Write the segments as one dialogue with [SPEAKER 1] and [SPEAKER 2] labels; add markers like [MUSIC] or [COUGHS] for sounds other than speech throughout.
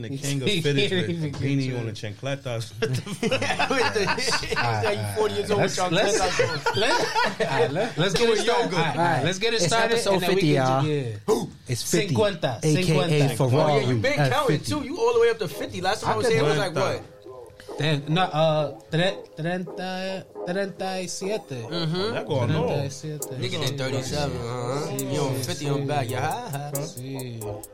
[SPEAKER 1] the king of
[SPEAKER 2] [LAUGHS]
[SPEAKER 1] fitteds with a beanie on the chancletas.
[SPEAKER 3] [LAUGHS] you 40 years old Oh, with y'all
[SPEAKER 4] let's-
[SPEAKER 3] dress like that.
[SPEAKER 4] Alright, let- let's get it started.
[SPEAKER 3] yoga.
[SPEAKER 4] Alright, Let's get it
[SPEAKER 2] It's
[SPEAKER 4] started.
[SPEAKER 2] episode
[SPEAKER 4] and then we can-
[SPEAKER 2] 50, y'all.
[SPEAKER 4] yeah.
[SPEAKER 2] It's 50.
[SPEAKER 4] 50,
[SPEAKER 2] AKA
[SPEAKER 4] AKA
[SPEAKER 2] Ferrari.
[SPEAKER 3] Yeah, you been
[SPEAKER 2] at
[SPEAKER 3] counting
[SPEAKER 2] 50.
[SPEAKER 3] too. You all the way up to 50. Last time I,
[SPEAKER 4] I
[SPEAKER 3] was
[SPEAKER 4] could
[SPEAKER 3] here, it was like
[SPEAKER 1] learn
[SPEAKER 3] what?
[SPEAKER 4] Then, no, uh, tre- treinta, treinta y siete.
[SPEAKER 1] that going
[SPEAKER 4] Treinta y
[SPEAKER 1] on.
[SPEAKER 4] siete.
[SPEAKER 3] Mm-hmm. Oh, Nigga did 37, huh? You on 50 on back. Yeah, ha, ha.
[SPEAKER 4] [LAUGHS]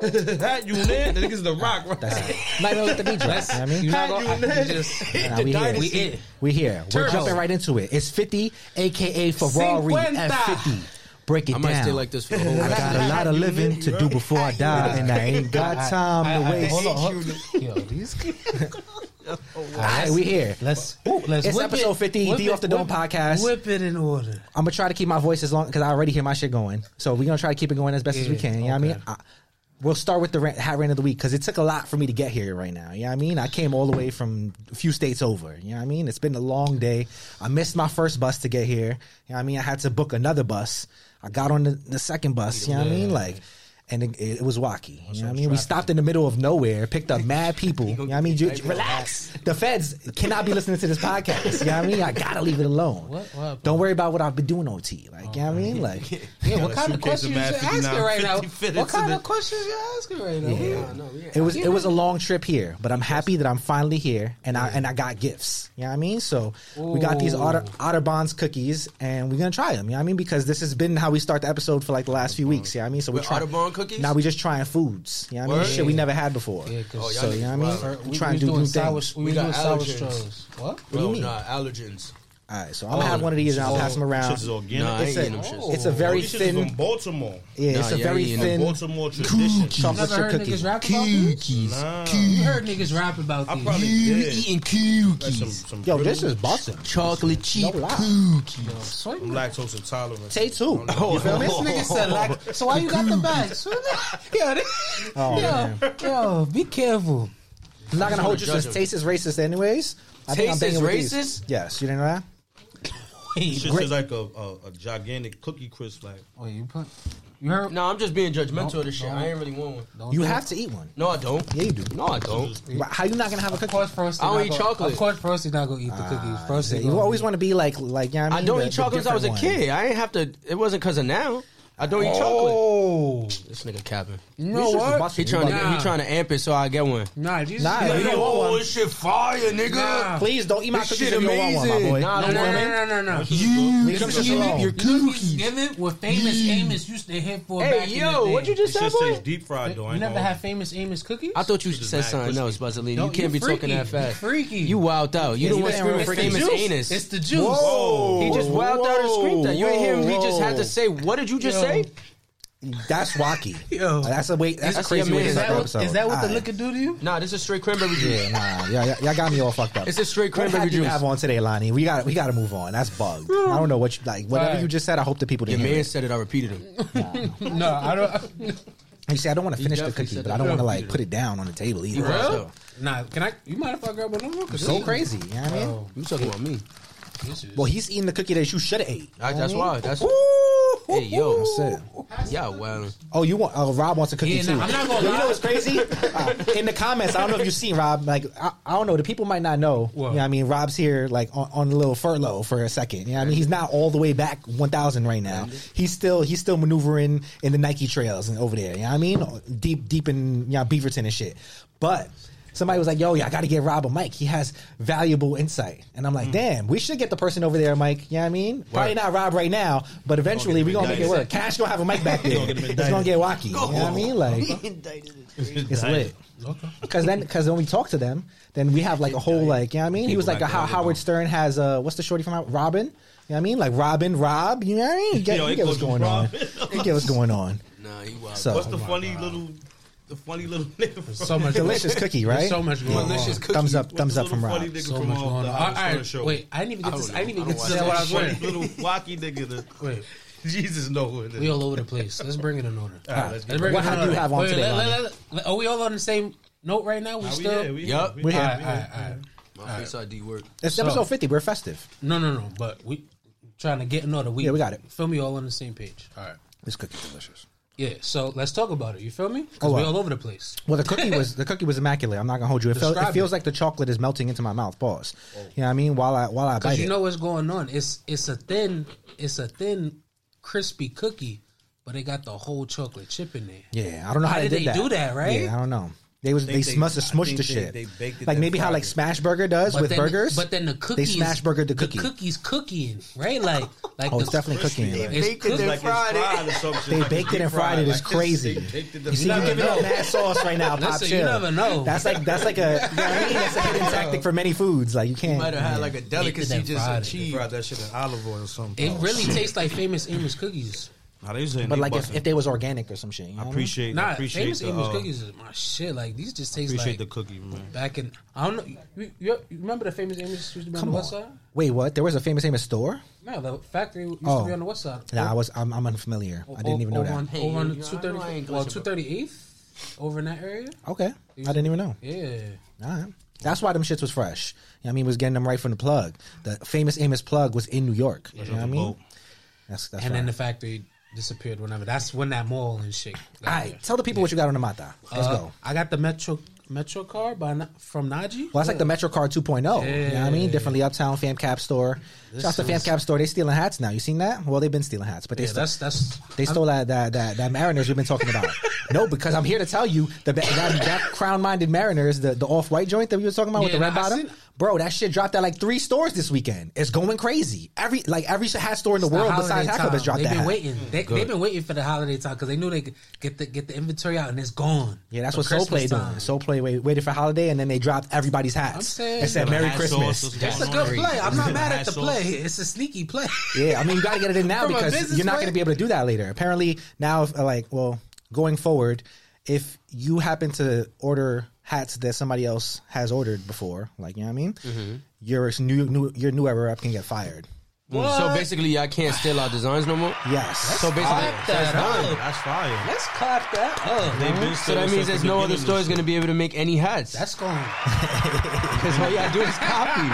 [SPEAKER 4] Sí.
[SPEAKER 1] That you man, the niggas the rock, right?
[SPEAKER 2] Might know what the beat drop.
[SPEAKER 4] Let's-
[SPEAKER 2] you know what I mean?
[SPEAKER 4] you're not gonna- I
[SPEAKER 1] You
[SPEAKER 4] can
[SPEAKER 1] lit.
[SPEAKER 4] just-
[SPEAKER 2] Nah, we here.
[SPEAKER 4] We in.
[SPEAKER 2] We here. We're
[SPEAKER 4] Turbo.
[SPEAKER 2] jumping right into it. It's 50, aka Ferrari at 50. Break it
[SPEAKER 3] I might
[SPEAKER 2] down.
[SPEAKER 3] stay like this for a whole
[SPEAKER 2] I
[SPEAKER 3] rest
[SPEAKER 2] got
[SPEAKER 3] of
[SPEAKER 2] a
[SPEAKER 3] the
[SPEAKER 2] lot of living to do before I die, and I ain't got time to waste.
[SPEAKER 4] Hold on,
[SPEAKER 2] All
[SPEAKER 4] hold on. Yo, these
[SPEAKER 2] right, we here.
[SPEAKER 4] Let's ooh, let's
[SPEAKER 2] It's
[SPEAKER 4] whip
[SPEAKER 2] episode
[SPEAKER 4] it,
[SPEAKER 2] 50,
[SPEAKER 4] whip
[SPEAKER 2] D
[SPEAKER 4] it,
[SPEAKER 2] Off the Dome
[SPEAKER 4] whip it,
[SPEAKER 2] podcast.
[SPEAKER 4] Whip it in order.
[SPEAKER 2] I'm gonna try to keep my voice as long because I already hear my shit going. So we're gonna try to keep it going as best as we
[SPEAKER 4] Yeah,
[SPEAKER 2] can. You know what I
[SPEAKER 4] okay.
[SPEAKER 2] mean? I, we'll start with the rant, hat rant of the week because it took a lot for me to get here right now. You know what I mean? I came all the way from a few states over. You know what I mean? It's been a long day. I missed my first bus to get here. You know what I mean? I had to book another bus. I got on the, the second bus. You know what I mean? Like. And it, it was wacky. You know what I mean? We stopped in the middle of nowhere, picked
[SPEAKER 4] [LAUGHS]
[SPEAKER 2] up mad people. You know what I mean? Ju- relax. The feds cannot be listening to this podcast. You know what I mean? I gotta leave it
[SPEAKER 4] [LAUGHS]
[SPEAKER 2] alone.
[SPEAKER 4] What- what happened? Oh,
[SPEAKER 2] Don't worry about what I've been doing OT. Like, you know what I mean? Like,
[SPEAKER 4] Yeah,
[SPEAKER 1] a
[SPEAKER 4] what
[SPEAKER 1] suitcase
[SPEAKER 4] kind of
[SPEAKER 1] of
[SPEAKER 4] questions you
[SPEAKER 1] mad
[SPEAKER 4] asking
[SPEAKER 1] 59,
[SPEAKER 4] right now?
[SPEAKER 1] 50 fitted
[SPEAKER 4] What
[SPEAKER 1] to
[SPEAKER 4] kind
[SPEAKER 1] the-
[SPEAKER 4] of questions you asking right now?
[SPEAKER 2] Yeah.
[SPEAKER 3] No, yeah.
[SPEAKER 2] It was it was a long trip here, but I'm happy that I'm finally here and I and I got gifts. You know what I mean? So we got these
[SPEAKER 4] Ooh.
[SPEAKER 2] Otter, Otterbonds cookies and we're gonna try them. You know what I mean? Because this has been how we start the episode for like the last few weeks. You know what I mean? So
[SPEAKER 3] Mm-hmm.
[SPEAKER 2] we're
[SPEAKER 3] With
[SPEAKER 2] trying
[SPEAKER 3] Otterbond cookies?
[SPEAKER 2] Now we just trying foods. You know what I mean?
[SPEAKER 3] Word.
[SPEAKER 2] Shit we never had before.
[SPEAKER 4] Yeah, 'cause-
[SPEAKER 3] Oh, y'all
[SPEAKER 2] so you know
[SPEAKER 3] niggas
[SPEAKER 2] what I
[SPEAKER 3] wild.
[SPEAKER 2] mean?
[SPEAKER 4] We,
[SPEAKER 2] trying
[SPEAKER 4] we
[SPEAKER 2] to do
[SPEAKER 4] doing
[SPEAKER 2] new
[SPEAKER 4] sour,
[SPEAKER 2] things.
[SPEAKER 4] we,
[SPEAKER 3] We
[SPEAKER 4] we
[SPEAKER 3] got
[SPEAKER 4] doing sour
[SPEAKER 3] allergens.
[SPEAKER 4] straws. What?
[SPEAKER 2] do you
[SPEAKER 3] Bro,
[SPEAKER 2] mean?
[SPEAKER 3] nah, allergens.
[SPEAKER 2] All right, so I'm gonna have one of these and I'll
[SPEAKER 3] Oh,
[SPEAKER 2] pass them around.
[SPEAKER 1] Shit is organic.
[SPEAKER 3] Nah, I ain't
[SPEAKER 2] It's
[SPEAKER 3] eating them
[SPEAKER 2] a,
[SPEAKER 3] shits.
[SPEAKER 2] it's a very
[SPEAKER 1] This shit is
[SPEAKER 2] thin,
[SPEAKER 1] from Baltimore.
[SPEAKER 2] yeah, it's
[SPEAKER 3] Nah,
[SPEAKER 2] a
[SPEAKER 3] yeah,
[SPEAKER 2] very
[SPEAKER 3] yeah, yeah.
[SPEAKER 2] thin
[SPEAKER 1] Baltimore tradition.
[SPEAKER 2] chocolate
[SPEAKER 4] Never heard
[SPEAKER 2] chip cookie.
[SPEAKER 4] niggas rap about these.
[SPEAKER 1] Nah,
[SPEAKER 4] You heard niggas rap about
[SPEAKER 1] I
[SPEAKER 4] these.
[SPEAKER 1] probably did. Like some,
[SPEAKER 3] cookies.
[SPEAKER 1] some
[SPEAKER 2] Yo,
[SPEAKER 1] real
[SPEAKER 2] this is busting.
[SPEAKER 3] Chocolate
[SPEAKER 2] No
[SPEAKER 3] chip
[SPEAKER 2] lie.
[SPEAKER 3] cookies.
[SPEAKER 4] Sweet.
[SPEAKER 1] lactose intolerant.
[SPEAKER 2] Tay two.
[SPEAKER 3] Oh,
[SPEAKER 2] You feel me?
[SPEAKER 4] This nigga
[SPEAKER 3] [LAUGHS]
[SPEAKER 4] said like, so why you got the bags? yo, this,
[SPEAKER 2] Oh, man.
[SPEAKER 4] yo, yo, be careful.
[SPEAKER 2] I'm not gonna
[SPEAKER 3] I'm
[SPEAKER 2] hold you
[SPEAKER 3] just
[SPEAKER 2] since
[SPEAKER 3] gonna
[SPEAKER 2] taste is racist, anyways. I think I'm
[SPEAKER 3] Taste is
[SPEAKER 2] banging with these.
[SPEAKER 3] racist?
[SPEAKER 2] Yes, you didn't know that.
[SPEAKER 1] This
[SPEAKER 4] Wait,
[SPEAKER 1] shit is like a, a, a gigantic cookie crisp. Like
[SPEAKER 4] wait, you put, you heard?
[SPEAKER 3] No, I'm just being judgmental
[SPEAKER 4] Don't-
[SPEAKER 3] of this shit.
[SPEAKER 4] don't.
[SPEAKER 3] I ain't really want one.
[SPEAKER 4] Don't
[SPEAKER 2] You
[SPEAKER 4] do
[SPEAKER 2] have
[SPEAKER 4] it.
[SPEAKER 2] to eat one.
[SPEAKER 3] No, I don't.
[SPEAKER 2] Yeah, you do.
[SPEAKER 3] No, I don't.
[SPEAKER 2] Why- How you not gonna have a
[SPEAKER 4] Of
[SPEAKER 2] cookie?
[SPEAKER 4] course, first
[SPEAKER 3] I don't
[SPEAKER 4] he
[SPEAKER 3] eat
[SPEAKER 4] not gonna-
[SPEAKER 3] chocolate.
[SPEAKER 4] Of course, first he's not gonna eat the cookies. First, he
[SPEAKER 2] Ah, You
[SPEAKER 4] gonna
[SPEAKER 2] always
[SPEAKER 4] eat-
[SPEAKER 2] want to be like, like you know what I
[SPEAKER 3] I
[SPEAKER 2] mean?
[SPEAKER 3] don't
[SPEAKER 2] The-
[SPEAKER 3] eat
[SPEAKER 2] the
[SPEAKER 3] chocolate since I was a
[SPEAKER 2] different one.
[SPEAKER 3] kid. I ain't have to. It wasn't because of now. I don't eat chocolate.
[SPEAKER 4] Oh,
[SPEAKER 3] This nigga capping.
[SPEAKER 4] you
[SPEAKER 2] These
[SPEAKER 4] know
[SPEAKER 2] shits is
[SPEAKER 4] what?
[SPEAKER 2] busting.
[SPEAKER 3] He
[SPEAKER 2] You
[SPEAKER 3] trying to
[SPEAKER 2] busting.
[SPEAKER 4] Nah.
[SPEAKER 3] he trying to amp it so I get one.
[SPEAKER 4] Nah, these
[SPEAKER 2] Nah,
[SPEAKER 4] nah,
[SPEAKER 2] you don't want
[SPEAKER 4] Oh,
[SPEAKER 2] one.
[SPEAKER 3] this shit fire, nigga.
[SPEAKER 4] Nah.
[SPEAKER 2] Please don't eat my
[SPEAKER 3] This
[SPEAKER 2] cookies
[SPEAKER 3] shit
[SPEAKER 2] if you don't want one, my
[SPEAKER 3] amazing.
[SPEAKER 2] boy.
[SPEAKER 3] Nah,
[SPEAKER 4] no,
[SPEAKER 3] You
[SPEAKER 4] no,
[SPEAKER 3] know what I
[SPEAKER 4] no, no, no, no.
[SPEAKER 3] You
[SPEAKER 2] Leave them shit
[SPEAKER 3] give
[SPEAKER 2] alone.
[SPEAKER 3] up your
[SPEAKER 4] You know what he's
[SPEAKER 3] cookies.
[SPEAKER 4] giving what famous Amos used to hit for back
[SPEAKER 3] Hey,
[SPEAKER 4] in the
[SPEAKER 3] yo,
[SPEAKER 4] day.
[SPEAKER 3] what you
[SPEAKER 1] this
[SPEAKER 3] just
[SPEAKER 1] shit
[SPEAKER 3] said,
[SPEAKER 1] tastes
[SPEAKER 3] boy?
[SPEAKER 1] deep fried though. I
[SPEAKER 4] You
[SPEAKER 1] ain't
[SPEAKER 4] never
[SPEAKER 1] gonna-
[SPEAKER 4] had famous Amos cookies?
[SPEAKER 3] I thought you
[SPEAKER 1] is
[SPEAKER 3] said
[SPEAKER 1] mad
[SPEAKER 3] something
[SPEAKER 1] pussy.
[SPEAKER 3] else, Buzzolini.
[SPEAKER 4] No,
[SPEAKER 3] you can't
[SPEAKER 4] you
[SPEAKER 3] be talking
[SPEAKER 4] freaky.
[SPEAKER 3] that fast.
[SPEAKER 4] Freaky.
[SPEAKER 3] You wowed out. You
[SPEAKER 2] Yeah,
[SPEAKER 3] don't want
[SPEAKER 2] you better
[SPEAKER 3] screaming
[SPEAKER 2] remember freaky.
[SPEAKER 3] famous
[SPEAKER 4] juice.
[SPEAKER 3] anus.
[SPEAKER 4] It's the juice.
[SPEAKER 1] Whoa.
[SPEAKER 3] he just wowed out and screamed that. You ain't hear him. He just had
[SPEAKER 2] Whoa.
[SPEAKER 3] to say, "What did you just
[SPEAKER 4] Yo.
[SPEAKER 3] say?"
[SPEAKER 2] That's
[SPEAKER 3] [LAUGHS]
[SPEAKER 2] wacky.
[SPEAKER 4] Yo.
[SPEAKER 2] That's a way. That's a
[SPEAKER 3] That's
[SPEAKER 2] crazy
[SPEAKER 3] your
[SPEAKER 2] way
[SPEAKER 4] Is
[SPEAKER 3] man.
[SPEAKER 2] to start
[SPEAKER 4] that,
[SPEAKER 2] the
[SPEAKER 4] what,
[SPEAKER 2] episode.
[SPEAKER 4] is that what the
[SPEAKER 2] Aight.
[SPEAKER 4] liquor do to you?
[SPEAKER 3] [LAUGHS] Nah, this is straight cranberry juice.
[SPEAKER 2] Yeah, nah, y'all, y'all- y'all got me all fucked up.
[SPEAKER 3] It's a straight
[SPEAKER 2] what
[SPEAKER 3] cranberry
[SPEAKER 2] hat do you
[SPEAKER 3] juice.
[SPEAKER 2] have on today, Lonnie? We got we got to move on. That's bugged. I don't know what you like. Whatever
[SPEAKER 4] Right.
[SPEAKER 2] you just said, I hope the people
[SPEAKER 3] Your
[SPEAKER 2] didn't. hear
[SPEAKER 3] man
[SPEAKER 2] it.
[SPEAKER 3] said it. I repeated him.
[SPEAKER 4] no, I don't. [LAUGHS]
[SPEAKER 2] You see, I don't want to finish the
[SPEAKER 3] definitely
[SPEAKER 2] cookie,
[SPEAKER 3] said
[SPEAKER 2] but
[SPEAKER 3] that.
[SPEAKER 2] I don't want to like put it down on the table either.
[SPEAKER 3] Right.
[SPEAKER 4] Well, nah, can I? You mind if I grab one more?
[SPEAKER 2] It's so crazy. You know what I mean?
[SPEAKER 3] You talking about me?
[SPEAKER 2] Well, he's eating the cookie that you should have ate.
[SPEAKER 3] That- that's why. That's
[SPEAKER 2] Hey,
[SPEAKER 3] hey yo.
[SPEAKER 2] That's it.
[SPEAKER 3] Yeah, well,
[SPEAKER 2] Oh, you want? Oh, Rob wants a cookie
[SPEAKER 4] Yeah,
[SPEAKER 2] too.
[SPEAKER 4] nah, I'm not gonna
[SPEAKER 2] Yo, you
[SPEAKER 4] lie.
[SPEAKER 2] know
[SPEAKER 4] [LAUGHS]
[SPEAKER 2] what's crazy? Uh, in the comments, I don't know if you've seen Rob. Like, I, I don't know. The people might not know.
[SPEAKER 4] What?
[SPEAKER 2] You know what I mean? Rob's here, like on, on a little furlough for a second. You know what I mean? He's not all the way back 1,000 right now. He's still he's still maneuvering in the Nike trails and over there. You know what I mean? Deep deep in you know, Beaverton and shit. But. Somebody was like, "Yo, yeah, I got to get Rob a mic. He has valuable insight." And I'm like,
[SPEAKER 4] Mm.
[SPEAKER 2] "Damn, we should get the person over there, Mike. You know what I mean? Probably
[SPEAKER 3] Right.
[SPEAKER 2] not Rob right now, but eventually
[SPEAKER 1] him
[SPEAKER 2] we're gonna make it
[SPEAKER 1] indicted.
[SPEAKER 2] work. Cash gonna have a mic
[SPEAKER 4] [LAUGHS]
[SPEAKER 2] back there.
[SPEAKER 1] gonna get him
[SPEAKER 2] it's gonna get wacky. You know what I mean? Like it's
[SPEAKER 1] Indicted.
[SPEAKER 2] lit. Because then, because when we talk to them, then we have like a whole like, you know what I mean? He was like,
[SPEAKER 3] People
[SPEAKER 2] how
[SPEAKER 3] like that,
[SPEAKER 2] Howard Stern has uh, what's the shorty from Howard? Robin? You know what I mean? Like Robin, Rob. You know what I mean? You get,
[SPEAKER 1] Yo,
[SPEAKER 2] you
[SPEAKER 1] he
[SPEAKER 2] get what's
[SPEAKER 1] called
[SPEAKER 2] going
[SPEAKER 1] you
[SPEAKER 2] on.
[SPEAKER 1] Robin.
[SPEAKER 2] You get what's going on.
[SPEAKER 3] nah, he wild.
[SPEAKER 2] So
[SPEAKER 1] What's the funny little, the funny little [LAUGHS] nigga from
[SPEAKER 4] So much
[SPEAKER 2] [LAUGHS] delicious cookie,
[SPEAKER 4] There's
[SPEAKER 2] right?
[SPEAKER 4] so much going
[SPEAKER 3] Delicious
[SPEAKER 4] on.
[SPEAKER 3] cookie.
[SPEAKER 2] Thumbs up,
[SPEAKER 1] what's
[SPEAKER 2] thumbs
[SPEAKER 1] the
[SPEAKER 2] up from
[SPEAKER 1] little
[SPEAKER 2] Rob.
[SPEAKER 1] funny nigga
[SPEAKER 4] So
[SPEAKER 1] from
[SPEAKER 4] much
[SPEAKER 1] off
[SPEAKER 4] going on.
[SPEAKER 1] the
[SPEAKER 4] All
[SPEAKER 1] Howard Stern
[SPEAKER 4] right,
[SPEAKER 1] show?
[SPEAKER 4] wait, I didn't even
[SPEAKER 3] I
[SPEAKER 4] get to.
[SPEAKER 3] don't
[SPEAKER 4] I didn't even
[SPEAKER 3] know.
[SPEAKER 4] get to
[SPEAKER 3] I
[SPEAKER 4] say
[SPEAKER 3] don't
[SPEAKER 4] what I was
[SPEAKER 1] Funny
[SPEAKER 4] wearing.
[SPEAKER 1] little wacky nigga. that-
[SPEAKER 4] [LAUGHS] Wait,
[SPEAKER 1] [LAUGHS] Jesus know who it is.
[SPEAKER 4] we all over the place. Let's bring it in order.
[SPEAKER 1] All right, let's get
[SPEAKER 4] bring
[SPEAKER 2] What
[SPEAKER 4] it in
[SPEAKER 2] hat do
[SPEAKER 4] order.
[SPEAKER 2] you have on
[SPEAKER 4] Wait,
[SPEAKER 2] today,
[SPEAKER 4] let-
[SPEAKER 2] Lonnie?
[SPEAKER 4] let- let- let- Are we all on the same note right now? We
[SPEAKER 1] Nah, we
[SPEAKER 4] still.
[SPEAKER 1] here, we here,
[SPEAKER 3] Yup.
[SPEAKER 1] we
[SPEAKER 2] We're
[SPEAKER 4] All
[SPEAKER 2] here.
[SPEAKER 4] right, all right, all right.
[SPEAKER 3] My face ID work.
[SPEAKER 2] It's
[SPEAKER 4] So-
[SPEAKER 2] episode fifty. We're festive.
[SPEAKER 4] No, no, no. But we trying to get in order. We
[SPEAKER 2] Yeah, we got it.
[SPEAKER 4] Feel me all on the same page. All right.
[SPEAKER 2] This cookie's delicious.
[SPEAKER 4] Yeah, so let's talk about it. You feel me? Because
[SPEAKER 2] Oh,
[SPEAKER 4] we're
[SPEAKER 2] wow.
[SPEAKER 4] all over the place.
[SPEAKER 2] Well, the cookie was the cookie was immaculate. I'm not gonna hold you. It, felt, it
[SPEAKER 4] Describe
[SPEAKER 2] feels
[SPEAKER 4] it.
[SPEAKER 2] like the chocolate is melting into my mouth. Pause. You know what I mean? While I while I bite
[SPEAKER 4] Because you
[SPEAKER 2] it.
[SPEAKER 4] know what's going on. It's it's a thin it's a thin crispy cookie, but it got the whole chocolate chip in there.
[SPEAKER 2] yeah, I don't know how,
[SPEAKER 4] How did
[SPEAKER 2] they
[SPEAKER 4] they
[SPEAKER 2] did that.
[SPEAKER 4] do that, right?
[SPEAKER 2] Yeah, I don't know. They was they,
[SPEAKER 1] they-
[SPEAKER 2] must have
[SPEAKER 1] I
[SPEAKER 2] smushed
[SPEAKER 1] think
[SPEAKER 2] the
[SPEAKER 1] they-
[SPEAKER 2] shit.
[SPEAKER 1] they baked it,
[SPEAKER 2] like
[SPEAKER 1] then
[SPEAKER 2] maybe how
[SPEAKER 1] fried
[SPEAKER 2] like
[SPEAKER 1] it.
[SPEAKER 2] Smash Burger does with
[SPEAKER 4] then,
[SPEAKER 2] burgers.
[SPEAKER 4] but then the cookie is-
[SPEAKER 2] smash burgered the cookie.
[SPEAKER 4] cookie's cooking, right? Like, like
[SPEAKER 2] oh,
[SPEAKER 4] the,
[SPEAKER 2] it's definitely cooking.
[SPEAKER 3] They
[SPEAKER 2] Like,
[SPEAKER 4] It's
[SPEAKER 3] baked it
[SPEAKER 4] cooked
[SPEAKER 3] then
[SPEAKER 4] like it's
[SPEAKER 3] fried [LAUGHS] it.
[SPEAKER 1] or some shit.
[SPEAKER 2] They
[SPEAKER 1] Like
[SPEAKER 2] baked it
[SPEAKER 1] deep
[SPEAKER 2] and
[SPEAKER 1] fried
[SPEAKER 2] fried it.
[SPEAKER 1] like
[SPEAKER 2] It's
[SPEAKER 1] this,
[SPEAKER 2] crazy.
[SPEAKER 1] they baked it
[SPEAKER 2] You see, you
[SPEAKER 1] fried
[SPEAKER 2] giving
[SPEAKER 1] it.
[SPEAKER 2] out mad sauce right now.
[SPEAKER 4] [LAUGHS]
[SPEAKER 2] Pop
[SPEAKER 4] Listen, you
[SPEAKER 2] chill.
[SPEAKER 4] never know.
[SPEAKER 2] That's like that's
[SPEAKER 4] [LAUGHS]
[SPEAKER 2] like a. [LAUGHS] You know what I mean? That's a hidden tactic for many foods. Like you can't.
[SPEAKER 3] Might have had like a delicacy,
[SPEAKER 4] then
[SPEAKER 3] just
[SPEAKER 4] fried
[SPEAKER 3] a
[SPEAKER 4] it.
[SPEAKER 1] They
[SPEAKER 3] cheese.
[SPEAKER 1] fried that shit in olive oil or something.
[SPEAKER 4] It
[SPEAKER 2] Oh,
[SPEAKER 4] really tastes like famous Amos cookies.
[SPEAKER 1] Nah, they saying
[SPEAKER 2] but
[SPEAKER 1] they
[SPEAKER 2] like if,
[SPEAKER 1] bustin'.
[SPEAKER 2] if they was organic or some shit. You know
[SPEAKER 1] I
[SPEAKER 2] what
[SPEAKER 1] appreciate, I
[SPEAKER 4] Nah,
[SPEAKER 1] appreciate
[SPEAKER 4] famous
[SPEAKER 1] the,
[SPEAKER 4] Amos
[SPEAKER 1] uh,
[SPEAKER 4] cookies is my shit. Like these just taste
[SPEAKER 1] appreciate
[SPEAKER 4] like
[SPEAKER 1] the cookie, man.
[SPEAKER 4] back in. I don't know. You, you, you remember the famous Amos used to be on
[SPEAKER 2] I
[SPEAKER 4] the
[SPEAKER 2] mean? Come
[SPEAKER 4] west side?
[SPEAKER 2] on. Wait, what? There was a famous famous store.
[SPEAKER 4] No, the factory used
[SPEAKER 2] Oh.
[SPEAKER 4] to be on the west side.
[SPEAKER 2] Nah, I was I'm, I'm unfamiliar. I didn't even know
[SPEAKER 4] over Oh, On,
[SPEAKER 2] that.
[SPEAKER 3] Hey,
[SPEAKER 4] over
[SPEAKER 3] you-
[SPEAKER 4] on
[SPEAKER 3] you- I
[SPEAKER 4] two thirty,
[SPEAKER 3] know I ain't
[SPEAKER 4] well,
[SPEAKER 3] glitching,
[SPEAKER 4] two
[SPEAKER 3] bro.
[SPEAKER 4] thirty eighth, over in that area.
[SPEAKER 2] Okay, I didn't even know.
[SPEAKER 4] Yeah,
[SPEAKER 2] All right. That's why them shits was fresh. You know what I mean, was getting them right from the plug. The famous Amos plug was in New York. You know what I mean? That's that's
[SPEAKER 4] and
[SPEAKER 2] right.
[SPEAKER 4] then the factory disappeared. Whenever that's when that mall and shit.
[SPEAKER 2] All
[SPEAKER 4] got there.
[SPEAKER 2] right, tell the people what you got on the mata. Let's
[SPEAKER 4] Uh,
[SPEAKER 2] go.
[SPEAKER 4] I got the Metro Metro card by Na- from Najee.
[SPEAKER 2] Well, that's like the MetroCard 2.0. You know what I mean? Differently Uptown Fam Cap Store. Shout out to Fam
[SPEAKER 4] is-
[SPEAKER 2] Cap Store. They stealing hats now. You seen that? Well, they've been stealing hats, but they
[SPEAKER 4] Yeah,
[SPEAKER 2] still.
[SPEAKER 4] that's that's
[SPEAKER 2] They stole that, that that that Mariners we've been talking about. no, because I'm here to tell you the that, that crown minded Mariners, the, the off white joint that we were talking about with
[SPEAKER 4] Yeah,
[SPEAKER 2] the red
[SPEAKER 4] I
[SPEAKER 2] bottom,
[SPEAKER 4] seen-
[SPEAKER 2] bro. That shit dropped at like three stores this weekend. It's going crazy. Every like every hat store in the
[SPEAKER 4] the
[SPEAKER 2] world
[SPEAKER 4] holiday
[SPEAKER 2] besides Hack Club
[SPEAKER 4] time.
[SPEAKER 2] has dropped
[SPEAKER 4] They've
[SPEAKER 2] that.
[SPEAKER 4] been
[SPEAKER 2] hat.
[SPEAKER 4] waiting. They, they've been waiting for the holiday time because they knew they could get the get the inventory out and it's gone.
[SPEAKER 2] Yeah, that's
[SPEAKER 4] For
[SPEAKER 2] what Soul Play
[SPEAKER 4] Christmas
[SPEAKER 2] doing.
[SPEAKER 4] time.
[SPEAKER 2] Soul Play wait, waited for holiday and then they dropped everybody's hats.
[SPEAKER 4] I'm saying-
[SPEAKER 2] it said Merry
[SPEAKER 1] Hat sauce
[SPEAKER 2] Christmas.
[SPEAKER 1] was
[SPEAKER 4] It's a
[SPEAKER 1] going
[SPEAKER 4] good
[SPEAKER 1] on.
[SPEAKER 4] play. I'm
[SPEAKER 3] [LAUGHS]
[SPEAKER 4] not mad
[SPEAKER 1] Hat
[SPEAKER 4] at the
[SPEAKER 1] sauce.
[SPEAKER 4] play. It's a sneaky play.
[SPEAKER 2] Yeah, I mean, you got to get it in now
[SPEAKER 4] From a
[SPEAKER 2] because
[SPEAKER 4] business
[SPEAKER 2] you're not going to
[SPEAKER 4] point-
[SPEAKER 2] be able to do that later. Apparently, now, if, uh, like, well, going forward, if you happen to order hats that somebody else has ordered before, like, you know what I mean? Your new, new your new era rep can get fired.
[SPEAKER 3] Mm, So basically, y'all can't steal our designs no more.
[SPEAKER 2] Yes.
[SPEAKER 3] So basically,
[SPEAKER 4] Clap that up.
[SPEAKER 1] That's fire.
[SPEAKER 4] Let's clap that up.
[SPEAKER 1] They've been
[SPEAKER 3] So that means there's no other store is going to be able to make any hats.
[SPEAKER 4] That's going.
[SPEAKER 3] because all y'all do is
[SPEAKER 2] [LAUGHS]
[SPEAKER 3] copy.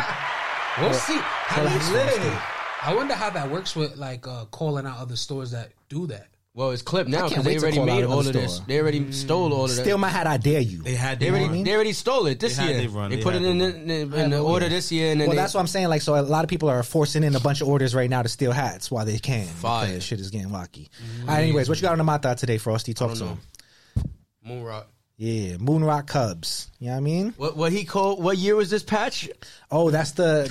[SPEAKER 4] We'll see. How
[SPEAKER 2] well,
[SPEAKER 4] you
[SPEAKER 2] that's
[SPEAKER 4] live.
[SPEAKER 2] nasty.
[SPEAKER 4] I wonder how that works with like uh, calling out other stores that do that.
[SPEAKER 3] Well, it's clip now
[SPEAKER 2] I can't
[SPEAKER 3] because
[SPEAKER 2] wait
[SPEAKER 3] they
[SPEAKER 2] to
[SPEAKER 3] already
[SPEAKER 2] call out
[SPEAKER 3] made all of
[SPEAKER 2] another
[SPEAKER 3] this.
[SPEAKER 2] store.
[SPEAKER 3] They already stole all of that.
[SPEAKER 2] Steal my hat, I dare you.
[SPEAKER 1] They had
[SPEAKER 3] they
[SPEAKER 1] their
[SPEAKER 3] already
[SPEAKER 1] run.
[SPEAKER 3] they already stole it this
[SPEAKER 1] They had
[SPEAKER 3] year.
[SPEAKER 1] their run.
[SPEAKER 3] They,
[SPEAKER 1] They
[SPEAKER 3] put it
[SPEAKER 1] had
[SPEAKER 3] in
[SPEAKER 1] their
[SPEAKER 3] the, in the- in the order this year, and then
[SPEAKER 2] Well,
[SPEAKER 3] they,
[SPEAKER 2] that's what I'm saying. Like, so a lot of people are forcing in a bunch of orders right now to steal hats while they can.
[SPEAKER 3] Fire.
[SPEAKER 2] Because Shit is getting wacky. All right, anyways, what you got on the mata today, Frosty? Talk to
[SPEAKER 3] know.
[SPEAKER 2] him.
[SPEAKER 3] Moon Rock.
[SPEAKER 2] Yeah, Moonrock Cubs. You know what I mean?
[SPEAKER 3] What what he called? What year was this patch?
[SPEAKER 2] Oh, that's the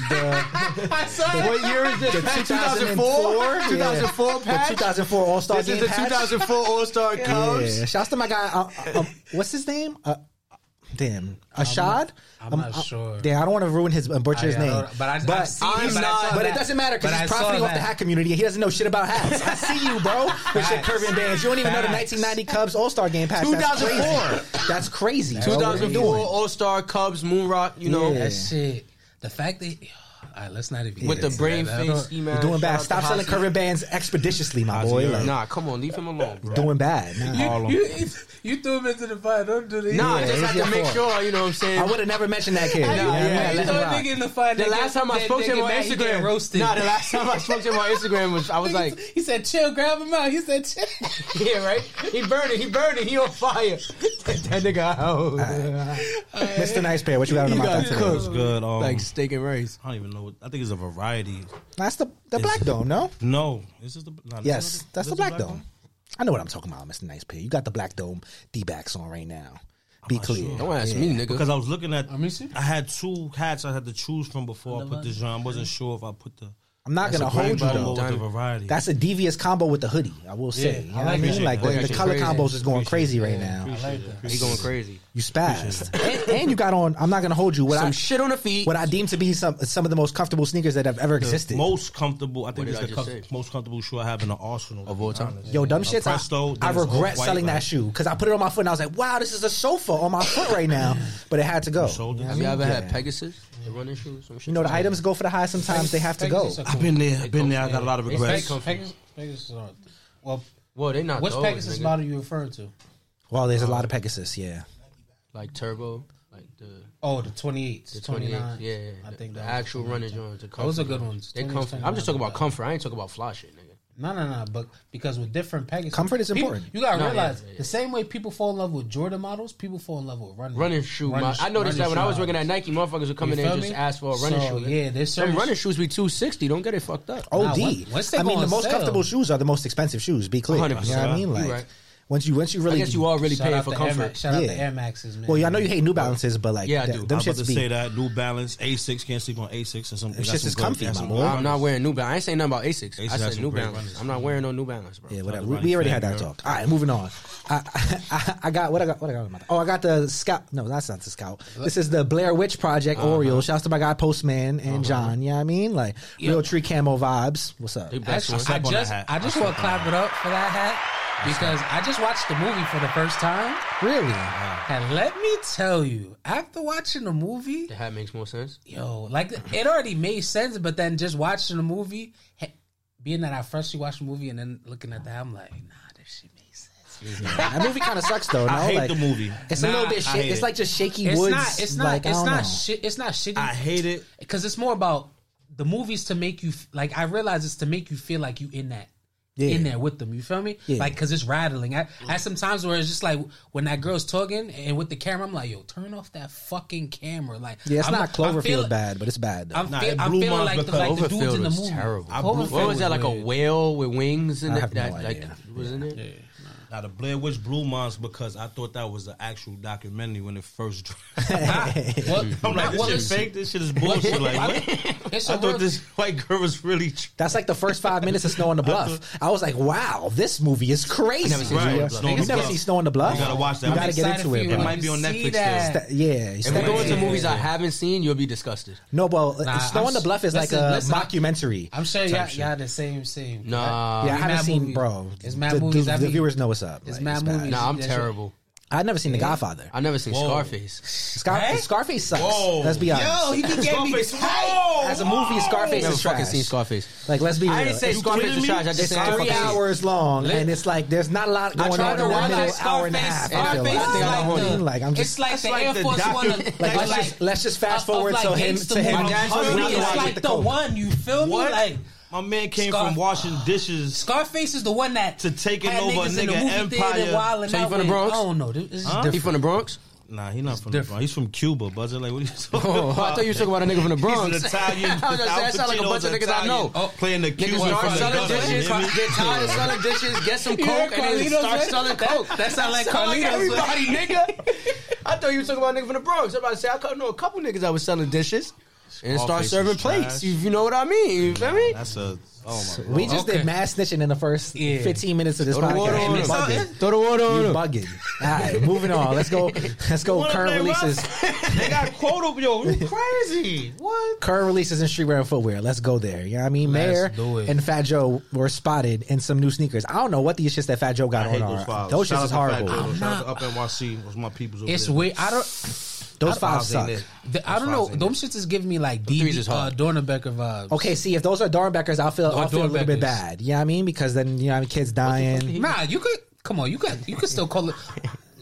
[SPEAKER 3] [LAUGHS]
[SPEAKER 2] the
[SPEAKER 3] What year is this?
[SPEAKER 2] The
[SPEAKER 3] patch?
[SPEAKER 2] 2004?
[SPEAKER 3] 2004. 2004
[SPEAKER 2] Yeah.
[SPEAKER 3] patch.
[SPEAKER 2] The 2004 All-Star
[SPEAKER 3] This is
[SPEAKER 2] game
[SPEAKER 3] the
[SPEAKER 2] patch?
[SPEAKER 3] 2004 All Star Cubs.
[SPEAKER 2] Yeah, shouts to my guy. Uh, uh, um, what's his name? Uh, damn, Ashad. Um, uh,
[SPEAKER 4] I'm not sure.
[SPEAKER 2] Damn, I don't want to ruin his uh, butcher his
[SPEAKER 4] I- I
[SPEAKER 2] name.
[SPEAKER 4] don't- but I- I've seen
[SPEAKER 3] him, but I saw
[SPEAKER 2] but it
[SPEAKER 4] that.
[SPEAKER 2] doesn't matter
[SPEAKER 4] But
[SPEAKER 2] because he's
[SPEAKER 4] I saw
[SPEAKER 2] profiting off the
[SPEAKER 4] that.
[SPEAKER 2] hat community. He doesn't know shit about hats. I see you, bro. With your
[SPEAKER 4] Facts.
[SPEAKER 2] curving bands, you don't even know the
[SPEAKER 4] Facts.
[SPEAKER 2] 1990 Cubs All Star Game patch. That's
[SPEAKER 3] 2004.
[SPEAKER 2] crazy. That's crazy. bro. What are you
[SPEAKER 3] 2004
[SPEAKER 2] doing?
[SPEAKER 3] All Star Cubs, Moon Rock. You know,
[SPEAKER 2] Yeah.
[SPEAKER 4] That shit. The fact that. [SIGHS] All right, let's not even
[SPEAKER 3] with
[SPEAKER 4] get
[SPEAKER 3] the
[SPEAKER 4] into
[SPEAKER 3] brain
[SPEAKER 4] that. I
[SPEAKER 3] face.
[SPEAKER 4] don't-
[SPEAKER 3] You're
[SPEAKER 2] You're doing bad. Stop selling curving bands expeditiously, my boy. Like,
[SPEAKER 3] Nah, come on, leave him alone, bro.
[SPEAKER 2] Doing bad. Nah.
[SPEAKER 1] Harlem.
[SPEAKER 4] You, you threw him into the fire. Don't do that.
[SPEAKER 3] Nah,
[SPEAKER 2] Yeah,
[SPEAKER 3] just
[SPEAKER 2] it's
[SPEAKER 3] have
[SPEAKER 2] your
[SPEAKER 3] to make
[SPEAKER 2] fault.
[SPEAKER 3] sure. You know what I'm saying.
[SPEAKER 2] I would have never mentioned that kid.
[SPEAKER 3] Nah,
[SPEAKER 2] You know what I
[SPEAKER 3] yeah,
[SPEAKER 2] mean? I
[SPEAKER 3] you
[SPEAKER 2] let him
[SPEAKER 3] throw
[SPEAKER 2] rock.
[SPEAKER 4] in the fire.
[SPEAKER 3] The last time I spoke to him on Instagram,
[SPEAKER 4] roasted.
[SPEAKER 3] Nah, the last time I spoke to him on Instagram was I was like,
[SPEAKER 4] he said, "Chill, grab him out." He said, "Chill."
[SPEAKER 3] [LAUGHS] yeah, right. He burning, he burning, he on fire. that, that nigga out.
[SPEAKER 2] Mr. Nice Pair, what you got on the
[SPEAKER 3] You got
[SPEAKER 2] mata today?
[SPEAKER 3] cooked.
[SPEAKER 1] It's good. Um,
[SPEAKER 3] like steak and rice.
[SPEAKER 1] I don't even know. What, I think it's a variety.
[SPEAKER 2] That's the the Black Dome, no?
[SPEAKER 1] No, is this the? Nah, this is
[SPEAKER 2] Yes,
[SPEAKER 1] not
[SPEAKER 2] that's
[SPEAKER 1] this
[SPEAKER 2] the
[SPEAKER 1] is
[SPEAKER 2] Black Dome. I know what I'm talking about, Mr. Nice Pair. You got the Black Dome D backs on right now. Be clear.
[SPEAKER 3] Don't ask me, nigga.
[SPEAKER 1] Because I was looking at,
[SPEAKER 4] Let me see.
[SPEAKER 1] I had two hats I had to choose from before I put this on. I wasn't sure if I put the.
[SPEAKER 2] I'm not gonna hold you
[SPEAKER 1] combo
[SPEAKER 2] though.
[SPEAKER 1] with the variety.
[SPEAKER 2] That's a devious combo with the hoodie. I will say.
[SPEAKER 4] Yeah,
[SPEAKER 2] You know
[SPEAKER 4] I
[SPEAKER 2] what I
[SPEAKER 4] like
[SPEAKER 2] mean?
[SPEAKER 1] that.
[SPEAKER 2] Like the,
[SPEAKER 1] Appreciate
[SPEAKER 2] the
[SPEAKER 3] that.
[SPEAKER 2] color
[SPEAKER 3] Appreciate
[SPEAKER 2] combos is going crazy right now.
[SPEAKER 1] Appreciate
[SPEAKER 4] like
[SPEAKER 1] it.
[SPEAKER 4] that.
[SPEAKER 3] he going crazy.
[SPEAKER 2] You spazzed. and, and you got on. I'm not gonna hold you. What
[SPEAKER 3] Some
[SPEAKER 2] I
[SPEAKER 3] shit on the feet.
[SPEAKER 2] what I deem to be some some of the most comfortable sneakers that have ever existed.
[SPEAKER 1] Most comfortable, I think
[SPEAKER 3] did
[SPEAKER 1] it's
[SPEAKER 3] I
[SPEAKER 1] the
[SPEAKER 3] just
[SPEAKER 1] com-
[SPEAKER 3] say?
[SPEAKER 1] most comfortable shoe I have in the arsenal
[SPEAKER 3] Of all time.
[SPEAKER 2] Yo, dumb shits. I-
[SPEAKER 1] Presto, then
[SPEAKER 2] I,
[SPEAKER 1] it's
[SPEAKER 2] regret
[SPEAKER 1] off-white,
[SPEAKER 2] selling that
[SPEAKER 1] like-
[SPEAKER 2] shoe because I put it on my foot and I was like, "Wow, this is a sofa on my foot
[SPEAKER 1] [LAUGHS]
[SPEAKER 2] right now." But it had to go.
[SPEAKER 1] Shoulders.
[SPEAKER 3] Have you ever
[SPEAKER 2] Yeah.
[SPEAKER 3] had Pegasus? The running shoes? Some shit.
[SPEAKER 2] You know, the items go for the high. Sometimes they have to go.
[SPEAKER 1] I've been there. I've been there. I got a lot of regrets.
[SPEAKER 4] Well,
[SPEAKER 3] Well, they not
[SPEAKER 4] which
[SPEAKER 3] those,
[SPEAKER 4] Pegasus
[SPEAKER 3] nigga.
[SPEAKER 4] model you referring to?
[SPEAKER 2] Well, there's a lot of Pegasus. Yeah,
[SPEAKER 3] Like Turbo, like the
[SPEAKER 4] Oh, the 28s,
[SPEAKER 3] the
[SPEAKER 4] 29s.
[SPEAKER 3] 28. Yeah, yeah,
[SPEAKER 4] I
[SPEAKER 3] the-
[SPEAKER 4] think
[SPEAKER 3] the
[SPEAKER 4] that was
[SPEAKER 3] actual
[SPEAKER 4] 29.
[SPEAKER 3] running joints. the
[SPEAKER 4] Those are
[SPEAKER 3] comfort
[SPEAKER 4] good
[SPEAKER 3] ones.
[SPEAKER 4] ones.
[SPEAKER 3] They
[SPEAKER 4] 28s,
[SPEAKER 3] comfort. I'm just talking
[SPEAKER 4] 29s.
[SPEAKER 3] about comfort. I ain't talking about fly shit, nigga.
[SPEAKER 4] No, no, no. But because with different packages,
[SPEAKER 2] Comfort is
[SPEAKER 4] people-
[SPEAKER 2] important.
[SPEAKER 4] You gotta
[SPEAKER 3] No, yeah,
[SPEAKER 4] realize
[SPEAKER 3] yeah, yeah.
[SPEAKER 4] the same way people fall in love with Jordan models, people fall in love with running
[SPEAKER 3] Running shoe. mod-
[SPEAKER 4] sh-
[SPEAKER 3] I
[SPEAKER 4] running
[SPEAKER 3] noticed that when
[SPEAKER 4] shoe
[SPEAKER 3] I was working at
[SPEAKER 4] models.
[SPEAKER 3] Nike, motherfuckers would come
[SPEAKER 4] You
[SPEAKER 3] in there
[SPEAKER 4] feel
[SPEAKER 3] and just
[SPEAKER 4] me?
[SPEAKER 3] ask for a running
[SPEAKER 4] So,
[SPEAKER 3] shoe.
[SPEAKER 4] yeah, there's
[SPEAKER 3] some
[SPEAKER 4] certain-
[SPEAKER 3] running shoes be two sixty. Don't get it fucked up.
[SPEAKER 2] OD.
[SPEAKER 4] once- once they
[SPEAKER 2] I
[SPEAKER 4] go
[SPEAKER 2] mean, the
[SPEAKER 4] on
[SPEAKER 2] most
[SPEAKER 4] sale-
[SPEAKER 2] comfortable shoes are the most expensive shoes. Be clear. You know what
[SPEAKER 1] 100%.
[SPEAKER 2] I mean?
[SPEAKER 3] You
[SPEAKER 2] Like
[SPEAKER 3] right.
[SPEAKER 2] once you once you really
[SPEAKER 3] I guess you all really
[SPEAKER 4] Shout
[SPEAKER 3] paying
[SPEAKER 4] out
[SPEAKER 3] for
[SPEAKER 4] to Air Max-
[SPEAKER 3] comfort.
[SPEAKER 4] Shout out
[SPEAKER 2] Yeah.
[SPEAKER 4] to Air Maxes, man.
[SPEAKER 2] Well, yeah, I know you hate New Balances, but like
[SPEAKER 3] Yeah, I
[SPEAKER 2] that-
[SPEAKER 3] do.
[SPEAKER 1] I'm
[SPEAKER 2] them
[SPEAKER 1] about to
[SPEAKER 2] shits
[SPEAKER 1] say
[SPEAKER 2] be
[SPEAKER 1] that New Balance A6 can't sleep on A6 and some.
[SPEAKER 2] It's
[SPEAKER 1] got
[SPEAKER 2] just
[SPEAKER 1] some
[SPEAKER 2] as
[SPEAKER 1] good-
[SPEAKER 2] comfy,
[SPEAKER 1] got
[SPEAKER 2] my
[SPEAKER 1] some
[SPEAKER 2] boy.
[SPEAKER 1] good
[SPEAKER 2] I'm
[SPEAKER 3] I'm
[SPEAKER 1] runners.
[SPEAKER 3] not wearing New Balance. I ain't saying nothing about
[SPEAKER 1] Asics
[SPEAKER 3] Asics. I
[SPEAKER 1] got
[SPEAKER 3] said
[SPEAKER 1] some
[SPEAKER 3] New
[SPEAKER 1] great
[SPEAKER 3] Balance.
[SPEAKER 1] runners.
[SPEAKER 3] I'm not wearing no New Balance, bro.
[SPEAKER 2] Yeah, whatever.
[SPEAKER 1] to
[SPEAKER 2] We,
[SPEAKER 1] Ronnie
[SPEAKER 2] we already had
[SPEAKER 1] Fag,
[SPEAKER 2] that
[SPEAKER 1] bro.
[SPEAKER 2] talk. All right, moving on. I, I, I got what I got. What I got? in my- Oh, I got the scout. No, that's not the scout. This is the Blair Witch Project Oreo. Shouts to my guy Postman and John. You know what I mean? Like real tree camo vibes. What's up?
[SPEAKER 3] They best
[SPEAKER 4] Actually,
[SPEAKER 3] ones.
[SPEAKER 4] I
[SPEAKER 1] Slap on
[SPEAKER 4] just,
[SPEAKER 1] that hat.
[SPEAKER 4] I just
[SPEAKER 1] I
[SPEAKER 4] want to
[SPEAKER 1] slap on
[SPEAKER 4] clap it up for that hat because I just watched the movie for the first time.
[SPEAKER 2] Really?
[SPEAKER 4] And let me tell you, after watching the movie,
[SPEAKER 3] The hat makes more sense.
[SPEAKER 4] yo, like it already made sense, but then just watching the movie, he- being that I freshly watched the movie and then looking at that, I'm like, nah, this shit makes sense.
[SPEAKER 2] that movie kind of sucks though. No?
[SPEAKER 1] I hate
[SPEAKER 2] like,
[SPEAKER 1] the movie.
[SPEAKER 2] It's a
[SPEAKER 4] Nah,
[SPEAKER 2] little bit.
[SPEAKER 1] I
[SPEAKER 2] Shit.
[SPEAKER 1] hate
[SPEAKER 2] It's
[SPEAKER 1] it.
[SPEAKER 2] like just shaky
[SPEAKER 4] It's
[SPEAKER 2] woods.
[SPEAKER 4] not, it's not,
[SPEAKER 2] Like, I
[SPEAKER 4] it's
[SPEAKER 2] don't know.
[SPEAKER 4] not, shit, it's not shitty.
[SPEAKER 1] I hate it.
[SPEAKER 4] because it's more about the movie's to make you f- like I realize it's to make you feel like you in that.
[SPEAKER 2] Yeah.
[SPEAKER 4] In there with them, you feel me?
[SPEAKER 2] Yeah.
[SPEAKER 4] Like, cause it's rattling. I, I had some times where it's just like when that girl's talking and with the camera, I'm like, yo, turn off that fucking camera. Like,
[SPEAKER 2] Yeah, it's
[SPEAKER 4] I'm
[SPEAKER 2] not
[SPEAKER 4] I'm
[SPEAKER 2] Cloverfield
[SPEAKER 4] feeling-
[SPEAKER 2] bad, but it's bad. Though.
[SPEAKER 4] I'm,
[SPEAKER 1] Nah,
[SPEAKER 4] feel-
[SPEAKER 1] it
[SPEAKER 4] I'm
[SPEAKER 1] blew
[SPEAKER 4] feeling
[SPEAKER 1] mine
[SPEAKER 4] like the,
[SPEAKER 1] because
[SPEAKER 4] like the dudes in the movie.
[SPEAKER 3] terrible.
[SPEAKER 4] Cloverfield
[SPEAKER 3] What was that? Like a
[SPEAKER 4] weird.
[SPEAKER 3] whale with wings and
[SPEAKER 2] I
[SPEAKER 3] that,
[SPEAKER 2] have no
[SPEAKER 3] that like
[SPEAKER 2] idea.
[SPEAKER 3] was in it.
[SPEAKER 1] Now the Blair Witch Blue Mons because I thought that was the actual documentary when it first. dropped.
[SPEAKER 4] Well,
[SPEAKER 1] I'm like,
[SPEAKER 4] not- well,
[SPEAKER 1] this shit
[SPEAKER 4] it's-
[SPEAKER 1] fake. This shit is bullshit. [LAUGHS] Like,
[SPEAKER 4] I-
[SPEAKER 1] what?
[SPEAKER 4] it's a
[SPEAKER 1] I
[SPEAKER 4] real-
[SPEAKER 1] thought this [LAUGHS] white girl was really. Tr-
[SPEAKER 2] That's like the first five minutes of Snow on the Bluff. I was like, wow, this movie is crazy.
[SPEAKER 3] never seen Snow on the
[SPEAKER 2] You
[SPEAKER 1] Bluff. Snow on the
[SPEAKER 2] never
[SPEAKER 1] Bluff.
[SPEAKER 2] seen Snow on the Bluff?
[SPEAKER 1] You gotta watch that.
[SPEAKER 2] You
[SPEAKER 1] I'm
[SPEAKER 2] gotta get
[SPEAKER 4] excited
[SPEAKER 2] into
[SPEAKER 4] for
[SPEAKER 2] it,
[SPEAKER 4] you
[SPEAKER 2] bro.
[SPEAKER 1] It might be on
[SPEAKER 4] when you see
[SPEAKER 1] Netflix still.
[SPEAKER 4] that.
[SPEAKER 2] Ste- yeah, you
[SPEAKER 3] If we
[SPEAKER 2] step
[SPEAKER 3] go
[SPEAKER 2] into
[SPEAKER 3] into
[SPEAKER 2] it.
[SPEAKER 3] movies I haven't seen, you'll be disgusted.
[SPEAKER 2] No, but
[SPEAKER 4] Nah,
[SPEAKER 2] Snow
[SPEAKER 4] I'm
[SPEAKER 2] on the
[SPEAKER 4] s-
[SPEAKER 2] Bluff is like
[SPEAKER 4] listen,
[SPEAKER 2] a
[SPEAKER 4] listen, I-
[SPEAKER 2] mockumentary.
[SPEAKER 4] I'm sure y'all,
[SPEAKER 2] shit.
[SPEAKER 4] y'all the same, same.
[SPEAKER 3] Nah,
[SPEAKER 2] yeah, I haven't
[SPEAKER 4] mad
[SPEAKER 2] seen,
[SPEAKER 4] movies.
[SPEAKER 2] bro.
[SPEAKER 4] It's mad
[SPEAKER 2] the,
[SPEAKER 4] movies.
[SPEAKER 2] The,
[SPEAKER 4] I
[SPEAKER 2] the
[SPEAKER 4] mean,
[SPEAKER 2] viewers know what's up. It's
[SPEAKER 4] mad
[SPEAKER 2] bad.
[SPEAKER 4] movies.
[SPEAKER 3] nah, I'm
[SPEAKER 4] That's right.
[SPEAKER 3] terrible.
[SPEAKER 2] I've never seen The Godfather.
[SPEAKER 3] I never seen
[SPEAKER 1] Whoa.
[SPEAKER 3] Scarface.
[SPEAKER 2] Scar-
[SPEAKER 4] Hey?
[SPEAKER 2] Scarface sucks.
[SPEAKER 1] Whoa.
[SPEAKER 2] Let's be honest.
[SPEAKER 4] Yo, you can get me
[SPEAKER 1] Scarface.
[SPEAKER 4] tight.
[SPEAKER 2] [LAUGHS] As a movie, Scarface
[SPEAKER 3] Never
[SPEAKER 2] is
[SPEAKER 3] fucking
[SPEAKER 2] trash.
[SPEAKER 3] seen Scarface.
[SPEAKER 2] Like, let's be real.
[SPEAKER 3] I didn't say
[SPEAKER 2] It's-
[SPEAKER 3] Scarface
[SPEAKER 1] kidding
[SPEAKER 3] was
[SPEAKER 1] me?
[SPEAKER 3] trash. I just
[SPEAKER 2] it's
[SPEAKER 3] said I
[SPEAKER 2] three
[SPEAKER 3] fucking seen it.
[SPEAKER 2] hours long, and it's like there's not a lot going
[SPEAKER 3] tried
[SPEAKER 2] on
[SPEAKER 3] to
[SPEAKER 2] in that
[SPEAKER 3] watch
[SPEAKER 2] middle
[SPEAKER 3] that
[SPEAKER 2] hour and a half.
[SPEAKER 3] Scarface.
[SPEAKER 2] I feel like.
[SPEAKER 3] Scarface
[SPEAKER 2] You know
[SPEAKER 3] is
[SPEAKER 2] what I
[SPEAKER 3] like
[SPEAKER 2] mean?
[SPEAKER 3] the-
[SPEAKER 2] Like, I'm
[SPEAKER 4] it's
[SPEAKER 2] just
[SPEAKER 4] like the
[SPEAKER 1] like
[SPEAKER 4] Air
[SPEAKER 1] the
[SPEAKER 4] Force
[SPEAKER 1] docu-
[SPEAKER 4] One.
[SPEAKER 1] like,
[SPEAKER 2] Like, let's just let's just fast forward
[SPEAKER 4] to
[SPEAKER 2] to him to him.
[SPEAKER 1] movie.
[SPEAKER 2] just
[SPEAKER 1] Gangsta
[SPEAKER 2] really
[SPEAKER 1] movie.
[SPEAKER 2] like
[SPEAKER 1] It's
[SPEAKER 2] with
[SPEAKER 4] like
[SPEAKER 2] the
[SPEAKER 4] the,
[SPEAKER 2] coke.
[SPEAKER 4] one you feel me?
[SPEAKER 1] What?
[SPEAKER 4] Like
[SPEAKER 1] My man came
[SPEAKER 4] Scar-
[SPEAKER 1] from washing dishes.
[SPEAKER 4] Scarface is the one that
[SPEAKER 1] To taking
[SPEAKER 4] had
[SPEAKER 1] over a
[SPEAKER 4] niggas in
[SPEAKER 1] nigga
[SPEAKER 4] the movie theater
[SPEAKER 1] empire.
[SPEAKER 4] wilding
[SPEAKER 3] So you
[SPEAKER 4] out
[SPEAKER 3] from the
[SPEAKER 4] with-
[SPEAKER 3] Bronx?
[SPEAKER 4] I don't know. This this is
[SPEAKER 1] Huh?
[SPEAKER 3] He
[SPEAKER 4] different.
[SPEAKER 3] from the Bronx?
[SPEAKER 1] Nah, he's not from the Bronx. He's from Cuba, buzzing. Like, what are you talking
[SPEAKER 3] [LAUGHS] Oh, I
[SPEAKER 1] about?
[SPEAKER 3] thought you were talking about a nigga from the Bronx. [LAUGHS]
[SPEAKER 1] He's an Italian.
[SPEAKER 3] I was gonna say, that sound like a bunch of niggas I know.
[SPEAKER 1] Oh, playing the
[SPEAKER 3] Niggas
[SPEAKER 1] Cuban from
[SPEAKER 3] start
[SPEAKER 1] the
[SPEAKER 3] selling
[SPEAKER 1] gutter.
[SPEAKER 3] dishes,
[SPEAKER 1] you know what I mean?
[SPEAKER 3] get tired of selling dishes, get some coke,
[SPEAKER 4] heard
[SPEAKER 3] and then
[SPEAKER 4] Carlito's
[SPEAKER 3] start
[SPEAKER 4] right?
[SPEAKER 3] selling coke.
[SPEAKER 4] That sound like Carlito's right?
[SPEAKER 3] [LAUGHS] everybody, nigga. I thought you were talking about a nigga from the Bronx. I'm about to say, I know a couple niggas that was selling dishes and start
[SPEAKER 1] Scarface
[SPEAKER 3] serving
[SPEAKER 1] is trash.
[SPEAKER 3] plates. You, you know what I mean? You feel me?
[SPEAKER 1] That's a. Oh my.
[SPEAKER 2] We just
[SPEAKER 4] Okay.
[SPEAKER 2] did mass snitching in the first
[SPEAKER 4] Yeah.
[SPEAKER 2] 15 minutes of this
[SPEAKER 3] Throw the water
[SPEAKER 2] podcast.
[SPEAKER 3] on
[SPEAKER 2] You
[SPEAKER 3] him.
[SPEAKER 2] bugging.
[SPEAKER 3] Throw the water
[SPEAKER 2] You
[SPEAKER 3] on him.
[SPEAKER 2] bugging. All right, moving on. Let's go. Let's go.
[SPEAKER 1] wanna
[SPEAKER 2] Current
[SPEAKER 1] play
[SPEAKER 2] releases.
[SPEAKER 1] [LAUGHS] they got quota, yo. You crazy? What?
[SPEAKER 2] Current releases in streetwear and footwear. Let's go there. You know what I mean? Mayor
[SPEAKER 4] do it.
[SPEAKER 2] and Fat Joe were spotted in some new sneakers. I don't know what these shits that Fat Joe got
[SPEAKER 1] I hate
[SPEAKER 2] on
[SPEAKER 1] those
[SPEAKER 2] are.
[SPEAKER 1] files.
[SPEAKER 2] Those shits
[SPEAKER 1] Shout
[SPEAKER 2] is
[SPEAKER 1] out to Fat
[SPEAKER 2] horrible.
[SPEAKER 1] Joe. Shout out to Up NYC. Those my peoples over
[SPEAKER 4] It's
[SPEAKER 1] there.
[SPEAKER 4] weird. I don't.
[SPEAKER 2] Those
[SPEAKER 1] I
[SPEAKER 2] files
[SPEAKER 1] was in
[SPEAKER 2] suck.
[SPEAKER 1] there.
[SPEAKER 4] The, I don't know. Those shits is giving me like
[SPEAKER 3] threes
[SPEAKER 4] DB
[SPEAKER 3] is
[SPEAKER 4] uh,
[SPEAKER 3] hard.
[SPEAKER 4] Dornbecker vibes.
[SPEAKER 2] Okay, see if those are Dornbeckers, I'll feel I'll feel a little bit
[SPEAKER 4] Dornbeckers.
[SPEAKER 2] bad. You know what I mean? Because then you know I mean, kids dying.
[SPEAKER 4] Nah, you could come on. You could you could still call it.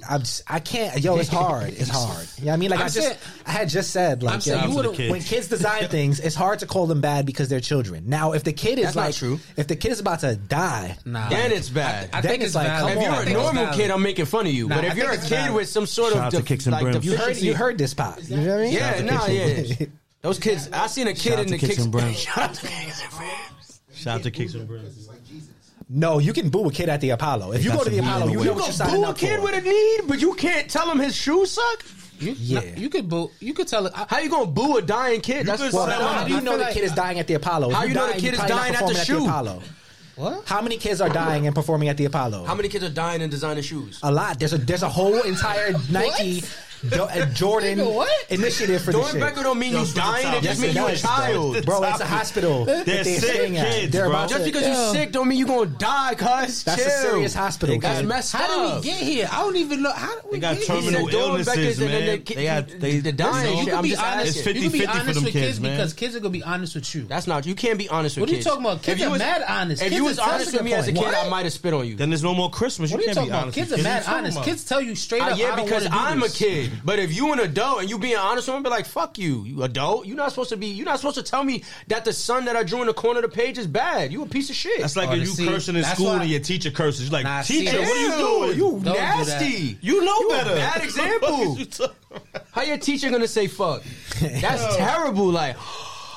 [SPEAKER 2] I'm just, I can't. Yo, it's hard. It's hard. You know what I mean? Like i
[SPEAKER 4] I'm
[SPEAKER 2] just
[SPEAKER 4] saying-
[SPEAKER 2] I had just said like
[SPEAKER 4] I'm
[SPEAKER 2] you
[SPEAKER 4] saying
[SPEAKER 2] know,
[SPEAKER 1] Shout
[SPEAKER 4] you
[SPEAKER 1] out to
[SPEAKER 4] would've-
[SPEAKER 1] the kids.
[SPEAKER 2] when kids design things, it's hard to call them bad because they're children. Now, if the kid is
[SPEAKER 3] That's not
[SPEAKER 2] like,
[SPEAKER 3] true.
[SPEAKER 2] if the kid is about to die,
[SPEAKER 4] Nah,
[SPEAKER 3] Then it's bad.
[SPEAKER 4] I
[SPEAKER 2] Then
[SPEAKER 4] think
[SPEAKER 2] it's
[SPEAKER 4] it's
[SPEAKER 2] like,
[SPEAKER 4] valid.
[SPEAKER 2] come
[SPEAKER 4] If
[SPEAKER 2] on,
[SPEAKER 3] If you're a
[SPEAKER 2] bro.
[SPEAKER 3] normal kid, I'm making fun of you.
[SPEAKER 4] Nah,
[SPEAKER 3] but
[SPEAKER 4] I
[SPEAKER 3] if
[SPEAKER 4] think
[SPEAKER 3] you're a
[SPEAKER 4] it's
[SPEAKER 3] kid
[SPEAKER 4] valid.
[SPEAKER 3] with some sort
[SPEAKER 1] Shout
[SPEAKER 3] of
[SPEAKER 1] out to Kicks and Brims.
[SPEAKER 2] you heard
[SPEAKER 3] deficiency-
[SPEAKER 2] you heard this pop. You know what I mean?
[SPEAKER 3] Yeah, nah, yeah. Those kids, I seen a kid
[SPEAKER 1] Shout out
[SPEAKER 3] in
[SPEAKER 1] to
[SPEAKER 3] the
[SPEAKER 1] Kicks
[SPEAKER 3] kicks.
[SPEAKER 1] and Brims.
[SPEAKER 3] Shout out to Kicks and Brims.
[SPEAKER 1] Shout out to Kicks and Brims.
[SPEAKER 2] No, you can boo a kid at the Apollo. If you
[SPEAKER 1] got
[SPEAKER 2] go to the
[SPEAKER 1] some
[SPEAKER 2] Apollo,
[SPEAKER 1] heat
[SPEAKER 2] you
[SPEAKER 1] in the
[SPEAKER 2] know
[SPEAKER 3] You
[SPEAKER 2] what you're
[SPEAKER 3] go
[SPEAKER 2] signing
[SPEAKER 3] boo a
[SPEAKER 2] up
[SPEAKER 3] kid
[SPEAKER 2] for.
[SPEAKER 3] with a need, but you can't tell him his shoes suck.
[SPEAKER 4] You,
[SPEAKER 2] Yeah.
[SPEAKER 4] nah, you could boo. You could tell it. I,
[SPEAKER 3] How you gonna boo a dying kid? That's
[SPEAKER 1] could
[SPEAKER 3] well,
[SPEAKER 2] Well,
[SPEAKER 1] sell
[SPEAKER 3] no,
[SPEAKER 1] out.
[SPEAKER 2] how
[SPEAKER 3] I
[SPEAKER 2] do you
[SPEAKER 3] feel
[SPEAKER 2] know the
[SPEAKER 3] like-
[SPEAKER 2] kid is dying at the Apollo? If
[SPEAKER 3] How you know the
[SPEAKER 2] dying,
[SPEAKER 3] kid
[SPEAKER 2] you're
[SPEAKER 3] is
[SPEAKER 2] probably not
[SPEAKER 3] dying at the
[SPEAKER 2] performing
[SPEAKER 3] shoe?
[SPEAKER 2] Apollo.
[SPEAKER 4] what?
[SPEAKER 2] How many kids are dying and performing at the Apollo?
[SPEAKER 3] How many kids are dying in designer shoes?
[SPEAKER 2] a lot. There's a there's a whole entire
[SPEAKER 4] [LAUGHS]
[SPEAKER 2] Nike Do- uh, Jordan
[SPEAKER 4] Nigga, what?
[SPEAKER 2] initiative for this
[SPEAKER 3] Doing
[SPEAKER 2] shit.
[SPEAKER 3] Becker don't mean you
[SPEAKER 1] That's what I'm
[SPEAKER 3] dying. It
[SPEAKER 1] talking
[SPEAKER 3] just means you
[SPEAKER 1] about. That's
[SPEAKER 3] a child.
[SPEAKER 2] bro. It's a hospital. that
[SPEAKER 1] They're sick
[SPEAKER 2] staying at.
[SPEAKER 1] kids,
[SPEAKER 2] They're
[SPEAKER 1] bro.
[SPEAKER 2] about
[SPEAKER 3] Just
[SPEAKER 2] to-
[SPEAKER 3] because you sick don't mean you gonna die, cuz.
[SPEAKER 2] That's
[SPEAKER 3] Chill.
[SPEAKER 2] a serious hospital.
[SPEAKER 3] That's
[SPEAKER 2] kid.
[SPEAKER 3] messed
[SPEAKER 4] How did we
[SPEAKER 3] up.
[SPEAKER 4] get here? I don't even know. How did we
[SPEAKER 1] They got
[SPEAKER 4] get
[SPEAKER 1] terminal
[SPEAKER 4] here?
[SPEAKER 3] Dornbecker's
[SPEAKER 1] illnesses,
[SPEAKER 3] and
[SPEAKER 1] man.
[SPEAKER 3] then they-
[SPEAKER 1] They got- they-
[SPEAKER 3] the dying
[SPEAKER 1] Listen,
[SPEAKER 4] You
[SPEAKER 3] shit.
[SPEAKER 4] can
[SPEAKER 3] I'm
[SPEAKER 4] be
[SPEAKER 3] just
[SPEAKER 4] honest.
[SPEAKER 3] asking.
[SPEAKER 1] It's
[SPEAKER 4] you can be
[SPEAKER 1] 50-50 for
[SPEAKER 4] honest
[SPEAKER 1] them
[SPEAKER 4] with
[SPEAKER 1] kids,
[SPEAKER 4] kids
[SPEAKER 1] man.
[SPEAKER 4] because kids are gonna be honest with you.
[SPEAKER 3] That's not. You can't be honest with
[SPEAKER 4] What are you
[SPEAKER 3] kids.
[SPEAKER 4] talking about? Kids
[SPEAKER 3] if you
[SPEAKER 4] are
[SPEAKER 3] was,
[SPEAKER 4] mad honest.
[SPEAKER 3] If
[SPEAKER 4] Kids
[SPEAKER 3] you
[SPEAKER 4] are-
[SPEAKER 3] was
[SPEAKER 4] that's a
[SPEAKER 3] honest with
[SPEAKER 2] good
[SPEAKER 3] me as a kid,
[SPEAKER 2] point.
[SPEAKER 3] I might have spit on you.
[SPEAKER 1] Then there's no more Christmas. You
[SPEAKER 4] What are you
[SPEAKER 1] can't
[SPEAKER 4] talking
[SPEAKER 1] be
[SPEAKER 4] about?
[SPEAKER 1] honest.
[SPEAKER 4] Kids
[SPEAKER 1] with
[SPEAKER 4] are mad
[SPEAKER 1] What you talking
[SPEAKER 4] honest.
[SPEAKER 1] about?
[SPEAKER 4] Kids tell you straight
[SPEAKER 3] Uh,
[SPEAKER 4] up. I
[SPEAKER 3] yeah,
[SPEAKER 4] don't
[SPEAKER 3] because
[SPEAKER 4] wanna do
[SPEAKER 3] I'm a
[SPEAKER 4] this.
[SPEAKER 3] kid. But if you an adult and you being honest with him, be like, fuck you, you adult. You're not supposed to be. You're not supposed to tell me that the son that I drew in the corner of the page is bad. You a piece of shit.
[SPEAKER 1] That's like
[SPEAKER 4] Oh,
[SPEAKER 1] if
[SPEAKER 4] to
[SPEAKER 1] you
[SPEAKER 4] see,
[SPEAKER 1] cursing in
[SPEAKER 4] that's
[SPEAKER 1] school
[SPEAKER 4] why-
[SPEAKER 1] and your teacher curses. You're like,
[SPEAKER 4] Nah, see,
[SPEAKER 1] teacher,
[SPEAKER 3] Ew,
[SPEAKER 1] what are you doing?
[SPEAKER 3] You
[SPEAKER 4] do that.
[SPEAKER 3] nasty.
[SPEAKER 1] You know
[SPEAKER 3] You a
[SPEAKER 1] better. [LAUGHS]
[SPEAKER 3] bad [LAUGHS] example. How your teacher gonna say fuck? [LAUGHS] That's terrible. Like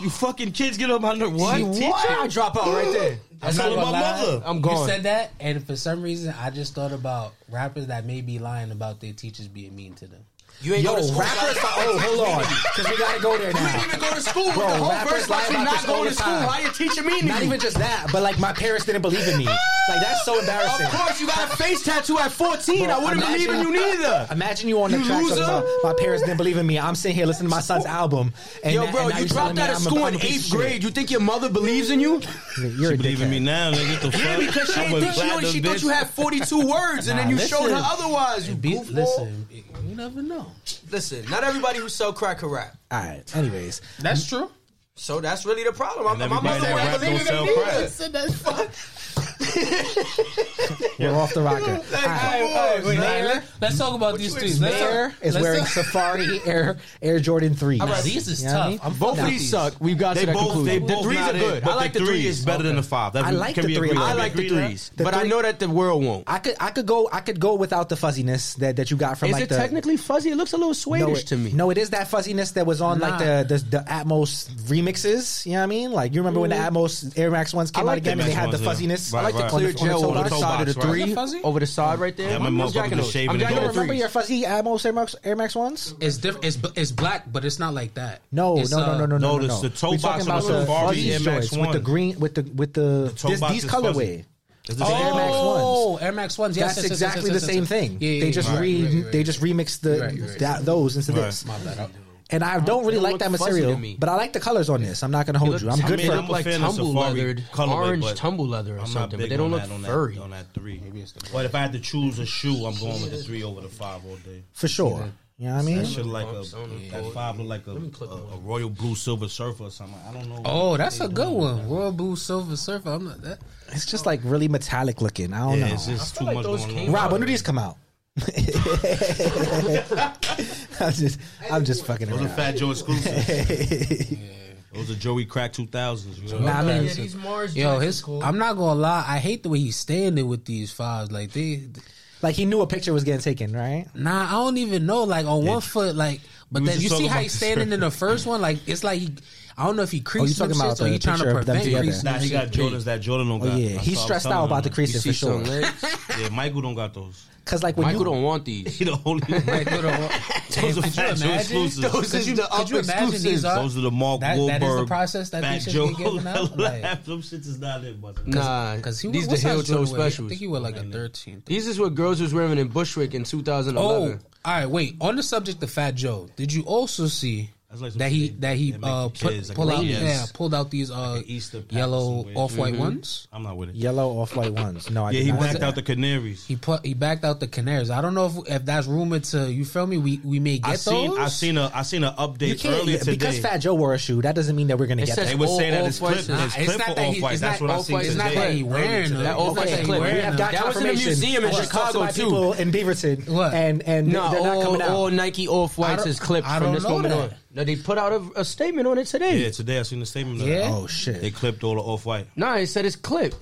[SPEAKER 1] you fucking kids get on my nerves. What?
[SPEAKER 3] what?
[SPEAKER 1] Teacher?
[SPEAKER 3] I drop out right there.
[SPEAKER 1] I
[SPEAKER 3] That's
[SPEAKER 1] told
[SPEAKER 3] not
[SPEAKER 1] my
[SPEAKER 4] gonna lie.
[SPEAKER 1] mother.
[SPEAKER 3] I'm
[SPEAKER 4] You
[SPEAKER 3] gone.
[SPEAKER 4] said that, and for some reason, I just thought about rappers that may be lying about their teachers being mean to them.
[SPEAKER 3] you ain't
[SPEAKER 2] Yo,
[SPEAKER 3] go to school.
[SPEAKER 2] rappers. Oh,
[SPEAKER 3] [LAUGHS]
[SPEAKER 2] hold on, because we gotta go there
[SPEAKER 3] You didn't
[SPEAKER 2] now.
[SPEAKER 3] even go to school.
[SPEAKER 2] Bro,
[SPEAKER 3] with the whole
[SPEAKER 2] rappers
[SPEAKER 3] verse
[SPEAKER 2] lie
[SPEAKER 3] like you
[SPEAKER 2] about
[SPEAKER 3] not
[SPEAKER 2] this all
[SPEAKER 3] going to
[SPEAKER 2] the
[SPEAKER 3] school.
[SPEAKER 2] time.
[SPEAKER 3] Why your teacher mean
[SPEAKER 2] Not
[SPEAKER 3] you?
[SPEAKER 2] even just that, but like my parents didn't believe in me. Like that's so
[SPEAKER 3] Of
[SPEAKER 2] embarrassing.
[SPEAKER 3] course, you got a face tattoo at 14. I wouldn't
[SPEAKER 2] Imagine-
[SPEAKER 3] believe in you neither.
[SPEAKER 2] Imagine you on the
[SPEAKER 3] You
[SPEAKER 2] track talking
[SPEAKER 3] loser.
[SPEAKER 2] about my parents didn't believe in me. I'm sitting here listening to my son's album. And
[SPEAKER 3] Yo,
[SPEAKER 2] now-
[SPEAKER 3] bro,
[SPEAKER 2] and now
[SPEAKER 3] you
[SPEAKER 2] you're
[SPEAKER 3] dropped
[SPEAKER 2] telling me
[SPEAKER 3] out of
[SPEAKER 2] I'm a-
[SPEAKER 3] school in
[SPEAKER 2] I'm a piece
[SPEAKER 3] eighth
[SPEAKER 2] of shit.
[SPEAKER 3] grade. You think your mother believes in you?
[SPEAKER 2] You're a
[SPEAKER 1] She believe in
[SPEAKER 2] dickhead.
[SPEAKER 1] me now, nigga. The fuck?
[SPEAKER 3] Yeah, because she
[SPEAKER 1] I'm
[SPEAKER 3] didn't
[SPEAKER 1] a
[SPEAKER 3] think she, knew,
[SPEAKER 1] platinum
[SPEAKER 3] she thought
[SPEAKER 1] bitch.
[SPEAKER 3] you had 42 words, and
[SPEAKER 4] Nah,
[SPEAKER 3] then you
[SPEAKER 4] listen.
[SPEAKER 3] showed her otherwise. You
[SPEAKER 4] Be,
[SPEAKER 3] goofball.
[SPEAKER 4] listen, it- you never know.
[SPEAKER 3] Listen, not everybody who sell crack can rap.
[SPEAKER 2] All right. Anyways,
[SPEAKER 4] That's true.
[SPEAKER 3] So that's really the problem.
[SPEAKER 1] And
[SPEAKER 3] I'm, my
[SPEAKER 1] everybody
[SPEAKER 3] mother
[SPEAKER 1] that
[SPEAKER 3] wouldn't
[SPEAKER 1] rap
[SPEAKER 3] believe
[SPEAKER 1] don't
[SPEAKER 3] in
[SPEAKER 1] sell
[SPEAKER 3] me
[SPEAKER 1] crack.
[SPEAKER 3] either.
[SPEAKER 2] we're off the rocker. All
[SPEAKER 3] [LAUGHS] Like,
[SPEAKER 2] right.
[SPEAKER 3] come on,
[SPEAKER 4] Mayor,
[SPEAKER 3] man.
[SPEAKER 4] let's talk about these
[SPEAKER 3] you
[SPEAKER 4] things. Let's
[SPEAKER 3] expect?
[SPEAKER 2] Air
[SPEAKER 4] talk-
[SPEAKER 2] is
[SPEAKER 4] let's
[SPEAKER 2] wearing
[SPEAKER 4] talk-
[SPEAKER 2] Safari Air Air Jordan Three.
[SPEAKER 4] Nah, these is
[SPEAKER 2] You know what I
[SPEAKER 4] tough.
[SPEAKER 2] mean?
[SPEAKER 4] I'm
[SPEAKER 3] Both
[SPEAKER 4] fucking
[SPEAKER 3] of
[SPEAKER 4] with
[SPEAKER 3] these suck. We've got
[SPEAKER 1] They
[SPEAKER 3] to that
[SPEAKER 1] both, they
[SPEAKER 3] conclusion.
[SPEAKER 1] both
[SPEAKER 3] the threes
[SPEAKER 1] not
[SPEAKER 3] are
[SPEAKER 1] it,
[SPEAKER 3] good.
[SPEAKER 1] But
[SPEAKER 3] I like
[SPEAKER 1] the, three is better than the five. That
[SPEAKER 2] I like
[SPEAKER 1] can
[SPEAKER 2] the
[SPEAKER 1] be
[SPEAKER 2] three a
[SPEAKER 1] agreed
[SPEAKER 2] lot.
[SPEAKER 1] on.
[SPEAKER 3] I like the threes,
[SPEAKER 2] The
[SPEAKER 3] but I
[SPEAKER 2] three-
[SPEAKER 3] know that the world won't.
[SPEAKER 2] I could I could go I could go without the fuzziness that, that you got from
[SPEAKER 3] Is
[SPEAKER 2] like
[SPEAKER 3] it
[SPEAKER 2] the
[SPEAKER 3] technically fuzzy? It looks a little
[SPEAKER 2] no,
[SPEAKER 3] Swedish
[SPEAKER 2] it-
[SPEAKER 3] to me.
[SPEAKER 2] No, it is that fuzziness that was on like
[SPEAKER 4] Nah.
[SPEAKER 2] the, the the Atmos remixes. You know what I mean? Like you remember when the Atmos Air Max ones came
[SPEAKER 3] like
[SPEAKER 2] out again
[SPEAKER 1] the
[SPEAKER 2] and they
[SPEAKER 1] Max
[SPEAKER 2] had
[SPEAKER 1] ones,
[SPEAKER 2] the
[SPEAKER 1] yeah.
[SPEAKER 2] fuzziness.
[SPEAKER 1] I
[SPEAKER 3] I like
[SPEAKER 1] Right,
[SPEAKER 3] the clear
[SPEAKER 1] right.
[SPEAKER 3] gel
[SPEAKER 2] toe
[SPEAKER 3] over the
[SPEAKER 2] box.
[SPEAKER 3] side of the
[SPEAKER 1] Right.
[SPEAKER 3] three,
[SPEAKER 4] Fuzzy?
[SPEAKER 3] over the side right there.
[SPEAKER 1] Yeah, my
[SPEAKER 3] I'm
[SPEAKER 1] motherfucker
[SPEAKER 3] jacking
[SPEAKER 1] been
[SPEAKER 3] those.
[SPEAKER 1] shaving
[SPEAKER 3] I'm
[SPEAKER 1] the
[SPEAKER 3] jacking
[SPEAKER 1] gold
[SPEAKER 3] the
[SPEAKER 2] Remember
[SPEAKER 3] threes.
[SPEAKER 2] your fuzzy Atmos Air Max Air Max ones?
[SPEAKER 4] It's diff- it's bu- it's black, but it's not like that.
[SPEAKER 2] No,
[SPEAKER 4] It's,
[SPEAKER 2] no, no,
[SPEAKER 4] uh,
[SPEAKER 2] no, no, no,
[SPEAKER 1] no,
[SPEAKER 2] no,
[SPEAKER 1] it's
[SPEAKER 2] no.
[SPEAKER 1] the toe
[SPEAKER 2] We
[SPEAKER 1] box
[SPEAKER 2] talking
[SPEAKER 1] on
[SPEAKER 2] about
[SPEAKER 1] the
[SPEAKER 2] the
[SPEAKER 1] Safari
[SPEAKER 2] fuzzy
[SPEAKER 1] Air Max
[SPEAKER 2] joints with the
[SPEAKER 1] one.
[SPEAKER 2] green with the with the,
[SPEAKER 1] toe
[SPEAKER 2] this,
[SPEAKER 1] box
[SPEAKER 2] these
[SPEAKER 1] is fuzzy.
[SPEAKER 2] colorway.
[SPEAKER 1] It's the
[SPEAKER 2] Oh,
[SPEAKER 1] same.
[SPEAKER 2] Air Max
[SPEAKER 4] Oh, Air Max ones. Yes,
[SPEAKER 2] That's
[SPEAKER 4] yes, yes, yes,
[SPEAKER 2] exactly
[SPEAKER 4] yes,
[SPEAKER 2] the
[SPEAKER 4] yes,
[SPEAKER 2] same
[SPEAKER 4] yes.
[SPEAKER 2] thing.
[SPEAKER 4] Yeah, yeah,
[SPEAKER 2] they
[SPEAKER 4] yeah.
[SPEAKER 2] just
[SPEAKER 4] Right,
[SPEAKER 2] re
[SPEAKER 4] right, right.
[SPEAKER 2] they just remixed the
[SPEAKER 4] Right, right.
[SPEAKER 2] that, those into
[SPEAKER 1] Right.
[SPEAKER 2] this.
[SPEAKER 4] My bad.
[SPEAKER 2] And I don't really
[SPEAKER 3] They
[SPEAKER 2] like
[SPEAKER 3] look
[SPEAKER 2] that
[SPEAKER 3] fuzzy
[SPEAKER 2] material,
[SPEAKER 3] to me.
[SPEAKER 2] but I like the colors on this. I'm not gonna hold you. I'm
[SPEAKER 3] I
[SPEAKER 2] good
[SPEAKER 3] mean,
[SPEAKER 2] for
[SPEAKER 3] they look like
[SPEAKER 1] fan of
[SPEAKER 3] tumble
[SPEAKER 1] Safari
[SPEAKER 3] leathered,
[SPEAKER 1] colorway,
[SPEAKER 3] orange
[SPEAKER 1] but
[SPEAKER 3] tumble leather or
[SPEAKER 1] I'm not
[SPEAKER 3] something, but
[SPEAKER 1] big
[SPEAKER 3] they don't
[SPEAKER 1] on
[SPEAKER 3] look
[SPEAKER 1] that, on that-
[SPEAKER 3] furry.
[SPEAKER 1] on that three. But if I had to choose a shoe, I'm going with the three over the five all day.
[SPEAKER 2] for sure. You know what I mean?
[SPEAKER 1] That shit like a that five look like a, a, a royal blue silver surfer or something. I don't know.
[SPEAKER 4] Oh, that's a good one. Royal Blue Silver Surfer. I'm not that.
[SPEAKER 2] It's just like really metallic looking. I don't
[SPEAKER 1] yeah,
[SPEAKER 2] know.
[SPEAKER 1] it's just
[SPEAKER 3] feel
[SPEAKER 1] too
[SPEAKER 3] like
[SPEAKER 1] much
[SPEAKER 3] those
[SPEAKER 1] going
[SPEAKER 3] came-
[SPEAKER 1] on.
[SPEAKER 2] Rob, when do these come out? [LAUGHS] I'm just, I'm just fucking
[SPEAKER 1] Those are
[SPEAKER 2] around.
[SPEAKER 1] Fat Joe exclusives.
[SPEAKER 3] [LAUGHS]
[SPEAKER 1] Those are Joey Crack two thousands. You know?
[SPEAKER 2] Nah, I mean,
[SPEAKER 4] Yeah, these Yo, his. I'm not gonna lie. I hate the way he's standing with these fives. Like they,
[SPEAKER 2] like he knew a picture was getting taken, right?
[SPEAKER 4] nah. I don't even know. Like on one foot, like. But
[SPEAKER 1] We
[SPEAKER 4] then
[SPEAKER 1] just
[SPEAKER 4] you see
[SPEAKER 1] talking
[SPEAKER 4] how
[SPEAKER 1] about
[SPEAKER 4] he's
[SPEAKER 1] the
[SPEAKER 4] standing
[SPEAKER 1] shirt.
[SPEAKER 4] in the first one. Like it's like he. I don't know if he
[SPEAKER 2] you
[SPEAKER 4] creased them
[SPEAKER 2] talking about
[SPEAKER 4] shits or
[SPEAKER 2] the
[SPEAKER 4] he trying to
[SPEAKER 2] picture of them
[SPEAKER 4] prevent
[SPEAKER 2] together.
[SPEAKER 4] creasing.
[SPEAKER 1] Nah, he got
[SPEAKER 4] them shit. [LAUGHS]
[SPEAKER 1] Jordans that Jordan don't
[SPEAKER 2] Oh
[SPEAKER 1] got.
[SPEAKER 2] yeah,
[SPEAKER 1] I
[SPEAKER 2] he's
[SPEAKER 1] saw- I
[SPEAKER 2] stressed
[SPEAKER 1] saw
[SPEAKER 2] out about
[SPEAKER 1] him.
[SPEAKER 2] the creasing for
[SPEAKER 3] see some
[SPEAKER 2] sure.
[SPEAKER 3] legs?
[SPEAKER 1] Yeah, Michael don't got those.
[SPEAKER 2] Cause like when
[SPEAKER 3] Michael
[SPEAKER 2] you
[SPEAKER 3] don't want these.
[SPEAKER 1] He the only.
[SPEAKER 4] Like, what a- Damn,
[SPEAKER 1] [LAUGHS] Those are
[SPEAKER 4] could you
[SPEAKER 1] Fat Joe
[SPEAKER 4] imagine?
[SPEAKER 1] exclusives.
[SPEAKER 3] Those
[SPEAKER 4] Could
[SPEAKER 3] is
[SPEAKER 4] you-
[SPEAKER 3] the
[SPEAKER 4] could you
[SPEAKER 3] up
[SPEAKER 4] imagine these
[SPEAKER 3] exclusives.
[SPEAKER 4] are-
[SPEAKER 1] Those are the Mark
[SPEAKER 4] That-
[SPEAKER 1] Wahlberg.
[SPEAKER 4] that is the process that
[SPEAKER 1] Fat
[SPEAKER 4] these shits
[SPEAKER 1] Joe.
[SPEAKER 4] get
[SPEAKER 1] [LAUGHS]
[SPEAKER 4] given out, like-
[SPEAKER 1] Them shits is not it, but
[SPEAKER 3] Nah,
[SPEAKER 4] Because he
[SPEAKER 3] these
[SPEAKER 4] was
[SPEAKER 3] the heel
[SPEAKER 4] Joe
[SPEAKER 3] toe
[SPEAKER 4] I
[SPEAKER 3] specials.
[SPEAKER 4] think he was like a 13.
[SPEAKER 3] These is what girls was wearing in Bushwick in
[SPEAKER 4] Oh,
[SPEAKER 3] 2011.
[SPEAKER 4] all right. Wait. On the subject of Fat Joe, did you also see
[SPEAKER 1] That's like some
[SPEAKER 4] that he
[SPEAKER 1] shit
[SPEAKER 4] that he
[SPEAKER 1] that make
[SPEAKER 4] uh,
[SPEAKER 1] the
[SPEAKER 4] put,
[SPEAKER 1] kids, like
[SPEAKER 4] pull out
[SPEAKER 1] Rangers.
[SPEAKER 4] yeah pulled out these uh,
[SPEAKER 1] an Easter pack
[SPEAKER 4] yellow
[SPEAKER 1] somewhere.
[SPEAKER 4] off white ones?
[SPEAKER 1] I'm not with it.
[SPEAKER 2] yellow off white ones. No, I
[SPEAKER 1] Yeah,
[SPEAKER 2] did
[SPEAKER 1] he
[SPEAKER 2] not.
[SPEAKER 1] whacked out the Canaries.
[SPEAKER 4] He put he backed out the Canaries. I don't know if if that's rumored to you. Feel me? We we may get
[SPEAKER 1] I seen
[SPEAKER 4] those.
[SPEAKER 1] I seen a I seen an
[SPEAKER 2] You
[SPEAKER 1] update
[SPEAKER 2] can't
[SPEAKER 1] earlier
[SPEAKER 2] yeah, because
[SPEAKER 1] today.
[SPEAKER 2] Fat Joe wore a shoe. That doesn't mean that we're gonna
[SPEAKER 3] It
[SPEAKER 2] get
[SPEAKER 3] says
[SPEAKER 2] that.
[SPEAKER 1] they were
[SPEAKER 3] all-
[SPEAKER 1] saying that
[SPEAKER 3] all
[SPEAKER 1] his clip,
[SPEAKER 3] whites
[SPEAKER 1] his
[SPEAKER 3] is- Nah,
[SPEAKER 4] it's
[SPEAKER 1] clip
[SPEAKER 4] not
[SPEAKER 1] for
[SPEAKER 4] that he-
[SPEAKER 1] off white.
[SPEAKER 4] it's
[SPEAKER 1] That's
[SPEAKER 4] not
[SPEAKER 1] what I
[SPEAKER 3] off
[SPEAKER 1] seen
[SPEAKER 3] white,
[SPEAKER 1] today.
[SPEAKER 4] it's not that he wearing them.
[SPEAKER 3] That all
[SPEAKER 4] It's
[SPEAKER 3] white
[SPEAKER 4] that
[SPEAKER 3] is
[SPEAKER 4] he
[SPEAKER 3] clear.
[SPEAKER 2] we
[SPEAKER 4] wearing
[SPEAKER 2] have
[SPEAKER 4] them.
[SPEAKER 2] got
[SPEAKER 3] That was in a
[SPEAKER 2] confirmation.
[SPEAKER 3] museum in
[SPEAKER 2] I just talked to
[SPEAKER 3] Chicago,
[SPEAKER 2] my
[SPEAKER 3] too.
[SPEAKER 2] people in Beaverton,
[SPEAKER 4] What?
[SPEAKER 2] and and
[SPEAKER 3] No, oh,
[SPEAKER 2] they're not
[SPEAKER 3] all,
[SPEAKER 2] coming
[SPEAKER 3] all
[SPEAKER 2] out.
[SPEAKER 3] Nike off
[SPEAKER 4] I
[SPEAKER 3] whites
[SPEAKER 4] don't-
[SPEAKER 3] is clipped
[SPEAKER 4] I
[SPEAKER 3] from
[SPEAKER 4] don't
[SPEAKER 3] this
[SPEAKER 4] know
[SPEAKER 3] moment
[SPEAKER 4] that.
[SPEAKER 3] on. No, they put out a, a statement on it today.
[SPEAKER 1] Yeah, today I seen the statement. of
[SPEAKER 4] Yeah.
[SPEAKER 1] that.
[SPEAKER 2] Oh shit!
[SPEAKER 1] They clipped all the off white.
[SPEAKER 3] Nah, it said it's clipped.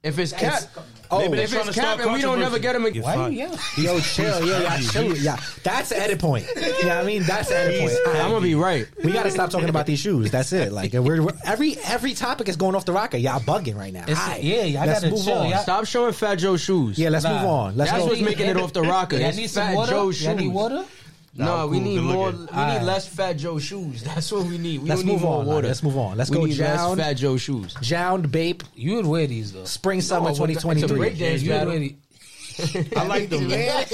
[SPEAKER 3] If it's cap,
[SPEAKER 2] oh,
[SPEAKER 1] They've been
[SPEAKER 3] if
[SPEAKER 1] trying
[SPEAKER 3] it's
[SPEAKER 1] to
[SPEAKER 3] cap
[SPEAKER 1] start
[SPEAKER 3] and we
[SPEAKER 1] controversy.
[SPEAKER 3] don't never get him again.
[SPEAKER 4] Why you
[SPEAKER 1] Fuck.
[SPEAKER 4] yelling?
[SPEAKER 2] Yo, chill, yeah, yeah,
[SPEAKER 1] He's
[SPEAKER 2] chill,
[SPEAKER 1] happy.
[SPEAKER 2] yeah. That's the edit point. You know what I mean? That's the edit point.
[SPEAKER 1] He's
[SPEAKER 2] All right.
[SPEAKER 3] I'm gonna be right.
[SPEAKER 2] we gotta stop talking about these shoes. That's it. Like we're, we're- every every topic is going off the rocker. Y'all bugging right now.
[SPEAKER 4] It's-
[SPEAKER 2] All right.
[SPEAKER 4] yeah, y'all
[SPEAKER 2] let's
[SPEAKER 4] gotta
[SPEAKER 2] move
[SPEAKER 4] chill,
[SPEAKER 2] on.
[SPEAKER 4] y'all-
[SPEAKER 3] Stop showing Fat Joe shoes.
[SPEAKER 2] Yeah, let's
[SPEAKER 4] Nah.
[SPEAKER 2] move on. Let's
[SPEAKER 3] That's
[SPEAKER 2] go.
[SPEAKER 3] what's making it off the rocker.
[SPEAKER 4] Y'all
[SPEAKER 3] It's
[SPEAKER 4] need some
[SPEAKER 3] Fat
[SPEAKER 4] water?
[SPEAKER 3] Joe
[SPEAKER 4] Y'all need
[SPEAKER 3] shoes.
[SPEAKER 4] water?
[SPEAKER 1] Nah,
[SPEAKER 3] No,
[SPEAKER 1] I'm
[SPEAKER 3] we
[SPEAKER 1] cool.
[SPEAKER 3] need
[SPEAKER 1] Good
[SPEAKER 3] more.
[SPEAKER 1] looking.
[SPEAKER 3] We
[SPEAKER 4] Alright.
[SPEAKER 3] need less Fat Joe shoes. That's what we need. We
[SPEAKER 2] Let's
[SPEAKER 3] don't need
[SPEAKER 2] move
[SPEAKER 3] more
[SPEAKER 2] on,
[SPEAKER 3] Water.
[SPEAKER 2] let's move on. Let's
[SPEAKER 3] we
[SPEAKER 2] go
[SPEAKER 3] Need
[SPEAKER 2] down.
[SPEAKER 3] less Fat Joe shoes.
[SPEAKER 2] Jound Bape
[SPEAKER 4] You would wear these though.
[SPEAKER 2] Spring
[SPEAKER 3] No,
[SPEAKER 2] Summer
[SPEAKER 3] it's a
[SPEAKER 2] 2023.
[SPEAKER 3] breakdown. There's
[SPEAKER 4] You would
[SPEAKER 3] battle.
[SPEAKER 4] wear these.
[SPEAKER 1] I like them. man.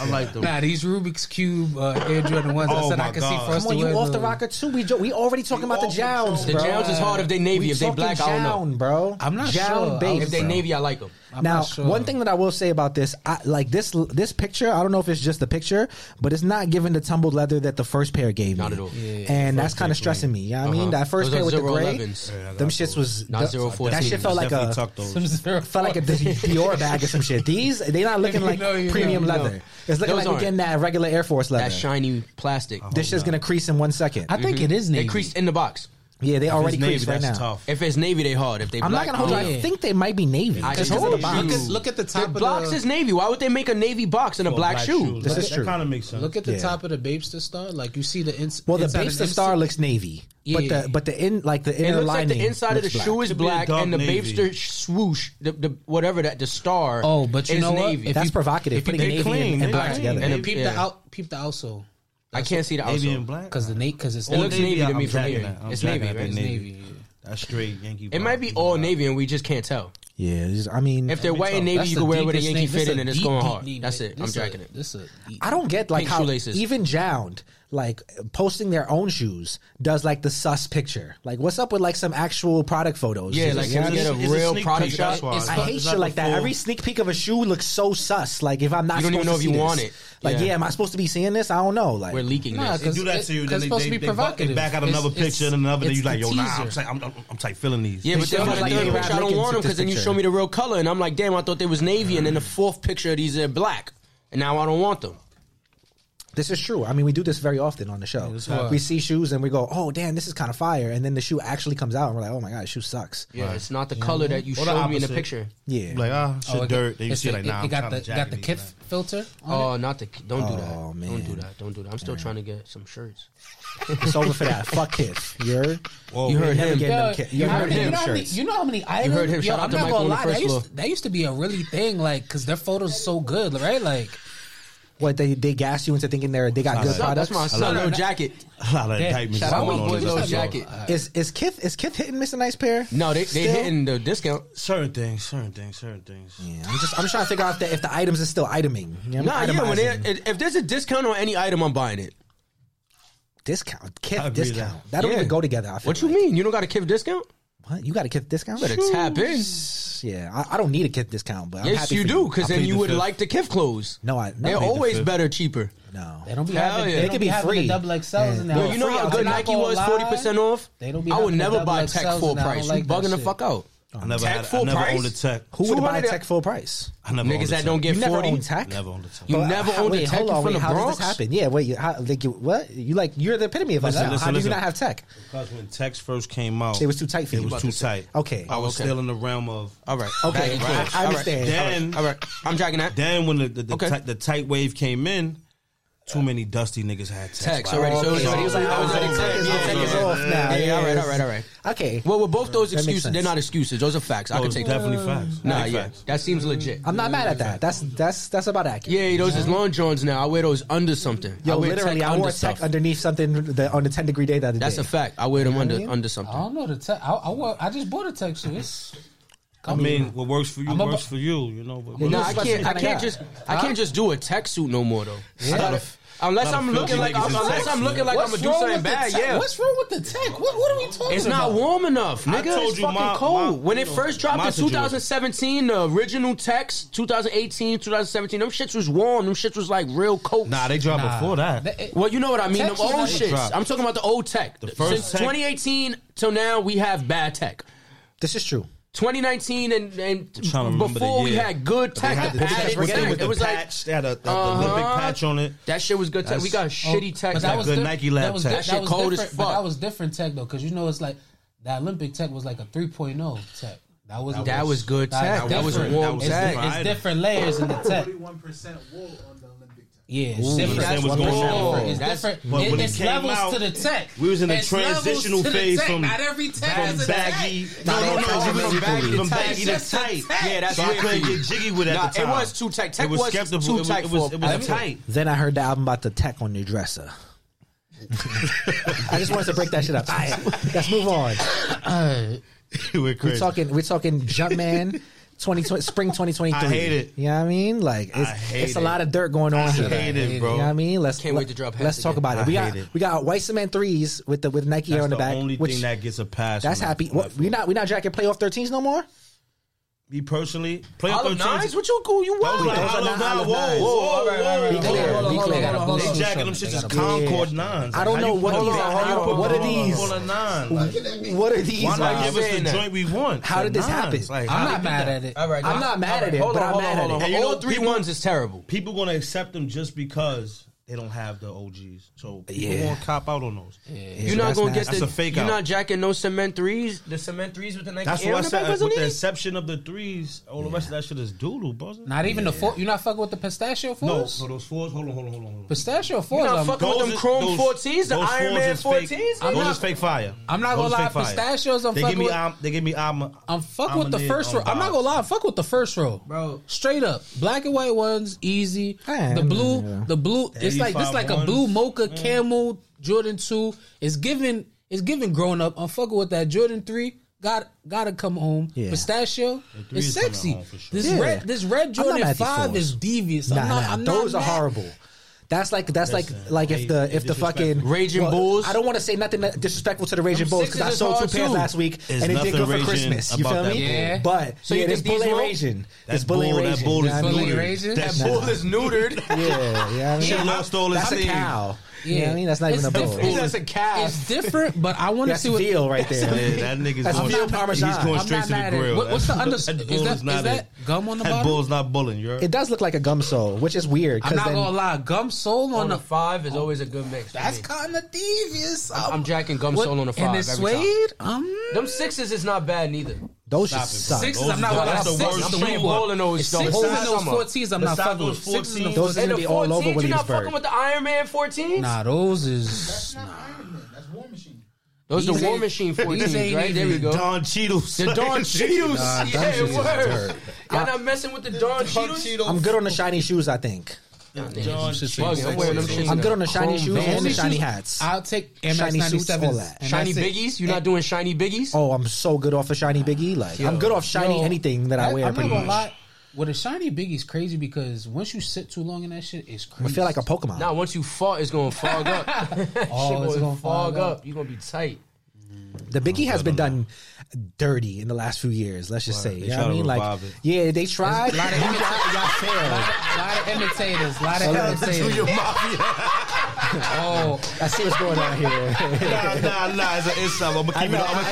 [SPEAKER 1] I like them.
[SPEAKER 4] Nah, these Rubik's Cube uh, Air Jordan ones. I
[SPEAKER 1] Oh
[SPEAKER 4] said I
[SPEAKER 1] my
[SPEAKER 4] could
[SPEAKER 1] God.
[SPEAKER 4] see for us
[SPEAKER 2] Come
[SPEAKER 4] to
[SPEAKER 2] on, you
[SPEAKER 4] wear
[SPEAKER 2] off the
[SPEAKER 4] those.
[SPEAKER 2] rocker too. We jo- we already talking about the
[SPEAKER 1] off the
[SPEAKER 2] Jounds,
[SPEAKER 3] The
[SPEAKER 2] bro.
[SPEAKER 3] Jounds is hard if they navy.
[SPEAKER 2] We
[SPEAKER 3] If they
[SPEAKER 2] talking
[SPEAKER 3] black, I don't know.
[SPEAKER 2] Jound, bro.
[SPEAKER 4] I'm not
[SPEAKER 2] Jound
[SPEAKER 4] sure.
[SPEAKER 2] Bape,
[SPEAKER 3] If they
[SPEAKER 2] bro.
[SPEAKER 3] navy, I like them.
[SPEAKER 4] I'm
[SPEAKER 2] now,
[SPEAKER 4] not sure.
[SPEAKER 2] one thing that I will say about this, I, like this this picture, I don't know if it's just the picture, but it's not giving the tumbled leather that the first pair gave me.
[SPEAKER 3] Not at all. Yeah, yeah,
[SPEAKER 2] and that's kind of stressing me. You know what I mean? That first
[SPEAKER 3] Those
[SPEAKER 2] pair
[SPEAKER 3] are
[SPEAKER 2] with the gray,
[SPEAKER 3] 011s.
[SPEAKER 1] Yeah, I got
[SPEAKER 2] them shits was
[SPEAKER 3] Not
[SPEAKER 2] that,
[SPEAKER 3] 014s.
[SPEAKER 2] shit felt like
[SPEAKER 1] Definitely
[SPEAKER 2] a
[SPEAKER 1] tuck those.
[SPEAKER 4] Some zero-
[SPEAKER 2] felt like a [LAUGHS] Dior bag bag or
[SPEAKER 3] [LAUGHS]
[SPEAKER 2] some shit. These they not looking
[SPEAKER 5] you
[SPEAKER 2] like
[SPEAKER 5] know, you
[SPEAKER 2] premium
[SPEAKER 5] know,
[SPEAKER 3] you
[SPEAKER 2] leather.
[SPEAKER 3] know.
[SPEAKER 2] It's looking
[SPEAKER 3] Those
[SPEAKER 2] like we're
[SPEAKER 3] aren't.
[SPEAKER 2] getting that regular Air Force leather.
[SPEAKER 3] That shiny plastic.
[SPEAKER 2] this shit's gonna crease in one second.
[SPEAKER 5] I think it is
[SPEAKER 3] Mm-hmm. They
[SPEAKER 5] navy.
[SPEAKER 3] creased in the box.
[SPEAKER 2] yeah, they already
[SPEAKER 1] It's Navy,
[SPEAKER 2] creased right now.
[SPEAKER 1] that's tough.
[SPEAKER 3] If it's navy, they hard. If they
[SPEAKER 2] I'm not
[SPEAKER 3] black,
[SPEAKER 2] gonna hold you.
[SPEAKER 3] color-
[SPEAKER 2] I think they might be navy.
[SPEAKER 3] I
[SPEAKER 2] Just
[SPEAKER 3] think
[SPEAKER 2] hold the
[SPEAKER 3] they
[SPEAKER 2] box.
[SPEAKER 3] should.
[SPEAKER 6] Look at, look at the top
[SPEAKER 3] The
[SPEAKER 6] of
[SPEAKER 3] box
[SPEAKER 6] the
[SPEAKER 3] is navy. Why would they make a navy box and a
[SPEAKER 1] Or
[SPEAKER 3] black, shoe?
[SPEAKER 2] This is true.
[SPEAKER 1] That kind of makes sense.
[SPEAKER 5] Look at the
[SPEAKER 2] Yeah.
[SPEAKER 5] top of the Babester Star. Like you see the ins-
[SPEAKER 2] Well, the
[SPEAKER 5] inside of
[SPEAKER 2] base
[SPEAKER 5] the
[SPEAKER 2] the star
[SPEAKER 5] inside-
[SPEAKER 2] looks navy,
[SPEAKER 5] Yeah,
[SPEAKER 2] but
[SPEAKER 5] yeah, yeah.
[SPEAKER 2] the but the in like the
[SPEAKER 3] It
[SPEAKER 2] inner
[SPEAKER 3] looks like
[SPEAKER 2] lining.
[SPEAKER 3] the inside of the
[SPEAKER 2] looks black.
[SPEAKER 3] shoe is
[SPEAKER 1] Could be a
[SPEAKER 3] black
[SPEAKER 1] dark
[SPEAKER 3] and the
[SPEAKER 1] navy.
[SPEAKER 3] Babester swoosh, the, the whatever that the star.
[SPEAKER 5] Oh, but you
[SPEAKER 3] is
[SPEAKER 5] know what?
[SPEAKER 3] navy.
[SPEAKER 5] If
[SPEAKER 2] That's
[SPEAKER 5] you-
[SPEAKER 2] provocative.
[SPEAKER 5] if you-
[SPEAKER 2] Putting
[SPEAKER 1] they
[SPEAKER 2] navy
[SPEAKER 1] clean,
[SPEAKER 2] and,
[SPEAKER 1] they
[SPEAKER 2] and black
[SPEAKER 1] clean.
[SPEAKER 2] together.
[SPEAKER 3] And
[SPEAKER 5] And peep the
[SPEAKER 3] yeah.
[SPEAKER 5] out, peep the outsole.
[SPEAKER 3] I can't see the
[SPEAKER 1] Navy
[SPEAKER 3] outsole.
[SPEAKER 1] and black.
[SPEAKER 5] Because the Nate, because it's
[SPEAKER 3] It looks
[SPEAKER 1] Navy,
[SPEAKER 3] navy to
[SPEAKER 1] I'm
[SPEAKER 3] me from
[SPEAKER 1] jacking
[SPEAKER 3] here.
[SPEAKER 1] that. I'm
[SPEAKER 3] It's
[SPEAKER 1] jacking
[SPEAKER 3] navy,
[SPEAKER 1] that
[SPEAKER 3] right?
[SPEAKER 1] they're
[SPEAKER 3] It's
[SPEAKER 5] navy.
[SPEAKER 1] navy. That's straight Yankee.
[SPEAKER 3] It
[SPEAKER 1] vibe.
[SPEAKER 3] might be all navy and we just can't tell.
[SPEAKER 2] Yeah, it's- I mean,
[SPEAKER 3] If they're white and navy, you can wear it with a Yankee fit in and it's going hard. That's it. I'm jacking it.
[SPEAKER 5] This is
[SPEAKER 2] I don't get like
[SPEAKER 3] Pink
[SPEAKER 2] how
[SPEAKER 3] shoelaces.
[SPEAKER 2] even Jound like posting their own shoes does like the sus picture. Like, what's up with like some actual product photos?
[SPEAKER 3] Yeah,
[SPEAKER 2] It's
[SPEAKER 3] like
[SPEAKER 2] just-
[SPEAKER 3] can we
[SPEAKER 2] you know
[SPEAKER 3] get
[SPEAKER 2] what
[SPEAKER 3] a
[SPEAKER 1] It's a
[SPEAKER 3] real
[SPEAKER 1] sneak
[SPEAKER 3] product
[SPEAKER 1] peek,
[SPEAKER 3] shot?
[SPEAKER 1] that's why.
[SPEAKER 2] I
[SPEAKER 1] It's not-
[SPEAKER 2] hate
[SPEAKER 1] it's
[SPEAKER 2] shit
[SPEAKER 1] not
[SPEAKER 2] like that.
[SPEAKER 1] before.
[SPEAKER 2] Every sneak peek of a shoe looks so sus. Like if I'm not,
[SPEAKER 3] You don't even
[SPEAKER 2] supposed to
[SPEAKER 3] know if you
[SPEAKER 2] see
[SPEAKER 3] want
[SPEAKER 2] this.
[SPEAKER 3] it.
[SPEAKER 2] Like
[SPEAKER 3] Yeah.
[SPEAKER 2] yeah. am I supposed to be seeing this? I don't know. Like
[SPEAKER 3] We're leaking
[SPEAKER 5] Nah,
[SPEAKER 3] this.
[SPEAKER 1] They do that to you, then
[SPEAKER 5] It's
[SPEAKER 1] they,
[SPEAKER 5] supposed to
[SPEAKER 1] they,
[SPEAKER 5] be
[SPEAKER 1] they, back- they
[SPEAKER 5] provocative.
[SPEAKER 1] back out another
[SPEAKER 5] It's-
[SPEAKER 1] picture
[SPEAKER 5] it's-
[SPEAKER 1] and another, then
[SPEAKER 5] it's
[SPEAKER 1] you like,
[SPEAKER 5] the
[SPEAKER 1] yo, nah,
[SPEAKER 5] teaser.
[SPEAKER 1] I'm, I'm, I'm, I'm tight feeling these.
[SPEAKER 3] Yeah, but
[SPEAKER 2] They
[SPEAKER 3] then
[SPEAKER 2] show
[SPEAKER 3] like,
[SPEAKER 2] like
[SPEAKER 3] the
[SPEAKER 2] navy
[SPEAKER 3] third picture, I don't
[SPEAKER 2] Lincoln
[SPEAKER 3] want them because then you
[SPEAKER 2] picture.
[SPEAKER 3] show me the real color and I'm like, damn, I thought they was navy, and then the fourth picture of these are black, and now I don't want them.
[SPEAKER 2] This is true. I mean, we do this very often on the show. we see shoes and we go, "Oh, damn, this is kind of fire," and then the shoe actually comes out and we're like, "Oh my god, the shoe sucks."
[SPEAKER 3] Yeah, it's not the color that you
[SPEAKER 1] Or the
[SPEAKER 3] showed me in the
[SPEAKER 1] opposite.
[SPEAKER 3] picture.
[SPEAKER 2] Yeah.
[SPEAKER 1] Like,
[SPEAKER 3] uh,
[SPEAKER 1] ah, shit, dirt. Then you
[SPEAKER 5] it's
[SPEAKER 1] see
[SPEAKER 5] the-
[SPEAKER 1] like, nah,
[SPEAKER 5] it,
[SPEAKER 1] I'm
[SPEAKER 5] it got
[SPEAKER 1] kinda
[SPEAKER 5] the got the
[SPEAKER 1] jacking
[SPEAKER 5] kith
[SPEAKER 1] these, man.
[SPEAKER 5] filter. On
[SPEAKER 3] Oh, not the don't do that.
[SPEAKER 2] Oh,
[SPEAKER 3] Don't do
[SPEAKER 2] man.
[SPEAKER 3] that. Don't do that. I'm still trying to get some shirts.
[SPEAKER 2] it's over for that. Fuck kids. You're
[SPEAKER 1] Whoa,
[SPEAKER 3] You heard
[SPEAKER 2] never
[SPEAKER 3] him.
[SPEAKER 2] getting them.
[SPEAKER 5] Yo,
[SPEAKER 2] Ki- you
[SPEAKER 5] how
[SPEAKER 2] heard
[SPEAKER 5] many-
[SPEAKER 2] him.
[SPEAKER 5] know how many-
[SPEAKER 2] shirts.
[SPEAKER 5] You know how many items?
[SPEAKER 3] heard him.
[SPEAKER 5] Yo,
[SPEAKER 3] Shout out
[SPEAKER 5] I'm
[SPEAKER 3] to
[SPEAKER 5] not
[SPEAKER 3] Michael
[SPEAKER 5] gonna
[SPEAKER 3] on the
[SPEAKER 5] lie.
[SPEAKER 3] first
[SPEAKER 5] That
[SPEAKER 3] floor.
[SPEAKER 5] used, that used to be a really thing, like, because their photos so good, right? Like,
[SPEAKER 2] What they they gas you into thinking they're they got good
[SPEAKER 3] Son,
[SPEAKER 2] products.
[SPEAKER 3] that's my
[SPEAKER 1] I
[SPEAKER 3] son.
[SPEAKER 1] love
[SPEAKER 3] Little
[SPEAKER 1] that.
[SPEAKER 3] jacket.
[SPEAKER 1] [LAUGHS] A lot of indictments.
[SPEAKER 3] Shout out
[SPEAKER 1] going
[SPEAKER 3] my
[SPEAKER 1] on
[SPEAKER 3] boy
[SPEAKER 1] in
[SPEAKER 3] Lil
[SPEAKER 1] this show.
[SPEAKER 3] Jacket.
[SPEAKER 2] Is is Kith is Kith hitting Miss a Nice Pair?
[SPEAKER 3] No, they they
[SPEAKER 2] Still?
[SPEAKER 3] hitting the discount.
[SPEAKER 1] Certain things, certain things, certain things.
[SPEAKER 2] Yeah, I'm just I'm just trying to figure out if the, if the items is still iteming. You know,
[SPEAKER 3] Nah, yeah. When
[SPEAKER 2] itemizing.
[SPEAKER 3] it, if there's a discount on any item, I'm buying it.
[SPEAKER 2] discount
[SPEAKER 1] I
[SPEAKER 2] Kith
[SPEAKER 1] agree with
[SPEAKER 2] discount that. don't
[SPEAKER 3] Yeah.
[SPEAKER 2] even go together. I feel
[SPEAKER 3] What you
[SPEAKER 2] like.
[SPEAKER 3] mean? You don't got a Kith discount?
[SPEAKER 2] What you got a Kith discount?
[SPEAKER 3] Better tap in.
[SPEAKER 2] Yeah, I, I don't need a Kith discount, but I'm
[SPEAKER 3] Yes,
[SPEAKER 2] happy
[SPEAKER 3] you
[SPEAKER 2] for
[SPEAKER 3] do, because
[SPEAKER 1] I
[SPEAKER 3] then
[SPEAKER 1] plead
[SPEAKER 3] you
[SPEAKER 1] the
[SPEAKER 3] would
[SPEAKER 1] fifth.
[SPEAKER 3] like the Kith clothes.
[SPEAKER 2] No, I no,
[SPEAKER 3] They're
[SPEAKER 2] I plead the
[SPEAKER 3] always
[SPEAKER 1] fifth.
[SPEAKER 3] better, cheaper.
[SPEAKER 2] No,
[SPEAKER 5] they don't be
[SPEAKER 3] Hell
[SPEAKER 5] having.
[SPEAKER 3] yeah.
[SPEAKER 5] They,
[SPEAKER 3] They
[SPEAKER 5] don't
[SPEAKER 2] could
[SPEAKER 5] be,
[SPEAKER 2] be
[SPEAKER 5] having
[SPEAKER 2] free.
[SPEAKER 5] the double XLs in there.
[SPEAKER 3] Yo, you know how good Nike was, forty percent off.
[SPEAKER 5] They don't be
[SPEAKER 3] I would
[SPEAKER 5] having the
[SPEAKER 3] never buy
[SPEAKER 5] double
[SPEAKER 3] Tech
[SPEAKER 5] XLs
[SPEAKER 3] full
[SPEAKER 5] and I don't
[SPEAKER 3] price.
[SPEAKER 5] like
[SPEAKER 3] you bugging
[SPEAKER 5] that
[SPEAKER 3] the
[SPEAKER 5] shit.
[SPEAKER 3] fuck out.
[SPEAKER 1] I never,
[SPEAKER 3] Tech
[SPEAKER 1] had, I
[SPEAKER 3] full
[SPEAKER 1] never
[SPEAKER 3] price?
[SPEAKER 1] owned a tech.
[SPEAKER 2] who would buy
[SPEAKER 3] 200
[SPEAKER 2] tech full price?
[SPEAKER 1] I never owned a
[SPEAKER 3] Niggas that
[SPEAKER 1] tech.
[SPEAKER 3] don't get
[SPEAKER 2] You never
[SPEAKER 3] forty.
[SPEAKER 2] owned tech.
[SPEAKER 1] Never owned a tech.
[SPEAKER 3] You
[SPEAKER 2] But
[SPEAKER 3] never
[SPEAKER 2] how-
[SPEAKER 3] owned
[SPEAKER 2] wait,
[SPEAKER 3] a tech.
[SPEAKER 2] Hold
[SPEAKER 3] You
[SPEAKER 2] on,
[SPEAKER 3] from
[SPEAKER 2] wait,
[SPEAKER 3] the
[SPEAKER 2] how
[SPEAKER 3] Bronx?
[SPEAKER 2] does this happen? Yeah, wait, you- how, like you, what? You like you're the epitome of us.
[SPEAKER 1] Listen,
[SPEAKER 2] now.
[SPEAKER 1] listen,
[SPEAKER 2] how do you
[SPEAKER 1] listen.
[SPEAKER 2] not have tech?
[SPEAKER 1] Because when text first came out,
[SPEAKER 2] It was too tight for
[SPEAKER 1] It
[SPEAKER 2] you.
[SPEAKER 1] was too tight.
[SPEAKER 2] Okay.
[SPEAKER 1] I was
[SPEAKER 3] Okay.
[SPEAKER 1] still in the realm of.
[SPEAKER 3] All right.
[SPEAKER 2] Okay,
[SPEAKER 3] Baggy
[SPEAKER 2] I-
[SPEAKER 3] clothes.
[SPEAKER 2] I
[SPEAKER 3] All right.
[SPEAKER 2] understand.
[SPEAKER 1] Then,
[SPEAKER 3] All right. I'm jacking that.
[SPEAKER 1] then when the the, the,
[SPEAKER 3] Okay.
[SPEAKER 1] tight, the tight wave came in, too many dusty niggas had text.
[SPEAKER 3] Text
[SPEAKER 1] Wow.
[SPEAKER 3] already. So it was
[SPEAKER 2] Okay, so
[SPEAKER 3] already-
[SPEAKER 2] he was like,
[SPEAKER 3] it
[SPEAKER 2] oh,
[SPEAKER 3] was
[SPEAKER 2] the
[SPEAKER 3] already
[SPEAKER 2] tech is-
[SPEAKER 3] yeah,
[SPEAKER 2] the tech
[SPEAKER 3] yeah,
[SPEAKER 2] is
[SPEAKER 3] yeah.
[SPEAKER 2] off now.
[SPEAKER 3] Yeah, yeah, all right,
[SPEAKER 2] Yes.
[SPEAKER 3] all right, all right.
[SPEAKER 2] Okay.
[SPEAKER 3] Well, with both those
[SPEAKER 2] makes
[SPEAKER 3] excuses, they're
[SPEAKER 2] sense.
[SPEAKER 3] not excuses. Those are facts. I
[SPEAKER 1] Oh,
[SPEAKER 3] can
[SPEAKER 1] it's
[SPEAKER 3] take that.
[SPEAKER 1] definitely facts.
[SPEAKER 3] Nah,
[SPEAKER 1] Big
[SPEAKER 3] yeah,
[SPEAKER 1] facts.
[SPEAKER 3] that seems legit.
[SPEAKER 2] I'm not mad at that. That's that's that's about accurate.
[SPEAKER 3] Yeah, those is long johns now. I wear those under something. I
[SPEAKER 2] Yo,
[SPEAKER 3] wear
[SPEAKER 2] literally,
[SPEAKER 3] tech
[SPEAKER 2] I
[SPEAKER 3] under
[SPEAKER 2] wore tech
[SPEAKER 3] stuff.
[SPEAKER 2] underneath something the, on the 10 degree day the other
[SPEAKER 3] That's
[SPEAKER 2] day.
[SPEAKER 3] a fact. I wear them under
[SPEAKER 2] I mean?
[SPEAKER 3] under
[SPEAKER 5] I
[SPEAKER 4] Oh.
[SPEAKER 3] something.
[SPEAKER 5] don't know the tech. I, I, wa- I just bought a tech shoe. It's
[SPEAKER 1] I mean, what works for you
[SPEAKER 5] I'm a-
[SPEAKER 1] works for you. You know. But,
[SPEAKER 3] No,
[SPEAKER 2] You're
[SPEAKER 3] I
[SPEAKER 2] supposed to be
[SPEAKER 3] can't. I
[SPEAKER 2] kinda
[SPEAKER 3] can't
[SPEAKER 2] guy.
[SPEAKER 3] just. I can't just do a tech suit no more though. I gotta-
[SPEAKER 1] lot
[SPEAKER 3] Unless
[SPEAKER 1] of
[SPEAKER 3] I'm
[SPEAKER 1] filthy
[SPEAKER 3] looking like
[SPEAKER 1] niggas
[SPEAKER 3] I'm,
[SPEAKER 1] in
[SPEAKER 3] unless
[SPEAKER 1] text,
[SPEAKER 3] I'm
[SPEAKER 1] man.
[SPEAKER 3] looking like I'm gonna do something bad,
[SPEAKER 5] tech?
[SPEAKER 3] yeah.
[SPEAKER 5] What's wrong with the tech? What What are we talking
[SPEAKER 3] It's
[SPEAKER 5] about?
[SPEAKER 3] not warm enough, nigga.
[SPEAKER 1] I told
[SPEAKER 3] it's
[SPEAKER 1] you
[SPEAKER 3] fucking
[SPEAKER 1] my-
[SPEAKER 3] cold.
[SPEAKER 1] my-
[SPEAKER 3] when it first dropped
[SPEAKER 1] my
[SPEAKER 3] in
[SPEAKER 1] situation.
[SPEAKER 3] 2017, the original text, 2018, 2017, them shits was warm. Them shits was like real cold.
[SPEAKER 1] nah, they dropped before that.
[SPEAKER 5] That- it-
[SPEAKER 3] Well, you know what I mean.
[SPEAKER 5] Text
[SPEAKER 3] Them
[SPEAKER 5] was
[SPEAKER 3] old
[SPEAKER 5] not-
[SPEAKER 3] shits.
[SPEAKER 1] Dropped.
[SPEAKER 3] I'm talking about the old tech.
[SPEAKER 1] first
[SPEAKER 3] Since
[SPEAKER 1] tech-
[SPEAKER 3] 2018 till now, we have bad tech.
[SPEAKER 2] This is true.
[SPEAKER 3] 2019 and,
[SPEAKER 1] trying
[SPEAKER 3] and
[SPEAKER 1] to remember
[SPEAKER 3] before
[SPEAKER 1] the
[SPEAKER 3] we
[SPEAKER 1] year.
[SPEAKER 3] had good
[SPEAKER 1] They
[SPEAKER 3] tech.
[SPEAKER 1] had the
[SPEAKER 3] added
[SPEAKER 1] text with
[SPEAKER 3] tech.
[SPEAKER 1] the, with
[SPEAKER 3] it
[SPEAKER 1] the
[SPEAKER 3] was like
[SPEAKER 1] patch, they had a, the, the Olympic
[SPEAKER 3] uh-huh.
[SPEAKER 1] patch on it.
[SPEAKER 3] that shit was good tech. We got shitty tech.
[SPEAKER 5] But that was
[SPEAKER 1] good
[SPEAKER 5] diff-
[SPEAKER 1] Nike lab
[SPEAKER 5] that was
[SPEAKER 1] tech.
[SPEAKER 5] di-
[SPEAKER 3] That
[SPEAKER 5] That,
[SPEAKER 3] shit
[SPEAKER 5] was
[SPEAKER 3] cold as
[SPEAKER 5] different, but
[SPEAKER 3] fuck.
[SPEAKER 5] that was different tech though, because you know it's like the Olympic tech was like a 3.0 tech. That was
[SPEAKER 3] That was good tech. That was
[SPEAKER 5] different.
[SPEAKER 3] warm
[SPEAKER 5] It's
[SPEAKER 3] tech.
[SPEAKER 5] different- It's different layers in the tech.
[SPEAKER 6] Forty-one percent wool on the Olympic tech.
[SPEAKER 5] Yeah, it's different.
[SPEAKER 1] That's
[SPEAKER 5] That's
[SPEAKER 1] what's
[SPEAKER 5] different.
[SPEAKER 1] going on.
[SPEAKER 5] It's
[SPEAKER 3] That's-
[SPEAKER 5] different.
[SPEAKER 1] but
[SPEAKER 5] It-
[SPEAKER 1] when it
[SPEAKER 5] it's
[SPEAKER 1] came
[SPEAKER 5] levels
[SPEAKER 1] out,
[SPEAKER 5] to the tech.
[SPEAKER 1] we was in a
[SPEAKER 5] It's levels
[SPEAKER 1] transitional
[SPEAKER 5] to the
[SPEAKER 1] phase
[SPEAKER 5] tech.
[SPEAKER 1] from-
[SPEAKER 5] not every tech
[SPEAKER 1] From
[SPEAKER 5] is a
[SPEAKER 1] baggy,
[SPEAKER 5] tech.
[SPEAKER 1] no,
[SPEAKER 2] Not
[SPEAKER 1] no,
[SPEAKER 2] all
[SPEAKER 1] no,
[SPEAKER 2] tech
[SPEAKER 1] even
[SPEAKER 2] is
[SPEAKER 1] from
[SPEAKER 2] equally.
[SPEAKER 1] baggy, from
[SPEAKER 3] It's
[SPEAKER 1] baggy to
[SPEAKER 3] just a
[SPEAKER 1] tight.
[SPEAKER 3] tech. Yeah, that's
[SPEAKER 1] so I
[SPEAKER 3] weird
[SPEAKER 1] couldn't
[SPEAKER 3] for you.
[SPEAKER 1] get jiggy with it
[SPEAKER 3] Nah,
[SPEAKER 1] at the
[SPEAKER 3] it
[SPEAKER 1] time.
[SPEAKER 3] was
[SPEAKER 1] [LAUGHS]
[SPEAKER 3] too tight. Tech
[SPEAKER 1] it was
[SPEAKER 3] was
[SPEAKER 1] skeptical.
[SPEAKER 3] too
[SPEAKER 1] it
[SPEAKER 3] tight
[SPEAKER 1] was,
[SPEAKER 3] for-
[SPEAKER 1] it was
[SPEAKER 3] I mean-
[SPEAKER 1] tight.
[SPEAKER 2] Then I heard the album about the tech on your dresser. I just wanted to break that shit up. All right, let's move on.
[SPEAKER 1] We're
[SPEAKER 2] We're talking. We're
[SPEAKER 1] [LAUGHS]
[SPEAKER 2] talking Jumpman. 2020, spring 2023.
[SPEAKER 1] I hate it.
[SPEAKER 2] You know what I mean? Like, it's,
[SPEAKER 1] I hate
[SPEAKER 2] it's a
[SPEAKER 1] it.
[SPEAKER 2] lot of dirt going on
[SPEAKER 1] I
[SPEAKER 2] here.
[SPEAKER 1] hate
[SPEAKER 2] You
[SPEAKER 1] it,
[SPEAKER 2] know
[SPEAKER 1] bro.
[SPEAKER 2] what I mean? Let's
[SPEAKER 3] Can't wait to drop hats
[SPEAKER 2] Let's talk
[SPEAKER 3] again.
[SPEAKER 2] about it.
[SPEAKER 1] I
[SPEAKER 2] We got
[SPEAKER 1] hate it.
[SPEAKER 2] we got White Cement threes with the with Nike Air
[SPEAKER 1] That's
[SPEAKER 2] on the,
[SPEAKER 1] the
[SPEAKER 2] back.
[SPEAKER 1] only
[SPEAKER 2] which
[SPEAKER 1] thing that gets a pass.
[SPEAKER 2] that's
[SPEAKER 1] on that
[SPEAKER 2] happy. What,
[SPEAKER 1] platform.
[SPEAKER 2] we not we not jacking playoff 13s no more.
[SPEAKER 1] Me personally, player
[SPEAKER 3] Olive Nines? What you cool? You
[SPEAKER 1] Those
[SPEAKER 3] wild?
[SPEAKER 1] like
[SPEAKER 2] those are
[SPEAKER 1] Olive
[SPEAKER 2] not
[SPEAKER 1] Nine.
[SPEAKER 2] Olive
[SPEAKER 1] Whoa,
[SPEAKER 2] Nines.
[SPEAKER 1] whoa,
[SPEAKER 4] All right, all right,
[SPEAKER 1] whoa.
[SPEAKER 2] Be
[SPEAKER 4] all right, all
[SPEAKER 2] clear,
[SPEAKER 4] right,
[SPEAKER 2] be
[SPEAKER 4] all right,
[SPEAKER 2] clear.
[SPEAKER 4] all right, all right,
[SPEAKER 2] They
[SPEAKER 1] They
[SPEAKER 4] all right.
[SPEAKER 1] jacking them shits is
[SPEAKER 2] Yeah.
[SPEAKER 1] Concord nines.
[SPEAKER 2] I don't know what
[SPEAKER 1] Hold
[SPEAKER 2] these
[SPEAKER 1] on,
[SPEAKER 2] are.
[SPEAKER 1] how you
[SPEAKER 2] How-
[SPEAKER 1] put
[SPEAKER 2] what are
[SPEAKER 1] Coca-Cola
[SPEAKER 2] these?
[SPEAKER 1] on a nine? Like,
[SPEAKER 2] What are these?
[SPEAKER 1] Why
[SPEAKER 3] Wow.
[SPEAKER 1] not give us
[SPEAKER 3] Saying
[SPEAKER 1] the
[SPEAKER 3] that.
[SPEAKER 1] joint we want?
[SPEAKER 2] How
[SPEAKER 1] The
[SPEAKER 2] did this happen?
[SPEAKER 1] nines, Like,
[SPEAKER 4] I'm
[SPEAKER 1] how
[SPEAKER 4] not
[SPEAKER 1] they do that?
[SPEAKER 4] mad at it.
[SPEAKER 3] All right,
[SPEAKER 2] I'm
[SPEAKER 3] now-
[SPEAKER 2] not mad at it,
[SPEAKER 3] Hold
[SPEAKER 2] but
[SPEAKER 3] on,
[SPEAKER 2] I'm
[SPEAKER 3] hold on,
[SPEAKER 2] mad
[SPEAKER 3] hold
[SPEAKER 2] at
[SPEAKER 3] on.
[SPEAKER 2] it.
[SPEAKER 1] And you
[SPEAKER 3] All
[SPEAKER 1] know,
[SPEAKER 3] three
[SPEAKER 1] people-
[SPEAKER 3] ones is terrible.
[SPEAKER 1] People gonna accept them just because they don't have the OGs. So people
[SPEAKER 2] Yeah.
[SPEAKER 1] won't cop out on those.
[SPEAKER 3] You're not gonna get
[SPEAKER 1] nasty.
[SPEAKER 3] the.
[SPEAKER 1] That's a fake
[SPEAKER 3] You're
[SPEAKER 1] out.
[SPEAKER 3] not jacking no cement threes. The cement threes with the Nike
[SPEAKER 1] That's
[SPEAKER 3] Air
[SPEAKER 1] what I
[SPEAKER 3] on the back
[SPEAKER 1] said. uh, With
[SPEAKER 3] wasn't
[SPEAKER 1] the
[SPEAKER 3] it?
[SPEAKER 1] exception of the threes, all the rest of that shit is doodle, bro.
[SPEAKER 4] Not even the four. You're not fucking with the pistachio
[SPEAKER 1] no,
[SPEAKER 4] fours.
[SPEAKER 1] no, those fours. Hold on, hold on, hold on. Hold on.
[SPEAKER 4] Pistachio
[SPEAKER 3] You're
[SPEAKER 4] fours.
[SPEAKER 3] not
[SPEAKER 4] I'm,
[SPEAKER 3] fucking with them
[SPEAKER 1] is-
[SPEAKER 3] Chrome
[SPEAKER 1] those-
[SPEAKER 3] 14s, the
[SPEAKER 1] those
[SPEAKER 3] Iron
[SPEAKER 1] fours
[SPEAKER 3] Man
[SPEAKER 1] is fake.
[SPEAKER 3] 14s.
[SPEAKER 4] I'm
[SPEAKER 1] Those
[SPEAKER 4] not-
[SPEAKER 1] is fake fire.
[SPEAKER 4] I'm not
[SPEAKER 1] Those
[SPEAKER 4] gonna
[SPEAKER 1] is
[SPEAKER 4] lie,
[SPEAKER 1] fake fire.
[SPEAKER 4] pistachios, I'm
[SPEAKER 1] they
[SPEAKER 4] fucking
[SPEAKER 1] give me.
[SPEAKER 4] with-
[SPEAKER 1] I'm, they give me. I'm.
[SPEAKER 4] I'm fuck with the first row.
[SPEAKER 1] row.
[SPEAKER 4] I'm not gonna lie. I'm fuck with the first row,
[SPEAKER 3] Bro.
[SPEAKER 4] Straight up, black and white ones, easy.
[SPEAKER 2] Yeah,
[SPEAKER 4] the
[SPEAKER 2] I'm-
[SPEAKER 4] blue,
[SPEAKER 2] yeah.
[SPEAKER 4] the blue. It's like this, like a
[SPEAKER 1] 85
[SPEAKER 4] blue
[SPEAKER 1] ones.
[SPEAKER 4] mocha camel Jordan two. It's giving. It's giving grown up. I'm fucking with that Jordan three. Got gotta come home.
[SPEAKER 2] Yeah.
[SPEAKER 4] Pistachio
[SPEAKER 1] three
[SPEAKER 4] is
[SPEAKER 1] is coming
[SPEAKER 4] sexy.
[SPEAKER 1] home for sure.
[SPEAKER 4] This
[SPEAKER 2] Yeah.
[SPEAKER 4] red, this red
[SPEAKER 2] I'm not mad
[SPEAKER 4] Jordan
[SPEAKER 2] at these
[SPEAKER 4] five
[SPEAKER 2] fours.
[SPEAKER 4] is devious.
[SPEAKER 2] Nah,
[SPEAKER 4] I'm
[SPEAKER 2] nah,
[SPEAKER 4] not, I'm
[SPEAKER 2] those
[SPEAKER 4] not
[SPEAKER 2] are
[SPEAKER 4] mad.
[SPEAKER 2] horrible. That's like that's like like if the
[SPEAKER 1] they-
[SPEAKER 2] if the
[SPEAKER 1] they
[SPEAKER 2] fucking
[SPEAKER 1] disrespectful.
[SPEAKER 3] Raging Bulls.
[SPEAKER 2] I don't want to say nothing that disrespectful to the Raging
[SPEAKER 3] Them
[SPEAKER 2] Bulls because I
[SPEAKER 3] sixes is
[SPEAKER 2] sold two
[SPEAKER 3] hard,
[SPEAKER 2] pairs
[SPEAKER 3] too.
[SPEAKER 2] last week
[SPEAKER 1] There's
[SPEAKER 2] and it did
[SPEAKER 1] nothing
[SPEAKER 2] good for
[SPEAKER 1] raging
[SPEAKER 2] Christmas. You
[SPEAKER 1] about
[SPEAKER 2] feel
[SPEAKER 1] that
[SPEAKER 2] me?
[SPEAKER 1] bull.
[SPEAKER 4] Yeah.
[SPEAKER 2] But
[SPEAKER 3] So you
[SPEAKER 2] yeah, this
[SPEAKER 3] think these
[SPEAKER 2] bull ain't
[SPEAKER 3] won't-
[SPEAKER 2] Raging. This
[SPEAKER 1] That's
[SPEAKER 2] bull ain't
[SPEAKER 1] bull.
[SPEAKER 2] Raging.
[SPEAKER 1] That bull
[SPEAKER 2] you know
[SPEAKER 1] is
[SPEAKER 2] what I mean?
[SPEAKER 4] Bully
[SPEAKER 1] neutered.
[SPEAKER 4] Raging?
[SPEAKER 1] That
[SPEAKER 4] Nah.
[SPEAKER 1] bull
[SPEAKER 3] Bull is neutered.
[SPEAKER 2] Yeah, yeah. I mean,
[SPEAKER 1] She lost all his
[SPEAKER 2] that's a
[SPEAKER 1] things.
[SPEAKER 2] cow. Yeah,
[SPEAKER 4] Yeah.
[SPEAKER 2] I mean that's not
[SPEAKER 4] It's
[SPEAKER 2] even a bull.
[SPEAKER 4] different.
[SPEAKER 3] That's a calf.
[SPEAKER 4] It's different, but I want to
[SPEAKER 2] That's
[SPEAKER 4] see what
[SPEAKER 2] veal right
[SPEAKER 1] Yeah,
[SPEAKER 2] there.
[SPEAKER 1] that nigga's
[SPEAKER 2] That's
[SPEAKER 1] going,
[SPEAKER 2] veal parmesan.
[SPEAKER 1] He's going
[SPEAKER 4] I'm
[SPEAKER 1] straight
[SPEAKER 4] not
[SPEAKER 1] to
[SPEAKER 4] mad
[SPEAKER 1] the
[SPEAKER 4] at it.
[SPEAKER 1] grill.
[SPEAKER 4] What- what's the under-
[SPEAKER 1] That
[SPEAKER 4] is
[SPEAKER 1] bull
[SPEAKER 4] that-
[SPEAKER 1] not
[SPEAKER 4] is that
[SPEAKER 1] it.
[SPEAKER 4] gum on the
[SPEAKER 1] that
[SPEAKER 4] bottom?
[SPEAKER 1] bull's not bulling. You're
[SPEAKER 2] It does look like a gum sole, which is weird.
[SPEAKER 4] I'm
[SPEAKER 2] Because
[SPEAKER 4] not
[SPEAKER 2] then
[SPEAKER 4] gonna lie. Gum sole on,
[SPEAKER 3] On
[SPEAKER 4] the
[SPEAKER 3] a five is always a good mix. for
[SPEAKER 4] That's
[SPEAKER 3] me.
[SPEAKER 4] kind of devious.
[SPEAKER 3] I'm jacking gum sole on a five
[SPEAKER 4] And
[SPEAKER 3] every
[SPEAKER 4] it's
[SPEAKER 3] time.
[SPEAKER 4] suede. Um,
[SPEAKER 3] Them sixes is not bad neither.
[SPEAKER 2] those just suck.
[SPEAKER 4] sixes.
[SPEAKER 1] Those
[SPEAKER 4] I'm not
[SPEAKER 1] are-
[SPEAKER 4] gonna lie.
[SPEAKER 1] that's the
[SPEAKER 4] Sixes,
[SPEAKER 1] worst
[SPEAKER 4] I'm
[SPEAKER 1] shoe.
[SPEAKER 4] playing
[SPEAKER 3] Holding those
[SPEAKER 4] It's
[SPEAKER 3] though.
[SPEAKER 4] sixes and
[SPEAKER 3] Besides
[SPEAKER 4] those
[SPEAKER 3] summer.
[SPEAKER 4] fourteens. I'm not
[SPEAKER 1] Besides
[SPEAKER 4] fucking
[SPEAKER 1] those
[SPEAKER 4] with sixes.
[SPEAKER 1] 14s.
[SPEAKER 4] And those
[SPEAKER 2] Those are
[SPEAKER 3] And
[SPEAKER 2] gonna
[SPEAKER 3] the
[SPEAKER 2] be all over
[SPEAKER 3] 14s,
[SPEAKER 2] when
[SPEAKER 3] you're
[SPEAKER 2] he was
[SPEAKER 3] not fucking
[SPEAKER 2] bird.
[SPEAKER 3] with the Iron Man 14s?
[SPEAKER 4] Nah, those is
[SPEAKER 6] That's not Iron Man. That's War Machine.
[SPEAKER 3] Those the
[SPEAKER 4] These
[SPEAKER 3] War
[SPEAKER 4] ain't-
[SPEAKER 3] Machine
[SPEAKER 4] these
[SPEAKER 3] 14s,
[SPEAKER 4] ain't
[SPEAKER 3] right? There we
[SPEAKER 4] even
[SPEAKER 3] go.
[SPEAKER 1] Don Cheadle.
[SPEAKER 3] The Don Cheetos.
[SPEAKER 2] Nah, Don
[SPEAKER 3] yeah,
[SPEAKER 2] Cheetos is
[SPEAKER 3] word.
[SPEAKER 2] dirt.
[SPEAKER 3] Y'all not messing with the Don Cheetos?
[SPEAKER 2] I'm good on the shiny shoes. I think
[SPEAKER 1] Don
[SPEAKER 3] Bugging. I'm wearing them
[SPEAKER 1] Cheadle.
[SPEAKER 3] shits.
[SPEAKER 2] I'm
[SPEAKER 3] in
[SPEAKER 2] good
[SPEAKER 3] a
[SPEAKER 2] on the shiny
[SPEAKER 3] chrome
[SPEAKER 2] shoes
[SPEAKER 3] van.
[SPEAKER 2] and the shiny
[SPEAKER 4] shoes-
[SPEAKER 2] hats.
[SPEAKER 4] I'll take MX
[SPEAKER 2] Shiny suits, all that.
[SPEAKER 4] 97s.
[SPEAKER 3] Shiny biggies? You're not doing shiny biggies?
[SPEAKER 2] Oh, I'm so good off a shiny biggie. Like I'm good off shiny anything that I wear.
[SPEAKER 4] I'm not
[SPEAKER 2] pretty
[SPEAKER 4] gonna
[SPEAKER 2] much.
[SPEAKER 4] lie. With a shiny biggie's crazy because once you sit too long in that shit, it's
[SPEAKER 2] I
[SPEAKER 4] crazy.
[SPEAKER 2] feel like a Pokemon.
[SPEAKER 3] Now, once you fog, it's gonna fog up. Shit
[SPEAKER 4] [LAUGHS] Oh, it's
[SPEAKER 3] gonna
[SPEAKER 4] gonna
[SPEAKER 3] fog
[SPEAKER 4] fog
[SPEAKER 3] up. You're gonna be tight.
[SPEAKER 2] the biggie has been done dirty in the last few years. Let's just say.
[SPEAKER 1] They
[SPEAKER 2] You know
[SPEAKER 1] try
[SPEAKER 2] what I
[SPEAKER 1] to
[SPEAKER 2] mean? Like,
[SPEAKER 1] revive it.
[SPEAKER 2] yeah, they tried.
[SPEAKER 4] lot of imitators.
[SPEAKER 2] Y'all failed.
[SPEAKER 4] a lot of imitators. A lot of imitators. Oh,
[SPEAKER 2] I see what's going
[SPEAKER 3] [LAUGHS]
[SPEAKER 2] on here.
[SPEAKER 1] Nah, nah, nah. It's an insult. I'm gonna
[SPEAKER 2] I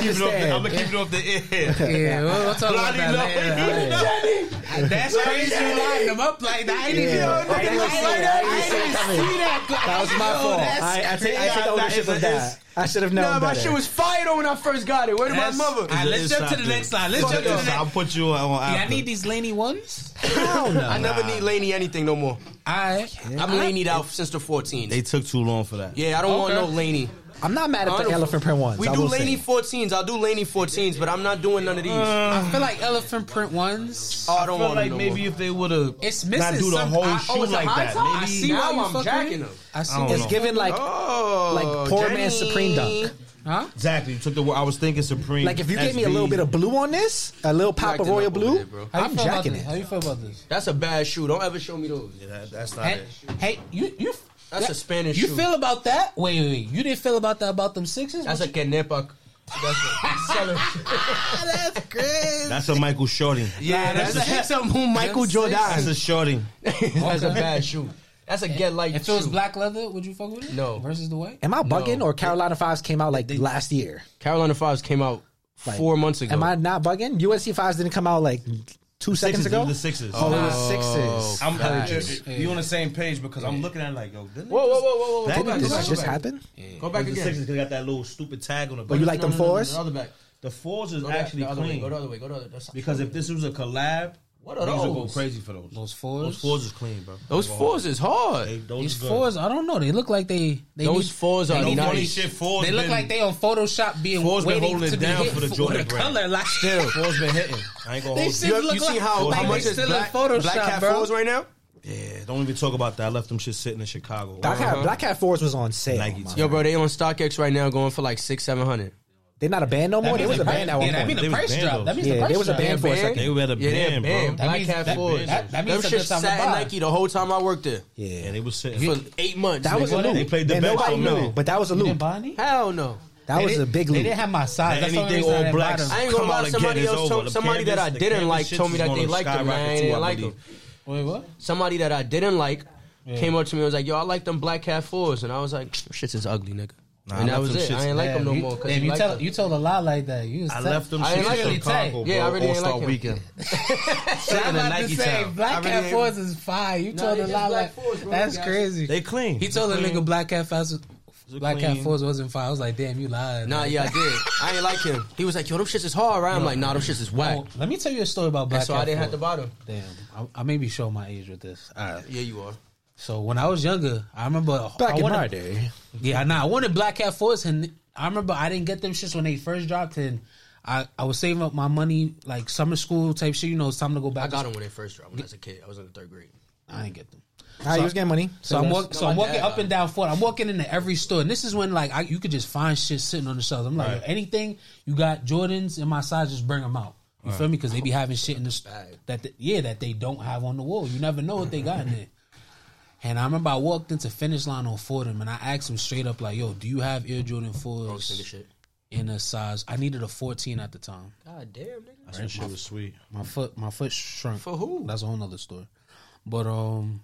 [SPEAKER 1] keep
[SPEAKER 2] know,
[SPEAKER 1] it. I'm gonna
[SPEAKER 2] I
[SPEAKER 1] keep it off. The,
[SPEAKER 2] understand.
[SPEAKER 1] I'm gonna keep it off the air.
[SPEAKER 2] [LAUGHS]
[SPEAKER 4] yeah. We'll, we'll talk
[SPEAKER 1] Lonnie,
[SPEAKER 4] about that later. That's crazy you lined them up like that. I didn't even
[SPEAKER 2] Yeah.
[SPEAKER 4] know
[SPEAKER 2] [LAUGHS] I
[SPEAKER 4] that.
[SPEAKER 2] didn't
[SPEAKER 4] I
[SPEAKER 2] see it. I didn't see it
[SPEAKER 4] didn't
[SPEAKER 2] coming.
[SPEAKER 4] see that.
[SPEAKER 2] That was my
[SPEAKER 4] Yo,
[SPEAKER 2] fault.
[SPEAKER 4] that's
[SPEAKER 2] I, I take, I
[SPEAKER 1] crazy.
[SPEAKER 2] take ownership of
[SPEAKER 1] It's- it's-
[SPEAKER 2] that. I should have known
[SPEAKER 3] Nah, my
[SPEAKER 2] better.
[SPEAKER 3] shit was fired on when I first got it. Where did my
[SPEAKER 4] That's-
[SPEAKER 3] mother?
[SPEAKER 4] I- Alright, let's
[SPEAKER 1] It's
[SPEAKER 4] jump to
[SPEAKER 1] inside
[SPEAKER 4] the next line. Let's
[SPEAKER 1] Fuck
[SPEAKER 4] jump to the
[SPEAKER 1] it.
[SPEAKER 4] next-
[SPEAKER 1] I'll put you on. on
[SPEAKER 4] Yeah, I
[SPEAKER 1] after.
[SPEAKER 4] need these laney ones.
[SPEAKER 2] Hell no.
[SPEAKER 3] I never need Laney anything no more.
[SPEAKER 4] I
[SPEAKER 3] I'm Laneyed out since the 14.
[SPEAKER 1] They took too long for that.
[SPEAKER 3] yeah, I don't want no
[SPEAKER 4] Okay.
[SPEAKER 3] Laney.
[SPEAKER 2] I'm not mad at the
[SPEAKER 3] Honorable.
[SPEAKER 2] elephant print ones.
[SPEAKER 3] We
[SPEAKER 2] I
[SPEAKER 3] do
[SPEAKER 2] will say.
[SPEAKER 3] Laney 14s. I'll do Laney 14s, but I'm not doing none of these. oh,
[SPEAKER 4] I feel like elephant print ones.
[SPEAKER 3] I
[SPEAKER 1] I
[SPEAKER 3] don't
[SPEAKER 1] feel
[SPEAKER 3] want
[SPEAKER 1] like
[SPEAKER 3] them no
[SPEAKER 1] maybe
[SPEAKER 3] more.
[SPEAKER 1] if they would have
[SPEAKER 4] It's
[SPEAKER 1] not
[SPEAKER 4] missing
[SPEAKER 1] do the
[SPEAKER 4] some-
[SPEAKER 1] whole
[SPEAKER 4] I- oh,
[SPEAKER 1] shoe
[SPEAKER 4] it's a
[SPEAKER 1] like
[SPEAKER 4] high
[SPEAKER 1] that.
[SPEAKER 4] top? I
[SPEAKER 1] Maybe
[SPEAKER 4] see
[SPEAKER 3] Now
[SPEAKER 4] why you
[SPEAKER 3] I'm
[SPEAKER 4] fucking with it.
[SPEAKER 3] jacking them.
[SPEAKER 4] I see.
[SPEAKER 1] I don't
[SPEAKER 4] why-
[SPEAKER 2] It's
[SPEAKER 1] know.
[SPEAKER 2] given like
[SPEAKER 3] Oh,
[SPEAKER 2] like poor man's Supreme dunk.
[SPEAKER 4] Huh?
[SPEAKER 1] exactly. You took the. word- I was thinking supreme.
[SPEAKER 2] Like if you gave me a
[SPEAKER 1] SB.
[SPEAKER 2] little bit of blue on this, a little pop of
[SPEAKER 3] acting
[SPEAKER 2] royal
[SPEAKER 3] up over
[SPEAKER 2] blue,
[SPEAKER 3] there, bro.
[SPEAKER 4] How you
[SPEAKER 2] I'm
[SPEAKER 4] feel about
[SPEAKER 2] jacking
[SPEAKER 4] this? How
[SPEAKER 2] it.
[SPEAKER 4] you feel about this?
[SPEAKER 3] That's a bad shoe. Don't ever show me those.
[SPEAKER 1] That- that's not
[SPEAKER 4] Hey,
[SPEAKER 1] it.
[SPEAKER 4] hey, you you.
[SPEAKER 3] That's a Spanish
[SPEAKER 4] You
[SPEAKER 3] shoe.
[SPEAKER 4] feel about that? Wait, wait, wait. You didn't feel about that about them sixes?
[SPEAKER 3] That's a
[SPEAKER 4] What
[SPEAKER 3] Kenepa. That's a seller.
[SPEAKER 4] you- that's great.
[SPEAKER 1] That's a Michael Shorting.
[SPEAKER 3] Yeah, that's,
[SPEAKER 4] that's
[SPEAKER 3] a, that's a Michael
[SPEAKER 4] That's
[SPEAKER 3] Jordan.
[SPEAKER 1] That's a Shorting.
[SPEAKER 3] [LAUGHS] That's a bad shoe. That's a get light
[SPEAKER 4] If it
[SPEAKER 3] shoe.
[SPEAKER 4] was black leather, would you fuck with it?
[SPEAKER 3] No.
[SPEAKER 4] Versus the white?
[SPEAKER 2] Am I bugging or Carolina Fives came out like last year?
[SPEAKER 3] Carolina Fives came out
[SPEAKER 2] Like,
[SPEAKER 3] four months ago.
[SPEAKER 2] Am I not bugging? UNC Fives didn't come out like two seconds
[SPEAKER 1] Sixes,
[SPEAKER 2] ago.
[SPEAKER 1] The sixes.
[SPEAKER 2] Oh, it was sixes.
[SPEAKER 1] I'm
[SPEAKER 4] Facts.
[SPEAKER 1] you- you on the same page because I'm looking at it like yo. didn't
[SPEAKER 3] Whoa,
[SPEAKER 1] it
[SPEAKER 3] whoa,
[SPEAKER 1] just-
[SPEAKER 3] whoa, whoa, whoa!
[SPEAKER 1] That
[SPEAKER 3] Go back, go
[SPEAKER 2] Didn't
[SPEAKER 3] back,
[SPEAKER 2] this
[SPEAKER 3] go
[SPEAKER 2] just
[SPEAKER 3] back.
[SPEAKER 2] happen?
[SPEAKER 3] Go back
[SPEAKER 1] The
[SPEAKER 3] again.
[SPEAKER 1] sixes they got that little stupid tag on the
[SPEAKER 2] But
[SPEAKER 1] back.
[SPEAKER 2] you like them fours?
[SPEAKER 3] The other back.
[SPEAKER 1] the fours is
[SPEAKER 3] Go back,
[SPEAKER 1] actually
[SPEAKER 3] the other way.
[SPEAKER 1] clean
[SPEAKER 3] Go the other way. Go the other. That's-
[SPEAKER 1] because if this was a collab,
[SPEAKER 3] What are
[SPEAKER 1] niggas would go
[SPEAKER 3] those?
[SPEAKER 1] crazy for those.
[SPEAKER 4] Those fours?
[SPEAKER 1] Those fours is clean, bro.
[SPEAKER 3] those fours is
[SPEAKER 1] They-
[SPEAKER 3] hard.
[SPEAKER 1] those
[SPEAKER 4] These
[SPEAKER 1] is good.
[SPEAKER 4] fours, I don't know. They look like they. they
[SPEAKER 3] Those fours are
[SPEAKER 1] No funny
[SPEAKER 3] nice.
[SPEAKER 1] shit. Fours.
[SPEAKER 4] They look
[SPEAKER 1] been-
[SPEAKER 4] like they on Photoshop being
[SPEAKER 1] Fours been
[SPEAKER 4] waiting
[SPEAKER 1] holding
[SPEAKER 4] to
[SPEAKER 1] it
[SPEAKER 4] be
[SPEAKER 1] down
[SPEAKER 4] hit
[SPEAKER 1] for the Jordan
[SPEAKER 4] the
[SPEAKER 1] brand.
[SPEAKER 4] color. Like,
[SPEAKER 1] still. Fours been hitting. I ain't gonna
[SPEAKER 4] They
[SPEAKER 1] hold
[SPEAKER 4] shit
[SPEAKER 1] you.
[SPEAKER 4] look
[SPEAKER 3] You
[SPEAKER 4] like,
[SPEAKER 3] see how,
[SPEAKER 4] like
[SPEAKER 3] how
[SPEAKER 4] they
[SPEAKER 3] much is
[SPEAKER 4] still
[SPEAKER 3] black,
[SPEAKER 4] in Photoshop,
[SPEAKER 3] black cat
[SPEAKER 4] bro.
[SPEAKER 3] fours right now?
[SPEAKER 1] Yeah, don't even talk about that. I left them shit sitting in Chicago.
[SPEAKER 2] Black Hat Black Hat Fours was on sale.
[SPEAKER 1] Nike
[SPEAKER 2] my
[SPEAKER 1] too.
[SPEAKER 3] Yo,
[SPEAKER 2] friend.
[SPEAKER 3] bro, they on StockX right now, going for like six, seven hundred.
[SPEAKER 2] They're not a band no more. They was a band
[SPEAKER 4] Yeah,
[SPEAKER 2] at one
[SPEAKER 4] that means
[SPEAKER 2] point.
[SPEAKER 1] They
[SPEAKER 4] the
[SPEAKER 1] was
[SPEAKER 4] price
[SPEAKER 1] banned
[SPEAKER 4] drop.
[SPEAKER 1] those.
[SPEAKER 4] That means the
[SPEAKER 2] Yeah,
[SPEAKER 4] price
[SPEAKER 2] they was a
[SPEAKER 4] drop.
[SPEAKER 2] banned for a second.
[SPEAKER 1] They were at a
[SPEAKER 3] Yeah, they're
[SPEAKER 1] band,
[SPEAKER 3] banned.
[SPEAKER 1] bro.
[SPEAKER 3] Black
[SPEAKER 4] means-
[SPEAKER 3] Cat
[SPEAKER 4] that-
[SPEAKER 3] fours.
[SPEAKER 4] that- that means
[SPEAKER 3] Them
[SPEAKER 4] a
[SPEAKER 3] shit
[SPEAKER 4] good time to
[SPEAKER 3] sat in
[SPEAKER 4] buy.
[SPEAKER 3] Nike the whole time I worked there
[SPEAKER 1] Yeah,
[SPEAKER 2] Yeah,
[SPEAKER 1] they was sitting.
[SPEAKER 3] for eight months.
[SPEAKER 2] that was a
[SPEAKER 3] nigga.
[SPEAKER 2] loop.
[SPEAKER 1] They played the
[SPEAKER 2] And
[SPEAKER 1] bench
[SPEAKER 2] nobody
[SPEAKER 1] for a
[SPEAKER 2] knew,
[SPEAKER 1] minute.
[SPEAKER 2] but that was a
[SPEAKER 4] You didn't
[SPEAKER 2] loop.
[SPEAKER 4] buy any?
[SPEAKER 3] Hell no.
[SPEAKER 2] That
[SPEAKER 4] They
[SPEAKER 2] was a
[SPEAKER 4] didn't-
[SPEAKER 2] big
[SPEAKER 4] They
[SPEAKER 2] leap.
[SPEAKER 4] didn't have my size. That's the only
[SPEAKER 1] anything
[SPEAKER 4] reason I
[SPEAKER 1] all
[SPEAKER 4] didn't buy
[SPEAKER 1] blacks.
[SPEAKER 4] them.
[SPEAKER 3] I ain't gonna
[SPEAKER 1] Come out
[SPEAKER 3] lie.
[SPEAKER 1] and get it,
[SPEAKER 3] Somebody
[SPEAKER 1] it's
[SPEAKER 3] else,
[SPEAKER 1] over.
[SPEAKER 3] told,
[SPEAKER 1] The
[SPEAKER 3] somebody that I
[SPEAKER 1] canvas- the
[SPEAKER 3] didn't
[SPEAKER 1] canvas
[SPEAKER 3] like,
[SPEAKER 1] shit
[SPEAKER 3] told me
[SPEAKER 1] is
[SPEAKER 3] that
[SPEAKER 1] gonna
[SPEAKER 3] they liked them. and I
[SPEAKER 1] skyrocket
[SPEAKER 3] ain't
[SPEAKER 1] too, I
[SPEAKER 3] like them.
[SPEAKER 1] believe.
[SPEAKER 4] Wait, what?
[SPEAKER 3] Somebody that I didn't like came up to me and was like, "Yo, I like them black cat fours," and I was like, "Them "Shits is ugly, nigga."
[SPEAKER 1] Nah,
[SPEAKER 3] and
[SPEAKER 1] I
[SPEAKER 3] that
[SPEAKER 1] left
[SPEAKER 3] was
[SPEAKER 1] them
[SPEAKER 3] it.
[SPEAKER 1] shits-
[SPEAKER 3] I ain't like
[SPEAKER 4] Damn,
[SPEAKER 3] them no
[SPEAKER 4] you-
[SPEAKER 3] more. 'cause
[SPEAKER 4] damn,
[SPEAKER 3] he
[SPEAKER 4] you
[SPEAKER 3] liked
[SPEAKER 4] tell
[SPEAKER 3] them.
[SPEAKER 4] you told a lie like that. You was
[SPEAKER 1] I
[SPEAKER 4] tell-
[SPEAKER 1] left them
[SPEAKER 3] I ain't
[SPEAKER 1] shits
[SPEAKER 3] like
[SPEAKER 1] in
[SPEAKER 3] it.
[SPEAKER 1] Chicago,
[SPEAKER 3] Yeah, I
[SPEAKER 1] bro.
[SPEAKER 3] really ain't
[SPEAKER 1] All Star
[SPEAKER 3] like it.
[SPEAKER 1] Weekend.
[SPEAKER 4] So I'm
[SPEAKER 1] in
[SPEAKER 4] about
[SPEAKER 1] Nike
[SPEAKER 4] to say
[SPEAKER 1] town. I
[SPEAKER 4] Black
[SPEAKER 1] really
[SPEAKER 4] Cat
[SPEAKER 1] ain't-
[SPEAKER 4] Fours is fire. You told a
[SPEAKER 3] they
[SPEAKER 4] lie
[SPEAKER 3] just
[SPEAKER 4] like
[SPEAKER 3] Black Fours, bro.
[SPEAKER 4] that's
[SPEAKER 3] Guys.
[SPEAKER 4] crazy.
[SPEAKER 1] They clean.
[SPEAKER 5] He told a nigga black cat fast. Black cat
[SPEAKER 1] clean.
[SPEAKER 5] fours wasn't fire. I was like, damn, you lied.
[SPEAKER 3] Nah,
[SPEAKER 5] Like,
[SPEAKER 3] yeah, I did. I ain't like him. He was like, "Yo, them shits is hard." Right? I'm like, "Nah, them shits is whack."
[SPEAKER 4] Oh, let me tell you a story about Black
[SPEAKER 3] And so
[SPEAKER 4] Cat
[SPEAKER 3] I didn't have to
[SPEAKER 4] Fours.
[SPEAKER 3] buy them.
[SPEAKER 4] Damn, I, I may be showing my age with this. All right.
[SPEAKER 3] Yeah, you are.
[SPEAKER 4] So when I was younger, I remember
[SPEAKER 2] Back
[SPEAKER 4] I
[SPEAKER 2] in
[SPEAKER 4] wanted-
[SPEAKER 2] my day,
[SPEAKER 4] Yeah, nah, I wanted Black Cat Fours, and I remember I didn't get them shits when they first dropped, and I, I was saving up my money like summer school type shit. You know, it's time to go back.
[SPEAKER 3] I
[SPEAKER 4] to
[SPEAKER 3] got
[SPEAKER 4] school.
[SPEAKER 3] them when they first dropped. When I was a kid, I was in the third grade.
[SPEAKER 4] I didn't get them.
[SPEAKER 2] All right, you was getting money.
[SPEAKER 4] So I'm walk, so
[SPEAKER 3] No,
[SPEAKER 4] I'm
[SPEAKER 3] my
[SPEAKER 4] walking
[SPEAKER 3] dad
[SPEAKER 4] up
[SPEAKER 3] got
[SPEAKER 4] and down Fort. I'm walking into every store, and this is when like I, you could just find shit sitting on the shelves. I'm like,
[SPEAKER 1] Right.
[SPEAKER 4] anything you got Jordans in my size, just bring them out. You feel me? Because they be having shit in the store
[SPEAKER 3] Bag.
[SPEAKER 4] that the, yeah that they don't have on the wall. You never know what they got in there. And I remember I walked into finish line on Fordham, and I asked him straight up like, "Yo, do you have Air Jordan
[SPEAKER 3] Don't send this
[SPEAKER 4] fours
[SPEAKER 3] shit.
[SPEAKER 4] in a size?" I needed a 14 at the time.
[SPEAKER 3] God damn, nigga.
[SPEAKER 1] That shit was sweet.
[SPEAKER 4] My foot, my foot shrunk.
[SPEAKER 3] For who?
[SPEAKER 4] That's a whole nother story. But um,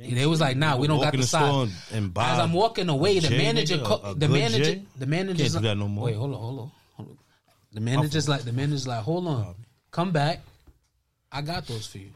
[SPEAKER 4] they was like, "Nah, we don't
[SPEAKER 1] Walk
[SPEAKER 4] got
[SPEAKER 1] in
[SPEAKER 4] the,
[SPEAKER 1] the
[SPEAKER 4] size."
[SPEAKER 1] store and- and buy
[SPEAKER 4] As I'm walking away, the
[SPEAKER 1] J,
[SPEAKER 4] manager,
[SPEAKER 1] nigga,
[SPEAKER 4] co-
[SPEAKER 1] a- a
[SPEAKER 4] the
[SPEAKER 1] good
[SPEAKER 4] manager,
[SPEAKER 1] J?
[SPEAKER 4] the manager's
[SPEAKER 1] Can't do
[SPEAKER 4] like,
[SPEAKER 1] that no more.
[SPEAKER 4] Wait, hold on, hold on, hold on. The manager's like, the manager's like, hold on, come back. I got those for you.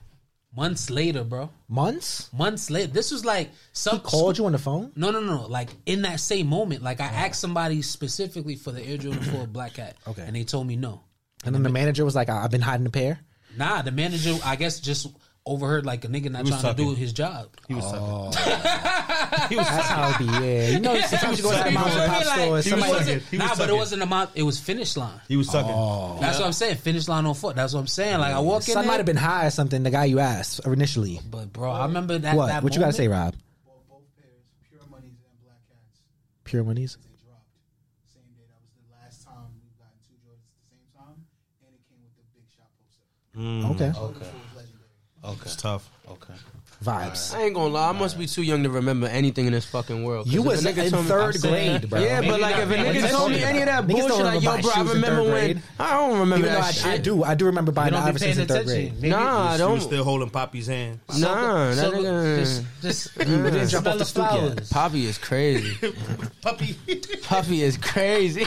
[SPEAKER 4] Months later, bro.
[SPEAKER 2] months.
[SPEAKER 4] Months later, this was like some
[SPEAKER 2] Called you on the phone.
[SPEAKER 4] No, no, no. Like in that same moment, like I
[SPEAKER 1] Oh.
[SPEAKER 4] asked somebody specifically for the Air Jordan Four Black Cat,
[SPEAKER 2] Okay.
[SPEAKER 4] and they told me no.
[SPEAKER 2] And then the manager was like, I- "I've been hiding a pair."
[SPEAKER 4] Nah, the manager, I guess, just overheard like a nigga not
[SPEAKER 1] He
[SPEAKER 4] trying
[SPEAKER 1] was
[SPEAKER 4] to do
[SPEAKER 1] sucking.
[SPEAKER 4] his job.
[SPEAKER 1] He was sucking.
[SPEAKER 2] That's how it be. Yeah,
[SPEAKER 4] [LAUGHS]
[SPEAKER 2] you know, sometimes you go to that
[SPEAKER 4] He
[SPEAKER 2] mom
[SPEAKER 4] was
[SPEAKER 2] and
[SPEAKER 4] like-
[SPEAKER 2] pop store. and
[SPEAKER 4] he
[SPEAKER 2] somebody-
[SPEAKER 4] wasn't-
[SPEAKER 1] sucking. He was
[SPEAKER 4] nah, but it
[SPEAKER 1] sucking.
[SPEAKER 4] wasn't a mouth. It was finish line.
[SPEAKER 1] He was sucking.
[SPEAKER 4] That's what I'm saying. Finish line on foot. That's what I'm saying. Like I walk in,
[SPEAKER 2] Son might
[SPEAKER 4] there,
[SPEAKER 2] have been high or something. The guy you asked initially.
[SPEAKER 4] But bro, I remember that.
[SPEAKER 2] What?
[SPEAKER 4] that
[SPEAKER 2] What you gotta
[SPEAKER 4] moment.
[SPEAKER 2] say, Rob?
[SPEAKER 6] Bought both pairs, pure monies and black cats.
[SPEAKER 2] Pure monies.
[SPEAKER 6] They dropped same day. That was the last time we got two Jordans at the same time, and it came with the big shot poster.
[SPEAKER 2] Okay.
[SPEAKER 6] Okay. was legendary.
[SPEAKER 1] It's tough.
[SPEAKER 4] Okay.
[SPEAKER 2] Vibes.
[SPEAKER 3] I ain't gonna lie. I must be too young to remember anything in this fucking world. 'Cause
[SPEAKER 2] You
[SPEAKER 3] if a
[SPEAKER 2] was
[SPEAKER 3] nigga
[SPEAKER 2] in
[SPEAKER 3] told me-
[SPEAKER 2] third
[SPEAKER 3] I'm saying
[SPEAKER 2] grade,
[SPEAKER 3] that.
[SPEAKER 2] bro.
[SPEAKER 3] Yeah,
[SPEAKER 2] Maybe
[SPEAKER 3] but like
[SPEAKER 2] not-
[SPEAKER 3] if a
[SPEAKER 2] Niggas
[SPEAKER 3] nigga
[SPEAKER 2] don't
[SPEAKER 3] told me
[SPEAKER 2] remember
[SPEAKER 3] any of that
[SPEAKER 2] that. Niggas don't
[SPEAKER 3] bullshit, like
[SPEAKER 2] remember
[SPEAKER 3] yo,
[SPEAKER 2] buying
[SPEAKER 3] bro, I
[SPEAKER 2] shoes in
[SPEAKER 3] remember
[SPEAKER 2] third
[SPEAKER 3] when
[SPEAKER 2] grade.
[SPEAKER 3] I don't remember
[SPEAKER 2] Even though
[SPEAKER 3] that
[SPEAKER 2] I, I
[SPEAKER 3] shit.
[SPEAKER 2] do, I do remember buying
[SPEAKER 4] You
[SPEAKER 2] the
[SPEAKER 4] don't be
[SPEAKER 2] Iversons
[SPEAKER 4] paying
[SPEAKER 2] in third grade.
[SPEAKER 4] attention. Maybe
[SPEAKER 3] Nah, I
[SPEAKER 1] She was
[SPEAKER 3] don't.
[SPEAKER 1] still holding Poppy's hand.
[SPEAKER 3] Nah, that
[SPEAKER 4] So,
[SPEAKER 3] nigga.
[SPEAKER 4] just, just
[SPEAKER 2] didn't jump
[SPEAKER 4] smell
[SPEAKER 2] off the
[SPEAKER 4] the
[SPEAKER 2] stoop yet.
[SPEAKER 4] flowers.
[SPEAKER 3] Poppy is crazy.
[SPEAKER 2] [LAUGHS]
[SPEAKER 1] Puppy.
[SPEAKER 3] Puppy is crazy.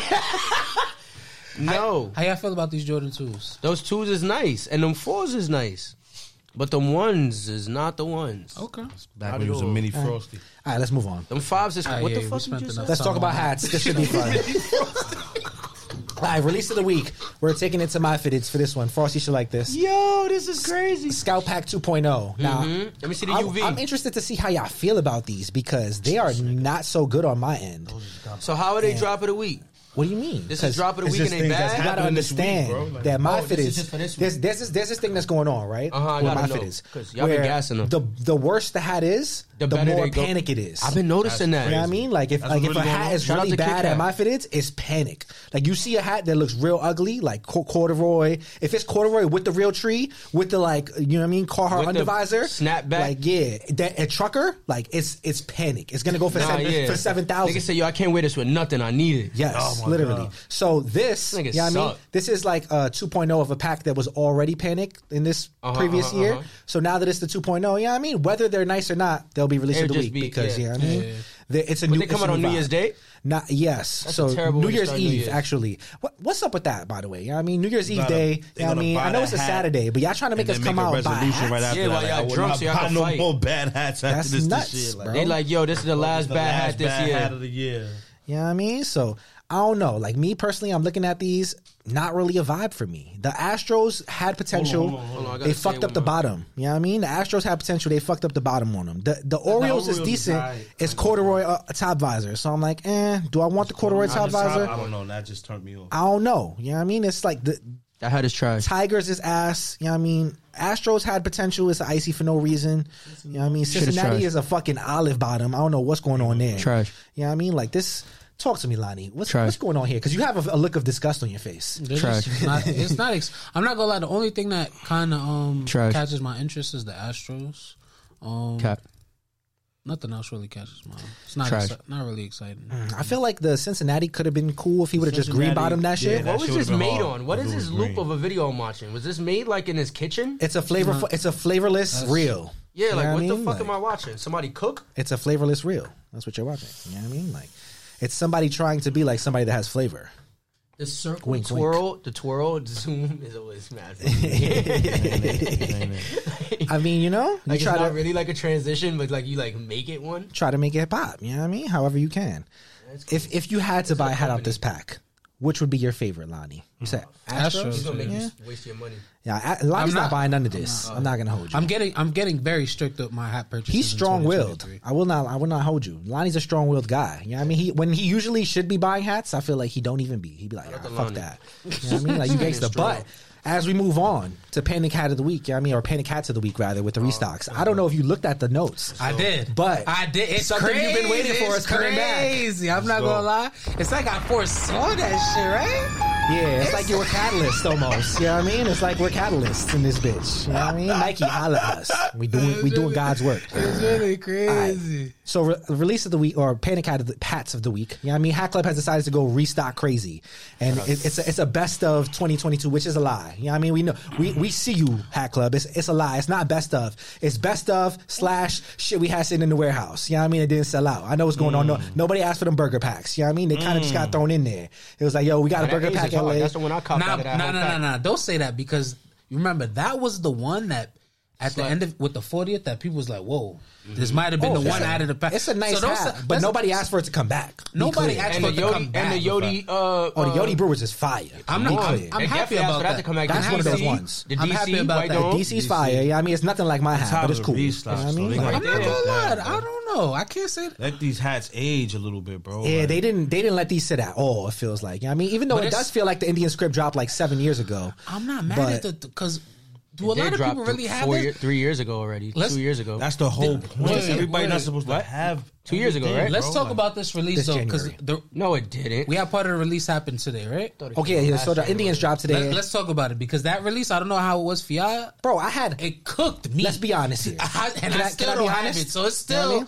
[SPEAKER 3] no.
[SPEAKER 4] [LAUGHS] How y'all feel about these Jordan twos?
[SPEAKER 3] Those twos is nice, and them fours is nice, but them ones is not the ones.
[SPEAKER 4] Okay.
[SPEAKER 1] Back when he was a
[SPEAKER 4] Eh.
[SPEAKER 1] mini frosty.
[SPEAKER 2] All right, let's move on.
[SPEAKER 3] Them fives is
[SPEAKER 4] Ah,
[SPEAKER 3] what
[SPEAKER 4] yeah,
[SPEAKER 3] the
[SPEAKER 4] we
[SPEAKER 3] fuck
[SPEAKER 4] spent
[SPEAKER 3] you just
[SPEAKER 4] enough
[SPEAKER 3] said?
[SPEAKER 2] Let's talk about hats. This [LAUGHS] should be fun. All right, release of the week. We're taking it to my fitteds for this one. Frosty should like this.
[SPEAKER 3] Yo, this is crazy.
[SPEAKER 2] Scout Pack 2.0. Now,
[SPEAKER 3] Let me see the
[SPEAKER 2] I'm-
[SPEAKER 3] UV.
[SPEAKER 2] I'm interested to see how y'all feel about these because they are not so good on my end.
[SPEAKER 3] so how are they drop of the week?
[SPEAKER 2] What do you mean?
[SPEAKER 3] This
[SPEAKER 2] 'Cause
[SPEAKER 3] is drop of the
[SPEAKER 1] it's
[SPEAKER 3] week, and
[SPEAKER 1] just
[SPEAKER 3] they
[SPEAKER 1] things that's
[SPEAKER 2] you
[SPEAKER 3] bad.
[SPEAKER 1] happening.
[SPEAKER 2] gotta
[SPEAKER 1] this week,
[SPEAKER 2] understand
[SPEAKER 1] bro. Like,
[SPEAKER 2] that my
[SPEAKER 3] no,
[SPEAKER 2] fit
[SPEAKER 3] this is
[SPEAKER 2] is
[SPEAKER 3] just for this
[SPEAKER 2] there's, there's this there's this thing that's going on right
[SPEAKER 3] Uh-huh, I
[SPEAKER 2] with
[SPEAKER 3] gotta
[SPEAKER 2] my
[SPEAKER 3] know,
[SPEAKER 2] fit is
[SPEAKER 3] 'cause y'all been
[SPEAKER 2] where
[SPEAKER 3] gassing 'em.
[SPEAKER 2] the the worse the hat is the,
[SPEAKER 3] The better
[SPEAKER 2] more
[SPEAKER 3] they go.
[SPEAKER 2] panic it is.
[SPEAKER 3] I've been noticing that.
[SPEAKER 2] You know what I mean? Like if
[SPEAKER 1] That's
[SPEAKER 2] like
[SPEAKER 1] what
[SPEAKER 2] if a
[SPEAKER 1] really going
[SPEAKER 2] hat
[SPEAKER 1] on.
[SPEAKER 2] is
[SPEAKER 3] Shout out
[SPEAKER 2] really
[SPEAKER 3] to Kit
[SPEAKER 2] bad at
[SPEAKER 3] Kat.
[SPEAKER 2] my fitteds, it's panic. Like you see a hat that looks real ugly, like co- corduroy. If it's corduroy with the real tree, with the like, you know what I mean, Carhartt
[SPEAKER 3] With the
[SPEAKER 2] undervisor,
[SPEAKER 3] snapback.
[SPEAKER 2] Like yeah, that a trucker, like it's it's panic. It's gonna go for
[SPEAKER 3] Nah,
[SPEAKER 2] seven,
[SPEAKER 3] yeah.
[SPEAKER 2] for seven
[SPEAKER 3] Nigga
[SPEAKER 2] thousand.
[SPEAKER 3] say, yo, I can't wear this with nothing. I need it.
[SPEAKER 2] Yes,
[SPEAKER 1] Oh my
[SPEAKER 2] literally.
[SPEAKER 1] God.
[SPEAKER 2] So this,
[SPEAKER 3] Nigga
[SPEAKER 2] you know what I mean?
[SPEAKER 3] suck.
[SPEAKER 2] This is like a 2.0 of a pack that was already panic in this
[SPEAKER 3] Uh-huh,
[SPEAKER 2] previous
[SPEAKER 3] uh-huh,
[SPEAKER 2] year.
[SPEAKER 3] uh-huh.
[SPEAKER 2] So now that it's the 2.0, you know what I mean? Whether they're nice or not, they'll be released
[SPEAKER 3] It'll
[SPEAKER 2] of the
[SPEAKER 3] just
[SPEAKER 2] week
[SPEAKER 3] be-
[SPEAKER 2] because,
[SPEAKER 3] yeah.
[SPEAKER 2] you know what I mean? The- It's a
[SPEAKER 3] But
[SPEAKER 2] new,
[SPEAKER 3] they come
[SPEAKER 2] it's a
[SPEAKER 3] out on
[SPEAKER 2] new
[SPEAKER 3] New Year's
[SPEAKER 2] vibe.
[SPEAKER 3] Day?
[SPEAKER 2] Not yes.
[SPEAKER 3] That's a
[SPEAKER 2] so
[SPEAKER 3] terrible
[SPEAKER 2] New
[SPEAKER 3] way to
[SPEAKER 2] Year's
[SPEAKER 3] start New
[SPEAKER 2] Eve,
[SPEAKER 3] Year's.
[SPEAKER 2] actually. What, what's up with that, by the way? You know what I mean? New Year's Eve
[SPEAKER 1] gotta- they
[SPEAKER 2] day. You know what I
[SPEAKER 1] gonna
[SPEAKER 2] mean?
[SPEAKER 1] buy
[SPEAKER 2] I know
[SPEAKER 1] that
[SPEAKER 2] it's a
[SPEAKER 1] hat
[SPEAKER 2] Saturday, but y'all trying to make us
[SPEAKER 1] Then
[SPEAKER 2] come
[SPEAKER 1] make
[SPEAKER 2] out
[SPEAKER 1] a
[SPEAKER 2] and buy
[SPEAKER 1] resolution right
[SPEAKER 2] hats?
[SPEAKER 1] after
[SPEAKER 3] Yeah,
[SPEAKER 1] that.
[SPEAKER 3] while
[SPEAKER 1] Like,
[SPEAKER 3] y'all
[SPEAKER 1] I will
[SPEAKER 3] drunk,
[SPEAKER 1] not
[SPEAKER 3] so y'all
[SPEAKER 1] buy
[SPEAKER 3] can
[SPEAKER 1] no
[SPEAKER 3] fight.
[SPEAKER 1] more bad hats after
[SPEAKER 2] That's
[SPEAKER 1] this,
[SPEAKER 2] nuts,
[SPEAKER 1] this year. Like,
[SPEAKER 2] bro.
[SPEAKER 3] They like, yo, this is the last
[SPEAKER 1] the
[SPEAKER 3] bad
[SPEAKER 1] last
[SPEAKER 3] hat this
[SPEAKER 1] bad
[SPEAKER 3] year.
[SPEAKER 1] hat of the year.
[SPEAKER 2] You know what I mean? So I don't know. Like me personally, I'm looking at these, not really a vibe for me. The Astros had potential.
[SPEAKER 1] hold on, hold
[SPEAKER 3] on. I gotta
[SPEAKER 2] They
[SPEAKER 3] say
[SPEAKER 2] fucked up
[SPEAKER 3] one
[SPEAKER 2] the
[SPEAKER 3] more.
[SPEAKER 2] bottom. You know what I mean? The Astros had potential. They fucked up the bottom on them. The the Orioles is
[SPEAKER 1] Orioles
[SPEAKER 2] decent.
[SPEAKER 1] died.
[SPEAKER 2] It's corduroy uh, top visor. So I'm like, eh, do I want the corduroy top visor?
[SPEAKER 1] I don't know. Oh, That just turned me off.
[SPEAKER 2] I don't know. You know what I mean? It's like the
[SPEAKER 3] That hat is trash.
[SPEAKER 2] Tigers is ass. You know what I mean? Astros had potential. It's icy for no reason. You know what I mean?
[SPEAKER 3] Should've
[SPEAKER 2] Cincinnati
[SPEAKER 3] tried.
[SPEAKER 2] is a fucking olive bottom. I don't know what's going on there.
[SPEAKER 3] Trash.
[SPEAKER 2] You know what I mean? Like this. Talk to me, Lonnie. What's
[SPEAKER 3] Trash.
[SPEAKER 2] what's going on here? Because you have a, a look of disgust on your face.
[SPEAKER 4] They're
[SPEAKER 3] Trash.
[SPEAKER 4] just Not, it's not. Ex- I'm not gonna lie. The only thing that kind of um
[SPEAKER 3] Trash.
[SPEAKER 4] catches my interest is the Astros. Um,
[SPEAKER 3] Cap.
[SPEAKER 4] Nothing else really catches my eye. It's not
[SPEAKER 7] Trash.
[SPEAKER 4] exci- not really exciting.
[SPEAKER 2] I feel like the Cincinnati could have been cool if he would have just green
[SPEAKER 1] Cincinnati,
[SPEAKER 2] bottomed that
[SPEAKER 1] yeah,
[SPEAKER 2] shit.
[SPEAKER 1] that
[SPEAKER 3] What was
[SPEAKER 1] shit
[SPEAKER 3] this
[SPEAKER 1] would've been
[SPEAKER 3] made
[SPEAKER 1] hard.
[SPEAKER 3] on? What
[SPEAKER 1] It
[SPEAKER 3] is
[SPEAKER 1] was
[SPEAKER 3] this loop
[SPEAKER 1] green.
[SPEAKER 3] of a video I'm watching? Was this made like in his kitchen?
[SPEAKER 2] It's a flavorful. It's a flavorless reel.
[SPEAKER 3] Yeah,
[SPEAKER 2] You
[SPEAKER 3] like
[SPEAKER 2] know
[SPEAKER 3] what
[SPEAKER 2] I
[SPEAKER 3] the
[SPEAKER 2] mean?
[SPEAKER 3] fuck am I watching? Somebody cook?
[SPEAKER 2] It's a flavorless reel. That's what you're watching. You know what I mean? Like, it's somebody trying to be like somebody that has flavor.
[SPEAKER 3] The circle
[SPEAKER 2] Wink, wink.
[SPEAKER 3] twirl, the twirl, [LAUGHS] the zoom is always
[SPEAKER 2] [LAUGHS]
[SPEAKER 3] mad. funny.
[SPEAKER 2] I mean, you know, you
[SPEAKER 3] [LAUGHS] Like it's
[SPEAKER 2] try
[SPEAKER 3] not
[SPEAKER 2] to
[SPEAKER 3] really like a transition, but like you like make it one.
[SPEAKER 2] try to make it pop. You know what I mean? However you can. If if you had to buy a hat out this pack, which would be your favorite, Lonnie?
[SPEAKER 3] Mm-hmm.
[SPEAKER 2] You said Astros.
[SPEAKER 3] It's gonna make
[SPEAKER 2] Yeah,
[SPEAKER 3] you waste your money.
[SPEAKER 2] yeah I,
[SPEAKER 4] I'm
[SPEAKER 2] Lonnie's not,
[SPEAKER 4] not-
[SPEAKER 2] buying none of this. I'm not, gonna hold you.
[SPEAKER 4] I'm getting I'm getting very strict with my hat purchases.
[SPEAKER 2] He's
[SPEAKER 4] in
[SPEAKER 2] strong willed.
[SPEAKER 4] 2023.
[SPEAKER 2] I will not. I will not hold you. Lonnie's a strong willed guy. You know what I mean? He when he usually should be buying hats, I feel like he don't even be. He be like, "Ah,
[SPEAKER 3] the
[SPEAKER 2] fuck
[SPEAKER 3] Lonnie.
[SPEAKER 2] that. You know what I mean?
[SPEAKER 3] [LAUGHS]
[SPEAKER 2] Like you gangsta.
[SPEAKER 3] strong.
[SPEAKER 2] But as we move on to panic hat of the week, you know what I mean, or panic hats of the week rather
[SPEAKER 3] Oh,
[SPEAKER 2] with the restocks. I don't know if you looked at the notes.
[SPEAKER 4] I did,
[SPEAKER 2] But-
[SPEAKER 4] I did. It's
[SPEAKER 2] Something
[SPEAKER 4] crazy.
[SPEAKER 2] you've been waiting for
[SPEAKER 4] It's
[SPEAKER 2] is coming back.
[SPEAKER 4] crazy. I'm not
[SPEAKER 1] go.
[SPEAKER 4] gonna lie. It's like I foresaw that shit, right?
[SPEAKER 2] Yeah, it's like you were catalyst almost. You know what I mean? It's like we're catalysts in this bitch. You know what I mean? Nike holla at us. We doing we doing God's work.
[SPEAKER 4] It's really crazy.
[SPEAKER 2] So re- release of the week or panic hat of the hats of the week. You know what I mean? Hat Club has decided to go restock crazy, and it, it's a, it's a best of 2022, which is a lie. You know what I mean? We know we, we see you Hat Club. It's it's a lie. It's not best of. It's best of slash shit we had sitting in the warehouse. You know what I mean? It didn't sell out. I know what's going on. No,
[SPEAKER 4] Mm.
[SPEAKER 2] nobody asked for them burger packs. You know what I mean? They kind of just got thrown in there. It was like, yo, we got a burger
[SPEAKER 3] That
[SPEAKER 2] pack.
[SPEAKER 3] is hard.
[SPEAKER 2] LA.
[SPEAKER 3] That's the one I copped
[SPEAKER 4] Nah,
[SPEAKER 3] out of that.
[SPEAKER 4] nah, nah,
[SPEAKER 3] whole
[SPEAKER 4] nah,
[SPEAKER 3] pack.
[SPEAKER 4] nah. Don't say that because you remember that was the one that at the end of with the 40th that people was like, whoa, this
[SPEAKER 3] Mm-hmm.
[SPEAKER 4] might have been
[SPEAKER 2] Oh,
[SPEAKER 4] the
[SPEAKER 2] it's
[SPEAKER 4] one
[SPEAKER 2] a-
[SPEAKER 4] out of the pack.
[SPEAKER 2] It's a nice
[SPEAKER 4] So don't
[SPEAKER 2] hat,
[SPEAKER 4] say-
[SPEAKER 2] but
[SPEAKER 4] that's-
[SPEAKER 2] nobody asked for it to come back. Be
[SPEAKER 4] Nobody
[SPEAKER 2] clear.
[SPEAKER 4] asked
[SPEAKER 3] And
[SPEAKER 4] for
[SPEAKER 3] the
[SPEAKER 4] it to come
[SPEAKER 3] Yodi
[SPEAKER 4] back.
[SPEAKER 3] and the Yodi. Uh,
[SPEAKER 2] Oh, the
[SPEAKER 3] uh,
[SPEAKER 2] Yodi Brewers is fire.
[SPEAKER 4] I'm
[SPEAKER 2] Be
[SPEAKER 4] not.
[SPEAKER 2] clear.
[SPEAKER 4] I'm, I'm happy
[SPEAKER 3] And definitely asked
[SPEAKER 4] about
[SPEAKER 3] for that
[SPEAKER 4] that.
[SPEAKER 3] to come back.
[SPEAKER 2] That's
[SPEAKER 4] I'm
[SPEAKER 2] one of
[SPEAKER 4] happy-
[SPEAKER 2] those ones.
[SPEAKER 3] The
[SPEAKER 4] I'm
[SPEAKER 3] DC
[SPEAKER 4] happy about
[SPEAKER 3] White
[SPEAKER 4] that.
[SPEAKER 3] Dome.
[SPEAKER 2] DC's fire. Yeah, I mean, it's nothing like my hat,
[SPEAKER 1] Top
[SPEAKER 2] but
[SPEAKER 1] of
[SPEAKER 2] it's
[SPEAKER 1] the
[SPEAKER 2] cool.
[SPEAKER 1] restock,
[SPEAKER 2] You know what I
[SPEAKER 1] so
[SPEAKER 2] mean?
[SPEAKER 1] they
[SPEAKER 2] Like,
[SPEAKER 1] gonna
[SPEAKER 4] I'm
[SPEAKER 1] get
[SPEAKER 4] not
[SPEAKER 1] that
[SPEAKER 4] gonna lie.
[SPEAKER 1] back,
[SPEAKER 4] I
[SPEAKER 1] bro.
[SPEAKER 4] don't know. I can't say that.
[SPEAKER 1] Let these hats age a little bit, bro.
[SPEAKER 2] yeah,
[SPEAKER 1] Like,
[SPEAKER 2] they didn't. They didn't let these sit at all. It feels like. You know what I mean, even though
[SPEAKER 4] But
[SPEAKER 2] it
[SPEAKER 4] it's-
[SPEAKER 2] does feel like the Indian script dropped like seven years ago.
[SPEAKER 4] I'm not mad
[SPEAKER 2] But-
[SPEAKER 4] at the because do a
[SPEAKER 3] They
[SPEAKER 4] lot of
[SPEAKER 3] dropped
[SPEAKER 4] people really have
[SPEAKER 3] four
[SPEAKER 4] it?
[SPEAKER 3] year- three years ago already.
[SPEAKER 4] Let's-
[SPEAKER 3] two years ago.
[SPEAKER 1] That's the whole point.
[SPEAKER 4] wait,
[SPEAKER 1] Everybody
[SPEAKER 4] wait.
[SPEAKER 1] not supposed to have
[SPEAKER 3] Two years ago,
[SPEAKER 1] everything,
[SPEAKER 3] right?
[SPEAKER 4] Let's
[SPEAKER 1] bro.
[SPEAKER 4] talk
[SPEAKER 1] Like,
[SPEAKER 4] about this release
[SPEAKER 2] This
[SPEAKER 4] though, because
[SPEAKER 2] January.
[SPEAKER 4] the
[SPEAKER 3] no, it didn't.
[SPEAKER 4] we have part of the release happened today, right?
[SPEAKER 2] Okay, yeah, so the Indians dropped today,
[SPEAKER 4] Let, us talk about it because that release, I don't know how it was for y'all.
[SPEAKER 2] bro. I had.
[SPEAKER 4] It cooked me.
[SPEAKER 2] let's be honest here.
[SPEAKER 4] [LAUGHS] I, and
[SPEAKER 2] Can I-
[SPEAKER 4] I,
[SPEAKER 2] can
[SPEAKER 4] still
[SPEAKER 2] I be
[SPEAKER 4] don't have
[SPEAKER 2] honest?
[SPEAKER 4] it, so it's
[SPEAKER 2] You know what I
[SPEAKER 4] still.
[SPEAKER 2] mean?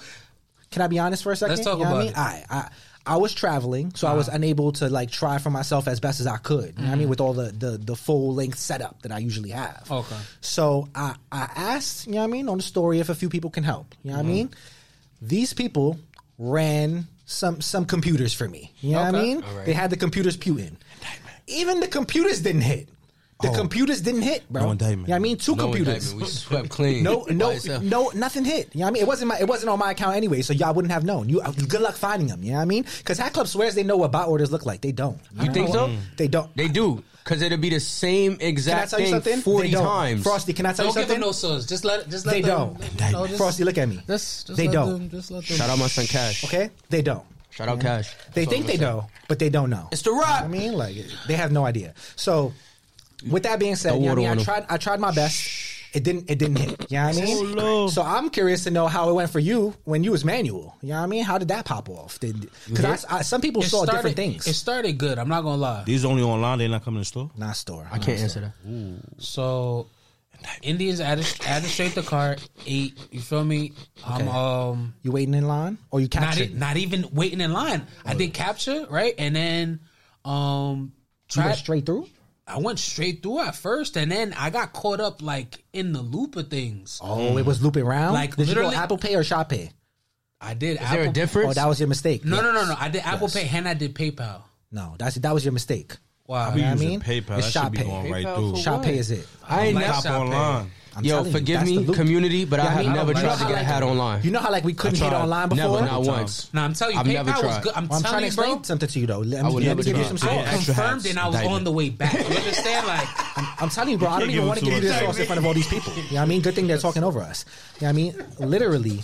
[SPEAKER 2] Can I be honest for a second?
[SPEAKER 4] Let's talk
[SPEAKER 2] You know what
[SPEAKER 4] about Uh-huh.
[SPEAKER 2] I mean? I, I I was traveling, so I was unable to like try for myself as best as I could. You know what
[SPEAKER 4] Mm.
[SPEAKER 2] I mean? With all the the, the full length setup that I usually have.
[SPEAKER 4] Okay.
[SPEAKER 2] So I I asked, you know what I mean, on the story if a few people can help. You know
[SPEAKER 4] Mm.
[SPEAKER 2] what I mean? These people ran some some computers for me. You know what I
[SPEAKER 4] Okay.
[SPEAKER 2] mean? They had the computers pewing. Even the computers didn't hit.
[SPEAKER 4] Oh.
[SPEAKER 2] The computers didn't hit, bro.
[SPEAKER 1] No indictment.
[SPEAKER 2] You know what I mean? Two
[SPEAKER 3] no
[SPEAKER 2] computers.
[SPEAKER 3] indictment. We swept clean.
[SPEAKER 2] No,
[SPEAKER 3] [LAUGHS] by
[SPEAKER 2] no,
[SPEAKER 3] itself.
[SPEAKER 2] no, nothing hit. You know what I mean? It wasn't my, it wasn't on my account anyway, so y'all wouldn't have known. You, uh, good luck finding them. You know what I mean? Because Hat Club swears they know what bot orders look like. They don't.
[SPEAKER 3] You think so?
[SPEAKER 2] They don't.
[SPEAKER 3] Mm. They do because it'll be the same
[SPEAKER 2] Can I
[SPEAKER 3] exact
[SPEAKER 2] tell you
[SPEAKER 3] thing
[SPEAKER 2] something?
[SPEAKER 3] forty
[SPEAKER 2] They don't.
[SPEAKER 3] times.
[SPEAKER 2] Frosty, can I tell
[SPEAKER 4] Don't
[SPEAKER 2] you
[SPEAKER 4] give them
[SPEAKER 2] something?
[SPEAKER 4] no source. Just let. Just let
[SPEAKER 2] they
[SPEAKER 4] them.
[SPEAKER 2] don't.
[SPEAKER 4] No, just,
[SPEAKER 2] Frosty, look at me.
[SPEAKER 4] Just, just
[SPEAKER 2] they
[SPEAKER 4] let
[SPEAKER 2] don't.
[SPEAKER 4] Them, just let them.
[SPEAKER 3] Shout out my son Cash.
[SPEAKER 2] Okay, they don't.
[SPEAKER 3] Shout out Cash.
[SPEAKER 2] They think they know, but they don't know.
[SPEAKER 3] It's the rock.
[SPEAKER 2] I mean, like they have no idea. So, with that being said, you know
[SPEAKER 3] water
[SPEAKER 2] what I
[SPEAKER 3] on
[SPEAKER 2] mean, I
[SPEAKER 3] 'em.
[SPEAKER 2] tried. I tried my best. It didn't. It didn't hit. You know what I mean?
[SPEAKER 1] Oh, Lord.
[SPEAKER 2] So I'm curious to know how it went for you when you was manual. You know what I mean? How did that pop off? Because I, some people
[SPEAKER 4] It
[SPEAKER 2] saw
[SPEAKER 4] started-
[SPEAKER 2] different
[SPEAKER 4] It
[SPEAKER 2] things.
[SPEAKER 4] started good. I'm not gonna lie.
[SPEAKER 1] These only online. They're not coming to store.
[SPEAKER 2] Not store.
[SPEAKER 3] I can't answer that.
[SPEAKER 4] So Indians added added straight the car eight. You feel me? I'm um
[SPEAKER 2] You waiting in line or you
[SPEAKER 4] not
[SPEAKER 2] captured?
[SPEAKER 4] e- not even waiting in line. I did capture right, and then um
[SPEAKER 2] You went
[SPEAKER 4] tried.
[SPEAKER 2] straight through.
[SPEAKER 4] I went straight through at first, and then I got caught up like in the loop of things.
[SPEAKER 2] Oh, it was looping round.
[SPEAKER 4] Like,
[SPEAKER 2] did you go
[SPEAKER 4] literally-
[SPEAKER 2] Apple Pay or Shop Pay?
[SPEAKER 4] I did.
[SPEAKER 3] Is there a difference?
[SPEAKER 2] Oh, that was your mistake.
[SPEAKER 4] No,
[SPEAKER 2] Yeah.
[SPEAKER 4] no, no, no. I did Apple Pay and I did PayPal.
[SPEAKER 2] no. That's that was your mistake.
[SPEAKER 4] Wow.
[SPEAKER 2] You know what I
[SPEAKER 1] Using
[SPEAKER 2] mean?
[SPEAKER 1] PayPal.
[SPEAKER 2] It's
[SPEAKER 1] That
[SPEAKER 2] Shop
[SPEAKER 1] should be
[SPEAKER 2] Pay.
[SPEAKER 1] going right
[SPEAKER 3] PayPal
[SPEAKER 1] through.
[SPEAKER 3] for
[SPEAKER 2] Shop
[SPEAKER 3] What?
[SPEAKER 2] Pay is it.
[SPEAKER 3] I ain't
[SPEAKER 4] Like
[SPEAKER 3] never.
[SPEAKER 1] Shop
[SPEAKER 4] Shop Pay.
[SPEAKER 1] online.
[SPEAKER 2] I'm
[SPEAKER 3] Yo,
[SPEAKER 2] telling you,
[SPEAKER 3] forgive
[SPEAKER 2] that's the
[SPEAKER 3] me,
[SPEAKER 2] loop.
[SPEAKER 3] community, but I
[SPEAKER 2] Yeah, I
[SPEAKER 3] have
[SPEAKER 2] mean,
[SPEAKER 3] never
[SPEAKER 2] you know
[SPEAKER 3] tried
[SPEAKER 2] how
[SPEAKER 3] to get a
[SPEAKER 2] like-
[SPEAKER 3] hat online.
[SPEAKER 2] You know how like we couldn't
[SPEAKER 1] I
[SPEAKER 2] hit
[SPEAKER 1] tried.
[SPEAKER 2] online before.
[SPEAKER 3] never, not
[SPEAKER 1] Times.
[SPEAKER 3] once.
[SPEAKER 4] No, I'm telling you,
[SPEAKER 3] I've never
[SPEAKER 4] PayPal was
[SPEAKER 3] tried.
[SPEAKER 4] good. I'm,
[SPEAKER 2] Well, I'm trying to
[SPEAKER 4] telling you,
[SPEAKER 2] explain
[SPEAKER 4] bro.
[SPEAKER 2] something to you though. Let
[SPEAKER 3] I would
[SPEAKER 2] me, let
[SPEAKER 3] never
[SPEAKER 2] me give
[SPEAKER 3] try.
[SPEAKER 2] you some
[SPEAKER 1] I
[SPEAKER 2] sauce.
[SPEAKER 1] would
[SPEAKER 2] I'm,
[SPEAKER 1] never-
[SPEAKER 4] Confirmed, and I was
[SPEAKER 1] Indictment.
[SPEAKER 4] on the way back. You
[SPEAKER 2] [LAUGHS]
[SPEAKER 4] understand? Like,
[SPEAKER 2] I'm telling you, bro. I don't
[SPEAKER 1] can't
[SPEAKER 2] even
[SPEAKER 1] give
[SPEAKER 2] want
[SPEAKER 1] it
[SPEAKER 2] to
[SPEAKER 1] to
[SPEAKER 2] give you this
[SPEAKER 1] us.
[SPEAKER 2] sauce in front of all these people. You know what I mean? Good thing they're talking over us. You know what I mean? Literally,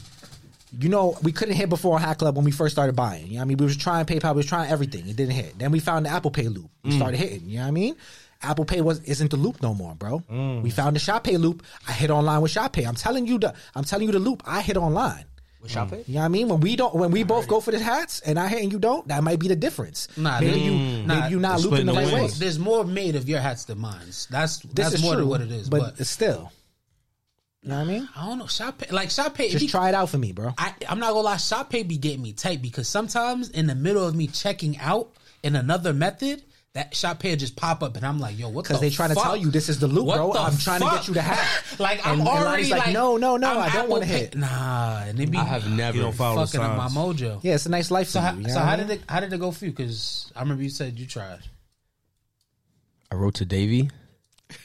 [SPEAKER 2] you know, we couldn't hit before on Hat Club when we first started buying. You know what I mean? We was trying PayPal, we was trying everything. It didn't hit. Then we found the Apple Pay loop. We started hitting. You know what I mean? Apple Pay was isn't the loop no more, bro. We found the Shop Pay loop. I hit online with Shop Pay. I'm telling you the I'm telling you the loop. I hit online. Mm.
[SPEAKER 3] With Shop Pay?
[SPEAKER 2] You know what I mean? When we don't, when we both go for the hats, and I hit and you don't, that might be the difference.
[SPEAKER 4] Nah,
[SPEAKER 2] maybe
[SPEAKER 4] they-
[SPEAKER 2] you,
[SPEAKER 4] nah,
[SPEAKER 2] maybe you not
[SPEAKER 1] they're
[SPEAKER 2] looping the
[SPEAKER 1] splitting
[SPEAKER 2] right
[SPEAKER 1] the
[SPEAKER 2] way.
[SPEAKER 1] wings.
[SPEAKER 4] there's more made of your hats than mine. That's
[SPEAKER 2] This
[SPEAKER 4] that's
[SPEAKER 2] is
[SPEAKER 4] more
[SPEAKER 2] true,
[SPEAKER 4] than what it is.
[SPEAKER 2] but,
[SPEAKER 4] But,
[SPEAKER 2] it's still, You know what I mean?
[SPEAKER 4] I don't know. Shop pay, like shop pay. it
[SPEAKER 2] Just
[SPEAKER 4] be-
[SPEAKER 2] try it out for me, bro.
[SPEAKER 4] I, I'm not gonna lie, shop pay be getting me tight because sometimes in the middle of me checking out in another method, that shop pay just pop up and I'm like, yo, what?
[SPEAKER 2] Because
[SPEAKER 4] the
[SPEAKER 2] they trying to
[SPEAKER 4] fuck?
[SPEAKER 2] tell you this is the loot,
[SPEAKER 4] What
[SPEAKER 2] bro.
[SPEAKER 4] the
[SPEAKER 2] I'm trying to
[SPEAKER 4] fuck?
[SPEAKER 2] get you to
[SPEAKER 4] [LAUGHS]
[SPEAKER 2] hack.
[SPEAKER 4] like I'm
[SPEAKER 2] And- and
[SPEAKER 4] already
[SPEAKER 2] Lonnie's like, no, no, no,
[SPEAKER 4] I'm
[SPEAKER 2] I don't wanna
[SPEAKER 4] Apple
[SPEAKER 2] hit.
[SPEAKER 4] Pay- Nah, and it be
[SPEAKER 3] I have never.
[SPEAKER 1] You don't follow
[SPEAKER 4] fucking up my
[SPEAKER 1] signs.
[SPEAKER 4] mojo.
[SPEAKER 2] Yeah, it's a nice life.
[SPEAKER 4] So,
[SPEAKER 2] for
[SPEAKER 4] how,
[SPEAKER 2] you, you
[SPEAKER 4] so
[SPEAKER 2] know what I
[SPEAKER 4] how
[SPEAKER 2] mean?
[SPEAKER 4] did it how did it go for you? Because I remember you said you tried.
[SPEAKER 3] I wrote to Davy,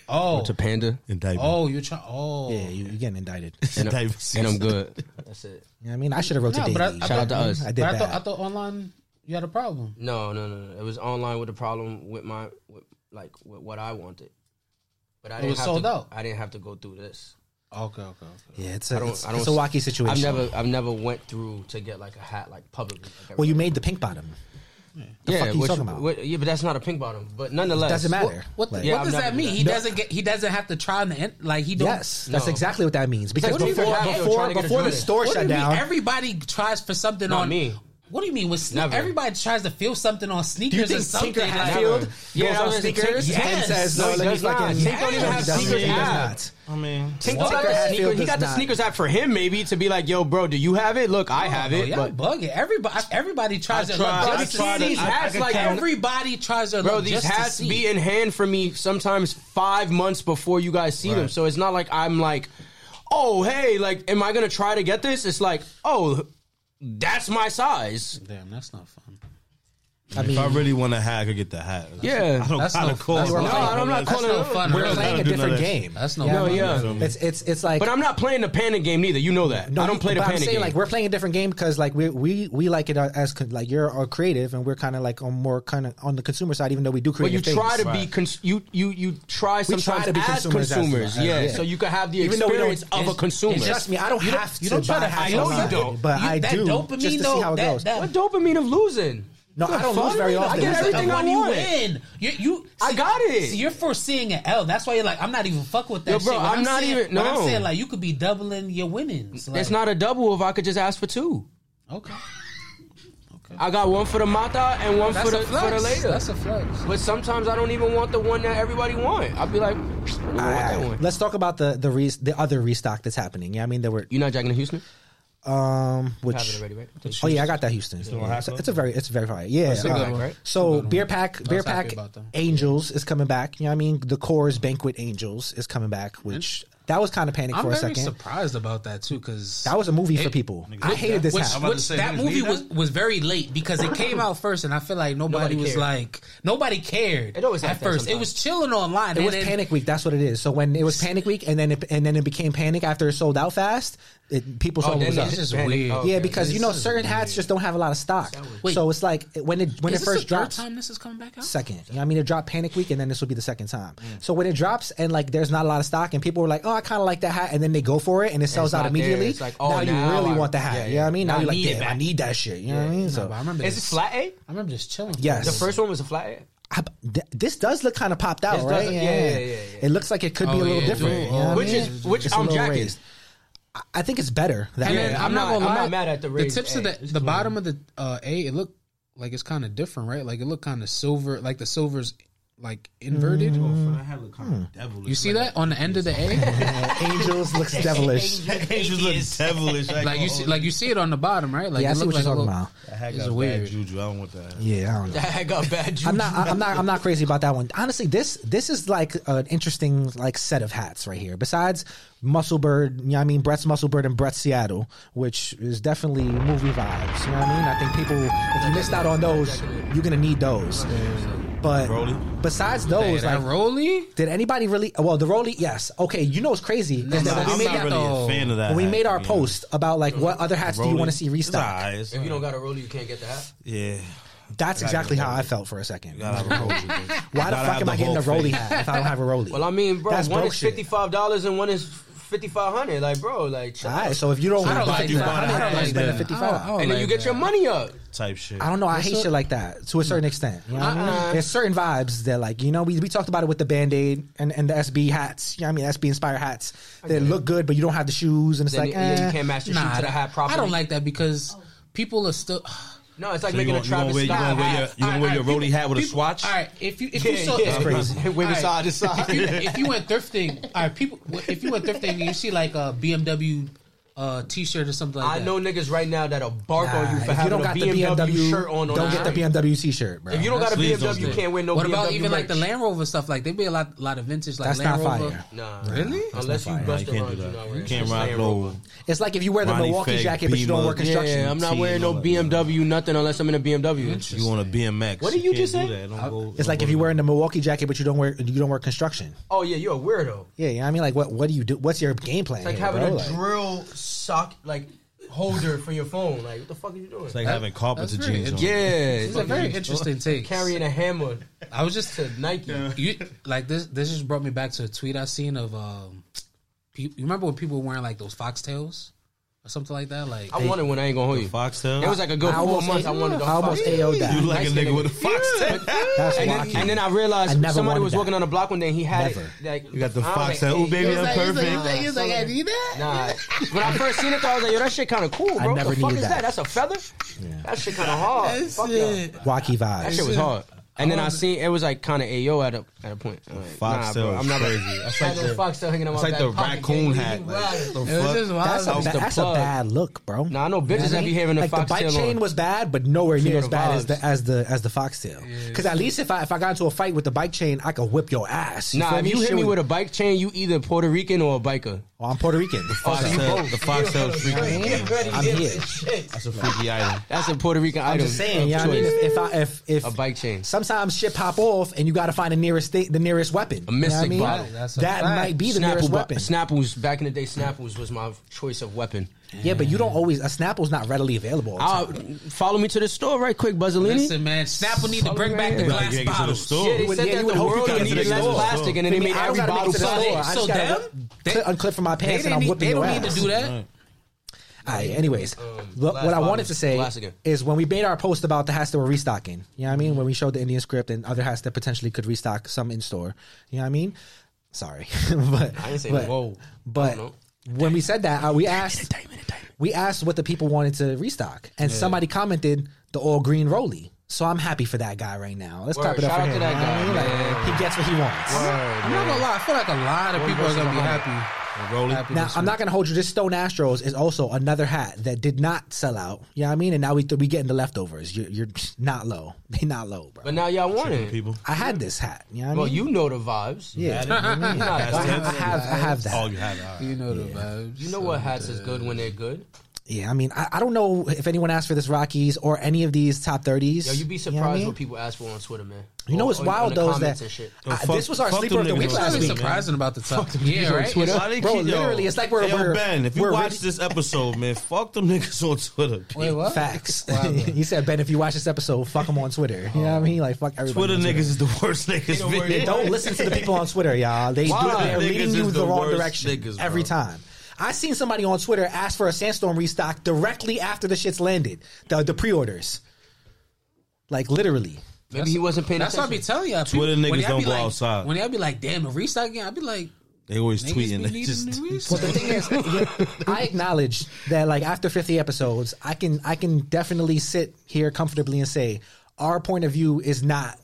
[SPEAKER 4] Oh,
[SPEAKER 3] to Panda,
[SPEAKER 1] Indictment.
[SPEAKER 4] oh, you try. Oh,
[SPEAKER 2] Yeah, you, you're getting indicted. [LAUGHS]
[SPEAKER 3] and, I,
[SPEAKER 1] Indictment season.
[SPEAKER 3] and
[SPEAKER 1] [LAUGHS]
[SPEAKER 3] I'm good. That's it.
[SPEAKER 2] You know what I mean? I should have wrote
[SPEAKER 4] No,
[SPEAKER 2] to
[SPEAKER 4] but I-
[SPEAKER 2] Davey.
[SPEAKER 4] I
[SPEAKER 3] Shout out to us.
[SPEAKER 2] I did
[SPEAKER 4] but I
[SPEAKER 2] that.
[SPEAKER 4] thought I thought online you had a problem.
[SPEAKER 3] No, no, no, no. It was online with the problem with my with, like with what I wanted, but I
[SPEAKER 4] It
[SPEAKER 3] didn't
[SPEAKER 4] was
[SPEAKER 3] have
[SPEAKER 4] sold
[SPEAKER 3] to,
[SPEAKER 4] out.
[SPEAKER 3] I didn't have to go through this.
[SPEAKER 4] Okay, okay, okay.
[SPEAKER 2] yeah, it's a,
[SPEAKER 3] I don't-
[SPEAKER 2] it's,
[SPEAKER 3] I don't
[SPEAKER 2] it's a
[SPEAKER 3] s-
[SPEAKER 2] wacky situation.
[SPEAKER 3] I've never I've never went through to get like a hat like publicly. Like
[SPEAKER 2] well, you
[SPEAKER 3] everybody.
[SPEAKER 2] made the pink bottom.
[SPEAKER 3] yeah,
[SPEAKER 2] fuck are you
[SPEAKER 3] which-
[SPEAKER 2] talking about?
[SPEAKER 3] what- yeah, but that's not a pink bottom. But nonetheless,
[SPEAKER 2] Doesn't matter.
[SPEAKER 4] What, the,
[SPEAKER 2] Like-
[SPEAKER 3] Yeah,
[SPEAKER 4] what
[SPEAKER 3] I'm
[SPEAKER 4] does
[SPEAKER 3] not
[SPEAKER 4] that
[SPEAKER 3] gonna
[SPEAKER 4] mean?
[SPEAKER 3] do that.
[SPEAKER 4] He doesn't get. He doesn't have to try in the end. Like he don't.
[SPEAKER 2] Yes, that's
[SPEAKER 3] No.
[SPEAKER 2] exactly what that means. Because
[SPEAKER 3] what do you
[SPEAKER 2] before
[SPEAKER 3] even have to try
[SPEAKER 2] before
[SPEAKER 3] to get a
[SPEAKER 2] before the
[SPEAKER 3] joint?
[SPEAKER 2] store
[SPEAKER 4] What do
[SPEAKER 2] shut
[SPEAKER 4] you mean?
[SPEAKER 2] down,
[SPEAKER 4] Everybody tries for something
[SPEAKER 3] Not
[SPEAKER 4] on
[SPEAKER 3] me.
[SPEAKER 4] What do you mean with sneakers?
[SPEAKER 3] Never.
[SPEAKER 4] Everybody tries to feel something on
[SPEAKER 2] do you
[SPEAKER 4] sneakers or
[SPEAKER 2] think
[SPEAKER 4] something.
[SPEAKER 2] Tinker
[SPEAKER 4] like-
[SPEAKER 2] Hatfield
[SPEAKER 3] Never.
[SPEAKER 2] goes
[SPEAKER 3] Yeah, I
[SPEAKER 2] on
[SPEAKER 3] was gonna say,
[SPEAKER 2] sneakers and
[SPEAKER 4] yes.
[SPEAKER 2] says,
[SPEAKER 3] No,
[SPEAKER 2] "No,
[SPEAKER 3] he
[SPEAKER 2] let me
[SPEAKER 3] does not. Tink
[SPEAKER 2] fucking."
[SPEAKER 3] don't even
[SPEAKER 2] He
[SPEAKER 3] have
[SPEAKER 2] does
[SPEAKER 3] sneakers
[SPEAKER 2] he does
[SPEAKER 3] app.
[SPEAKER 2] not.
[SPEAKER 1] I mean,
[SPEAKER 3] Tink got
[SPEAKER 2] Tinker
[SPEAKER 3] the
[SPEAKER 2] Hatfield
[SPEAKER 3] sneakers. He
[SPEAKER 2] does
[SPEAKER 3] got the
[SPEAKER 2] not.
[SPEAKER 3] sneakers app for him, maybe to be like, "Yo, bro, do you have it? Look, I have
[SPEAKER 4] Oh,
[SPEAKER 3] it."
[SPEAKER 4] y'all
[SPEAKER 3] But
[SPEAKER 4] bugging. Everybody, everybody tries it.
[SPEAKER 1] tried-
[SPEAKER 4] Look,
[SPEAKER 1] I
[SPEAKER 4] just to
[SPEAKER 1] tried
[SPEAKER 4] see
[SPEAKER 1] to-
[SPEAKER 4] these
[SPEAKER 1] I- I
[SPEAKER 4] hats,
[SPEAKER 1] could
[SPEAKER 4] like
[SPEAKER 1] count.
[SPEAKER 4] everybody tries their
[SPEAKER 3] bro,
[SPEAKER 4] look
[SPEAKER 3] these
[SPEAKER 4] just to
[SPEAKER 3] hats
[SPEAKER 4] see.
[SPEAKER 3] be in hand for me sometimes five months before you guys see them. So it's not like I'm like, "Oh, hey, like, am I gonna try to get this?" It's like, "Oh, that's my size."
[SPEAKER 4] Damn, that's not fun.
[SPEAKER 2] I
[SPEAKER 1] if I
[SPEAKER 2] mean,
[SPEAKER 1] really want a hat, I could get the hat.
[SPEAKER 3] Yeah.
[SPEAKER 1] I don't
[SPEAKER 4] That's
[SPEAKER 1] gotta
[SPEAKER 4] no-
[SPEAKER 1] call.
[SPEAKER 4] that's
[SPEAKER 1] them.
[SPEAKER 4] no-
[SPEAKER 1] I don't
[SPEAKER 3] No, I'm
[SPEAKER 1] like-
[SPEAKER 3] not calling
[SPEAKER 4] That's not
[SPEAKER 3] it-
[SPEAKER 4] fun.
[SPEAKER 2] we're
[SPEAKER 4] really.
[SPEAKER 2] playing
[SPEAKER 1] gotta
[SPEAKER 2] a
[SPEAKER 1] do
[SPEAKER 2] different
[SPEAKER 1] none of that
[SPEAKER 2] game.
[SPEAKER 1] shit.
[SPEAKER 4] That's no
[SPEAKER 2] You know what
[SPEAKER 3] fun.
[SPEAKER 2] I mean?
[SPEAKER 3] No, yeah.
[SPEAKER 2] It's it's it's like.
[SPEAKER 3] But I'm not playing the panic game neither. You know that.
[SPEAKER 2] No,
[SPEAKER 3] I don't play the
[SPEAKER 2] but I'm
[SPEAKER 3] panic
[SPEAKER 2] saying,
[SPEAKER 3] game.
[SPEAKER 2] Like we're playing a different game because like we we we like it as con- like you're our creative and we're kind of like on more kind of on the consumer side, even though we do
[SPEAKER 3] But you
[SPEAKER 2] creative.
[SPEAKER 3] try to
[SPEAKER 2] things.
[SPEAKER 3] be cons- you you you try
[SPEAKER 2] try
[SPEAKER 3] sometimes
[SPEAKER 2] to be
[SPEAKER 3] as
[SPEAKER 2] consumers
[SPEAKER 3] consumers,
[SPEAKER 2] as- as-
[SPEAKER 3] yeah,
[SPEAKER 2] yeah.
[SPEAKER 3] So you can have the
[SPEAKER 2] Even though we don't-
[SPEAKER 3] experience of a consumer.
[SPEAKER 2] And trust me, I don't have
[SPEAKER 4] you
[SPEAKER 2] to.
[SPEAKER 4] don't try
[SPEAKER 2] buy
[SPEAKER 4] to hide
[SPEAKER 2] hats
[SPEAKER 3] your
[SPEAKER 2] online,
[SPEAKER 3] own dopamine.
[SPEAKER 2] but
[SPEAKER 4] You-
[SPEAKER 2] I
[SPEAKER 4] that
[SPEAKER 2] do
[SPEAKER 4] dopamine,
[SPEAKER 2] just to
[SPEAKER 4] though,
[SPEAKER 2] see how it
[SPEAKER 4] that-
[SPEAKER 2] goes.
[SPEAKER 4] that-
[SPEAKER 3] what dopamine of losing?
[SPEAKER 2] No, I don't
[SPEAKER 3] fuck?
[SPEAKER 2] lose very
[SPEAKER 3] I
[SPEAKER 2] often.
[SPEAKER 3] get
[SPEAKER 2] That's the
[SPEAKER 3] everything
[SPEAKER 2] thing.
[SPEAKER 3] I
[SPEAKER 4] when you
[SPEAKER 3] want.
[SPEAKER 4] win, you, you
[SPEAKER 3] I got it.
[SPEAKER 4] See, you're foreseeing an L. That's why you're like, I'm not even fuck with that.
[SPEAKER 3] Yo, bro,
[SPEAKER 4] shit. What
[SPEAKER 3] I'm not
[SPEAKER 4] saying,
[SPEAKER 3] even-
[SPEAKER 4] what I'm
[SPEAKER 3] no.
[SPEAKER 4] saying like you could be doubling your winnings. Like,
[SPEAKER 3] It's not a double if I could just ask for two.
[SPEAKER 4] okay.
[SPEAKER 3] I got one for the mata and one
[SPEAKER 4] That's
[SPEAKER 3] for the
[SPEAKER 4] a flex.
[SPEAKER 3] for the later.
[SPEAKER 4] That's a flex.
[SPEAKER 3] but sometimes I don't even want the one that everybody want. I'll be like, I don't want that
[SPEAKER 2] Alright,
[SPEAKER 3] one.
[SPEAKER 2] Let's talk about the the re- the other restock that's happening. Yeah, I mean there were
[SPEAKER 3] You not jacking in Houston?
[SPEAKER 2] um which
[SPEAKER 3] Have it already, right?
[SPEAKER 2] Oh yeah, I got that Houston. Yeah,
[SPEAKER 1] half
[SPEAKER 2] It's,
[SPEAKER 1] of
[SPEAKER 2] it's a very, it's very fire. Yeah,
[SPEAKER 3] a good
[SPEAKER 2] uh,
[SPEAKER 3] one, right?
[SPEAKER 2] so beer pack, beer
[SPEAKER 4] happy
[SPEAKER 2] pack,
[SPEAKER 4] about them.
[SPEAKER 2] Angels is coming back. You know what I mean? The Core's Banquet Angels is coming back, which that was kind of panic
[SPEAKER 4] I'm
[SPEAKER 2] for a
[SPEAKER 4] very
[SPEAKER 2] second.
[SPEAKER 4] surprised about that too, because
[SPEAKER 2] That was a movie for
[SPEAKER 4] It-
[SPEAKER 2] people. I hated this.
[SPEAKER 4] which,
[SPEAKER 2] half.
[SPEAKER 1] about to
[SPEAKER 4] which
[SPEAKER 1] say,
[SPEAKER 4] that
[SPEAKER 1] niggas
[SPEAKER 4] movie
[SPEAKER 1] need
[SPEAKER 4] was, was very late because it came out first, and I feel like nobody,
[SPEAKER 3] Nobody
[SPEAKER 4] was
[SPEAKER 3] cared.
[SPEAKER 4] like nobody cared
[SPEAKER 3] It always
[SPEAKER 4] at
[SPEAKER 3] like that
[SPEAKER 4] first. It was chilling online.
[SPEAKER 2] It
[SPEAKER 4] and
[SPEAKER 2] was
[SPEAKER 4] then-
[SPEAKER 2] Panic Week. That's what it is. So when it was Panic Week, and then it, and then it became Panic after it sold out fast. It, people saw
[SPEAKER 3] Oh,
[SPEAKER 2] what
[SPEAKER 3] then
[SPEAKER 2] was up.
[SPEAKER 3] it's just
[SPEAKER 4] Panic.
[SPEAKER 3] weird.
[SPEAKER 4] Oh,
[SPEAKER 2] yeah,
[SPEAKER 3] Okay.
[SPEAKER 2] because you know certain hats just don't have a lot of stock.
[SPEAKER 4] Wait.
[SPEAKER 2] so it's like when it when
[SPEAKER 4] Is this
[SPEAKER 2] it first
[SPEAKER 4] the third
[SPEAKER 2] drops.
[SPEAKER 4] time this is coming back out?
[SPEAKER 2] second. You know what I mean? It dropped Panic Week, and then this will be the second time.
[SPEAKER 3] Mm.
[SPEAKER 2] So when it drops, and like there's not a lot of stock, and people were like, "Oh, I kind of like that hat," and then they go for it, and it sells
[SPEAKER 3] it's
[SPEAKER 2] out
[SPEAKER 3] not
[SPEAKER 2] immediately.
[SPEAKER 3] there. It's like, oh,
[SPEAKER 2] now,
[SPEAKER 3] now
[SPEAKER 2] you really
[SPEAKER 3] I-
[SPEAKER 2] want the hat.
[SPEAKER 3] yeah,
[SPEAKER 2] You know what I mean?
[SPEAKER 3] yeah.
[SPEAKER 2] Now
[SPEAKER 3] Now I
[SPEAKER 2] you're like,
[SPEAKER 3] need it
[SPEAKER 2] "Damn, I
[SPEAKER 3] back."
[SPEAKER 2] need that shit." You know what I mean?
[SPEAKER 4] But I
[SPEAKER 2] So
[SPEAKER 4] remember
[SPEAKER 3] Is it
[SPEAKER 4] this-
[SPEAKER 3] flat A?
[SPEAKER 4] I remember just chilling.
[SPEAKER 2] yes,
[SPEAKER 3] The first one was a flat A.
[SPEAKER 2] I- th- this does look kind of popped out,
[SPEAKER 3] This does
[SPEAKER 2] right?
[SPEAKER 3] look- yeah, yeah, yeah, yeah.
[SPEAKER 2] It looks like it could be
[SPEAKER 4] Oh,
[SPEAKER 2] a little
[SPEAKER 4] yeah,
[SPEAKER 2] different,
[SPEAKER 4] dude.
[SPEAKER 2] you know what I
[SPEAKER 3] Which
[SPEAKER 2] mean?
[SPEAKER 3] is- which
[SPEAKER 2] It's a
[SPEAKER 3] I'm
[SPEAKER 2] little
[SPEAKER 3] jacking.
[SPEAKER 2] raised. I- I think it's better. That
[SPEAKER 4] And
[SPEAKER 2] way.
[SPEAKER 3] Yeah, [LAUGHS]
[SPEAKER 4] then,
[SPEAKER 3] I'm not- I'm not mad at the raised
[SPEAKER 4] tips of
[SPEAKER 3] A.
[SPEAKER 4] the the bottom of the uh, A. It looked like it's kind of different, right? Like it looked kind of silver, like the silver's like inverted.
[SPEAKER 3] Mm.
[SPEAKER 1] I had look kind of devilish.
[SPEAKER 4] You see that on the end of the
[SPEAKER 3] [LAUGHS]
[SPEAKER 4] A?
[SPEAKER 2] Angels looks devilish.
[SPEAKER 1] Angels look devilish.
[SPEAKER 4] like you see, like you see it on the bottom, right? Like
[SPEAKER 2] Yeah, I
[SPEAKER 4] it
[SPEAKER 2] see
[SPEAKER 4] looked
[SPEAKER 2] what you're
[SPEAKER 4] like a
[SPEAKER 2] talking
[SPEAKER 4] little-
[SPEAKER 2] about.
[SPEAKER 1] it's
[SPEAKER 4] It's weird.
[SPEAKER 1] Juju. I don't want that.
[SPEAKER 2] Yeah, I don't know.
[SPEAKER 3] I got bad juju.
[SPEAKER 2] I'm not. I- I'm not. I'm not crazy about that one. Honestly, this this is like an interesting like set of hats right here. Besides Musclebird, you know what I mean Brett's Musclebird and Brett Seattle, which is definitely movie vibes. You know what I mean? I think people, if you missed out on those, you're gonna need those. But
[SPEAKER 1] Broly?
[SPEAKER 2] besides those,
[SPEAKER 4] That
[SPEAKER 2] like.
[SPEAKER 4] Roly?
[SPEAKER 2] Did anybody really? Well, the Roly, yes. Okay, you know what's crazy? is that
[SPEAKER 4] no,
[SPEAKER 2] when we
[SPEAKER 1] I'm
[SPEAKER 2] made
[SPEAKER 1] not
[SPEAKER 2] that-
[SPEAKER 1] really
[SPEAKER 4] though.
[SPEAKER 1] a fan of that.
[SPEAKER 2] when we
[SPEAKER 1] hat,
[SPEAKER 2] made our
[SPEAKER 1] to be
[SPEAKER 2] post about like what other
[SPEAKER 1] honest.
[SPEAKER 2] hats do you
[SPEAKER 1] Rolling-
[SPEAKER 2] want to see
[SPEAKER 1] It's
[SPEAKER 2] restock?
[SPEAKER 1] alright, it's
[SPEAKER 3] If you
[SPEAKER 1] alright.
[SPEAKER 3] don't got a roller, you can't get the hat.
[SPEAKER 1] Yeah.
[SPEAKER 2] That's exactly how I felt for a second.
[SPEAKER 1] Gotta have a roly, bitch.
[SPEAKER 2] Why the
[SPEAKER 1] Gotta
[SPEAKER 2] fuck
[SPEAKER 1] have
[SPEAKER 2] am I
[SPEAKER 1] the
[SPEAKER 2] getting a
[SPEAKER 1] whole
[SPEAKER 2] Roly
[SPEAKER 1] face.
[SPEAKER 2] hat if I don't have
[SPEAKER 1] [LAUGHS]
[SPEAKER 2] a Roly?
[SPEAKER 3] Well, I mean, bro,
[SPEAKER 2] That's
[SPEAKER 3] one
[SPEAKER 2] broke
[SPEAKER 3] is
[SPEAKER 2] shit.
[SPEAKER 3] fifty five dollars and one is fifty five hundred. Like, bro, like, chill
[SPEAKER 2] All
[SPEAKER 3] out.
[SPEAKER 2] right, so if you don't,
[SPEAKER 4] I don't
[SPEAKER 2] buy
[SPEAKER 4] like
[SPEAKER 2] the
[SPEAKER 4] that.
[SPEAKER 2] 55,
[SPEAKER 4] I don't
[SPEAKER 2] then
[SPEAKER 4] like
[SPEAKER 2] it's been
[SPEAKER 4] that.
[SPEAKER 2] a
[SPEAKER 4] I don't- I
[SPEAKER 2] 55.
[SPEAKER 3] and then you get your money up.
[SPEAKER 1] Type shit.
[SPEAKER 2] I don't know. I hate shit like that to a certain extent. You know what I
[SPEAKER 3] Uh-uh.
[SPEAKER 2] mean? There's certain vibes that, like, you know, we, we talked about it with the Band Aid and, and the SB hats. You know what I mean? SB inspired hats that look good, but you don't have the shoes, and it's
[SPEAKER 3] Then
[SPEAKER 2] like,
[SPEAKER 3] you- yeah,
[SPEAKER 2] eh.
[SPEAKER 3] you can't match the shoe
[SPEAKER 4] Nah,
[SPEAKER 3] to the hat properly.
[SPEAKER 4] I don't like that because people are still.
[SPEAKER 3] No, it's like
[SPEAKER 1] So you gonna,
[SPEAKER 3] making a
[SPEAKER 1] you gonna
[SPEAKER 3] Travis
[SPEAKER 1] wear, you
[SPEAKER 3] Scott.
[SPEAKER 1] gonna wear your, you gonna wear your
[SPEAKER 5] Alright,
[SPEAKER 1] roadie hat with a swatch?
[SPEAKER 5] All right, if you if
[SPEAKER 3] yeah,
[SPEAKER 5] you saw
[SPEAKER 3] yeah.
[SPEAKER 5] if-
[SPEAKER 2] crazy.
[SPEAKER 3] Wave
[SPEAKER 5] Alright.
[SPEAKER 3] aside, aside.
[SPEAKER 5] if you, if you went thrifting, all right, people, if you went thrifting, and you see like a BMW uh, T-shirt or something like
[SPEAKER 3] I
[SPEAKER 5] that.
[SPEAKER 3] know niggas right now that'll bark on you
[SPEAKER 2] Nah,
[SPEAKER 3] for
[SPEAKER 2] if you
[SPEAKER 3] having
[SPEAKER 2] don't got
[SPEAKER 3] a
[SPEAKER 2] the
[SPEAKER 3] BMW,
[SPEAKER 2] BMW,
[SPEAKER 3] shirt on.
[SPEAKER 2] don't
[SPEAKER 3] on
[SPEAKER 2] get the
[SPEAKER 3] street.
[SPEAKER 2] BMW t-shirt, bro.
[SPEAKER 3] If you don't got a
[SPEAKER 1] Sleeves
[SPEAKER 3] BMW, you
[SPEAKER 1] don't
[SPEAKER 3] can't wear no.
[SPEAKER 5] what
[SPEAKER 3] BMW
[SPEAKER 5] about even like the
[SPEAKER 3] merch.
[SPEAKER 5] Land Rover stuff? Like they be a lot, lot of vintage, like
[SPEAKER 2] That's
[SPEAKER 5] Land
[SPEAKER 2] not
[SPEAKER 5] Rover.
[SPEAKER 2] fire.
[SPEAKER 3] Nah,
[SPEAKER 2] Really? That's
[SPEAKER 3] Unless
[SPEAKER 2] not
[SPEAKER 3] you
[SPEAKER 2] fire.
[SPEAKER 1] Nah,
[SPEAKER 3] bust
[SPEAKER 1] you
[SPEAKER 3] around,
[SPEAKER 1] can't do
[SPEAKER 3] you're not
[SPEAKER 1] that. You
[SPEAKER 3] wearing
[SPEAKER 1] can't
[SPEAKER 3] shit.
[SPEAKER 1] rock
[SPEAKER 3] Land
[SPEAKER 1] low.
[SPEAKER 3] Rover.
[SPEAKER 2] it's like if you wear the
[SPEAKER 1] Ronnie
[SPEAKER 2] Milwaukee
[SPEAKER 1] Fag,
[SPEAKER 2] jacket, but you don't
[SPEAKER 1] Beamer.
[SPEAKER 2] work construction.
[SPEAKER 3] Yeah, I'm not
[SPEAKER 1] T
[SPEAKER 3] wearing
[SPEAKER 1] and
[SPEAKER 3] no
[SPEAKER 1] all that.
[SPEAKER 3] BMW nothing unless I'm in a BMW.
[SPEAKER 1] You want a BMX?
[SPEAKER 3] What did you
[SPEAKER 1] can't
[SPEAKER 3] just
[SPEAKER 1] do
[SPEAKER 3] say?
[SPEAKER 1] that. Don't go-
[SPEAKER 2] It's
[SPEAKER 1] don't
[SPEAKER 2] like
[SPEAKER 1] go to
[SPEAKER 2] if you
[SPEAKER 1] the-
[SPEAKER 2] wear in the Milwaukee jacket, but you don't wear you don't work construction.
[SPEAKER 3] Oh yeah, you're a weirdo.
[SPEAKER 2] Yeah, you know what I mean, like what what do you do? What's your game plan?
[SPEAKER 3] It's like
[SPEAKER 2] here,
[SPEAKER 3] having
[SPEAKER 2] bro?
[SPEAKER 3] a
[SPEAKER 2] Like-
[SPEAKER 3] drill sock like holder for your phone. Like what the fuck are you doing?
[SPEAKER 1] It's like having carpenter
[SPEAKER 5] that's very
[SPEAKER 1] jeans on.
[SPEAKER 3] yeah, it's
[SPEAKER 5] It's a
[SPEAKER 3] like
[SPEAKER 5] very interesting take.
[SPEAKER 3] carrying a hammer
[SPEAKER 5] I was just
[SPEAKER 3] to Nike.
[SPEAKER 5] you like this. This just brought me back to a tweet I seen of um. pe- You remember when people were wearing like those foxtails or something like that? Like
[SPEAKER 3] I wanted one. I ain't gonna hold you.
[SPEAKER 1] Foxtail.
[SPEAKER 3] It was like a good
[SPEAKER 2] I
[SPEAKER 3] four
[SPEAKER 2] almost,
[SPEAKER 3] months. I wanted.
[SPEAKER 2] I almost AO'd that.
[SPEAKER 1] you like a
[SPEAKER 3] nice
[SPEAKER 1] nigga
[SPEAKER 3] nigga.
[SPEAKER 1] with a foxtail.
[SPEAKER 3] [LAUGHS]
[SPEAKER 2] That's
[SPEAKER 3] And
[SPEAKER 2] wacky.
[SPEAKER 3] then, and then I
[SPEAKER 2] I
[SPEAKER 3] realized
[SPEAKER 2] never
[SPEAKER 3] somebody
[SPEAKER 2] wanted
[SPEAKER 3] was
[SPEAKER 2] that.
[SPEAKER 3] walking on the block one day and he had
[SPEAKER 2] Never.
[SPEAKER 3] it. Like,
[SPEAKER 1] You got the
[SPEAKER 3] I was
[SPEAKER 1] foxtail.
[SPEAKER 3] like,
[SPEAKER 1] Ooh, baby,
[SPEAKER 3] hey,
[SPEAKER 1] I'm perfect.
[SPEAKER 3] it's like,
[SPEAKER 5] I need that.
[SPEAKER 3] [LAUGHS] Nah, when I first seen it, though, I was like, yo, that shit kind of cool, bro.
[SPEAKER 2] I
[SPEAKER 3] What
[SPEAKER 2] never
[SPEAKER 3] the fuck
[SPEAKER 2] needed
[SPEAKER 3] is that?
[SPEAKER 2] that.
[SPEAKER 3] That's a feather? That shit kind of hard. fuck yeah.
[SPEAKER 2] Wacky
[SPEAKER 3] That
[SPEAKER 2] vibes.
[SPEAKER 3] shit was hard. And then I seen it was like kind of AO at a at a point. I'm like,
[SPEAKER 1] Foxtail
[SPEAKER 3] nah, bro, I'm
[SPEAKER 1] is
[SPEAKER 3] not
[SPEAKER 1] crazy. That's
[SPEAKER 3] I had no foxtail hanging on
[SPEAKER 1] It's
[SPEAKER 3] my
[SPEAKER 1] like
[SPEAKER 3] back
[SPEAKER 1] the
[SPEAKER 3] pocket,
[SPEAKER 1] raccoon
[SPEAKER 3] nigga.
[SPEAKER 1] hat.
[SPEAKER 3] You
[SPEAKER 1] Like,
[SPEAKER 3] right.
[SPEAKER 1] the
[SPEAKER 5] It was
[SPEAKER 1] fuck?
[SPEAKER 5] just wild.
[SPEAKER 2] That's a,
[SPEAKER 3] was
[SPEAKER 2] ba-
[SPEAKER 3] the
[SPEAKER 2] that's a
[SPEAKER 3] plug.
[SPEAKER 2] bad look, bro.
[SPEAKER 3] Nah, I know bitches that be having a
[SPEAKER 2] like the bike
[SPEAKER 3] foxtail
[SPEAKER 2] chain
[SPEAKER 3] on.
[SPEAKER 2] was bad, but nowhere near
[SPEAKER 3] know
[SPEAKER 2] as
[SPEAKER 3] the
[SPEAKER 2] bad as
[SPEAKER 3] vibes.
[SPEAKER 2] the as the as the foxtail. Because at least if I if I got into a fight with the bike chain, I could whip your ass.
[SPEAKER 3] Nah,
[SPEAKER 2] feel
[SPEAKER 3] if you
[SPEAKER 2] Shit
[SPEAKER 3] hit me
[SPEAKER 2] would-
[SPEAKER 3] with a bike chain, you either Puerto Rican or a biker.
[SPEAKER 2] Well, I'm Puerto
[SPEAKER 3] [LAUGHS]
[SPEAKER 2] Rican.
[SPEAKER 1] Foxtail. The foxtail is freaky.
[SPEAKER 2] I'm here.
[SPEAKER 1] That's a freaky item.
[SPEAKER 3] That's a Puerto Rican item.
[SPEAKER 2] Just saying,
[SPEAKER 3] of
[SPEAKER 2] yeah. I mean,
[SPEAKER 3] choice.
[SPEAKER 2] if, if I if if
[SPEAKER 3] a bike chain.
[SPEAKER 2] sometimes shit pop off and you got to find the nearest th- the nearest weapon.
[SPEAKER 3] A
[SPEAKER 2] You know what I
[SPEAKER 3] mystic
[SPEAKER 2] mean?
[SPEAKER 3] bottle.
[SPEAKER 5] That's a
[SPEAKER 2] That
[SPEAKER 5] fact.
[SPEAKER 2] might be the
[SPEAKER 3] Snapple,
[SPEAKER 2] nearest
[SPEAKER 3] bu-
[SPEAKER 2] weapon.
[SPEAKER 3] Snapples back in the day. Snapples was my choice of weapon.
[SPEAKER 2] yeah, but you don't always. A Snapple's not readily available. all
[SPEAKER 3] I'll,
[SPEAKER 2] the time.
[SPEAKER 3] follow me to the store, right quick, Buzzolini.
[SPEAKER 5] Listen, man, Snapple need to bring back the
[SPEAKER 1] You gotta
[SPEAKER 5] glass
[SPEAKER 1] get to the
[SPEAKER 5] bottles.
[SPEAKER 1] store.
[SPEAKER 3] yeah, they said
[SPEAKER 2] yeah, you
[SPEAKER 3] that
[SPEAKER 2] would
[SPEAKER 3] the
[SPEAKER 2] hope you
[SPEAKER 3] world
[SPEAKER 2] got
[SPEAKER 1] to
[SPEAKER 3] needed
[SPEAKER 1] the
[SPEAKER 3] less
[SPEAKER 1] store.
[SPEAKER 3] plastic, and then
[SPEAKER 2] I
[SPEAKER 3] they
[SPEAKER 2] mean,
[SPEAKER 3] made
[SPEAKER 2] I don't
[SPEAKER 3] every
[SPEAKER 2] gotta
[SPEAKER 3] bottle
[SPEAKER 2] make it to the store.
[SPEAKER 3] plastic.
[SPEAKER 2] I just
[SPEAKER 5] So
[SPEAKER 2] gotta
[SPEAKER 5] them,
[SPEAKER 2] cl- unclip from my
[SPEAKER 5] They
[SPEAKER 2] pants and
[SPEAKER 5] didn't
[SPEAKER 2] I'm
[SPEAKER 5] need,
[SPEAKER 2] whipping
[SPEAKER 5] they
[SPEAKER 2] your
[SPEAKER 5] don't
[SPEAKER 2] ass.
[SPEAKER 5] need to do that.
[SPEAKER 2] All right, anyways, lo-
[SPEAKER 3] Um, last
[SPEAKER 2] what I
[SPEAKER 3] bottle.
[SPEAKER 2] wanted to say
[SPEAKER 3] Last again.
[SPEAKER 2] is when we made our post about the hats that were restocking, you know what I mean? When we showed the Indian script and other hats that potentially could restock some in store, you know what I mean? Sorry, [LAUGHS] but
[SPEAKER 3] I didn't say
[SPEAKER 2] but,
[SPEAKER 3] whoa. I don't
[SPEAKER 2] But
[SPEAKER 5] Oh,
[SPEAKER 3] know.
[SPEAKER 2] when we said that, uh, we asked we asked what the people wanted to restock, and somebody commented the all green Roly. So I'm happy for that guy right now. Let's clap
[SPEAKER 3] Word.
[SPEAKER 2] it up
[SPEAKER 3] Shout
[SPEAKER 2] for
[SPEAKER 3] out
[SPEAKER 2] him.
[SPEAKER 3] to that
[SPEAKER 2] you know what I
[SPEAKER 3] guy,
[SPEAKER 2] mean? Like, he gets what he wants.
[SPEAKER 5] I'm not gonna lie. I feel like a lot of people are gonna be happy. happy
[SPEAKER 2] Now,
[SPEAKER 5] this
[SPEAKER 2] I'm not going to hold you. This Stone Astros is also another hat that did not sell out. You know what I mean? And now we we getting the leftovers. You're, you're [LAUGHS] not low. They not low, bro.
[SPEAKER 3] But now y'all want it.
[SPEAKER 1] People.
[SPEAKER 2] I had this hat. You know what I mean?
[SPEAKER 3] Well, you know the vibes.
[SPEAKER 2] yeah. you know
[SPEAKER 4] [LAUGHS]
[SPEAKER 2] what I, mean?
[SPEAKER 3] Nah,
[SPEAKER 2] I have, I have I have that.
[SPEAKER 1] Oh, you have it. all right.
[SPEAKER 5] You know the vibes.
[SPEAKER 3] You know what hats is good when they're good.
[SPEAKER 2] Yeah, I mean, I, I don't know if anyone asked for this Rockies or any of these top 30s.
[SPEAKER 3] Yo, you'd be
[SPEAKER 2] You know
[SPEAKER 3] surprised
[SPEAKER 2] what I
[SPEAKER 3] what,
[SPEAKER 2] mean?
[SPEAKER 3] people ask for on Twitter, man.
[SPEAKER 2] You know
[SPEAKER 3] Or-
[SPEAKER 2] what's
[SPEAKER 3] or in
[SPEAKER 2] wild
[SPEAKER 3] the
[SPEAKER 2] though is
[SPEAKER 3] comments
[SPEAKER 2] that
[SPEAKER 3] and shit.
[SPEAKER 2] I-
[SPEAKER 1] fuck-
[SPEAKER 2] this was our
[SPEAKER 1] fuck
[SPEAKER 2] sleeper
[SPEAKER 1] them
[SPEAKER 2] of the
[SPEAKER 1] niggas
[SPEAKER 2] week
[SPEAKER 1] on
[SPEAKER 2] last
[SPEAKER 1] Twitter.
[SPEAKER 2] week.
[SPEAKER 5] Really surprising about the top. Yeah, right.
[SPEAKER 3] Twitter.
[SPEAKER 1] Why they
[SPEAKER 2] Bro,
[SPEAKER 1] keep- yo,
[SPEAKER 2] literally, it's like we're-
[SPEAKER 1] Yo,
[SPEAKER 2] we're-
[SPEAKER 1] Ben, if you
[SPEAKER 2] we're
[SPEAKER 1] watch
[SPEAKER 2] really-
[SPEAKER 1] this episode, man, fuck them niggas on Twitter.
[SPEAKER 5] Wait, what?
[SPEAKER 2] Facts. [LAUGHS] he said, Ben, if you watch this episode, fuck him on Twitter. You know what I mean? Like, fuck everybody.
[SPEAKER 1] Twitter
[SPEAKER 2] on
[SPEAKER 1] niggas is the worst niggas.
[SPEAKER 3] don't worry
[SPEAKER 1] man.
[SPEAKER 3] about
[SPEAKER 2] Don't listen to the people on Twitter, y'all. They do,
[SPEAKER 1] Why?
[SPEAKER 2] they're
[SPEAKER 1] Niggas
[SPEAKER 2] leading
[SPEAKER 1] is
[SPEAKER 2] you the,
[SPEAKER 1] the
[SPEAKER 2] wrong
[SPEAKER 1] worst
[SPEAKER 2] direction
[SPEAKER 1] niggas,
[SPEAKER 2] every
[SPEAKER 1] bro.
[SPEAKER 2] time. I seen somebody on Twitter ask for a sandstorm restock directly after the shit's landed, the the pre-orders. Like literally,
[SPEAKER 3] Maybe he wasn't paying
[SPEAKER 5] That's what I be
[SPEAKER 3] attention.
[SPEAKER 5] telling y'all.
[SPEAKER 1] Twitter
[SPEAKER 5] People- when
[SPEAKER 1] niggas
[SPEAKER 5] y'all
[SPEAKER 1] don't
[SPEAKER 5] be
[SPEAKER 1] go
[SPEAKER 5] like-
[SPEAKER 1] outside.
[SPEAKER 5] When y'all be like, "Damn, a restock again," I be like,
[SPEAKER 1] They always
[SPEAKER 5] "Niggas
[SPEAKER 1] tweeting.
[SPEAKER 5] be
[SPEAKER 1] They
[SPEAKER 5] needing
[SPEAKER 1] just [LAUGHS]
[SPEAKER 5] the
[SPEAKER 2] Well, the
[SPEAKER 5] restock."
[SPEAKER 2] thing is, yeah, I acknowledge that like after 50 episodes, I can I can definitely sit here comfortably and say our point of view is not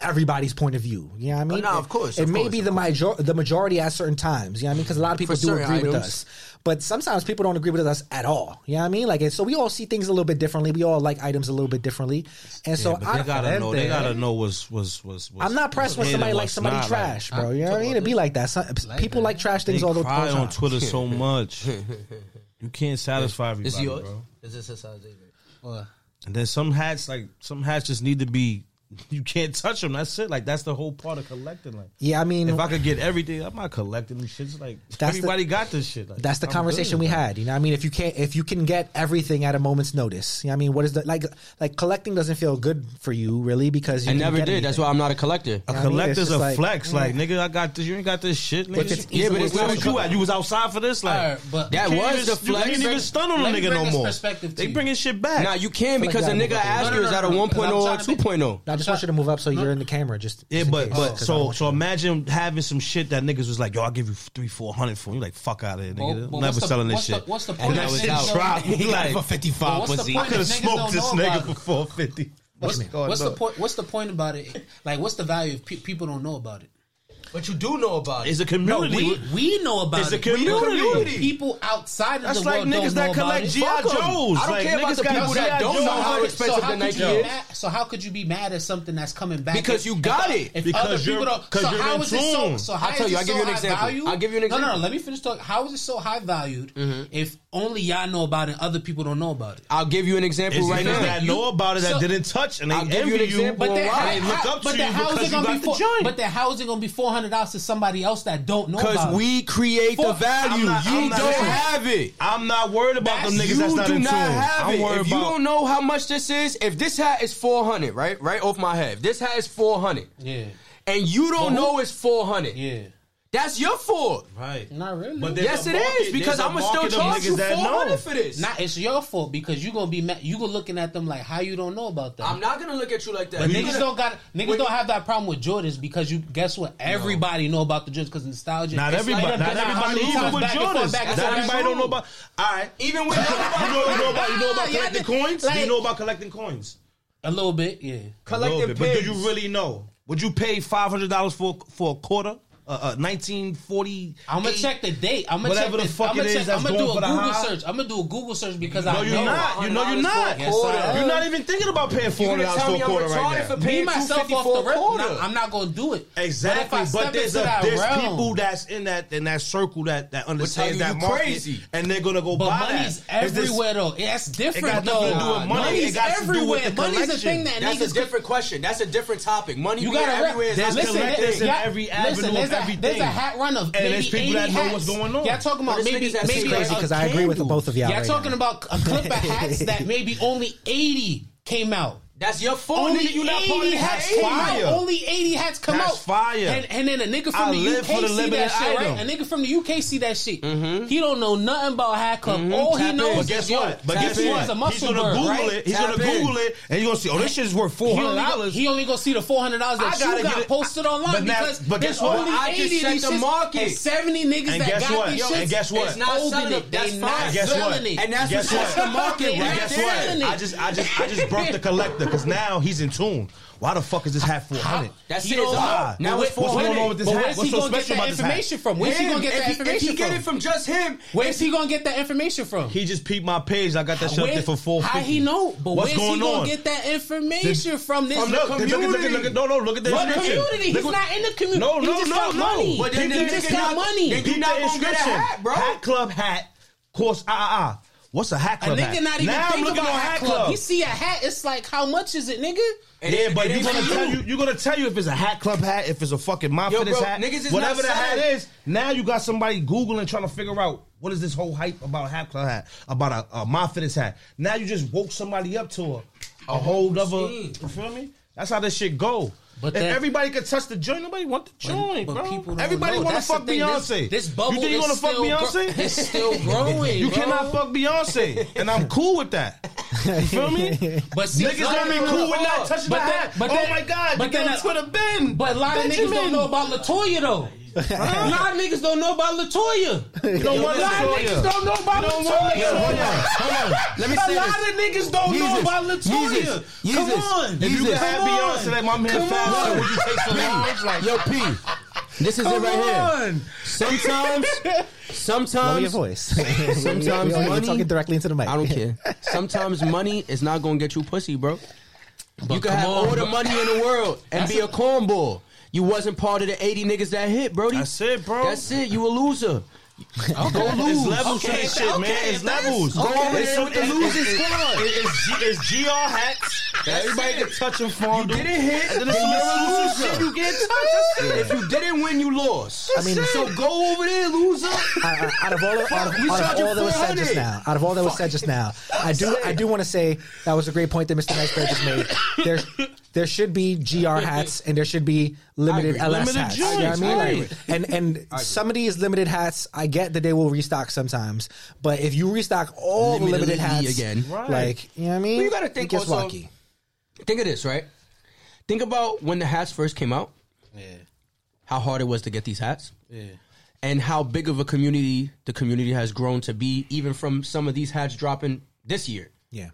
[SPEAKER 2] everybody's point of view. You know what I mean?
[SPEAKER 3] Uh, no, of course,
[SPEAKER 2] It,
[SPEAKER 3] of
[SPEAKER 2] may
[SPEAKER 3] course,
[SPEAKER 2] be
[SPEAKER 3] of
[SPEAKER 2] the major- the majority at certain times, you know what I mean? Because a lot of people do
[SPEAKER 3] certain
[SPEAKER 2] agree with
[SPEAKER 3] items.
[SPEAKER 2] us. But sometimes people don't agree with us at all. You know what I mean? Like and so we all see things a little bit differently. We all like items a little bit differently. And so
[SPEAKER 1] Yeah, but
[SPEAKER 2] I
[SPEAKER 1] they gotta know. They
[SPEAKER 2] Gente.
[SPEAKER 1] gotta know what's what's what's. what's
[SPEAKER 2] I'm not pressed when
[SPEAKER 1] hit
[SPEAKER 2] somebody
[SPEAKER 1] and
[SPEAKER 2] likes
[SPEAKER 1] what's
[SPEAKER 2] somebody
[SPEAKER 1] not, like,
[SPEAKER 2] trash, bro. You know what I mean? It'd be like that. Some, people like trash
[SPEAKER 1] They
[SPEAKER 2] things all the all
[SPEAKER 1] cry
[SPEAKER 2] the
[SPEAKER 1] on
[SPEAKER 2] time.
[SPEAKER 1] Twitter so much. You can't satisfy
[SPEAKER 3] Is
[SPEAKER 1] everybody,
[SPEAKER 3] yours?
[SPEAKER 1] bro.
[SPEAKER 3] Is this a size eight?
[SPEAKER 5] Well,
[SPEAKER 1] And then some hats, like some hats, just need to be. You can't touch them. That's it. Like that's the whole part of collecting. Like
[SPEAKER 2] Yeah, I mean,
[SPEAKER 1] if I could get everything, I'm not collecting them shits. Like
[SPEAKER 2] That's the-
[SPEAKER 1] everybody got this shit. Like,
[SPEAKER 2] That's the
[SPEAKER 1] I'm
[SPEAKER 2] conversation
[SPEAKER 1] good.
[SPEAKER 2] we had. You know, what I mean, if you can't, if you can get everything at a moment's notice, you know, what I mean, what is the like? Like collecting doesn't feel good for you, really, because you
[SPEAKER 3] I
[SPEAKER 2] didn't
[SPEAKER 3] never
[SPEAKER 2] get
[SPEAKER 3] did. That's
[SPEAKER 2] anything.
[SPEAKER 3] why I'm not a collector.
[SPEAKER 1] A
[SPEAKER 2] I mean, it's
[SPEAKER 1] collector's
[SPEAKER 2] just
[SPEAKER 1] a
[SPEAKER 2] like,
[SPEAKER 1] flex. Like nigga, I got this. You ain't got this shit. Nigga.
[SPEAKER 2] If it's
[SPEAKER 1] yeah, but
[SPEAKER 2] easily
[SPEAKER 1] it's where was you
[SPEAKER 2] accessible.
[SPEAKER 1] at? You was outside for this. Like
[SPEAKER 5] Alright, but-
[SPEAKER 1] you
[SPEAKER 3] That
[SPEAKER 1] can't
[SPEAKER 3] was
[SPEAKER 1] even-
[SPEAKER 3] the
[SPEAKER 1] you
[SPEAKER 3] flex.
[SPEAKER 1] can't even stun on
[SPEAKER 5] Let
[SPEAKER 1] the
[SPEAKER 5] me
[SPEAKER 1] nigga
[SPEAKER 5] bring
[SPEAKER 1] no
[SPEAKER 5] this
[SPEAKER 1] more.
[SPEAKER 5] perspective to
[SPEAKER 1] They
[SPEAKER 5] you.
[SPEAKER 1] bringing shit back.
[SPEAKER 3] Now you can because
[SPEAKER 2] Like,
[SPEAKER 3] a
[SPEAKER 2] yeah,
[SPEAKER 3] nigga
[SPEAKER 2] I'm
[SPEAKER 3] asked you is that a
[SPEAKER 5] No, no, no,
[SPEAKER 3] 1.0
[SPEAKER 5] no,
[SPEAKER 3] or
[SPEAKER 5] I'm trying to-
[SPEAKER 3] 2.0.
[SPEAKER 2] Now, just just want you to move up so you're in the camera. Just
[SPEAKER 1] Yeah,
[SPEAKER 2] just in
[SPEAKER 1] but
[SPEAKER 2] case,
[SPEAKER 1] but
[SPEAKER 2] 'cause I
[SPEAKER 1] so
[SPEAKER 2] want
[SPEAKER 1] so
[SPEAKER 2] you to-
[SPEAKER 1] imagine having some shit that niggas was like, yo, I'll give you three, four hundred for you. Like, fuck out of here,
[SPEAKER 4] Well,
[SPEAKER 1] nigga.
[SPEAKER 4] but
[SPEAKER 1] Never
[SPEAKER 4] what's the-
[SPEAKER 1] selling this
[SPEAKER 4] what's the-
[SPEAKER 1] shit.
[SPEAKER 4] what's the point
[SPEAKER 1] And
[SPEAKER 4] of
[SPEAKER 1] that shit
[SPEAKER 4] niggas
[SPEAKER 1] dropped. [LAUGHS]
[SPEAKER 4] don't-
[SPEAKER 1] Like,
[SPEAKER 4] But
[SPEAKER 7] 55
[SPEAKER 4] what's the
[SPEAKER 7] was he?
[SPEAKER 1] I
[SPEAKER 4] point
[SPEAKER 1] could have
[SPEAKER 4] if niggas
[SPEAKER 1] smoked
[SPEAKER 4] don't
[SPEAKER 1] this
[SPEAKER 4] know
[SPEAKER 1] nigga
[SPEAKER 4] about
[SPEAKER 1] for
[SPEAKER 4] it?
[SPEAKER 1] four fifty.
[SPEAKER 4] What's,
[SPEAKER 1] going
[SPEAKER 4] what's the
[SPEAKER 1] on?
[SPEAKER 4] point? What's the point about it? Like, what's the value if pe- people don't know about it?
[SPEAKER 3] But you do know about it.
[SPEAKER 1] It's a
[SPEAKER 4] No,
[SPEAKER 1] community.
[SPEAKER 4] we we know about
[SPEAKER 1] It's
[SPEAKER 4] it.
[SPEAKER 1] a community.
[SPEAKER 4] We know People outside of
[SPEAKER 1] That's
[SPEAKER 4] the
[SPEAKER 1] like
[SPEAKER 4] world
[SPEAKER 1] niggas
[SPEAKER 4] don't know
[SPEAKER 1] that collect
[SPEAKER 4] about
[SPEAKER 1] GI
[SPEAKER 4] it.
[SPEAKER 3] Fuck 'em.
[SPEAKER 1] Joes.
[SPEAKER 3] I don't
[SPEAKER 1] like,
[SPEAKER 3] care about
[SPEAKER 1] niggas
[SPEAKER 3] the
[SPEAKER 1] got
[SPEAKER 3] people that
[SPEAKER 1] G.I.
[SPEAKER 3] don't
[SPEAKER 1] Joes.
[SPEAKER 3] know how
[SPEAKER 4] could-
[SPEAKER 3] expensive
[SPEAKER 4] how
[SPEAKER 3] the
[SPEAKER 4] could
[SPEAKER 3] Nike
[SPEAKER 4] you be
[SPEAKER 3] is.
[SPEAKER 4] mad- so how could you be mad at something that's coming back?
[SPEAKER 3] Because
[SPEAKER 4] if-
[SPEAKER 3] you
[SPEAKER 4] if
[SPEAKER 3] got
[SPEAKER 4] the-
[SPEAKER 3] it.
[SPEAKER 4] If
[SPEAKER 1] Because
[SPEAKER 4] other
[SPEAKER 1] you're-
[SPEAKER 4] people don't,
[SPEAKER 1] 'cause
[SPEAKER 4] so
[SPEAKER 1] you're
[SPEAKER 4] how
[SPEAKER 1] in
[SPEAKER 4] is it so?
[SPEAKER 1] tune.
[SPEAKER 4] So how
[SPEAKER 3] I'll
[SPEAKER 4] is
[SPEAKER 3] tell you,
[SPEAKER 4] it
[SPEAKER 3] I'll give
[SPEAKER 4] so
[SPEAKER 3] you an
[SPEAKER 4] high
[SPEAKER 3] example.
[SPEAKER 4] value?
[SPEAKER 3] I'll give you an
[SPEAKER 4] No, no,
[SPEAKER 3] example. Mm-hmm.
[SPEAKER 4] no. Let me finish talking. How is it so high valued if only y'all know about it, and other people don't know about it?
[SPEAKER 3] I'll give you an example
[SPEAKER 1] It's
[SPEAKER 3] right
[SPEAKER 1] niggas
[SPEAKER 3] now.
[SPEAKER 1] that know about it that
[SPEAKER 4] so-
[SPEAKER 1] didn't touch and they
[SPEAKER 3] I'll give you an
[SPEAKER 1] envy you.
[SPEAKER 3] example.
[SPEAKER 4] But then,
[SPEAKER 3] Why?
[SPEAKER 1] They look up
[SPEAKER 4] but
[SPEAKER 1] to
[SPEAKER 4] then
[SPEAKER 1] you
[SPEAKER 4] how is
[SPEAKER 1] because
[SPEAKER 4] it
[SPEAKER 1] you
[SPEAKER 4] gonna
[SPEAKER 1] got
[SPEAKER 4] be
[SPEAKER 1] the
[SPEAKER 4] four,
[SPEAKER 1] joint.
[SPEAKER 4] But then how is it gonna be four hundred dollars to somebody else that don't know?
[SPEAKER 3] Because
[SPEAKER 4] about it?
[SPEAKER 3] we create the
[SPEAKER 4] Fuck.
[SPEAKER 3] value.
[SPEAKER 1] I'm not-
[SPEAKER 3] you
[SPEAKER 1] I'm not-
[SPEAKER 3] don't
[SPEAKER 1] listen.
[SPEAKER 3] have it.
[SPEAKER 1] I'm not worried about them
[SPEAKER 3] That's-
[SPEAKER 1] niggas that's not
[SPEAKER 3] you
[SPEAKER 1] in
[SPEAKER 3] do
[SPEAKER 1] tune.
[SPEAKER 3] not have
[SPEAKER 1] I'm
[SPEAKER 3] it.
[SPEAKER 1] worried
[SPEAKER 3] If you
[SPEAKER 1] about
[SPEAKER 3] don't know how much this is, if this hat is four hundred, right, right off my head, if this hat is four hundred,
[SPEAKER 4] yeah,
[SPEAKER 3] and you don't know it's four hundred,
[SPEAKER 4] yeah,
[SPEAKER 3] that's your fault.
[SPEAKER 1] right.
[SPEAKER 4] not really.
[SPEAKER 1] But there's
[SPEAKER 3] Yes,
[SPEAKER 1] a
[SPEAKER 3] it
[SPEAKER 1] market-
[SPEAKER 3] is because
[SPEAKER 1] there's a
[SPEAKER 3] I'm gonna still
[SPEAKER 1] market of
[SPEAKER 3] charge you
[SPEAKER 1] niggas that
[SPEAKER 3] four
[SPEAKER 1] know.
[SPEAKER 3] hundred for this.
[SPEAKER 4] Nah, it's your fault because you gonna be mad. You gonna looking at them like how you don't know about that.
[SPEAKER 3] I'm not gonna look at you like that.
[SPEAKER 4] But
[SPEAKER 3] You
[SPEAKER 4] niggas
[SPEAKER 3] gonna-
[SPEAKER 4] don't got niggas don't have that problem with Jordans because you guess what everybody know about the Jordans because nostalgia.
[SPEAKER 1] Not
[SPEAKER 4] It's
[SPEAKER 1] everybody.
[SPEAKER 4] like-
[SPEAKER 1] not
[SPEAKER 4] it's like
[SPEAKER 1] everybody.
[SPEAKER 4] how many
[SPEAKER 1] Even
[SPEAKER 4] times
[SPEAKER 1] with
[SPEAKER 4] back and forth,
[SPEAKER 1] Jordans,
[SPEAKER 4] back and
[SPEAKER 1] not
[SPEAKER 4] forth.
[SPEAKER 1] everybody don't know about. All right,
[SPEAKER 3] even with
[SPEAKER 1] you know, you know about you know about
[SPEAKER 3] [LAUGHS]
[SPEAKER 4] Ah, yeah,
[SPEAKER 1] collecting
[SPEAKER 4] they-
[SPEAKER 1] coins. do you
[SPEAKER 4] like-
[SPEAKER 1] know about collecting coins?
[SPEAKER 4] a little bit. Yeah,
[SPEAKER 1] A little
[SPEAKER 3] collecting
[SPEAKER 1] bit, but do
[SPEAKER 3] pins.
[SPEAKER 1] you really know? Would you pay five hundred dollars for for a quarter? Uh, uh, Nineteen forty.
[SPEAKER 4] I'm gonna check the date. I'm gonna check
[SPEAKER 1] Whatever the fuck
[SPEAKER 4] I'm gonna
[SPEAKER 1] it is
[SPEAKER 4] check,
[SPEAKER 1] that's
[SPEAKER 4] I'm gonna
[SPEAKER 1] going
[SPEAKER 4] do a
[SPEAKER 1] for the
[SPEAKER 4] Google
[SPEAKER 1] high.
[SPEAKER 4] search. I'm gonna do a Google search because
[SPEAKER 1] No,
[SPEAKER 4] I
[SPEAKER 1] you're
[SPEAKER 4] know.
[SPEAKER 1] not. You know you're
[SPEAKER 3] $100
[SPEAKER 1] not.
[SPEAKER 3] for a quarter.
[SPEAKER 4] Yes, I am.
[SPEAKER 1] You're not even thinking about paying four hundred
[SPEAKER 3] You're gonna
[SPEAKER 1] dollars for
[SPEAKER 3] tell me
[SPEAKER 1] a
[SPEAKER 3] I'm
[SPEAKER 1] quarter
[SPEAKER 3] retarded
[SPEAKER 1] right
[SPEAKER 3] for
[SPEAKER 1] now.
[SPEAKER 4] Me
[SPEAKER 3] paying two
[SPEAKER 4] myself
[SPEAKER 3] fifty
[SPEAKER 4] off
[SPEAKER 3] for
[SPEAKER 4] the
[SPEAKER 3] a
[SPEAKER 4] rip,
[SPEAKER 3] quarter.
[SPEAKER 4] nah, I'm not gonna do it.
[SPEAKER 1] Exactly,
[SPEAKER 4] But, if I
[SPEAKER 1] but
[SPEAKER 4] step
[SPEAKER 1] there's
[SPEAKER 4] into
[SPEAKER 1] a
[SPEAKER 4] that
[SPEAKER 1] there's
[SPEAKER 4] realm,
[SPEAKER 1] people that's in that in that circle that that understands
[SPEAKER 3] tell you
[SPEAKER 1] that
[SPEAKER 3] you
[SPEAKER 1] market,
[SPEAKER 3] crazy.
[SPEAKER 1] and they're gonna go
[SPEAKER 4] But
[SPEAKER 1] buy
[SPEAKER 4] money's
[SPEAKER 1] that. Is this-
[SPEAKER 4] everywhere though. That's different
[SPEAKER 1] got
[SPEAKER 4] though.
[SPEAKER 1] nothing to do with money. It
[SPEAKER 4] Money's
[SPEAKER 1] got to do with
[SPEAKER 4] everywhere.
[SPEAKER 1] the
[SPEAKER 4] money's a
[SPEAKER 1] collection.
[SPEAKER 4] thing that
[SPEAKER 3] That's a
[SPEAKER 4] niggas can
[SPEAKER 3] different question. That's a different topic. Money
[SPEAKER 4] You
[SPEAKER 3] you
[SPEAKER 4] gotta
[SPEAKER 3] everywhere
[SPEAKER 4] rep-
[SPEAKER 3] is not
[SPEAKER 1] There's
[SPEAKER 4] listen,
[SPEAKER 3] collected.
[SPEAKER 1] collectors in
[SPEAKER 4] yeah,
[SPEAKER 1] every
[SPEAKER 4] listen,
[SPEAKER 1] avenue of everything.
[SPEAKER 4] there's A, there's a hat run of maybe
[SPEAKER 1] there's people
[SPEAKER 4] 80
[SPEAKER 1] that know what's
[SPEAKER 4] hats.
[SPEAKER 1] going on.
[SPEAKER 4] Y'all talking
[SPEAKER 3] But
[SPEAKER 4] about
[SPEAKER 3] this
[SPEAKER 4] maybe
[SPEAKER 3] nigga's actually
[SPEAKER 4] maybe
[SPEAKER 3] crazy
[SPEAKER 2] crazy
[SPEAKER 4] a-
[SPEAKER 2] because I agree with the both of y'all.
[SPEAKER 4] Y'all
[SPEAKER 2] right
[SPEAKER 4] talking
[SPEAKER 2] now.
[SPEAKER 4] about a clip of hats that maybe only 80 came out.
[SPEAKER 3] That's your fault.
[SPEAKER 4] Only
[SPEAKER 3] nigga. You not part of
[SPEAKER 4] 80
[SPEAKER 3] the
[SPEAKER 4] hats
[SPEAKER 3] eighty.
[SPEAKER 4] come out.
[SPEAKER 1] Fire.
[SPEAKER 4] Only 80 hats come
[SPEAKER 1] That's
[SPEAKER 4] out.
[SPEAKER 1] fire.
[SPEAKER 4] And, and then a nigga from
[SPEAKER 1] I
[SPEAKER 4] the
[SPEAKER 1] live
[SPEAKER 4] UK
[SPEAKER 1] for the
[SPEAKER 4] see
[SPEAKER 1] limited
[SPEAKER 4] that shit, right? A
[SPEAKER 1] item.
[SPEAKER 4] nigga from the UK see that shit.
[SPEAKER 1] Mm-hmm.
[SPEAKER 4] He don't know nothing about hat club. All he
[SPEAKER 3] Tap
[SPEAKER 4] knows
[SPEAKER 3] in.
[SPEAKER 1] But
[SPEAKER 4] is
[SPEAKER 1] guess
[SPEAKER 4] yo,
[SPEAKER 1] what? But
[SPEAKER 4] this
[SPEAKER 1] guess
[SPEAKER 4] is
[SPEAKER 1] what?
[SPEAKER 4] a muscle
[SPEAKER 1] He's gonna
[SPEAKER 4] bird,
[SPEAKER 1] Google
[SPEAKER 4] right?
[SPEAKER 1] it. He's
[SPEAKER 3] Tap
[SPEAKER 1] gonna
[SPEAKER 3] in.
[SPEAKER 1] Google it, and you're gonna see. Oh, this shit is worth four
[SPEAKER 4] He
[SPEAKER 1] hundred
[SPEAKER 4] only, go,
[SPEAKER 1] dollars.
[SPEAKER 4] he only gonna see the four hundred dollars that
[SPEAKER 1] I gotta
[SPEAKER 4] you got
[SPEAKER 1] get it.
[SPEAKER 4] posted online
[SPEAKER 1] But now-
[SPEAKER 4] because
[SPEAKER 1] but
[SPEAKER 4] there's
[SPEAKER 1] guess what?
[SPEAKER 4] only
[SPEAKER 3] I just
[SPEAKER 4] eighty of
[SPEAKER 3] checked
[SPEAKER 4] these
[SPEAKER 3] the
[SPEAKER 4] shits
[SPEAKER 3] market.
[SPEAKER 4] and seventy niggas
[SPEAKER 1] And
[SPEAKER 4] that
[SPEAKER 1] guess
[SPEAKER 4] got
[SPEAKER 1] what?
[SPEAKER 4] these
[SPEAKER 1] Yo,
[SPEAKER 4] shits.
[SPEAKER 1] and guess what?
[SPEAKER 4] It's not selling it.
[SPEAKER 3] That's
[SPEAKER 4] They
[SPEAKER 3] fine.
[SPEAKER 4] not
[SPEAKER 1] And guess what?
[SPEAKER 4] selling it.
[SPEAKER 3] And that's
[SPEAKER 1] Guess
[SPEAKER 3] what sets
[SPEAKER 1] what?
[SPEAKER 3] the market
[SPEAKER 4] They
[SPEAKER 1] And
[SPEAKER 3] right
[SPEAKER 4] not
[SPEAKER 1] guess
[SPEAKER 3] there.
[SPEAKER 4] selling
[SPEAKER 1] what?
[SPEAKER 4] it.
[SPEAKER 1] I just, I just, I just burnt the collector because now he's in tune. Why the fuck is this hat four hundred?
[SPEAKER 3] That's
[SPEAKER 4] You
[SPEAKER 3] it.
[SPEAKER 4] know
[SPEAKER 3] It's
[SPEAKER 1] why?
[SPEAKER 3] up. Now
[SPEAKER 1] But
[SPEAKER 3] it's
[SPEAKER 1] what's
[SPEAKER 3] four
[SPEAKER 1] going on
[SPEAKER 3] hundred.
[SPEAKER 1] with this
[SPEAKER 4] But
[SPEAKER 1] hat?
[SPEAKER 4] where's
[SPEAKER 1] What's
[SPEAKER 4] he
[SPEAKER 1] so
[SPEAKER 4] gonna get
[SPEAKER 1] special
[SPEAKER 4] that
[SPEAKER 1] about this hat?
[SPEAKER 4] information from? Where's he gonna get that
[SPEAKER 3] If he
[SPEAKER 4] information
[SPEAKER 3] get it
[SPEAKER 4] from?
[SPEAKER 3] from just him,
[SPEAKER 4] Where's he gonna get that information from?
[SPEAKER 1] He just peeped my page. I got that shit up there for four
[SPEAKER 4] How
[SPEAKER 1] fifty.
[SPEAKER 4] he know?
[SPEAKER 1] What's
[SPEAKER 4] But where's he
[SPEAKER 1] going
[SPEAKER 4] gonna
[SPEAKER 1] on?
[SPEAKER 4] get that information from this
[SPEAKER 1] Look, look, look, look, look, look, no, no, look at the
[SPEAKER 4] What
[SPEAKER 1] description.
[SPEAKER 4] community? He's
[SPEAKER 1] Look what-
[SPEAKER 4] not in the community.
[SPEAKER 1] No,
[SPEAKER 4] He
[SPEAKER 1] no,
[SPEAKER 4] just
[SPEAKER 1] no,
[SPEAKER 4] got
[SPEAKER 1] no.
[SPEAKER 4] money.
[SPEAKER 1] But then
[SPEAKER 4] He
[SPEAKER 1] the
[SPEAKER 4] just
[SPEAKER 1] nigga
[SPEAKER 4] got
[SPEAKER 1] not-
[SPEAKER 4] money.
[SPEAKER 1] They
[SPEAKER 4] You
[SPEAKER 1] peep
[SPEAKER 3] not
[SPEAKER 1] the
[SPEAKER 3] gonna get a
[SPEAKER 1] inscription.
[SPEAKER 3] hat, bro.
[SPEAKER 1] Hat club hat costs ah ah ah. What's a hat
[SPEAKER 4] A
[SPEAKER 1] club hat?
[SPEAKER 4] nigga not even
[SPEAKER 1] now I'm
[SPEAKER 4] think
[SPEAKER 1] looking
[SPEAKER 4] about
[SPEAKER 1] on
[SPEAKER 4] hat club. He see a hat, it's like, how much is it, nigga?
[SPEAKER 3] And
[SPEAKER 1] yeah,
[SPEAKER 3] it-
[SPEAKER 1] but
[SPEAKER 3] it
[SPEAKER 1] you're
[SPEAKER 3] is
[SPEAKER 1] gonna
[SPEAKER 3] for
[SPEAKER 1] tell
[SPEAKER 3] you.
[SPEAKER 1] you you're gonna tell you if it's a hat club hat, if it's a fucking my
[SPEAKER 3] Yo,
[SPEAKER 1] fitness
[SPEAKER 3] bro,
[SPEAKER 1] hat,
[SPEAKER 3] niggas is
[SPEAKER 1] whatever
[SPEAKER 3] not
[SPEAKER 1] the hat
[SPEAKER 3] selling.
[SPEAKER 1] is. Now you got somebody googling trying to figure out what is this whole hype about a hat club hat, about a, a my fitness hat. Now you just woke somebody up to a, a whole other. You feel me? That's how this shit go.
[SPEAKER 4] But
[SPEAKER 1] if
[SPEAKER 4] that-
[SPEAKER 1] everybody could touch the joint, nobody want the joint,
[SPEAKER 4] But
[SPEAKER 1] bro.
[SPEAKER 4] people don't
[SPEAKER 1] everybody
[SPEAKER 4] know.
[SPEAKER 1] want to
[SPEAKER 4] That's the
[SPEAKER 1] fuck
[SPEAKER 4] thing.
[SPEAKER 1] Beyonce.
[SPEAKER 4] This, this bubble
[SPEAKER 1] you think you're
[SPEAKER 4] is
[SPEAKER 1] gonna fuck
[SPEAKER 4] still gro-
[SPEAKER 1] Beyonce?
[SPEAKER 4] it's still growing.
[SPEAKER 1] You
[SPEAKER 4] bro.
[SPEAKER 1] cannot fuck
[SPEAKER 4] [LAUGHS]
[SPEAKER 1] Beyonce, and I'm cool with that. You feel me?
[SPEAKER 4] But see,
[SPEAKER 1] Niggas don't be cool with not touching the hat. oh my god, but then Twitter Ben.
[SPEAKER 4] But a lot of niggas don't know about Latoya though. a lot of niggas don't know about Latoya.
[SPEAKER 1] you don't want
[SPEAKER 4] A lot of
[SPEAKER 1] Latoya.
[SPEAKER 4] niggas don't know about
[SPEAKER 1] don't
[SPEAKER 4] Latoya.
[SPEAKER 1] want Latoya.
[SPEAKER 4] Hold on,
[SPEAKER 3] hold on. Let me
[SPEAKER 4] a
[SPEAKER 3] say
[SPEAKER 4] lot
[SPEAKER 3] this.
[SPEAKER 4] of niggas don't know
[SPEAKER 3] Jesus.
[SPEAKER 4] about Latoya.
[SPEAKER 3] Jesus.
[SPEAKER 4] Come
[SPEAKER 3] Jesus.
[SPEAKER 4] on.
[SPEAKER 1] If you
[SPEAKER 3] Jesus.
[SPEAKER 1] could have
[SPEAKER 4] Come
[SPEAKER 1] Beyonce
[SPEAKER 4] on.
[SPEAKER 1] like my man
[SPEAKER 4] Come
[SPEAKER 1] Fab,
[SPEAKER 4] on.
[SPEAKER 1] would you take some knowledge? Like,
[SPEAKER 3] Yo, P. This is it
[SPEAKER 4] Come
[SPEAKER 3] right here.
[SPEAKER 4] on.
[SPEAKER 3] Sometimes,
[SPEAKER 2] Lower your
[SPEAKER 3] sometimes,
[SPEAKER 2] voice.
[SPEAKER 3] [LAUGHS]
[SPEAKER 2] Sometimes
[SPEAKER 3] Sometimes
[SPEAKER 2] [LAUGHS] you're
[SPEAKER 3] money-
[SPEAKER 2] talking directly into the mic.
[SPEAKER 3] I don't care. Sometimes money is not gonna get you pussy, bro. you can
[SPEAKER 4] come
[SPEAKER 3] have
[SPEAKER 4] on,
[SPEAKER 3] all the
[SPEAKER 4] bro.
[SPEAKER 3] money in the world and be a cornball. You wasn't part of the 80 niggas that hit, Brody.
[SPEAKER 1] That's it, bro.
[SPEAKER 3] That's it. You a loser. Go
[SPEAKER 1] It's
[SPEAKER 3] lose.
[SPEAKER 1] levels to this shit, man. It's levels.
[SPEAKER 3] Go over
[SPEAKER 1] It's
[SPEAKER 3] there
[SPEAKER 1] some-
[SPEAKER 3] with the
[SPEAKER 1] it's-
[SPEAKER 3] losing
[SPEAKER 1] it's-
[SPEAKER 3] squad.
[SPEAKER 1] It's, G- it's GR hats. that Everybody
[SPEAKER 3] it.
[SPEAKER 1] can touch and fondle.
[SPEAKER 3] You didn't hit,
[SPEAKER 1] And then
[SPEAKER 3] then
[SPEAKER 1] it's some
[SPEAKER 3] you're a
[SPEAKER 1] exclusive
[SPEAKER 3] loser.
[SPEAKER 1] shit you get touched. That's it.
[SPEAKER 3] If you didn't win, you lost.
[SPEAKER 2] I mean,
[SPEAKER 3] so go over there, loser.
[SPEAKER 2] out, out- out of all, out of,
[SPEAKER 3] We
[SPEAKER 2] out
[SPEAKER 3] charge
[SPEAKER 2] of
[SPEAKER 3] you
[SPEAKER 2] all that was said
[SPEAKER 3] 400.
[SPEAKER 2] just now, out of all that was said just now, I do, I do want to say that was a great point that Mr. Nice Bear just made. There, there should be GR hats and there should be limited
[SPEAKER 3] I agree.
[SPEAKER 2] LS
[SPEAKER 1] Limited
[SPEAKER 2] hats. You know what I
[SPEAKER 1] joints,
[SPEAKER 2] mean?
[SPEAKER 1] I
[SPEAKER 2] Like, and and some of these limited hats, I get that they will restock sometimes, but if you restock all the limited
[SPEAKER 3] Limited
[SPEAKER 2] hats
[SPEAKER 3] again.
[SPEAKER 2] like you know what I mean,
[SPEAKER 3] Well, you gotta think
[SPEAKER 2] it gets
[SPEAKER 3] also-
[SPEAKER 2] wacky.
[SPEAKER 3] Think of this, right? Think about when the hats first came out.
[SPEAKER 4] Yeah.
[SPEAKER 3] How hard it was to get these hats.
[SPEAKER 4] Yeah.
[SPEAKER 3] and how big of a community the community has grown to be, even from some of these hats dropping this year.
[SPEAKER 2] Yeah.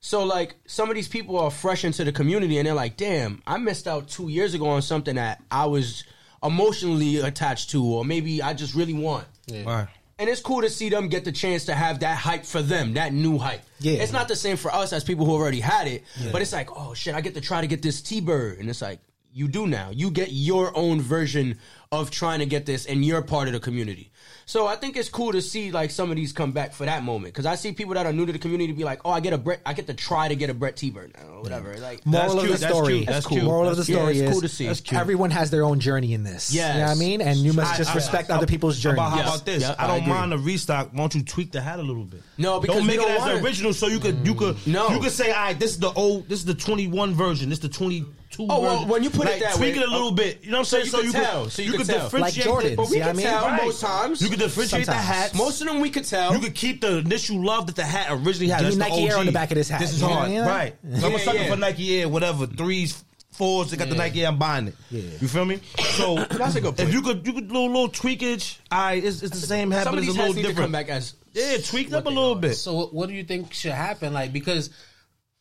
[SPEAKER 3] So like some of these people are fresh into the community and they're like, damn, I missed out two years ago on something that I was emotionally attached to, or maybe I just really want.
[SPEAKER 1] Right.
[SPEAKER 3] And it's cool to see them get the chance to have that hype for them, that new hype.
[SPEAKER 2] Yeah.
[SPEAKER 3] It's not the same for us as people who already had it, but it's like, oh shit, I get to try to get this T Bird. And it's like, you do now. You get your own version of trying to get this and you're part of the community. So I think it's cool to see like some of these come back for that moment. Cause I see people that are new to the community be like, oh, I get a Brett, I get to try to get a Brett T Bird now or whatever. Like,
[SPEAKER 2] Moral
[SPEAKER 1] cute,
[SPEAKER 2] of the
[SPEAKER 1] that's
[SPEAKER 2] story.
[SPEAKER 1] cute, that's cute.
[SPEAKER 2] Moral of
[SPEAKER 1] That's
[SPEAKER 2] the story
[SPEAKER 3] cute. Yeah,
[SPEAKER 2] is
[SPEAKER 3] it's cool to see. That's cute.
[SPEAKER 2] everyone has their own journey in this. Yeah, You know what I
[SPEAKER 3] Yes.
[SPEAKER 2] mean? And you must
[SPEAKER 1] I-
[SPEAKER 2] just
[SPEAKER 1] I-
[SPEAKER 2] respect other people's journey.
[SPEAKER 1] About how
[SPEAKER 3] Yes.
[SPEAKER 1] about this?
[SPEAKER 3] Yep,
[SPEAKER 1] I
[SPEAKER 3] I
[SPEAKER 1] don't
[SPEAKER 3] agree.
[SPEAKER 1] mind the restock. Won't you tweak the hat a little bit?
[SPEAKER 3] No, because
[SPEAKER 1] don't make
[SPEAKER 3] we don't
[SPEAKER 1] it as
[SPEAKER 3] want
[SPEAKER 1] the
[SPEAKER 3] it.
[SPEAKER 1] original. So you could you could
[SPEAKER 3] No.
[SPEAKER 1] you could say, all right, this is the old, this is the twenty one version, this is the twenty two.
[SPEAKER 3] Oh, well, when you put it
[SPEAKER 1] like,
[SPEAKER 3] that
[SPEAKER 1] tweak
[SPEAKER 3] way- oh.
[SPEAKER 1] it a little bit. You know what I'm saying?
[SPEAKER 3] you could tell, so you could tell. Like
[SPEAKER 1] differentiate
[SPEAKER 2] Jordan,
[SPEAKER 1] it.
[SPEAKER 2] But we see what I could mean? tell
[SPEAKER 3] most times.
[SPEAKER 1] You could differentiate
[SPEAKER 2] Sometimes.
[SPEAKER 1] the hat.
[SPEAKER 3] most of them we could tell.
[SPEAKER 1] You could keep the initial love that the hat originally had.
[SPEAKER 2] Give me
[SPEAKER 1] That's
[SPEAKER 2] Nike
[SPEAKER 1] the
[SPEAKER 2] Air on
[SPEAKER 1] OG.
[SPEAKER 2] the back of this hat.
[SPEAKER 1] This is
[SPEAKER 2] You know what
[SPEAKER 1] hard,
[SPEAKER 2] I mean?
[SPEAKER 1] right? So I'm
[SPEAKER 3] Yeah,
[SPEAKER 1] a sucker
[SPEAKER 3] yeah.
[SPEAKER 1] for Nike Air, whatever threes, fours. They got the Nike Air. I'm buying it. You feel me? So
[SPEAKER 3] That's a good point.
[SPEAKER 1] If you could, you could do a little tweakage. I it's, it's the same hat,
[SPEAKER 3] some
[SPEAKER 1] but
[SPEAKER 3] of
[SPEAKER 1] it's a
[SPEAKER 3] these
[SPEAKER 1] little
[SPEAKER 3] hats need to
[SPEAKER 1] different.
[SPEAKER 3] come back as
[SPEAKER 1] Yeah, tweaked up a
[SPEAKER 3] they
[SPEAKER 1] little
[SPEAKER 3] are.
[SPEAKER 1] bit.
[SPEAKER 4] So what, what do you think should happen? Like because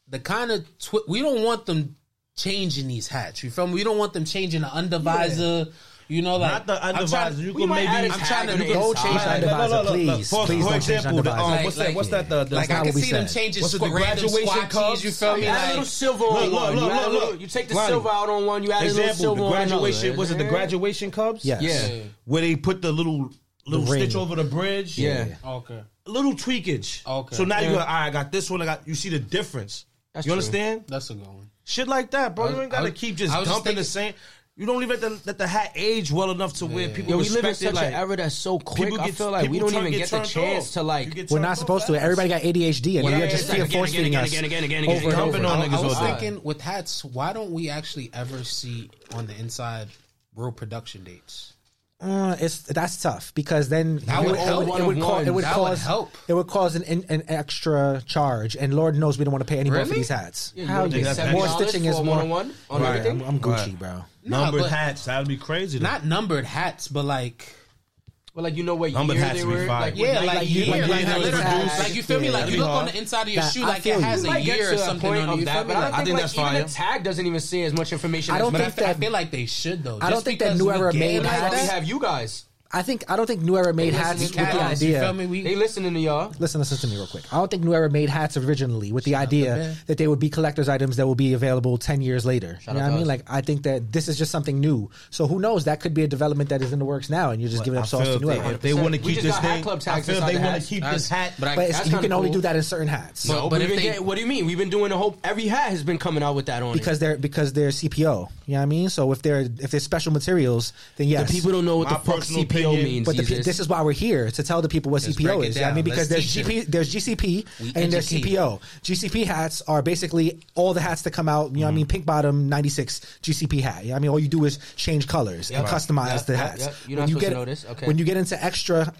[SPEAKER 4] the kind of twi- we don't want them changing these hats. You feel me? We don't want them changing the undervisor. You know, like
[SPEAKER 1] Not the
[SPEAKER 4] I'm
[SPEAKER 1] undervisor.
[SPEAKER 4] trying-
[SPEAKER 1] you
[SPEAKER 3] we
[SPEAKER 1] could
[SPEAKER 3] might
[SPEAKER 1] maybe.
[SPEAKER 3] add his
[SPEAKER 1] I'm
[SPEAKER 3] hat
[SPEAKER 1] trying
[SPEAKER 3] on
[SPEAKER 1] to
[SPEAKER 3] the
[SPEAKER 1] go
[SPEAKER 3] inside.
[SPEAKER 1] change
[SPEAKER 3] Don't
[SPEAKER 2] change
[SPEAKER 1] undervisor.
[SPEAKER 2] the
[SPEAKER 1] Please,
[SPEAKER 2] undervisor, please.
[SPEAKER 1] For
[SPEAKER 2] Please don't
[SPEAKER 1] example,
[SPEAKER 2] change
[SPEAKER 1] the, um,
[SPEAKER 2] undervisor.
[SPEAKER 1] what's that?
[SPEAKER 4] Like-
[SPEAKER 1] What's that? The, the
[SPEAKER 4] like
[SPEAKER 2] not
[SPEAKER 4] I
[SPEAKER 2] what
[SPEAKER 4] can
[SPEAKER 2] we
[SPEAKER 4] see
[SPEAKER 2] said.
[SPEAKER 4] them changing
[SPEAKER 1] What's it, the
[SPEAKER 4] random
[SPEAKER 1] graduation
[SPEAKER 4] squad
[SPEAKER 1] cups?
[SPEAKER 4] keys. You feel
[SPEAKER 3] You
[SPEAKER 4] me?
[SPEAKER 3] add a
[SPEAKER 4] Like, [LAUGHS]
[SPEAKER 3] little silver on
[SPEAKER 1] Look, look,
[SPEAKER 3] one. you,
[SPEAKER 1] look,
[SPEAKER 3] add a
[SPEAKER 1] look.
[SPEAKER 3] little- you take the
[SPEAKER 1] Ronnie,
[SPEAKER 3] silver out on one. You add a little
[SPEAKER 1] example,
[SPEAKER 3] silver
[SPEAKER 1] the graduation
[SPEAKER 3] on another.
[SPEAKER 1] was it the graduation cubs?
[SPEAKER 2] Yes.
[SPEAKER 3] Yeah.
[SPEAKER 1] Where they put the little little
[SPEAKER 2] The ring.
[SPEAKER 1] stitch over the bridge.
[SPEAKER 3] Yeah.
[SPEAKER 4] okay.
[SPEAKER 1] little tweakage.
[SPEAKER 4] Okay.
[SPEAKER 1] So now you
[SPEAKER 3] Yeah.
[SPEAKER 1] go, all right, I got this one. I got you see the difference.
[SPEAKER 3] That's
[SPEAKER 1] you
[SPEAKER 3] true.
[SPEAKER 1] understand?
[SPEAKER 4] That's a good one.
[SPEAKER 1] Shit like that, bro. you ain't
[SPEAKER 4] I
[SPEAKER 1] gotta
[SPEAKER 4] was-
[SPEAKER 1] keep just
[SPEAKER 4] I was
[SPEAKER 1] dumping
[SPEAKER 4] just
[SPEAKER 1] the same. You don't even let the, let the hat age well enough to where people
[SPEAKER 3] Yo, we
[SPEAKER 1] respect
[SPEAKER 3] live in
[SPEAKER 1] it.
[SPEAKER 3] such
[SPEAKER 1] like,
[SPEAKER 3] an era that's so quick.
[SPEAKER 1] people
[SPEAKER 3] I
[SPEAKER 1] get-
[SPEAKER 3] feel like we
[SPEAKER 1] people
[SPEAKER 3] don't
[SPEAKER 1] turn-
[SPEAKER 3] even get, the
[SPEAKER 1] turned
[SPEAKER 3] chance
[SPEAKER 1] off.
[SPEAKER 3] to
[SPEAKER 1] You
[SPEAKER 3] like.
[SPEAKER 1] get
[SPEAKER 2] We're
[SPEAKER 1] turned
[SPEAKER 2] not
[SPEAKER 1] off
[SPEAKER 2] supposed to.
[SPEAKER 1] fast.
[SPEAKER 2] Everybody got ADHD, and
[SPEAKER 4] Yeah,
[SPEAKER 2] you're just
[SPEAKER 4] yeah,
[SPEAKER 2] fear
[SPEAKER 3] again,
[SPEAKER 2] force
[SPEAKER 3] again,
[SPEAKER 2] feeding
[SPEAKER 3] again,
[SPEAKER 2] us
[SPEAKER 3] again, again, again, again,
[SPEAKER 2] over and
[SPEAKER 3] again.
[SPEAKER 2] over.
[SPEAKER 1] Dumping on
[SPEAKER 4] I,
[SPEAKER 1] niggas
[SPEAKER 4] I was
[SPEAKER 1] all day.
[SPEAKER 4] thinking with hats, why don't we actually ever see on the inside real production dates?
[SPEAKER 2] Uh, it's that's tough because then
[SPEAKER 4] That
[SPEAKER 2] you
[SPEAKER 4] would help.
[SPEAKER 2] it would, ca- it would
[SPEAKER 4] That would
[SPEAKER 2] cause
[SPEAKER 4] help.
[SPEAKER 2] it would cause an, an, an extra charge, and Lord knows we don't want to pay any more for
[SPEAKER 4] Really?
[SPEAKER 2] these hats.
[SPEAKER 3] Yeah, you
[SPEAKER 2] How
[SPEAKER 3] wanna
[SPEAKER 2] you
[SPEAKER 3] take
[SPEAKER 1] that
[SPEAKER 2] more
[SPEAKER 1] $70
[SPEAKER 2] stitching
[SPEAKER 3] for
[SPEAKER 2] is
[SPEAKER 3] a
[SPEAKER 2] more
[SPEAKER 3] one-on-one on
[SPEAKER 2] Right,
[SPEAKER 3] everything?
[SPEAKER 2] I'm, I'm Gucci,
[SPEAKER 1] Right.
[SPEAKER 2] bro.
[SPEAKER 1] numbered
[SPEAKER 4] but-
[SPEAKER 1] hats. That would be crazy. Though.
[SPEAKER 4] Not numbered hats, but like
[SPEAKER 3] But like you know what
[SPEAKER 1] Numbered
[SPEAKER 3] year
[SPEAKER 1] hats
[SPEAKER 3] they
[SPEAKER 1] would be
[SPEAKER 3] were.
[SPEAKER 1] fire.
[SPEAKER 3] Like,
[SPEAKER 4] yeah,
[SPEAKER 3] what
[SPEAKER 4] like,
[SPEAKER 2] like
[SPEAKER 4] year,
[SPEAKER 2] you- like
[SPEAKER 4] like,
[SPEAKER 2] you
[SPEAKER 4] that
[SPEAKER 2] know
[SPEAKER 4] literal
[SPEAKER 2] the
[SPEAKER 4] dudes.
[SPEAKER 2] hats.
[SPEAKER 4] like you feel me?
[SPEAKER 2] Yeah,
[SPEAKER 4] Like
[SPEAKER 1] that'd
[SPEAKER 4] you
[SPEAKER 1] be
[SPEAKER 4] look on
[SPEAKER 1] hard.
[SPEAKER 4] the inside of your
[SPEAKER 2] That-
[SPEAKER 4] shoe,
[SPEAKER 2] I
[SPEAKER 4] like
[SPEAKER 2] feel
[SPEAKER 4] it
[SPEAKER 2] you.
[SPEAKER 4] has
[SPEAKER 2] You
[SPEAKER 4] a
[SPEAKER 3] might get
[SPEAKER 4] year
[SPEAKER 3] to
[SPEAKER 4] or
[SPEAKER 3] the
[SPEAKER 4] something
[SPEAKER 3] point
[SPEAKER 4] on
[SPEAKER 3] of
[SPEAKER 4] it. You feel
[SPEAKER 3] that,
[SPEAKER 4] me?
[SPEAKER 3] but I don't
[SPEAKER 4] Like,
[SPEAKER 3] think,
[SPEAKER 1] think
[SPEAKER 3] like
[SPEAKER 1] that's
[SPEAKER 3] even
[SPEAKER 1] fire.
[SPEAKER 3] the tag doesn't even say as much information.
[SPEAKER 2] I
[SPEAKER 3] as
[SPEAKER 2] don't
[SPEAKER 4] But
[SPEAKER 3] much.
[SPEAKER 4] I,
[SPEAKER 2] think
[SPEAKER 4] th- I
[SPEAKER 2] that-
[SPEAKER 4] feel like they should though.
[SPEAKER 2] I don't
[SPEAKER 4] Just
[SPEAKER 2] think that
[SPEAKER 4] because
[SPEAKER 2] New
[SPEAKER 4] we
[SPEAKER 2] Era
[SPEAKER 4] get
[SPEAKER 2] made
[SPEAKER 4] like
[SPEAKER 2] hats-
[SPEAKER 3] Like,
[SPEAKER 4] that-
[SPEAKER 3] we have you guys.
[SPEAKER 2] I think I don't think New Era made
[SPEAKER 4] Listen
[SPEAKER 2] hats
[SPEAKER 4] to
[SPEAKER 2] with the
[SPEAKER 4] cats, You feel
[SPEAKER 2] idea.
[SPEAKER 4] me? We,
[SPEAKER 3] They listening to y'all.
[SPEAKER 2] Listen, listen to me real quick. I don't think New Era made hats originally with the idea
[SPEAKER 4] band.
[SPEAKER 2] that they would be collector's items that will be available ten years later. you know what I mean? Like I think that this is just something new. So who knows? That could be a development that is in the works now, and you're just giving
[SPEAKER 1] I
[SPEAKER 2] up sauce
[SPEAKER 1] feel
[SPEAKER 2] to New
[SPEAKER 1] if they,
[SPEAKER 2] Era.
[SPEAKER 1] if they want to
[SPEAKER 3] We
[SPEAKER 1] keep
[SPEAKER 3] just
[SPEAKER 1] this
[SPEAKER 3] got hat
[SPEAKER 1] thing,
[SPEAKER 3] club
[SPEAKER 1] I
[SPEAKER 3] tags
[SPEAKER 1] feel
[SPEAKER 3] inside
[SPEAKER 1] they
[SPEAKER 3] the
[SPEAKER 1] want
[SPEAKER 3] hats.
[SPEAKER 1] to keep
[SPEAKER 4] That's-
[SPEAKER 1] this hat.
[SPEAKER 4] but I-
[SPEAKER 2] But it's,
[SPEAKER 3] That's
[SPEAKER 2] you
[SPEAKER 3] kinda
[SPEAKER 2] can only
[SPEAKER 3] cool.
[SPEAKER 2] do that in certain hats
[SPEAKER 3] No,
[SPEAKER 4] but
[SPEAKER 3] but
[SPEAKER 4] if
[SPEAKER 3] we
[SPEAKER 4] they-
[SPEAKER 3] get, what do you mean? We've been doing a whole every hat has been coming out with that on it.
[SPEAKER 2] because they're because they're CPO. You know what I mean? So if they're if they're special materials, then yes.
[SPEAKER 3] people don't know what
[SPEAKER 1] My
[SPEAKER 3] the fuck
[SPEAKER 1] personal
[SPEAKER 3] CPO
[SPEAKER 1] opinion-
[SPEAKER 3] means.
[SPEAKER 2] But the,
[SPEAKER 3] Jesus.
[SPEAKER 2] this is why we're here to tell the people what
[SPEAKER 4] break
[SPEAKER 2] CPO
[SPEAKER 4] it
[SPEAKER 2] is. Yeah, I
[SPEAKER 4] down.
[SPEAKER 2] mean because
[SPEAKER 4] Let's
[SPEAKER 2] there's
[SPEAKER 4] teach
[SPEAKER 2] GP, there's GCP,
[SPEAKER 4] We
[SPEAKER 2] and there's
[SPEAKER 4] educate.
[SPEAKER 2] CPO. GCP hats are basically all the hats that come out. You know, what I
[SPEAKER 3] Mm-hmm.
[SPEAKER 2] mean, pink bottom '96 GCP hat. You know what I mean, all you do is change colors and customize
[SPEAKER 3] Yep,
[SPEAKER 2] the
[SPEAKER 3] yep,
[SPEAKER 2] hats.
[SPEAKER 3] yep. You're not
[SPEAKER 2] When
[SPEAKER 3] supposed
[SPEAKER 2] you
[SPEAKER 3] to
[SPEAKER 2] get-
[SPEAKER 3] know this. Okay.
[SPEAKER 2] When you get into extra,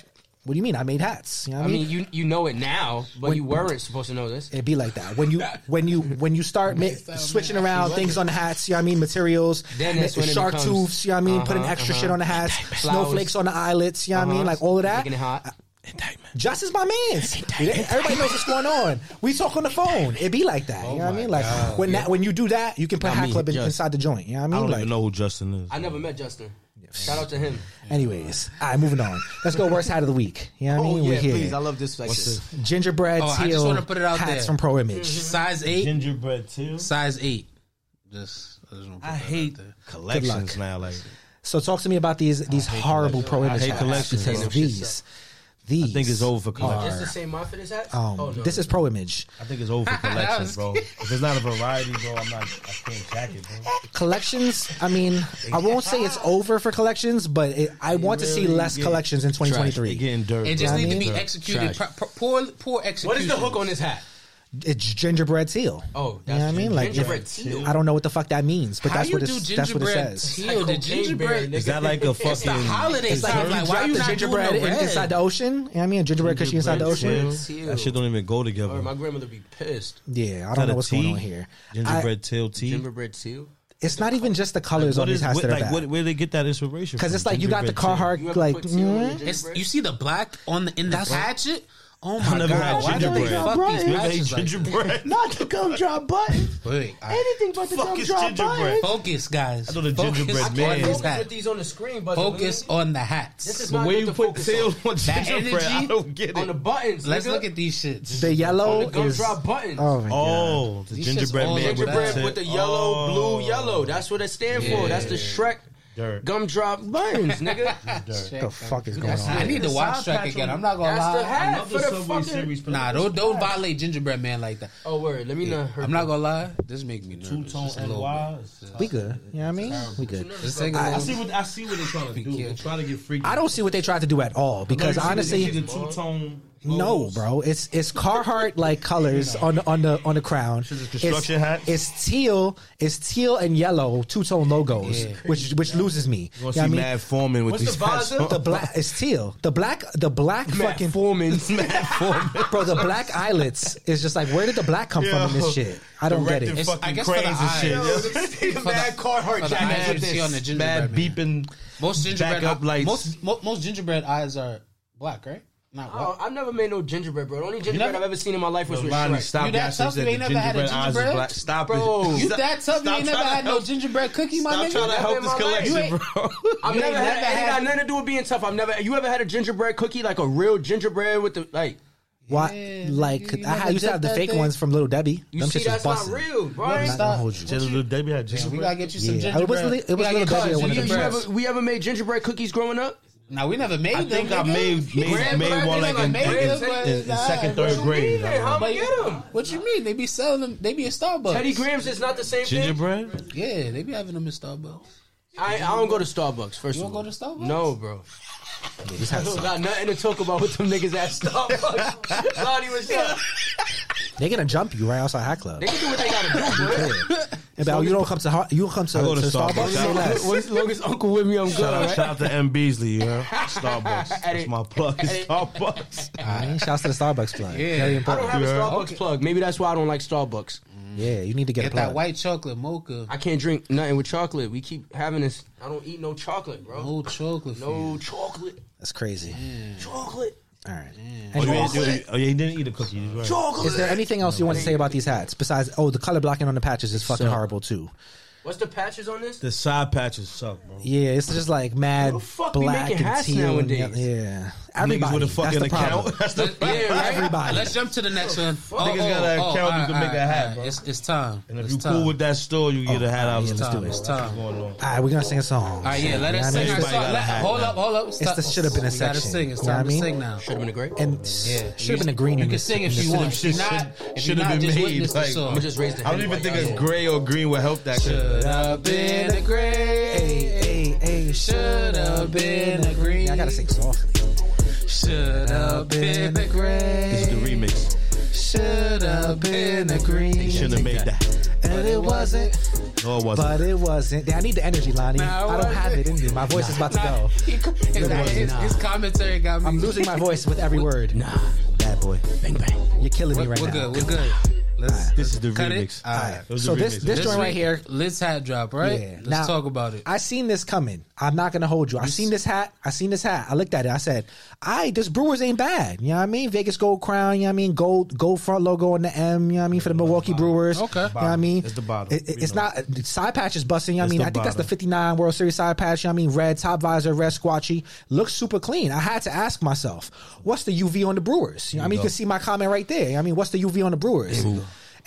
[SPEAKER 2] what do you mean? I made hats. You know what
[SPEAKER 3] I mean, you you know it now, but you weren't supposed to know this.
[SPEAKER 2] It'd be like that when
[SPEAKER 3] [LAUGHS]
[SPEAKER 2] you when you when you start ma- switching around things on the hats. You know what I mean? Materials,
[SPEAKER 3] Then
[SPEAKER 2] ma-
[SPEAKER 3] that's when it
[SPEAKER 2] shark
[SPEAKER 3] becomes-
[SPEAKER 2] tooths. You know what I mean? Putting
[SPEAKER 3] Uh-huh,
[SPEAKER 2] extra
[SPEAKER 3] uh-huh.
[SPEAKER 2] shit on the hats,
[SPEAKER 3] Flowers.
[SPEAKER 2] snowflakes on the eyelets. You know what I mean?
[SPEAKER 3] Uh-huh.
[SPEAKER 2] Like all of that.
[SPEAKER 3] Making it hot.
[SPEAKER 2] Just is my man's. Everybody knows what's going on. We talk on the phone. It be like that.
[SPEAKER 1] Oh
[SPEAKER 2] you know what I mean? Like when that when you do that, you can put
[SPEAKER 3] I
[SPEAKER 2] Hat
[SPEAKER 3] mean,
[SPEAKER 2] Club in,
[SPEAKER 3] just-
[SPEAKER 2] inside the joint. You know what I mean?
[SPEAKER 1] I don't
[SPEAKER 2] like,
[SPEAKER 1] even know who Justin is.
[SPEAKER 3] I never met Justin. Shout out to him.
[SPEAKER 2] Anyways, all right, moving on. Let's go worst hat of the week. You
[SPEAKER 1] Oh,
[SPEAKER 2] know what I mean? We're here.
[SPEAKER 3] love this section.
[SPEAKER 2] Gingerbread
[SPEAKER 4] Oh, I just
[SPEAKER 2] teal
[SPEAKER 4] wanna put it out
[SPEAKER 2] hats
[SPEAKER 4] there. Mm-hmm.
[SPEAKER 2] from Pro Image.
[SPEAKER 4] size eight,
[SPEAKER 1] Gingerbread too.
[SPEAKER 4] size eight. Just I, just wanna put
[SPEAKER 1] I
[SPEAKER 4] that out
[SPEAKER 1] hate
[SPEAKER 4] there.
[SPEAKER 1] collections now. Like
[SPEAKER 2] So talk to me about these these horrible Pro Image
[SPEAKER 1] hate
[SPEAKER 2] hats
[SPEAKER 1] collections,
[SPEAKER 2] because
[SPEAKER 1] bro.
[SPEAKER 2] these these
[SPEAKER 1] I think it's over for collections.
[SPEAKER 3] Is the same outfit as
[SPEAKER 4] Oh,
[SPEAKER 3] that?
[SPEAKER 2] Um, this is Pro Image.
[SPEAKER 1] I think
[SPEAKER 2] [LAUGHS]
[SPEAKER 1] it's over for collections,
[SPEAKER 4] was-
[SPEAKER 1] bro. If it's not a variety, bro, I'm not. I can't jack it, bro.
[SPEAKER 2] collections i mean i won't say it's over for collections but it, i want to see less collections in
[SPEAKER 1] They
[SPEAKER 2] 2023
[SPEAKER 1] getting dirty.
[SPEAKER 4] It
[SPEAKER 1] bro.
[SPEAKER 4] just
[SPEAKER 2] I
[SPEAKER 4] need to
[SPEAKER 2] mean?
[SPEAKER 4] be executed.
[SPEAKER 3] Trash.
[SPEAKER 4] Pro- pro- poor, poor execution.
[SPEAKER 3] What is the hook on this hat?
[SPEAKER 2] it's gingerbread teal
[SPEAKER 3] Oh,
[SPEAKER 2] you know
[SPEAKER 3] that's
[SPEAKER 2] what i mean like
[SPEAKER 3] gingerbread
[SPEAKER 2] if-
[SPEAKER 3] teal.
[SPEAKER 2] i don't know what the fuck that means but
[SPEAKER 4] How
[SPEAKER 2] that's
[SPEAKER 4] you
[SPEAKER 2] what,
[SPEAKER 4] do
[SPEAKER 2] it's, that's what it
[SPEAKER 4] gingerbread
[SPEAKER 2] says
[SPEAKER 4] teal? The
[SPEAKER 3] Cocaine berry,
[SPEAKER 4] gingerbread.
[SPEAKER 1] Is that like a fucking?
[SPEAKER 4] It's the holiday
[SPEAKER 2] it's like
[SPEAKER 4] time.
[SPEAKER 2] if you
[SPEAKER 4] Like, why
[SPEAKER 2] drop
[SPEAKER 4] you
[SPEAKER 2] the
[SPEAKER 4] not
[SPEAKER 2] gingerbread
[SPEAKER 4] doing the
[SPEAKER 2] in,
[SPEAKER 4] red?
[SPEAKER 2] inside the ocean you know what i mean gingerbread cookie inside the ocean
[SPEAKER 1] Yeah. That shit don't even go together.
[SPEAKER 3] Or my grandmother be pissed.
[SPEAKER 2] yeah i
[SPEAKER 1] Is that
[SPEAKER 2] don't know
[SPEAKER 1] a
[SPEAKER 2] what's
[SPEAKER 1] tea?
[SPEAKER 2] going on here I-
[SPEAKER 1] Gingerbread tail tea.
[SPEAKER 3] Gingerbread teal.
[SPEAKER 2] it's not even just the colors
[SPEAKER 7] What
[SPEAKER 2] on these
[SPEAKER 7] is
[SPEAKER 2] hats
[SPEAKER 7] what,
[SPEAKER 2] that are
[SPEAKER 7] like? What,
[SPEAKER 2] bad.
[SPEAKER 7] where they get that inspiration?
[SPEAKER 2] Because
[SPEAKER 7] from?
[SPEAKER 2] it's like you got the
[SPEAKER 7] Gingerbread King.
[SPEAKER 2] Carhartt,
[SPEAKER 3] ever
[SPEAKER 2] like
[SPEAKER 3] put cereal in
[SPEAKER 2] mm,
[SPEAKER 3] your
[SPEAKER 4] It's,
[SPEAKER 3] gingerbread?
[SPEAKER 4] you see the black on the in the hatchet. Oh
[SPEAKER 7] I
[SPEAKER 4] my
[SPEAKER 7] never
[SPEAKER 4] god!
[SPEAKER 7] had
[SPEAKER 4] Why do they
[SPEAKER 7] gingerbread.
[SPEAKER 4] fuck these
[SPEAKER 7] You ever ate
[SPEAKER 4] patches like that?
[SPEAKER 2] [LAUGHS]
[SPEAKER 7] gingerbread?
[SPEAKER 8] Not the gumdrop button.
[SPEAKER 4] Wait, I-
[SPEAKER 8] Anything but the
[SPEAKER 7] Fuck is
[SPEAKER 8] gumdrop button.
[SPEAKER 7] gingerbread?
[SPEAKER 4] focus, guys.
[SPEAKER 7] thought the
[SPEAKER 4] Focus
[SPEAKER 7] gingerbread
[SPEAKER 4] on
[SPEAKER 7] man-
[SPEAKER 4] this
[SPEAKER 3] Focus
[SPEAKER 4] hat.
[SPEAKER 3] with these on the screen, but
[SPEAKER 4] Focus on the hats.
[SPEAKER 3] This is
[SPEAKER 7] The
[SPEAKER 3] not
[SPEAKER 7] way
[SPEAKER 3] good
[SPEAKER 7] you
[SPEAKER 3] to
[SPEAKER 7] put
[SPEAKER 3] focus
[SPEAKER 7] sales on
[SPEAKER 4] That
[SPEAKER 7] gingerbread, I
[SPEAKER 4] energy
[SPEAKER 7] don't get
[SPEAKER 3] on. on the
[SPEAKER 7] it.
[SPEAKER 3] buttons.
[SPEAKER 4] Let's
[SPEAKER 3] nigga.
[SPEAKER 4] look at these shits.
[SPEAKER 2] the yellow
[SPEAKER 3] the gumdrop
[SPEAKER 2] is.
[SPEAKER 3] buttons.
[SPEAKER 2] Oh my god!
[SPEAKER 7] Oh, the
[SPEAKER 4] These
[SPEAKER 7] gingerbread
[SPEAKER 4] shit's
[SPEAKER 7] man
[SPEAKER 4] all
[SPEAKER 7] with Oh.
[SPEAKER 3] Gingerbread
[SPEAKER 7] the
[SPEAKER 3] with the yellow, blue, yellow. That's what it stands for. That's the Shrek
[SPEAKER 7] Dirt.
[SPEAKER 3] gumdrop buttons, nigga.
[SPEAKER 2] What the fuck is going
[SPEAKER 4] I
[SPEAKER 2] on?
[SPEAKER 4] need to watch track again. I'm not gonna
[SPEAKER 3] That's the
[SPEAKER 4] lie.
[SPEAKER 3] hat for the fucking.
[SPEAKER 4] Nah, don't don't violate Gingerbread Man like that.
[SPEAKER 3] Oh word, let me not. Hurt
[SPEAKER 4] I'm not gonna lie. This make me nervous. just a little bit.
[SPEAKER 2] We good? You know what I mean? We good.
[SPEAKER 4] This ain't gonna-
[SPEAKER 1] I see what I see what they're trying to do. They're trying to get freaky.
[SPEAKER 2] I don't see what they tried to do at all because
[SPEAKER 1] You see the- you see the
[SPEAKER 2] honestly,
[SPEAKER 1] two tone.
[SPEAKER 2] no, bro. It's it's Carhartt like colors on the on the on the crown.
[SPEAKER 7] construction
[SPEAKER 2] it's,
[SPEAKER 7] hats.
[SPEAKER 2] It's teal. It's teal and yellow two tone logos, which which loses me. You know what I mean?
[SPEAKER 7] Foreman with
[SPEAKER 3] What's the visor?
[SPEAKER 2] The black it's teal. The black the black fucking
[SPEAKER 3] [LAUGHS] Foreman.
[SPEAKER 2] bro. The black eyelets is just like where did the black come
[SPEAKER 7] Yo,
[SPEAKER 2] from in this shit? I don't get it.
[SPEAKER 7] Directed
[SPEAKER 4] I
[SPEAKER 7] fucking
[SPEAKER 4] guess for the
[SPEAKER 7] cranes and
[SPEAKER 4] eyes.
[SPEAKER 7] shit. [LAUGHS] yo.
[SPEAKER 3] Mad Carhartt
[SPEAKER 4] for the eyes you
[SPEAKER 3] jacket.
[SPEAKER 4] see on the
[SPEAKER 7] Mad
[SPEAKER 4] gingerbread man.
[SPEAKER 7] beeping.
[SPEAKER 4] Most gingerbread
[SPEAKER 7] Backup lights.
[SPEAKER 4] Most mo- most gingerbread eyes are black, right? Not white.
[SPEAKER 3] Oh, I've never made no gingerbread, bro. The only gingerbread
[SPEAKER 4] never-
[SPEAKER 3] I've ever seen in my life was with
[SPEAKER 7] Lonnie,
[SPEAKER 3] Shrek.
[SPEAKER 7] stop
[SPEAKER 4] You
[SPEAKER 7] that.
[SPEAKER 4] that
[SPEAKER 7] shit.
[SPEAKER 4] tough?
[SPEAKER 7] Said
[SPEAKER 4] You
[SPEAKER 7] the
[SPEAKER 4] ain't never had a
[SPEAKER 7] gingerbread eyes is
[SPEAKER 4] gingerbread?
[SPEAKER 7] black. Stop
[SPEAKER 3] Bro.
[SPEAKER 7] it.
[SPEAKER 4] You that tough? You
[SPEAKER 7] Stop
[SPEAKER 4] ain't never
[SPEAKER 7] trying to
[SPEAKER 4] had no
[SPEAKER 7] help-
[SPEAKER 4] gingerbread cookie, my
[SPEAKER 7] Stop
[SPEAKER 4] nigga.
[SPEAKER 7] trying to help
[SPEAKER 3] in
[SPEAKER 7] this
[SPEAKER 3] my life.
[SPEAKER 4] You
[SPEAKER 7] collection,
[SPEAKER 4] ain't- [LAUGHS]
[SPEAKER 7] bro.
[SPEAKER 3] I've
[SPEAKER 4] You ain't never
[SPEAKER 3] never had, it ain't
[SPEAKER 4] had-
[SPEAKER 3] got nothing to do with being tough. I've never. You ever had a gingerbread cookie like a real gingerbread with the like?
[SPEAKER 2] Why? like
[SPEAKER 4] you
[SPEAKER 2] I, I
[SPEAKER 4] never
[SPEAKER 2] used to
[SPEAKER 4] did
[SPEAKER 2] have the
[SPEAKER 4] that
[SPEAKER 2] fake
[SPEAKER 4] thing?
[SPEAKER 2] ones from Little Debbie.
[SPEAKER 3] You
[SPEAKER 2] Them
[SPEAKER 3] see,
[SPEAKER 2] shits was
[SPEAKER 3] that's not
[SPEAKER 2] busting.
[SPEAKER 3] real, bro. I ain't-
[SPEAKER 2] Not gonna hold you.
[SPEAKER 7] Just a little Debbie had
[SPEAKER 4] We
[SPEAKER 7] gingerbread.
[SPEAKER 4] gotta get you some
[SPEAKER 2] Yeah,
[SPEAKER 4] gingerbread.
[SPEAKER 2] it was really- it
[SPEAKER 4] We
[SPEAKER 2] was
[SPEAKER 4] gotta
[SPEAKER 2] little
[SPEAKER 4] get
[SPEAKER 2] baby
[SPEAKER 4] you
[SPEAKER 2] I wanted
[SPEAKER 3] You,
[SPEAKER 2] to
[SPEAKER 3] you
[SPEAKER 2] Gingerbread.
[SPEAKER 3] ever, we ever made gingerbread cookies growing up?
[SPEAKER 4] Now we never made
[SPEAKER 7] I
[SPEAKER 4] them.
[SPEAKER 7] think I
[SPEAKER 4] nigga.
[SPEAKER 7] made made,
[SPEAKER 3] Grand
[SPEAKER 7] made
[SPEAKER 3] Rapids,
[SPEAKER 7] one like
[SPEAKER 3] like,
[SPEAKER 7] in,
[SPEAKER 3] made
[SPEAKER 7] in-
[SPEAKER 3] those
[SPEAKER 7] in- in
[SPEAKER 4] ones.
[SPEAKER 7] second third grade. like,
[SPEAKER 3] Hey, how we get them?
[SPEAKER 4] What you mean? They be selling them. They be in Starbucks.
[SPEAKER 3] Teddy Grahams is not the same thing.
[SPEAKER 7] Gingerbread?
[SPEAKER 4] Yeah, they be having them in Starbucks.
[SPEAKER 3] I, I don't go to Starbucks. First
[SPEAKER 4] You
[SPEAKER 3] of
[SPEAKER 4] don't
[SPEAKER 3] all,
[SPEAKER 4] go to Starbucks?
[SPEAKER 3] No, bro. I don't got nothing to talk about with them niggas at [LAUGHS] Starbucks. Lonnie was up.
[SPEAKER 2] They gonna jump you right outside Hat Club.
[SPEAKER 3] They can do what they gotta do, bro.
[SPEAKER 2] And be like, oh, you don't come to Har- you don't come to,
[SPEAKER 7] I go to
[SPEAKER 2] to
[SPEAKER 7] Starbucks.
[SPEAKER 2] Starbucks.
[SPEAKER 7] Shout
[SPEAKER 2] say less.
[SPEAKER 3] As long as Uncle with me, I'm good.
[SPEAKER 7] out,
[SPEAKER 3] Right?
[SPEAKER 7] shout out to M. Beasley, you
[SPEAKER 4] [LAUGHS]
[SPEAKER 7] heard? Starbucks. That's my plug. Starbucks.
[SPEAKER 2] I mean, shouts to the Starbucks plug. Yeah. Very
[SPEAKER 3] I don't
[SPEAKER 2] important.
[SPEAKER 3] have a Starbucks plug. Maybe that's why I don't like Starbucks.
[SPEAKER 2] Yeah, you need to get,
[SPEAKER 4] Get
[SPEAKER 2] a plug.
[SPEAKER 4] that white chocolate mocha.
[SPEAKER 3] I can't drink nothing with chocolate. We keep having this. I don't eat no chocolate, bro.
[SPEAKER 4] No chocolate. No.
[SPEAKER 3] No chocolate.
[SPEAKER 2] That's crazy.
[SPEAKER 3] Chocolate.
[SPEAKER 2] All right.
[SPEAKER 7] Oh, you ain't do- oh, yeah, he didn't eat a cookie. He's right.
[SPEAKER 3] Chocolate.
[SPEAKER 2] Is there anything else you want to say about these hats besides? Oh, the color blocking on the patches is fucking horrible too.
[SPEAKER 3] What's the patches on this?
[SPEAKER 7] The side patches suck, bro.
[SPEAKER 2] Yeah, it's just like mad
[SPEAKER 3] Who the fuck be
[SPEAKER 2] black
[SPEAKER 3] making
[SPEAKER 2] and
[SPEAKER 3] hats
[SPEAKER 2] teal. And,
[SPEAKER 3] nowadays?
[SPEAKER 2] yeah,
[SPEAKER 7] Niggas
[SPEAKER 2] everybody.
[SPEAKER 7] with a fucking
[SPEAKER 2] That's the problem.
[SPEAKER 7] account. That's the
[SPEAKER 4] Yeah, right?
[SPEAKER 2] Everybody.
[SPEAKER 4] Let's jump to the next one. Oh,
[SPEAKER 7] Niggas got an account, you
[SPEAKER 4] alright,
[SPEAKER 7] can make a
[SPEAKER 4] alright,
[SPEAKER 7] hat,
[SPEAKER 4] alright.
[SPEAKER 7] bro.
[SPEAKER 4] It's, it's time.
[SPEAKER 7] And if
[SPEAKER 4] it's
[SPEAKER 7] you
[SPEAKER 4] time.
[SPEAKER 7] cool with that store, you get a hat out.
[SPEAKER 2] yeah,
[SPEAKER 7] of
[SPEAKER 2] let's do
[SPEAKER 7] the
[SPEAKER 2] it.
[SPEAKER 7] store.
[SPEAKER 4] It's time.
[SPEAKER 7] Going on.
[SPEAKER 2] All right, we're gonna sing a song.
[SPEAKER 4] All right, yeah, let
[SPEAKER 2] You know
[SPEAKER 4] us sing
[SPEAKER 2] what I mean?
[SPEAKER 4] our
[SPEAKER 7] Everybody
[SPEAKER 4] song.
[SPEAKER 7] got a
[SPEAKER 4] Let-
[SPEAKER 7] hat
[SPEAKER 4] Hold
[SPEAKER 7] now.
[SPEAKER 4] up, hold up.
[SPEAKER 2] the- should have been a
[SPEAKER 4] We gotta
[SPEAKER 2] section.
[SPEAKER 4] sing. It's
[SPEAKER 2] You know what I
[SPEAKER 4] time to
[SPEAKER 2] mean?
[SPEAKER 4] sing now.
[SPEAKER 3] Should have been a great.
[SPEAKER 2] And should have been a green.
[SPEAKER 4] You
[SPEAKER 2] in
[SPEAKER 4] can
[SPEAKER 2] this-
[SPEAKER 4] sing
[SPEAKER 2] in
[SPEAKER 4] if
[SPEAKER 2] this
[SPEAKER 4] you
[SPEAKER 2] song.
[SPEAKER 4] want. If you're not, if you're
[SPEAKER 7] Should
[SPEAKER 4] not
[SPEAKER 7] have been
[SPEAKER 4] just
[SPEAKER 7] made.
[SPEAKER 4] witness the
[SPEAKER 7] Like,
[SPEAKER 4] song.
[SPEAKER 3] I'ma just raise the
[SPEAKER 7] I don't
[SPEAKER 3] hand
[SPEAKER 7] even
[SPEAKER 3] like
[SPEAKER 7] think
[SPEAKER 3] that.
[SPEAKER 7] it's gray or green would help that. shit.
[SPEAKER 4] have been a
[SPEAKER 2] Hey,
[SPEAKER 4] great.
[SPEAKER 2] hey, hey,
[SPEAKER 4] Should have been a green.
[SPEAKER 2] Yeah, I gotta sing softly.
[SPEAKER 4] Should have been a
[SPEAKER 7] This is
[SPEAKER 4] great.
[SPEAKER 7] the remix.
[SPEAKER 4] Should have been a green.
[SPEAKER 7] Shouldn't have made that.
[SPEAKER 2] And it wasn't,
[SPEAKER 7] No, it wasn't.
[SPEAKER 2] but it wasn't. I need the energy, Lonnie.
[SPEAKER 4] Nah,
[SPEAKER 2] I don't have it in me. My voice is about to go.
[SPEAKER 4] He- his, his, his commentary got me.
[SPEAKER 2] I'm losing my voice with every word. Nah, bad boy. Bang bang. You're killing me
[SPEAKER 4] We're,
[SPEAKER 2] right
[SPEAKER 4] we're
[SPEAKER 2] now.
[SPEAKER 4] good. We're good. Let's
[SPEAKER 7] This is the
[SPEAKER 4] cut it.
[SPEAKER 7] remix.
[SPEAKER 4] All right.
[SPEAKER 7] It was
[SPEAKER 2] So
[SPEAKER 7] the
[SPEAKER 2] this
[SPEAKER 7] remix.
[SPEAKER 2] this joint right
[SPEAKER 4] week,
[SPEAKER 2] here.
[SPEAKER 4] Liz hat drop, right?
[SPEAKER 2] Yeah.
[SPEAKER 4] Let's
[SPEAKER 2] Now-
[SPEAKER 4] talk about it.
[SPEAKER 2] I seen this coming. I'm not gonna hold you. I seen this hat. I seen this hat. I looked at it. I said, "I this Brewers ain't bad." You know what I mean? Vegas gold crown. You know what I mean? Gold gold front logo on the M. You know what I mean? For the Milwaukee Brewers.
[SPEAKER 4] Okay.
[SPEAKER 2] You know what I mean?
[SPEAKER 7] It's the bottom.
[SPEAKER 2] It- it-
[SPEAKER 7] We
[SPEAKER 2] it's
[SPEAKER 7] know.
[SPEAKER 2] not the side patch is busting. You know what I
[SPEAKER 7] It's
[SPEAKER 2] mean? I
[SPEAKER 7] the
[SPEAKER 2] think that's the
[SPEAKER 7] bottom.
[SPEAKER 2] 59 World Series side patch. You know what I mean? Red top visor, red squatchy. Looks super clean. I had to ask myself, what's the UV on the Brewers? You know what I mean? You can see my comment right there. You know what I mean, what's the UV on the Brewers?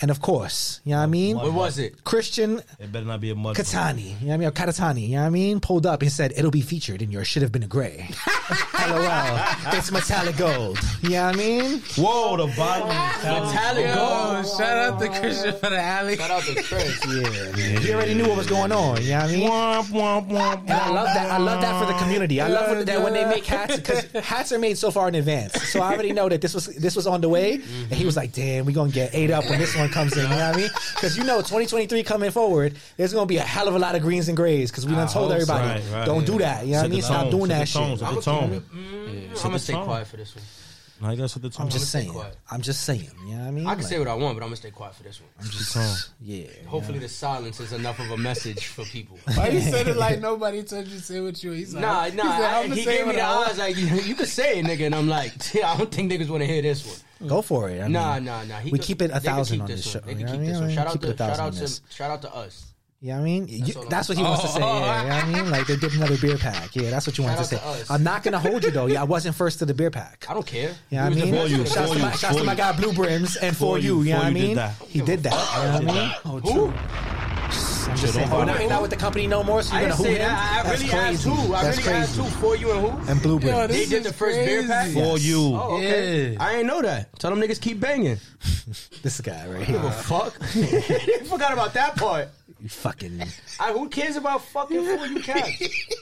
[SPEAKER 2] And of course, you know what I mean?
[SPEAKER 3] What was it?
[SPEAKER 2] Christian
[SPEAKER 7] It better not be a mud.
[SPEAKER 2] Katani, you know what I mean? Or Katatani, you know what I mean? Pulled up and said, it'll be featured in your should have been a gray. LOL. It's metallic gold. You know what I mean?
[SPEAKER 7] Whoa, the bottom.
[SPEAKER 3] [LAUGHS] Metallic
[SPEAKER 4] Oh,
[SPEAKER 3] gold.
[SPEAKER 4] shout out to Christian for the alley.
[SPEAKER 3] Shout out to Chris.
[SPEAKER 2] He already knew what was going on, you know what I mean?
[SPEAKER 7] Womp, womp, womp,
[SPEAKER 2] And I
[SPEAKER 7] womp.
[SPEAKER 2] love that. I love that for the community. I love when- that when they make hats because hats are made so far in advance. So I already know that this was this was on the way, and he was like, "Damn, we gonna get ate up when this one comes in." You know what I mean? Because you know, 2023 coming forward, there's gonna be a hell of a lot of greens and grays because we done told
[SPEAKER 4] hope so.
[SPEAKER 2] everybody,
[SPEAKER 7] Right, right.
[SPEAKER 2] don't do that. You know what I
[SPEAKER 7] Set the
[SPEAKER 2] mean? Stop
[SPEAKER 7] tone,
[SPEAKER 2] doing
[SPEAKER 7] set
[SPEAKER 2] that
[SPEAKER 7] the tone, set
[SPEAKER 3] Mm-hmm.
[SPEAKER 2] shit.
[SPEAKER 7] the tone.
[SPEAKER 3] I'm gonna stay quiet for this one.
[SPEAKER 1] Now you gotta shut the tone.
[SPEAKER 2] I'm just
[SPEAKER 3] stay
[SPEAKER 2] saying.
[SPEAKER 3] quiet.
[SPEAKER 2] I'm just saying. You know what I
[SPEAKER 7] Mm.
[SPEAKER 2] mean?
[SPEAKER 3] I can
[SPEAKER 2] Like,
[SPEAKER 3] say what I want, but I'm gonna stay quiet for this one.
[SPEAKER 2] Yeah.
[SPEAKER 3] Hopefully, the silence is enough of a message for [LAUGHS] people.
[SPEAKER 4] Why you said it [LAUGHS] like nobody told you to say what you? He's like,
[SPEAKER 3] Nah, nah. I,
[SPEAKER 4] "I'ma
[SPEAKER 3] he
[SPEAKER 4] say
[SPEAKER 3] gave me
[SPEAKER 4] what
[SPEAKER 3] the
[SPEAKER 4] I want."
[SPEAKER 3] eyes like, you, you could say it, nigga. And I'm like, [LAUGHS] I don't think niggas want to hear this one.
[SPEAKER 2] Go for it. I
[SPEAKER 3] Nah,
[SPEAKER 2] mean,
[SPEAKER 3] nah, nah. He
[SPEAKER 2] we
[SPEAKER 3] could-
[SPEAKER 2] keep it a
[SPEAKER 3] they could
[SPEAKER 2] thousand
[SPEAKER 3] keep
[SPEAKER 2] on this show,
[SPEAKER 3] They
[SPEAKER 2] you
[SPEAKER 3] can
[SPEAKER 2] know
[SPEAKER 3] keep
[SPEAKER 2] what I
[SPEAKER 3] this
[SPEAKER 2] mean?
[SPEAKER 3] one. Shout out
[SPEAKER 2] Keep it
[SPEAKER 3] to
[SPEAKER 2] a thousand
[SPEAKER 3] shout out
[SPEAKER 2] on this.
[SPEAKER 3] to shout out to us.
[SPEAKER 2] You know what I mean? You-
[SPEAKER 3] all I'm-
[SPEAKER 2] that's what he wants to say. Yeah, you know what I mean? Like they give another beer pack. Yeah, that's what you want to
[SPEAKER 3] Shout
[SPEAKER 2] say.
[SPEAKER 3] out to us.
[SPEAKER 2] I'm not gonna hold you though. Yeah, I wasn't first to the beer pack.
[SPEAKER 3] I don't care.
[SPEAKER 2] Yeah, I
[SPEAKER 3] He was
[SPEAKER 2] mean,
[SPEAKER 3] the best
[SPEAKER 1] For you,
[SPEAKER 3] with
[SPEAKER 1] for
[SPEAKER 3] us.
[SPEAKER 2] shouts to,
[SPEAKER 1] you,
[SPEAKER 2] my, shouts to
[SPEAKER 1] for
[SPEAKER 2] my
[SPEAKER 1] you.
[SPEAKER 2] guy Blue Brims and for,
[SPEAKER 1] For
[SPEAKER 2] you,
[SPEAKER 1] you,
[SPEAKER 2] you know
[SPEAKER 1] for
[SPEAKER 2] what I
[SPEAKER 1] you did
[SPEAKER 2] mean?
[SPEAKER 1] that.
[SPEAKER 2] He did that. You know what I mean? Oh,
[SPEAKER 1] Who?
[SPEAKER 3] Who?
[SPEAKER 2] I'm just saying,
[SPEAKER 1] don't
[SPEAKER 2] oh, we're not,
[SPEAKER 1] bother.
[SPEAKER 2] we're not with the company no more, so
[SPEAKER 3] I
[SPEAKER 2] you're
[SPEAKER 3] didn't
[SPEAKER 2] gonna
[SPEAKER 3] say
[SPEAKER 2] hoot him?
[SPEAKER 3] that. I- I
[SPEAKER 2] That's
[SPEAKER 3] really asked
[SPEAKER 2] crazy.
[SPEAKER 3] who. I
[SPEAKER 2] That's
[SPEAKER 3] really asked
[SPEAKER 2] crazy.
[SPEAKER 3] who. For you and who?
[SPEAKER 2] And Blue Brims.
[SPEAKER 3] They did the first beer pack.
[SPEAKER 1] For you.
[SPEAKER 3] Oh, okay. I ain't know that. Tell them niggas keep banging.
[SPEAKER 2] This guy right
[SPEAKER 3] Give a
[SPEAKER 2] here.
[SPEAKER 3] fuck. [LAUGHS] They Forgot about that part.
[SPEAKER 2] You fucking.
[SPEAKER 3] I, who cares about
[SPEAKER 2] [LAUGHS]
[SPEAKER 3] fucking for you cats?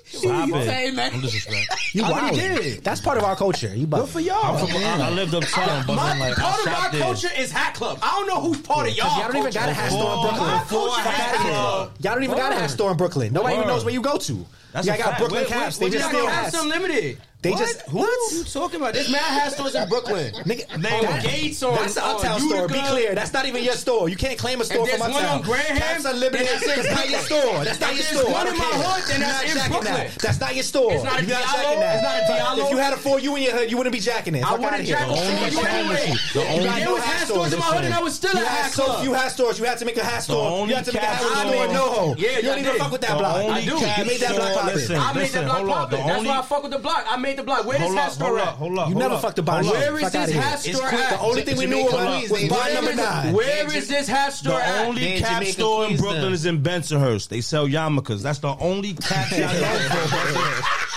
[SPEAKER 1] Stop it. I'm disrespect.
[SPEAKER 2] You
[SPEAKER 3] I already
[SPEAKER 2] wild.
[SPEAKER 3] did.
[SPEAKER 2] That's part of our culture. You
[SPEAKER 3] Good
[SPEAKER 2] bugging.
[SPEAKER 3] for y'all.
[SPEAKER 1] I'm from, I, I lived uptown, but
[SPEAKER 3] My,
[SPEAKER 1] I'm like,
[SPEAKER 3] part of
[SPEAKER 1] I
[SPEAKER 3] my
[SPEAKER 1] shop there.
[SPEAKER 3] culture is hat club. I don't know who's part of y'all.
[SPEAKER 2] Y'all don't even got a hat
[SPEAKER 3] culture.
[SPEAKER 2] store in
[SPEAKER 1] Before-
[SPEAKER 2] Brooklyn.
[SPEAKER 1] before
[SPEAKER 2] Fuck
[SPEAKER 1] I had
[SPEAKER 2] outta here.
[SPEAKER 1] club.
[SPEAKER 2] Y'all don't even got a hat store in Brooklyn. Nobody even
[SPEAKER 1] Word.
[SPEAKER 2] knows where you go to.
[SPEAKER 1] That's
[SPEAKER 2] yeah,
[SPEAKER 1] a
[SPEAKER 2] I got
[SPEAKER 1] fact.
[SPEAKER 2] Brooklyn
[SPEAKER 1] Wait, wait,
[SPEAKER 2] Caps. They
[SPEAKER 1] wait,
[SPEAKER 2] just
[SPEAKER 1] wait,
[SPEAKER 2] steal
[SPEAKER 1] wait.
[SPEAKER 2] hats.
[SPEAKER 3] Hats Unlimited.
[SPEAKER 2] They just
[SPEAKER 3] what? What you talking about? There's mad hat stores in
[SPEAKER 2] [LAUGHS]
[SPEAKER 3] Brooklyn.
[SPEAKER 2] Nigga,
[SPEAKER 3] Name
[SPEAKER 2] that-
[SPEAKER 3] it. Gates on-
[SPEAKER 2] that's the
[SPEAKER 3] on
[SPEAKER 2] uptown store. Be
[SPEAKER 3] Utica.
[SPEAKER 2] clear, that's not even your store. You can't claim a store
[SPEAKER 3] there's
[SPEAKER 2] from
[SPEAKER 3] one
[SPEAKER 2] uptown.
[SPEAKER 3] on Graham,
[SPEAKER 2] that's unlimited.
[SPEAKER 3] then that's-
[SPEAKER 2] That's not your store. That's not
[SPEAKER 3] If
[SPEAKER 2] your
[SPEAKER 3] there's
[SPEAKER 2] store. I
[SPEAKER 3] one
[SPEAKER 2] don't
[SPEAKER 3] in my
[SPEAKER 2] care.
[SPEAKER 3] hood, then
[SPEAKER 2] You're
[SPEAKER 3] that's
[SPEAKER 2] not
[SPEAKER 3] in
[SPEAKER 2] jacking
[SPEAKER 3] Brooklyn.
[SPEAKER 2] That. That's not your store.
[SPEAKER 3] It's not a
[SPEAKER 2] You're
[SPEAKER 3] Diallo.
[SPEAKER 2] jacking that.
[SPEAKER 3] It's not a
[SPEAKER 2] But If
[SPEAKER 3] Diallo.
[SPEAKER 2] you had a four you in your hood, you wouldn't be jacking it.
[SPEAKER 3] I
[SPEAKER 2] Fuck outta
[SPEAKER 3] wouldn't
[SPEAKER 2] here.
[SPEAKER 3] jack a
[SPEAKER 2] You
[SPEAKER 3] store
[SPEAKER 2] got
[SPEAKER 3] you
[SPEAKER 2] no
[SPEAKER 3] anyway.
[SPEAKER 1] The
[SPEAKER 2] hat stores.
[SPEAKER 1] only
[SPEAKER 2] You got
[SPEAKER 3] There
[SPEAKER 2] no
[SPEAKER 3] was
[SPEAKER 2] hat
[SPEAKER 3] hat stores in my hood, and I was still
[SPEAKER 2] you
[SPEAKER 3] at
[SPEAKER 2] had
[SPEAKER 3] hat
[SPEAKER 2] so
[SPEAKER 3] club.
[SPEAKER 2] few hat stores. You had to make a hat store.
[SPEAKER 1] only
[SPEAKER 2] You had to make a
[SPEAKER 1] cat
[SPEAKER 2] hat store
[SPEAKER 1] store-
[SPEAKER 2] in NoHo.
[SPEAKER 3] Yeah,
[SPEAKER 2] you don't
[SPEAKER 3] I
[SPEAKER 2] even
[SPEAKER 3] did.
[SPEAKER 2] fuck with that
[SPEAKER 1] The
[SPEAKER 2] block.
[SPEAKER 1] only
[SPEAKER 3] I do.
[SPEAKER 1] cat
[SPEAKER 2] You made that block
[SPEAKER 1] store-
[SPEAKER 2] poppin'.
[SPEAKER 1] Listen,
[SPEAKER 3] I made
[SPEAKER 1] listen,
[SPEAKER 3] that block
[SPEAKER 1] hold up.
[SPEAKER 3] poppin'.
[SPEAKER 1] The
[SPEAKER 3] That's
[SPEAKER 1] only
[SPEAKER 3] why I fuck with the block. I made the block. Where is
[SPEAKER 1] Hold
[SPEAKER 3] hat
[SPEAKER 1] up,
[SPEAKER 3] store
[SPEAKER 1] hold up,
[SPEAKER 3] at?
[SPEAKER 1] hold up.
[SPEAKER 2] You
[SPEAKER 1] hold
[SPEAKER 2] never
[SPEAKER 1] up,
[SPEAKER 2] fucked the
[SPEAKER 1] hold
[SPEAKER 2] bond.
[SPEAKER 1] up.
[SPEAKER 3] Where is
[SPEAKER 2] Fuck
[SPEAKER 3] this
[SPEAKER 2] outta here.
[SPEAKER 3] hat
[SPEAKER 2] It's
[SPEAKER 3] store
[SPEAKER 2] quick.
[SPEAKER 3] at?
[SPEAKER 2] The only thing we knew
[SPEAKER 9] Jamaica
[SPEAKER 2] about
[SPEAKER 9] Queens,
[SPEAKER 2] was
[SPEAKER 9] they-
[SPEAKER 2] bond
[SPEAKER 9] Where
[SPEAKER 2] number
[SPEAKER 9] is-
[SPEAKER 2] nine.
[SPEAKER 3] Where is this hat
[SPEAKER 1] The
[SPEAKER 3] store at?
[SPEAKER 1] only
[SPEAKER 9] Then
[SPEAKER 1] cat
[SPEAKER 9] Jamaica
[SPEAKER 1] store in
[SPEAKER 9] Queens,
[SPEAKER 1] Brooklyn
[SPEAKER 9] then.
[SPEAKER 1] is in Bensonhurst. They sell yarmulkes. That's the only cat I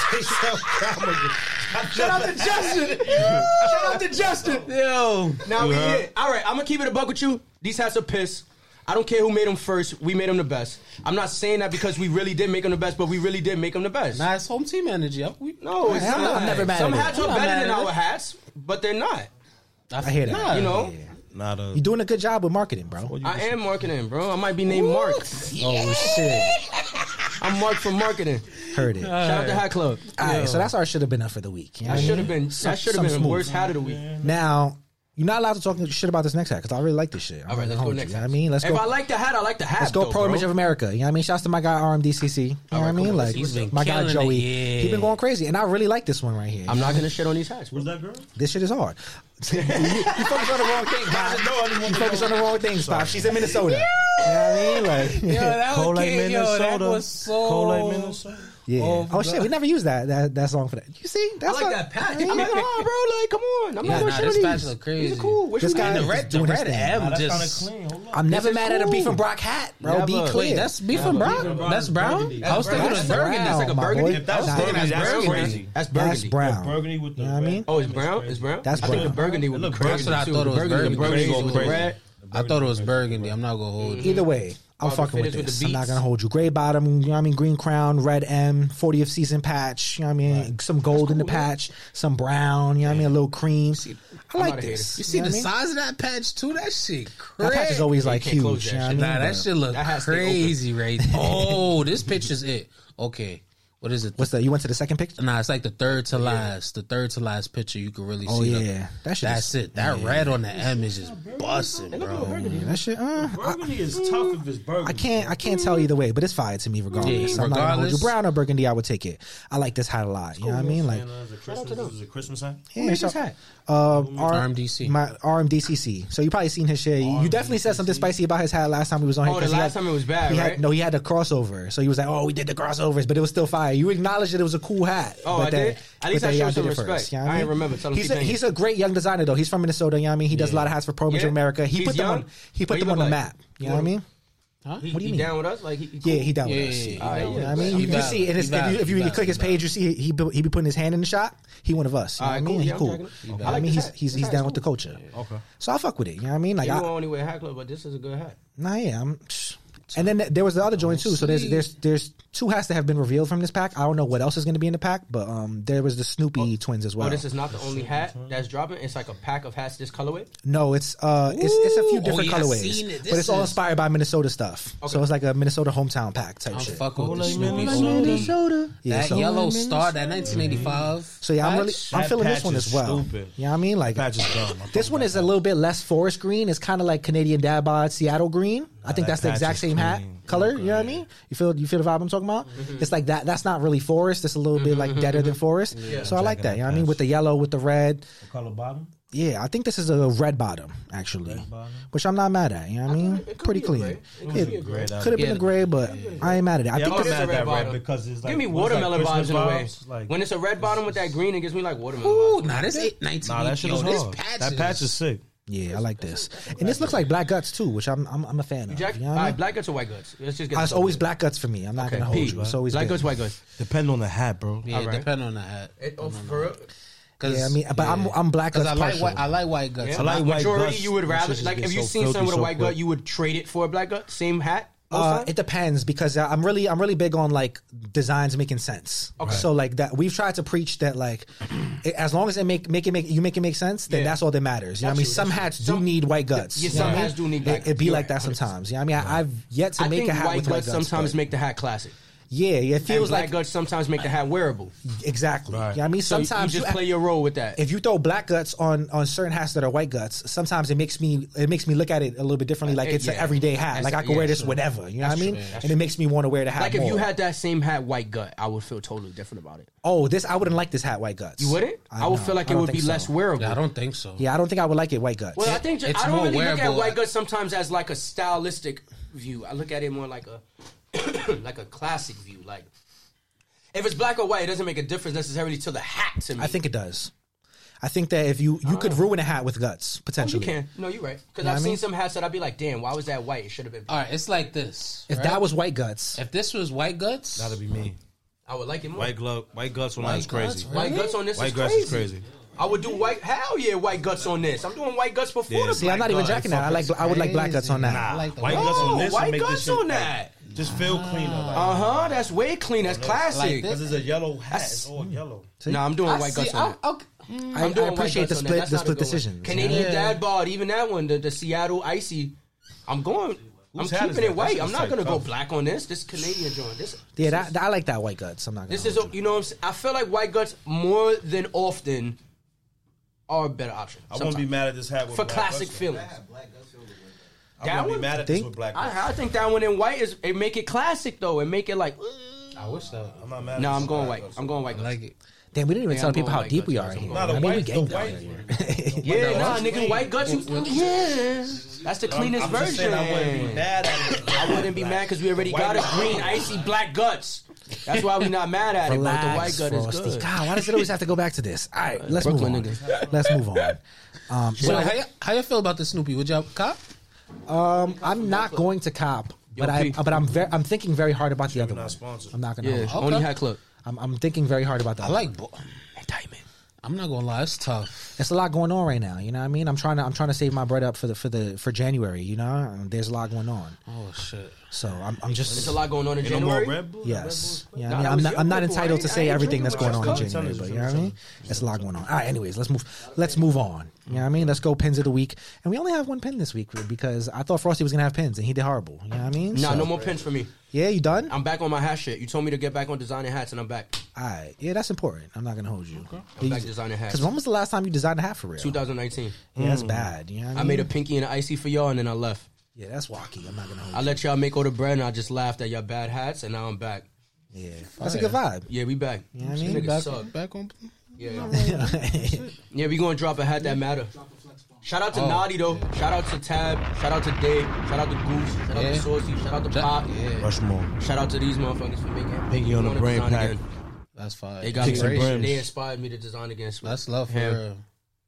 [SPEAKER 1] [LAUGHS] know. They sell yarmulkes.
[SPEAKER 3] Shout
[SPEAKER 2] [LAUGHS]
[SPEAKER 3] out to Justin. Shout out to Justin. [LAUGHS] Yo. Now we
[SPEAKER 1] heard?
[SPEAKER 3] here. All right, I'm gonna keep it a buck with you. These hats are piss. I don't care who made them first. We made them the best. I'm not saying that because we really did make them the best, but we really did make them the best.
[SPEAKER 4] Nah, it's home team energy. Yo. We,
[SPEAKER 3] no, it's not.
[SPEAKER 2] I'm not- I'm never mad
[SPEAKER 3] Some
[SPEAKER 2] at it.
[SPEAKER 3] hats
[SPEAKER 4] I'm
[SPEAKER 3] are
[SPEAKER 4] not
[SPEAKER 3] better
[SPEAKER 4] mad
[SPEAKER 3] than
[SPEAKER 4] at
[SPEAKER 3] our
[SPEAKER 4] it.
[SPEAKER 3] hats, but they're not.
[SPEAKER 2] I hear that.
[SPEAKER 4] Nah.
[SPEAKER 3] You know, Oh,
[SPEAKER 1] Not a.
[SPEAKER 2] You're doing a good job with marketing, bro.
[SPEAKER 3] [LAUGHS] I am marketing, bro. I might be named Mark.
[SPEAKER 2] Oh shit,
[SPEAKER 3] I'm Mark from marketing.
[SPEAKER 2] heard it. All
[SPEAKER 3] Shout out to Hat Club.
[SPEAKER 2] right, so that's our should have been up for the week. You know
[SPEAKER 3] I
[SPEAKER 2] what I
[SPEAKER 3] should have
[SPEAKER 2] mean?
[SPEAKER 3] been. I
[SPEAKER 2] Some-
[SPEAKER 3] should have
[SPEAKER 2] some
[SPEAKER 3] been the
[SPEAKER 2] smooth.
[SPEAKER 3] worst hat of the week.
[SPEAKER 2] Now you're not allowed to talk shit about this next hat because I really like this shit.
[SPEAKER 3] All right, let's go next.
[SPEAKER 2] You know what I
[SPEAKER 3] hat.
[SPEAKER 2] mean, let's
[SPEAKER 3] if
[SPEAKER 2] go.
[SPEAKER 3] I like the hat, I like the hat.
[SPEAKER 2] Let's go
[SPEAKER 3] though,
[SPEAKER 2] pro
[SPEAKER 3] bro.
[SPEAKER 2] image of America. You know what I mean? Shouts to my guy RMDCC. You know what I
[SPEAKER 3] right,
[SPEAKER 2] mean?
[SPEAKER 3] cool.
[SPEAKER 2] Like
[SPEAKER 3] He's been
[SPEAKER 2] my guy
[SPEAKER 4] killing it,
[SPEAKER 2] Joey,
[SPEAKER 4] yeah.
[SPEAKER 2] he been going crazy, and I really like this one right here.
[SPEAKER 3] I'm not gonna shit on these hats. bro.
[SPEAKER 1] Who's that girl?
[SPEAKER 2] this shit is
[SPEAKER 3] [LAUGHS]
[SPEAKER 2] hard. [LAUGHS] you focus on the wrong thing, Pop. You focus on the wrong things, Pop. She's in Minnesota. You know what I mean? Like,
[SPEAKER 4] Yo, that was
[SPEAKER 1] Cold like
[SPEAKER 4] cute, yo, that
[SPEAKER 1] Minnesota.
[SPEAKER 4] was so.
[SPEAKER 1] Cold like Minnesota.
[SPEAKER 2] yeah.
[SPEAKER 4] Oh,
[SPEAKER 2] Oh, shit, we never used that that, that song for that. You see, that's
[SPEAKER 3] I like
[SPEAKER 2] what-
[SPEAKER 3] that patch. I'm like, oh, bro, like, come on. I'm
[SPEAKER 4] Yeah,
[SPEAKER 3] not gonna
[SPEAKER 4] nah,
[SPEAKER 3] shit
[SPEAKER 4] this
[SPEAKER 3] on these.
[SPEAKER 4] patch look crazy.
[SPEAKER 3] These are cool. What
[SPEAKER 2] This
[SPEAKER 3] you
[SPEAKER 2] guy
[SPEAKER 3] mean?
[SPEAKER 4] The
[SPEAKER 2] is
[SPEAKER 4] red, the
[SPEAKER 2] doing his
[SPEAKER 4] red
[SPEAKER 2] thing.
[SPEAKER 4] M just.
[SPEAKER 1] That's kind of clean. Hold up.
[SPEAKER 2] I'm never mad at a
[SPEAKER 3] cool.
[SPEAKER 2] beef and Brock hat, bro. Be
[SPEAKER 3] Never.
[SPEAKER 2] clear.
[SPEAKER 4] Wait, that's beef and brown. That's brown. I was thinking it was
[SPEAKER 2] That's
[SPEAKER 4] burgundy.
[SPEAKER 2] brown,
[SPEAKER 4] That's like a
[SPEAKER 2] my
[SPEAKER 4] burgundy.
[SPEAKER 2] boy.
[SPEAKER 1] If that's
[SPEAKER 2] Nah,
[SPEAKER 1] burgundy, that's
[SPEAKER 3] burgundy.
[SPEAKER 1] crazy.
[SPEAKER 3] That's burgundy.
[SPEAKER 2] That's brown.
[SPEAKER 1] Burgundy with the
[SPEAKER 2] You know what I
[SPEAKER 1] red.
[SPEAKER 2] mean?
[SPEAKER 3] Oh, it's brown. It's brown.
[SPEAKER 2] That's
[SPEAKER 3] I think
[SPEAKER 2] brown.
[SPEAKER 3] the burgundy would be
[SPEAKER 1] It look burgundy.
[SPEAKER 3] crazy.
[SPEAKER 1] That's
[SPEAKER 4] what I
[SPEAKER 3] too.
[SPEAKER 4] thought
[SPEAKER 3] The
[SPEAKER 4] it was burgundy.
[SPEAKER 3] burgundy, The burgundy
[SPEAKER 1] Burgundy
[SPEAKER 3] with
[SPEAKER 1] go
[SPEAKER 3] the red.
[SPEAKER 4] I thought it was burgundy. I'm not gonna hold you.
[SPEAKER 2] Either way, I'm
[SPEAKER 3] Bobby
[SPEAKER 2] fucking with
[SPEAKER 3] Fittis with
[SPEAKER 2] this.
[SPEAKER 3] the
[SPEAKER 2] I'm not
[SPEAKER 3] beats.
[SPEAKER 2] gonna hold you. Gray bottom, you know what I mean? Green crown, red M, 40th season patch, you know what I mean? Some gold in the patch, some brown, you know what I mean? A little cream. I
[SPEAKER 3] not
[SPEAKER 2] like
[SPEAKER 3] a hater.
[SPEAKER 2] this.
[SPEAKER 4] You see
[SPEAKER 2] know
[SPEAKER 4] the
[SPEAKER 2] what I mean?
[SPEAKER 4] size of that patch too? That shit
[SPEAKER 2] That
[SPEAKER 4] crazy.
[SPEAKER 2] patch is always like
[SPEAKER 3] can't close
[SPEAKER 2] huge.
[SPEAKER 3] that
[SPEAKER 2] You know what I
[SPEAKER 3] shit.
[SPEAKER 2] mean?
[SPEAKER 4] Nah, that shit look
[SPEAKER 3] That has to be
[SPEAKER 4] crazy
[SPEAKER 2] [LAUGHS]
[SPEAKER 4] right there. Oh, this picture's it. Okay. What is it?
[SPEAKER 2] What's that? You went to the second pick?
[SPEAKER 4] Nah, it's like the third to last, the third to last picture you can really
[SPEAKER 2] Oh
[SPEAKER 4] see.
[SPEAKER 2] yeah,
[SPEAKER 4] the-
[SPEAKER 2] that shit.
[SPEAKER 4] that's
[SPEAKER 2] That's
[SPEAKER 4] it. That red on the M is just busting, bro.
[SPEAKER 2] That shit. Uh, I,
[SPEAKER 1] Burgundy is tough if it's burgundy.
[SPEAKER 3] Mm-hmm.
[SPEAKER 2] I can't. I can't tell either way, but it's fire to me regardless.
[SPEAKER 4] Yeah,
[SPEAKER 2] I'm not gonna hold you
[SPEAKER 4] regardless.
[SPEAKER 2] brown or burgundy. I would take it. I like this hat a lot. You know what I mean? Like,
[SPEAKER 1] And, uh, it's a Christmas- This is a Christmas hat.
[SPEAKER 2] yeah, so- Um, R-
[SPEAKER 4] RMDC.
[SPEAKER 2] My RMDCC. So you probably seen his shit. You definitely said something spicy about his hat last time he was on here.
[SPEAKER 3] Oh, the
[SPEAKER 2] 'cause he
[SPEAKER 3] last
[SPEAKER 2] had-
[SPEAKER 3] time it was bad,
[SPEAKER 2] he
[SPEAKER 3] right?
[SPEAKER 2] Had, no, he had the crossover. So he was like, "Oh, we did the crossovers, but it was still fire." You acknowledged that it was a cool hat.
[SPEAKER 3] Oh,
[SPEAKER 2] but
[SPEAKER 3] I
[SPEAKER 2] then-
[SPEAKER 3] did? At least
[SPEAKER 2] but
[SPEAKER 3] I
[SPEAKER 2] then
[SPEAKER 3] showed
[SPEAKER 2] y'all did
[SPEAKER 3] some
[SPEAKER 2] it
[SPEAKER 3] respect.
[SPEAKER 2] you know
[SPEAKER 3] I
[SPEAKER 2] what
[SPEAKER 3] ain't remember. Tell him
[SPEAKER 2] he's
[SPEAKER 3] keep
[SPEAKER 2] a,
[SPEAKER 3] banging.
[SPEAKER 2] he's a great young designer though. He's from Minnesota. You know what I mean? He does a lot of hats for Pro Image
[SPEAKER 3] Yeah.
[SPEAKER 2] of America. He
[SPEAKER 3] He's
[SPEAKER 2] put them
[SPEAKER 3] young.
[SPEAKER 2] on. He
[SPEAKER 3] What
[SPEAKER 2] put
[SPEAKER 3] he
[SPEAKER 2] them on
[SPEAKER 3] look
[SPEAKER 2] the
[SPEAKER 3] like?
[SPEAKER 2] map. You know what I mean?
[SPEAKER 3] He,
[SPEAKER 2] What do
[SPEAKER 3] he
[SPEAKER 2] you mean?
[SPEAKER 3] down with us? Like he, he cool.
[SPEAKER 2] Yeah, he down
[SPEAKER 4] Yeah,
[SPEAKER 2] with us.
[SPEAKER 4] yeah, yeah.
[SPEAKER 2] You know
[SPEAKER 3] Alright,
[SPEAKER 2] what
[SPEAKER 3] yeah.
[SPEAKER 2] I mean,
[SPEAKER 4] He
[SPEAKER 2] you, you
[SPEAKER 4] valid.
[SPEAKER 2] see, and it's,
[SPEAKER 4] He
[SPEAKER 2] if you,
[SPEAKER 4] valid.
[SPEAKER 2] if you
[SPEAKER 4] He
[SPEAKER 2] click his page, you see he be, he be putting his hand in the shot. He one of us. You know what I
[SPEAKER 3] Alright,
[SPEAKER 2] mean,
[SPEAKER 3] cool.
[SPEAKER 2] he
[SPEAKER 3] Yeah, I'm
[SPEAKER 2] cool.
[SPEAKER 3] jacking it.
[SPEAKER 2] You know
[SPEAKER 3] I
[SPEAKER 2] what I
[SPEAKER 3] like
[SPEAKER 2] mean,
[SPEAKER 3] the
[SPEAKER 2] he's
[SPEAKER 3] hat.
[SPEAKER 2] he's,
[SPEAKER 3] The
[SPEAKER 2] he's
[SPEAKER 3] hat
[SPEAKER 2] down
[SPEAKER 3] is
[SPEAKER 2] with the
[SPEAKER 3] cool.
[SPEAKER 2] culture. Okay, so I fuck with it. You know what I mean? Like,
[SPEAKER 3] You
[SPEAKER 2] I,
[SPEAKER 3] don't only wear hat club, but this is a good hat.
[SPEAKER 4] [SNIFFS]
[SPEAKER 2] Nah, yeah, I'm. And then th- there was the other joint too. So there's there's there's Two has to have been revealed from this pack. I don't know what else is going to be in the pack, but um, there was the Snoopy twins as well.
[SPEAKER 3] Oh, this is not the only hat that's dropping. It's like a pack of hats this colorway.
[SPEAKER 2] No, it's uh, it's, it's a
[SPEAKER 4] Ooh.
[SPEAKER 2] few
[SPEAKER 4] Oh,
[SPEAKER 2] different
[SPEAKER 4] yeah, I
[SPEAKER 2] colorways,
[SPEAKER 4] seen it.
[SPEAKER 2] but
[SPEAKER 4] This
[SPEAKER 2] it's all
[SPEAKER 4] is-
[SPEAKER 2] inspired by Minnesota stuff. So it's like a Minnesota hometown pack type shit.
[SPEAKER 4] Fuck with the Snoopy.
[SPEAKER 2] Yeah,
[SPEAKER 4] That
[SPEAKER 2] so,
[SPEAKER 4] yellow star, that 1985.
[SPEAKER 2] so yeah, I'm really I'm
[SPEAKER 7] That
[SPEAKER 2] feeling
[SPEAKER 7] patch
[SPEAKER 2] this one
[SPEAKER 7] is
[SPEAKER 2] as well.
[SPEAKER 7] stupid.
[SPEAKER 2] Yeah, I mean like
[SPEAKER 7] Patch is dumb. I'm
[SPEAKER 2] this
[SPEAKER 7] talking
[SPEAKER 2] one
[SPEAKER 7] about
[SPEAKER 2] is a little bit less forest green. It's kind of like Canadian dad bod Seattle green. I think
[SPEAKER 7] that
[SPEAKER 2] that's the
[SPEAKER 7] patch
[SPEAKER 2] exact
[SPEAKER 7] is
[SPEAKER 2] same hat
[SPEAKER 7] clean. Mm-hmm.
[SPEAKER 2] color. You know what I mean? You feel you feel the vibe I'm talking about? It's like that. That's not really forest. It's a little bit like deader than forest. So I like that. You know what I mean? With the yellow, with the red.
[SPEAKER 7] that color bottom.
[SPEAKER 2] Yeah, I think this is a red bottom actually, which I'm not mad at. You know what I mean? Pretty clean. It
[SPEAKER 7] Great.
[SPEAKER 2] could have been a gray, but I ain't mad at it. I
[SPEAKER 7] Yeah,
[SPEAKER 2] think
[SPEAKER 7] I'm
[SPEAKER 2] this,
[SPEAKER 7] mad
[SPEAKER 3] a
[SPEAKER 7] at
[SPEAKER 3] red
[SPEAKER 7] that red
[SPEAKER 3] bottom.
[SPEAKER 7] because it's like
[SPEAKER 3] Give me
[SPEAKER 7] what's
[SPEAKER 3] watermelon
[SPEAKER 7] that,
[SPEAKER 3] vibes
[SPEAKER 7] Christmas
[SPEAKER 3] in a way.
[SPEAKER 7] vibes? Like,
[SPEAKER 3] when it's a red bottom with that green, it gives me like watermelon.
[SPEAKER 4] Ooh,
[SPEAKER 3] vibes.
[SPEAKER 4] nah, this ain't 19.
[SPEAKER 7] nah, that shit
[SPEAKER 4] yo,
[SPEAKER 7] is
[SPEAKER 4] this
[SPEAKER 7] hard.
[SPEAKER 4] patch
[SPEAKER 7] That patch is sick.
[SPEAKER 2] yeah, I like this. And this looks like black guts too, which I'm I'm, I'm a fan of.
[SPEAKER 3] Jack,
[SPEAKER 2] You know
[SPEAKER 3] all
[SPEAKER 2] what I
[SPEAKER 3] right,
[SPEAKER 2] mean?
[SPEAKER 3] black guts or white guts? Let's just get.
[SPEAKER 2] Uh, It's
[SPEAKER 3] this over
[SPEAKER 2] always
[SPEAKER 3] with.
[SPEAKER 2] black guts for me. I'm not
[SPEAKER 3] Okay,
[SPEAKER 2] gonna hold
[SPEAKER 3] P.
[SPEAKER 2] you. It's always
[SPEAKER 3] black
[SPEAKER 2] been.
[SPEAKER 3] guts, white guts.
[SPEAKER 7] Depend on the hat, bro.
[SPEAKER 4] Yeah,
[SPEAKER 3] Alright.
[SPEAKER 4] depend on the hat.
[SPEAKER 3] It, oh, for real?
[SPEAKER 4] Cause,
[SPEAKER 2] Yeah, I mean, but I'm I'm black
[SPEAKER 4] Cause
[SPEAKER 2] guts
[SPEAKER 4] I like
[SPEAKER 2] partial.
[SPEAKER 4] white, I like white guts.
[SPEAKER 3] Yeah.
[SPEAKER 4] I like
[SPEAKER 7] like white
[SPEAKER 3] majority,
[SPEAKER 7] guts.
[SPEAKER 3] you would
[SPEAKER 7] That
[SPEAKER 3] rather
[SPEAKER 7] shit just
[SPEAKER 3] like
[SPEAKER 7] get
[SPEAKER 3] if you
[SPEAKER 7] so
[SPEAKER 3] seen someone
[SPEAKER 7] filthy
[SPEAKER 3] with a
[SPEAKER 7] so
[SPEAKER 3] white
[SPEAKER 7] quick.
[SPEAKER 3] gut, you would trade it for a black gut. Same hat. most
[SPEAKER 2] Uh,
[SPEAKER 3] times?
[SPEAKER 2] it depends because I- I'm really I'm really big on like designs making sense. So like that we've tried to preach that like it, as long as it make make it make you make it make sense, then
[SPEAKER 3] Yeah.
[SPEAKER 2] that's all that matters. You know what I mean?
[SPEAKER 3] That's
[SPEAKER 2] Some
[SPEAKER 3] true,
[SPEAKER 2] hats do
[SPEAKER 3] Some-
[SPEAKER 2] need white guts.
[SPEAKER 3] yeah,
[SPEAKER 2] you know
[SPEAKER 3] some
[SPEAKER 2] what I mean?
[SPEAKER 3] hats do need
[SPEAKER 2] It-
[SPEAKER 3] black
[SPEAKER 2] It,
[SPEAKER 3] guts.
[SPEAKER 2] be
[SPEAKER 3] You're
[SPEAKER 2] like
[SPEAKER 3] right,
[SPEAKER 2] that sometimes. You know what I mean? I, I've yet to
[SPEAKER 3] I
[SPEAKER 2] make
[SPEAKER 3] think
[SPEAKER 2] a hat
[SPEAKER 3] white
[SPEAKER 2] with
[SPEAKER 3] guts
[SPEAKER 2] white guts.
[SPEAKER 3] sometimes
[SPEAKER 2] but-
[SPEAKER 3] make the hat classic.
[SPEAKER 2] yeah, yeah, it
[SPEAKER 3] And
[SPEAKER 2] feels
[SPEAKER 3] black
[SPEAKER 2] like
[SPEAKER 3] guts sometimes make the hat wearable.
[SPEAKER 2] exactly. You know what I mean?
[SPEAKER 3] So you-
[SPEAKER 2] Sometimes
[SPEAKER 3] you
[SPEAKER 2] you
[SPEAKER 3] just play your role with that.
[SPEAKER 2] if you throw black guts on on certain hats that are white guts, sometimes it makes me it makes me look at it a little bit differently. Like
[SPEAKER 3] it-
[SPEAKER 2] it's an
[SPEAKER 3] Uh, yeah.
[SPEAKER 2] everyday hat.
[SPEAKER 3] That's-
[SPEAKER 2] like I can
[SPEAKER 3] yeah,
[SPEAKER 2] wear this
[SPEAKER 3] sure.
[SPEAKER 2] whenever. You know
[SPEAKER 3] That's true,
[SPEAKER 2] what I mean?
[SPEAKER 3] yeah, that's
[SPEAKER 2] and it makes me want to wear the hat.
[SPEAKER 3] like if you
[SPEAKER 2] more.
[SPEAKER 3] had that same hat white gut, I would feel totally different about it.
[SPEAKER 2] oh this, I wouldn't like this hat white guts.
[SPEAKER 3] You wouldn't? I, would
[SPEAKER 2] know.
[SPEAKER 3] feel like it
[SPEAKER 2] I don't
[SPEAKER 3] would be
[SPEAKER 2] think so.
[SPEAKER 3] less wearable.
[SPEAKER 4] I don't think so.
[SPEAKER 2] Yeah, I don't think I would like it white guts.
[SPEAKER 3] well, I think ju-
[SPEAKER 4] It's
[SPEAKER 3] I don't
[SPEAKER 4] more
[SPEAKER 3] really look at
[SPEAKER 4] wearable.
[SPEAKER 3] white guts sometimes as like a stylistic view. I look at it more like a [COUGHS] like a classic view. Like if it's black or white, it doesn't make a difference necessarily to the hat to me.
[SPEAKER 2] I think it does. I think that if you you could ruin a hat with guts
[SPEAKER 3] Oh. you
[SPEAKER 2] potentially.
[SPEAKER 3] can. No, you're right. Because
[SPEAKER 2] what
[SPEAKER 3] I've
[SPEAKER 2] I mean?
[SPEAKER 3] seen some hats that I'd be like, damn, why was that white? It should have been.
[SPEAKER 4] All right, it's like this.
[SPEAKER 2] If
[SPEAKER 4] right?
[SPEAKER 2] that was white guts,
[SPEAKER 4] if this was white guts,
[SPEAKER 7] That'd be me.
[SPEAKER 3] I would like it more.
[SPEAKER 7] White glove, white guts on that is crazy.
[SPEAKER 3] White guts on this
[SPEAKER 7] White
[SPEAKER 3] is
[SPEAKER 7] guts
[SPEAKER 3] crazy.
[SPEAKER 7] is crazy.
[SPEAKER 3] I would do white. Hell yeah, white guts on this. I'm doing white guts before
[SPEAKER 7] Yeah.
[SPEAKER 3] the.
[SPEAKER 2] see, I'm
[SPEAKER 3] black
[SPEAKER 2] not even
[SPEAKER 3] guts.
[SPEAKER 2] jacking that. I like I would like black guts on that.
[SPEAKER 7] Nah,
[SPEAKER 4] like the
[SPEAKER 7] white
[SPEAKER 4] white
[SPEAKER 7] guts
[SPEAKER 3] Oh,
[SPEAKER 7] on this.
[SPEAKER 3] white
[SPEAKER 7] would make this
[SPEAKER 3] guts
[SPEAKER 7] shit,
[SPEAKER 3] on
[SPEAKER 7] like,
[SPEAKER 3] that.
[SPEAKER 7] just feel cleaner. Like,
[SPEAKER 3] Uh huh. That's way clean. That's classic.
[SPEAKER 7] Because it's a yellow hat. It's all yellow.
[SPEAKER 3] nah, I'm doing
[SPEAKER 4] I
[SPEAKER 3] white
[SPEAKER 4] see-
[SPEAKER 3] guts
[SPEAKER 4] I-
[SPEAKER 3] on that.
[SPEAKER 4] okay.
[SPEAKER 2] I, I
[SPEAKER 3] I'm doing white
[SPEAKER 2] appreciate the
[SPEAKER 3] guts on that.
[SPEAKER 2] split
[SPEAKER 3] That's
[SPEAKER 2] the
[SPEAKER 3] not a
[SPEAKER 2] split
[SPEAKER 3] good one.
[SPEAKER 2] decisions. you know?
[SPEAKER 3] Canadian dad bod. Even that one, the, the Seattle icy. I'm going.
[SPEAKER 7] Whose
[SPEAKER 3] I'm
[SPEAKER 7] hat is
[SPEAKER 3] keeping it
[SPEAKER 7] that?
[SPEAKER 3] white.
[SPEAKER 7] That's
[SPEAKER 3] I'm not
[SPEAKER 7] like
[SPEAKER 3] gonna go
[SPEAKER 7] tough.
[SPEAKER 3] black on this. This Canadian joint. This.
[SPEAKER 2] Yeah, that, that- I like that white guts. I'm not. Gonna
[SPEAKER 3] This is,
[SPEAKER 2] hold you.
[SPEAKER 3] you know what I'm saying? I feel like white guts more than often are a better option.
[SPEAKER 7] I wouldn't be mad at this hat with
[SPEAKER 3] For
[SPEAKER 7] black
[SPEAKER 3] classic
[SPEAKER 7] guts, though.
[SPEAKER 3] feelings.
[SPEAKER 7] I
[SPEAKER 3] That
[SPEAKER 7] wouldn't
[SPEAKER 3] one?
[SPEAKER 7] be mad at this
[SPEAKER 2] Think?
[SPEAKER 7] with black guts.
[SPEAKER 3] I, I think that one in white is it make it classic though. It make it like
[SPEAKER 4] I wish that.
[SPEAKER 7] I'm not mad.
[SPEAKER 3] no,
[SPEAKER 7] at
[SPEAKER 3] I'm
[SPEAKER 7] this
[SPEAKER 3] going
[SPEAKER 7] with
[SPEAKER 3] white.
[SPEAKER 7] black
[SPEAKER 3] I'm going white.
[SPEAKER 4] I like it.
[SPEAKER 2] Damn, we didn't even
[SPEAKER 3] Yeah,
[SPEAKER 2] tell
[SPEAKER 3] I'm
[SPEAKER 2] people
[SPEAKER 3] going
[SPEAKER 2] how
[SPEAKER 3] white
[SPEAKER 2] deep we
[SPEAKER 3] guts.
[SPEAKER 2] are
[SPEAKER 3] I'm
[SPEAKER 2] here.
[SPEAKER 3] going
[SPEAKER 7] Nah, the
[SPEAKER 2] I mean, we
[SPEAKER 7] white, the
[SPEAKER 2] gang
[SPEAKER 7] white.
[SPEAKER 2] [LAUGHS]
[SPEAKER 3] Yeah, nah,
[SPEAKER 7] that's
[SPEAKER 3] nigga,
[SPEAKER 7] clean.
[SPEAKER 3] white guts. You, yeah, that's the cleanest
[SPEAKER 7] I'm just
[SPEAKER 3] version.
[SPEAKER 7] saying I wouldn't be mad at it.
[SPEAKER 3] I wouldn't be mad because we already
[SPEAKER 7] White
[SPEAKER 3] got us
[SPEAKER 7] guts.
[SPEAKER 3] green, icy, black guts. That's why we not mad at
[SPEAKER 2] Relax,
[SPEAKER 3] it. But the white gut
[SPEAKER 2] Frosty.
[SPEAKER 3] is good.
[SPEAKER 2] God, why does it always have to go back to this? All right, let's
[SPEAKER 3] Brooklyn
[SPEAKER 2] move on. Let's move on. Um,
[SPEAKER 4] So
[SPEAKER 2] so
[SPEAKER 4] how you, how you feel about the Snoopy? Would y'all cop?
[SPEAKER 2] um, I'm not going to cop, but
[SPEAKER 3] Yo,
[SPEAKER 2] I
[SPEAKER 3] P.
[SPEAKER 2] but I'm very I'm thinking very hard about the other
[SPEAKER 7] not
[SPEAKER 2] one.
[SPEAKER 7] sponsored.
[SPEAKER 2] I'm not gonna.
[SPEAKER 3] Yeah,
[SPEAKER 2] hold you.
[SPEAKER 3] only hat club.
[SPEAKER 2] I'm I'm thinking very hard about that.
[SPEAKER 4] I like. Bo-
[SPEAKER 3] Diamond.
[SPEAKER 4] I'm not gonna lie, it's tough.
[SPEAKER 2] It's a lot going on right now. You know what I mean? I'm trying to I'm trying to save my bread up for the for the for January. You know, Um, there's a lot going on.
[SPEAKER 4] Oh shit.
[SPEAKER 2] So I'm I'm just
[SPEAKER 3] There's a lot going on in
[SPEAKER 7] No more
[SPEAKER 3] January.
[SPEAKER 7] Red Bull.
[SPEAKER 2] Yes. Yeah,
[SPEAKER 3] Nah,
[SPEAKER 2] I mean,
[SPEAKER 3] that
[SPEAKER 2] I'm
[SPEAKER 3] was
[SPEAKER 2] not,
[SPEAKER 3] your
[SPEAKER 2] I'm not
[SPEAKER 3] Red Bull. I ain't-
[SPEAKER 2] entitled to
[SPEAKER 3] I
[SPEAKER 2] say
[SPEAKER 3] ain't
[SPEAKER 2] everything that's
[SPEAKER 3] drinking
[SPEAKER 2] going
[SPEAKER 3] with
[SPEAKER 2] on
[SPEAKER 3] your cup.
[SPEAKER 2] in
[SPEAKER 7] Tell
[SPEAKER 2] January,
[SPEAKER 7] us,
[SPEAKER 2] but
[SPEAKER 7] tell
[SPEAKER 2] you know
[SPEAKER 7] us,
[SPEAKER 2] what I mean? It's a lot going on. All right, anyways, let's move. Let's move on. You know what I mean? Let's go pins of the week. And we only have one pin this week because I thought Frosty was going to have pins and he did horrible. You know what I mean?
[SPEAKER 3] Nah,
[SPEAKER 2] So-
[SPEAKER 3] no more pins for me.
[SPEAKER 2] Yeah, you done? All
[SPEAKER 3] I'm back on my hat shit. You told me to get back on designing hats, and I'm back.
[SPEAKER 2] right. Yeah, that's important. I'm not going to hold you.
[SPEAKER 3] I'm back designing hats.
[SPEAKER 2] Because when was the last time you designed a hat for real?
[SPEAKER 3] 2019.
[SPEAKER 2] Yeah, that's bad. You know what I,
[SPEAKER 3] I
[SPEAKER 2] mean?
[SPEAKER 3] made a pinky and an icy for y'all, and then I left.
[SPEAKER 2] Yeah, that's wacky. I'm not going to hold
[SPEAKER 3] I
[SPEAKER 2] you.
[SPEAKER 3] let y'all make all the bread, and I just laughed at y'all bad hats, and now I'm back.
[SPEAKER 2] Yeah. That's a good vibe.
[SPEAKER 3] Yeah, we back. Yeah,
[SPEAKER 2] I mean,
[SPEAKER 3] niggas
[SPEAKER 4] Back,
[SPEAKER 3] suck.
[SPEAKER 4] back on.
[SPEAKER 3] Yeah,
[SPEAKER 2] [LAUGHS]
[SPEAKER 3] yeah, we gonna drop a hat that matter. Shout out to
[SPEAKER 4] Oh,
[SPEAKER 3] Naughty though. Shout out to Tab. Shout out to Dave. Shout out to Goose. Shout out
[SPEAKER 4] Yeah.
[SPEAKER 3] to Saucy. Shout out to Pop.
[SPEAKER 4] Jack, yeah,
[SPEAKER 7] Rushmore.
[SPEAKER 3] Shout out to these motherfuckers for making
[SPEAKER 7] Pinky on the
[SPEAKER 3] wanna
[SPEAKER 7] brain
[SPEAKER 3] design
[SPEAKER 7] pack.
[SPEAKER 3] again.
[SPEAKER 4] that's fine.
[SPEAKER 3] They got me.
[SPEAKER 7] Kicks and brims.
[SPEAKER 3] They inspired me to design again. so
[SPEAKER 4] That's love for
[SPEAKER 3] Him.
[SPEAKER 4] real.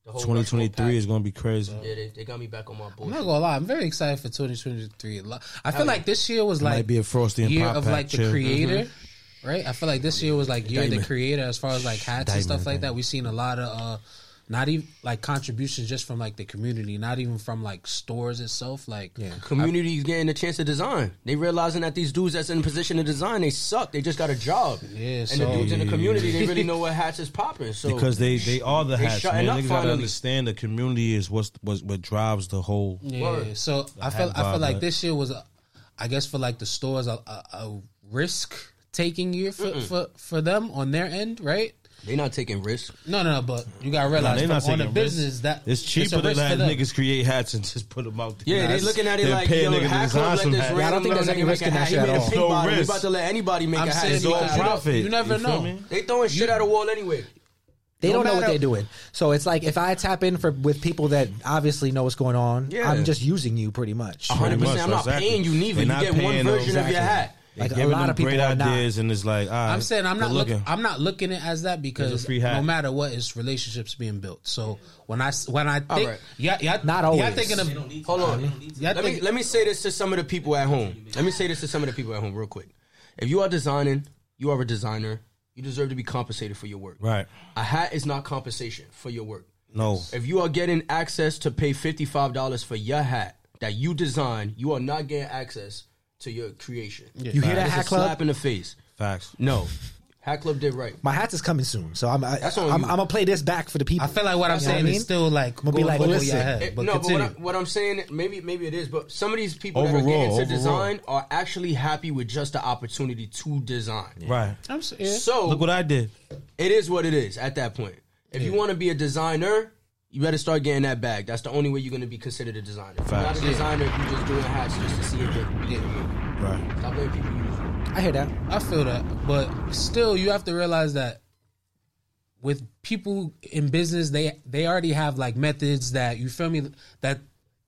[SPEAKER 3] the whole Rushmore
[SPEAKER 7] 2023
[SPEAKER 3] pack.
[SPEAKER 7] is going to be crazy.
[SPEAKER 3] Yeah, they, they got me back on my
[SPEAKER 4] I'm not
[SPEAKER 3] board.
[SPEAKER 4] gonna lie, I'm very excited for 2023. Lo- I feel like this year was like
[SPEAKER 7] Might be a Frosty and
[SPEAKER 4] year
[SPEAKER 7] Pop
[SPEAKER 4] of
[SPEAKER 7] Pack,
[SPEAKER 4] like the
[SPEAKER 7] chill.
[SPEAKER 4] creator, right? I feel like this year was like year of the creator as far as like hats and stuff like that. We seen a lot of uh not even like contributions just from like the community, not even from like stores itself. Like, yeah.
[SPEAKER 3] Community's getting a chance to design. They realizing that these dudes that's in position to design, they suck. They just got a job.
[SPEAKER 4] Yeah,
[SPEAKER 3] and
[SPEAKER 4] so-
[SPEAKER 3] the dudes in the community, they really know what hats is popping. So
[SPEAKER 7] because they they are the
[SPEAKER 3] They
[SPEAKER 7] hats.
[SPEAKER 3] shutting
[SPEAKER 7] Man.
[SPEAKER 3] up
[SPEAKER 7] Niggas gotta
[SPEAKER 3] finally.
[SPEAKER 7] understand the community is what's what what drives the whole.
[SPEAKER 4] Yeah, so I feel
[SPEAKER 7] hat
[SPEAKER 4] I feel
[SPEAKER 7] vibe,
[SPEAKER 4] like
[SPEAKER 7] right?
[SPEAKER 4] this year was, a, I guess for like the stores a, a, a risk taking year for, for for them on their end, right?
[SPEAKER 3] they not taking risks.
[SPEAKER 4] No, no, no but you gotta realize
[SPEAKER 7] they not
[SPEAKER 4] from- on the
[SPEAKER 7] taking risks.
[SPEAKER 4] business that
[SPEAKER 7] It's
[SPEAKER 4] a
[SPEAKER 7] cheaper to
[SPEAKER 4] risk
[SPEAKER 7] let
[SPEAKER 4] for them.
[SPEAKER 7] niggas create hats and just put them out. there.
[SPEAKER 3] Yeah, they looking at it
[SPEAKER 7] Then
[SPEAKER 3] like
[SPEAKER 7] pay a
[SPEAKER 3] yo,
[SPEAKER 7] nigga to
[SPEAKER 3] hat
[SPEAKER 7] design
[SPEAKER 3] club let
[SPEAKER 7] some
[SPEAKER 3] this
[SPEAKER 7] hats.
[SPEAKER 3] random
[SPEAKER 2] Yeah, I don't think there's
[SPEAKER 3] little
[SPEAKER 2] any
[SPEAKER 3] nigga
[SPEAKER 2] risk
[SPEAKER 3] make a
[SPEAKER 2] in that
[SPEAKER 3] hat. He
[SPEAKER 2] shit at
[SPEAKER 3] made a
[SPEAKER 2] all.
[SPEAKER 3] pink
[SPEAKER 7] No
[SPEAKER 3] bottle. We
[SPEAKER 7] risk.
[SPEAKER 3] about to let anybody make
[SPEAKER 4] I'm
[SPEAKER 3] a hat.
[SPEAKER 4] saying
[SPEAKER 3] It's
[SPEAKER 4] you
[SPEAKER 3] all
[SPEAKER 7] all
[SPEAKER 4] gotta-
[SPEAKER 3] profit.
[SPEAKER 7] profit.
[SPEAKER 4] You never
[SPEAKER 7] You feel
[SPEAKER 4] know.
[SPEAKER 7] me?
[SPEAKER 3] They throwing shit at a wall anyway.
[SPEAKER 2] They
[SPEAKER 1] No
[SPEAKER 2] don't know what
[SPEAKER 1] matter-
[SPEAKER 2] they're doing. So it's like if I tap in for with people that obviously know what's going on,
[SPEAKER 3] Yeah.
[SPEAKER 2] I'm just using you pretty much.
[SPEAKER 3] Hundred
[SPEAKER 7] Pretty
[SPEAKER 3] percent.
[SPEAKER 7] much,
[SPEAKER 3] I'm not
[SPEAKER 7] exactly.
[SPEAKER 3] paying you neither.
[SPEAKER 7] They're
[SPEAKER 3] You
[SPEAKER 7] not
[SPEAKER 3] get one
[SPEAKER 7] paying them.
[SPEAKER 3] version of your
[SPEAKER 2] Exactly.
[SPEAKER 3] hat.
[SPEAKER 7] They're
[SPEAKER 2] Like, a
[SPEAKER 7] giving
[SPEAKER 2] lot
[SPEAKER 7] them
[SPEAKER 2] of people
[SPEAKER 7] great
[SPEAKER 2] are not.
[SPEAKER 7] ideas, and it's like all right,
[SPEAKER 4] I'm saying I'm
[SPEAKER 7] good
[SPEAKER 4] not look,
[SPEAKER 7] looking.
[SPEAKER 4] I'm not looking at it as that because
[SPEAKER 7] free hat.
[SPEAKER 4] no matter what, it's relationships being built. So when I s- when I think
[SPEAKER 3] right.
[SPEAKER 4] yeah yeah
[SPEAKER 2] Not
[SPEAKER 4] yeah
[SPEAKER 2] always.
[SPEAKER 4] thinking of
[SPEAKER 3] Hold on.
[SPEAKER 4] yeah
[SPEAKER 3] Let me
[SPEAKER 4] think,
[SPEAKER 3] let me say this to some of the people at home. Let me say this to some of the people at home real quick. If you are designing, you are a designer. You deserve to be compensated for your work.
[SPEAKER 7] right.
[SPEAKER 3] A hat is not compensation for your work.
[SPEAKER 7] No,
[SPEAKER 3] If you are getting access to pay fifty five dollars for your hat that you design, you are not getting access to your creation.
[SPEAKER 2] You hear that,
[SPEAKER 3] It's a
[SPEAKER 2] Hat Club?
[SPEAKER 3] Slap in the face.
[SPEAKER 7] facts.
[SPEAKER 3] No, Hat Club did right.
[SPEAKER 2] My hat is coming soon, so I'm I,
[SPEAKER 3] That's on
[SPEAKER 2] I'm, I'm
[SPEAKER 3] you.
[SPEAKER 2] gonna play this back for the people.
[SPEAKER 4] I feel like what I'm
[SPEAKER 2] You know
[SPEAKER 4] saying
[SPEAKER 2] I mean?
[SPEAKER 4] is still like
[SPEAKER 2] I'ma be
[SPEAKER 4] going
[SPEAKER 2] like,
[SPEAKER 4] over your
[SPEAKER 2] listen. eh,
[SPEAKER 4] head,
[SPEAKER 3] It-
[SPEAKER 4] but
[SPEAKER 3] no,
[SPEAKER 4] continue.
[SPEAKER 3] but what, I, what I'm saying, maybe maybe it is, but some of these people that are
[SPEAKER 7] Overall,
[SPEAKER 3] getting into
[SPEAKER 7] overall.
[SPEAKER 3] design are actually happy with just the opportunity to design.
[SPEAKER 7] Right.
[SPEAKER 4] I'm s- yeah.
[SPEAKER 3] So
[SPEAKER 7] Look what I did.
[SPEAKER 3] it is what it is at that point. If you want to be a designer, you better start getting that bag. That's the only way you're going to be considered a designer. If you're not
[SPEAKER 7] Facts.
[SPEAKER 3] a designer, if you're just doing hats just to see it get. get-
[SPEAKER 7] Right.
[SPEAKER 3] Stop letting people use you.
[SPEAKER 2] I hear that.
[SPEAKER 4] I feel that, but still, you have to realize that with people in business, they they already have like methods that you feel me that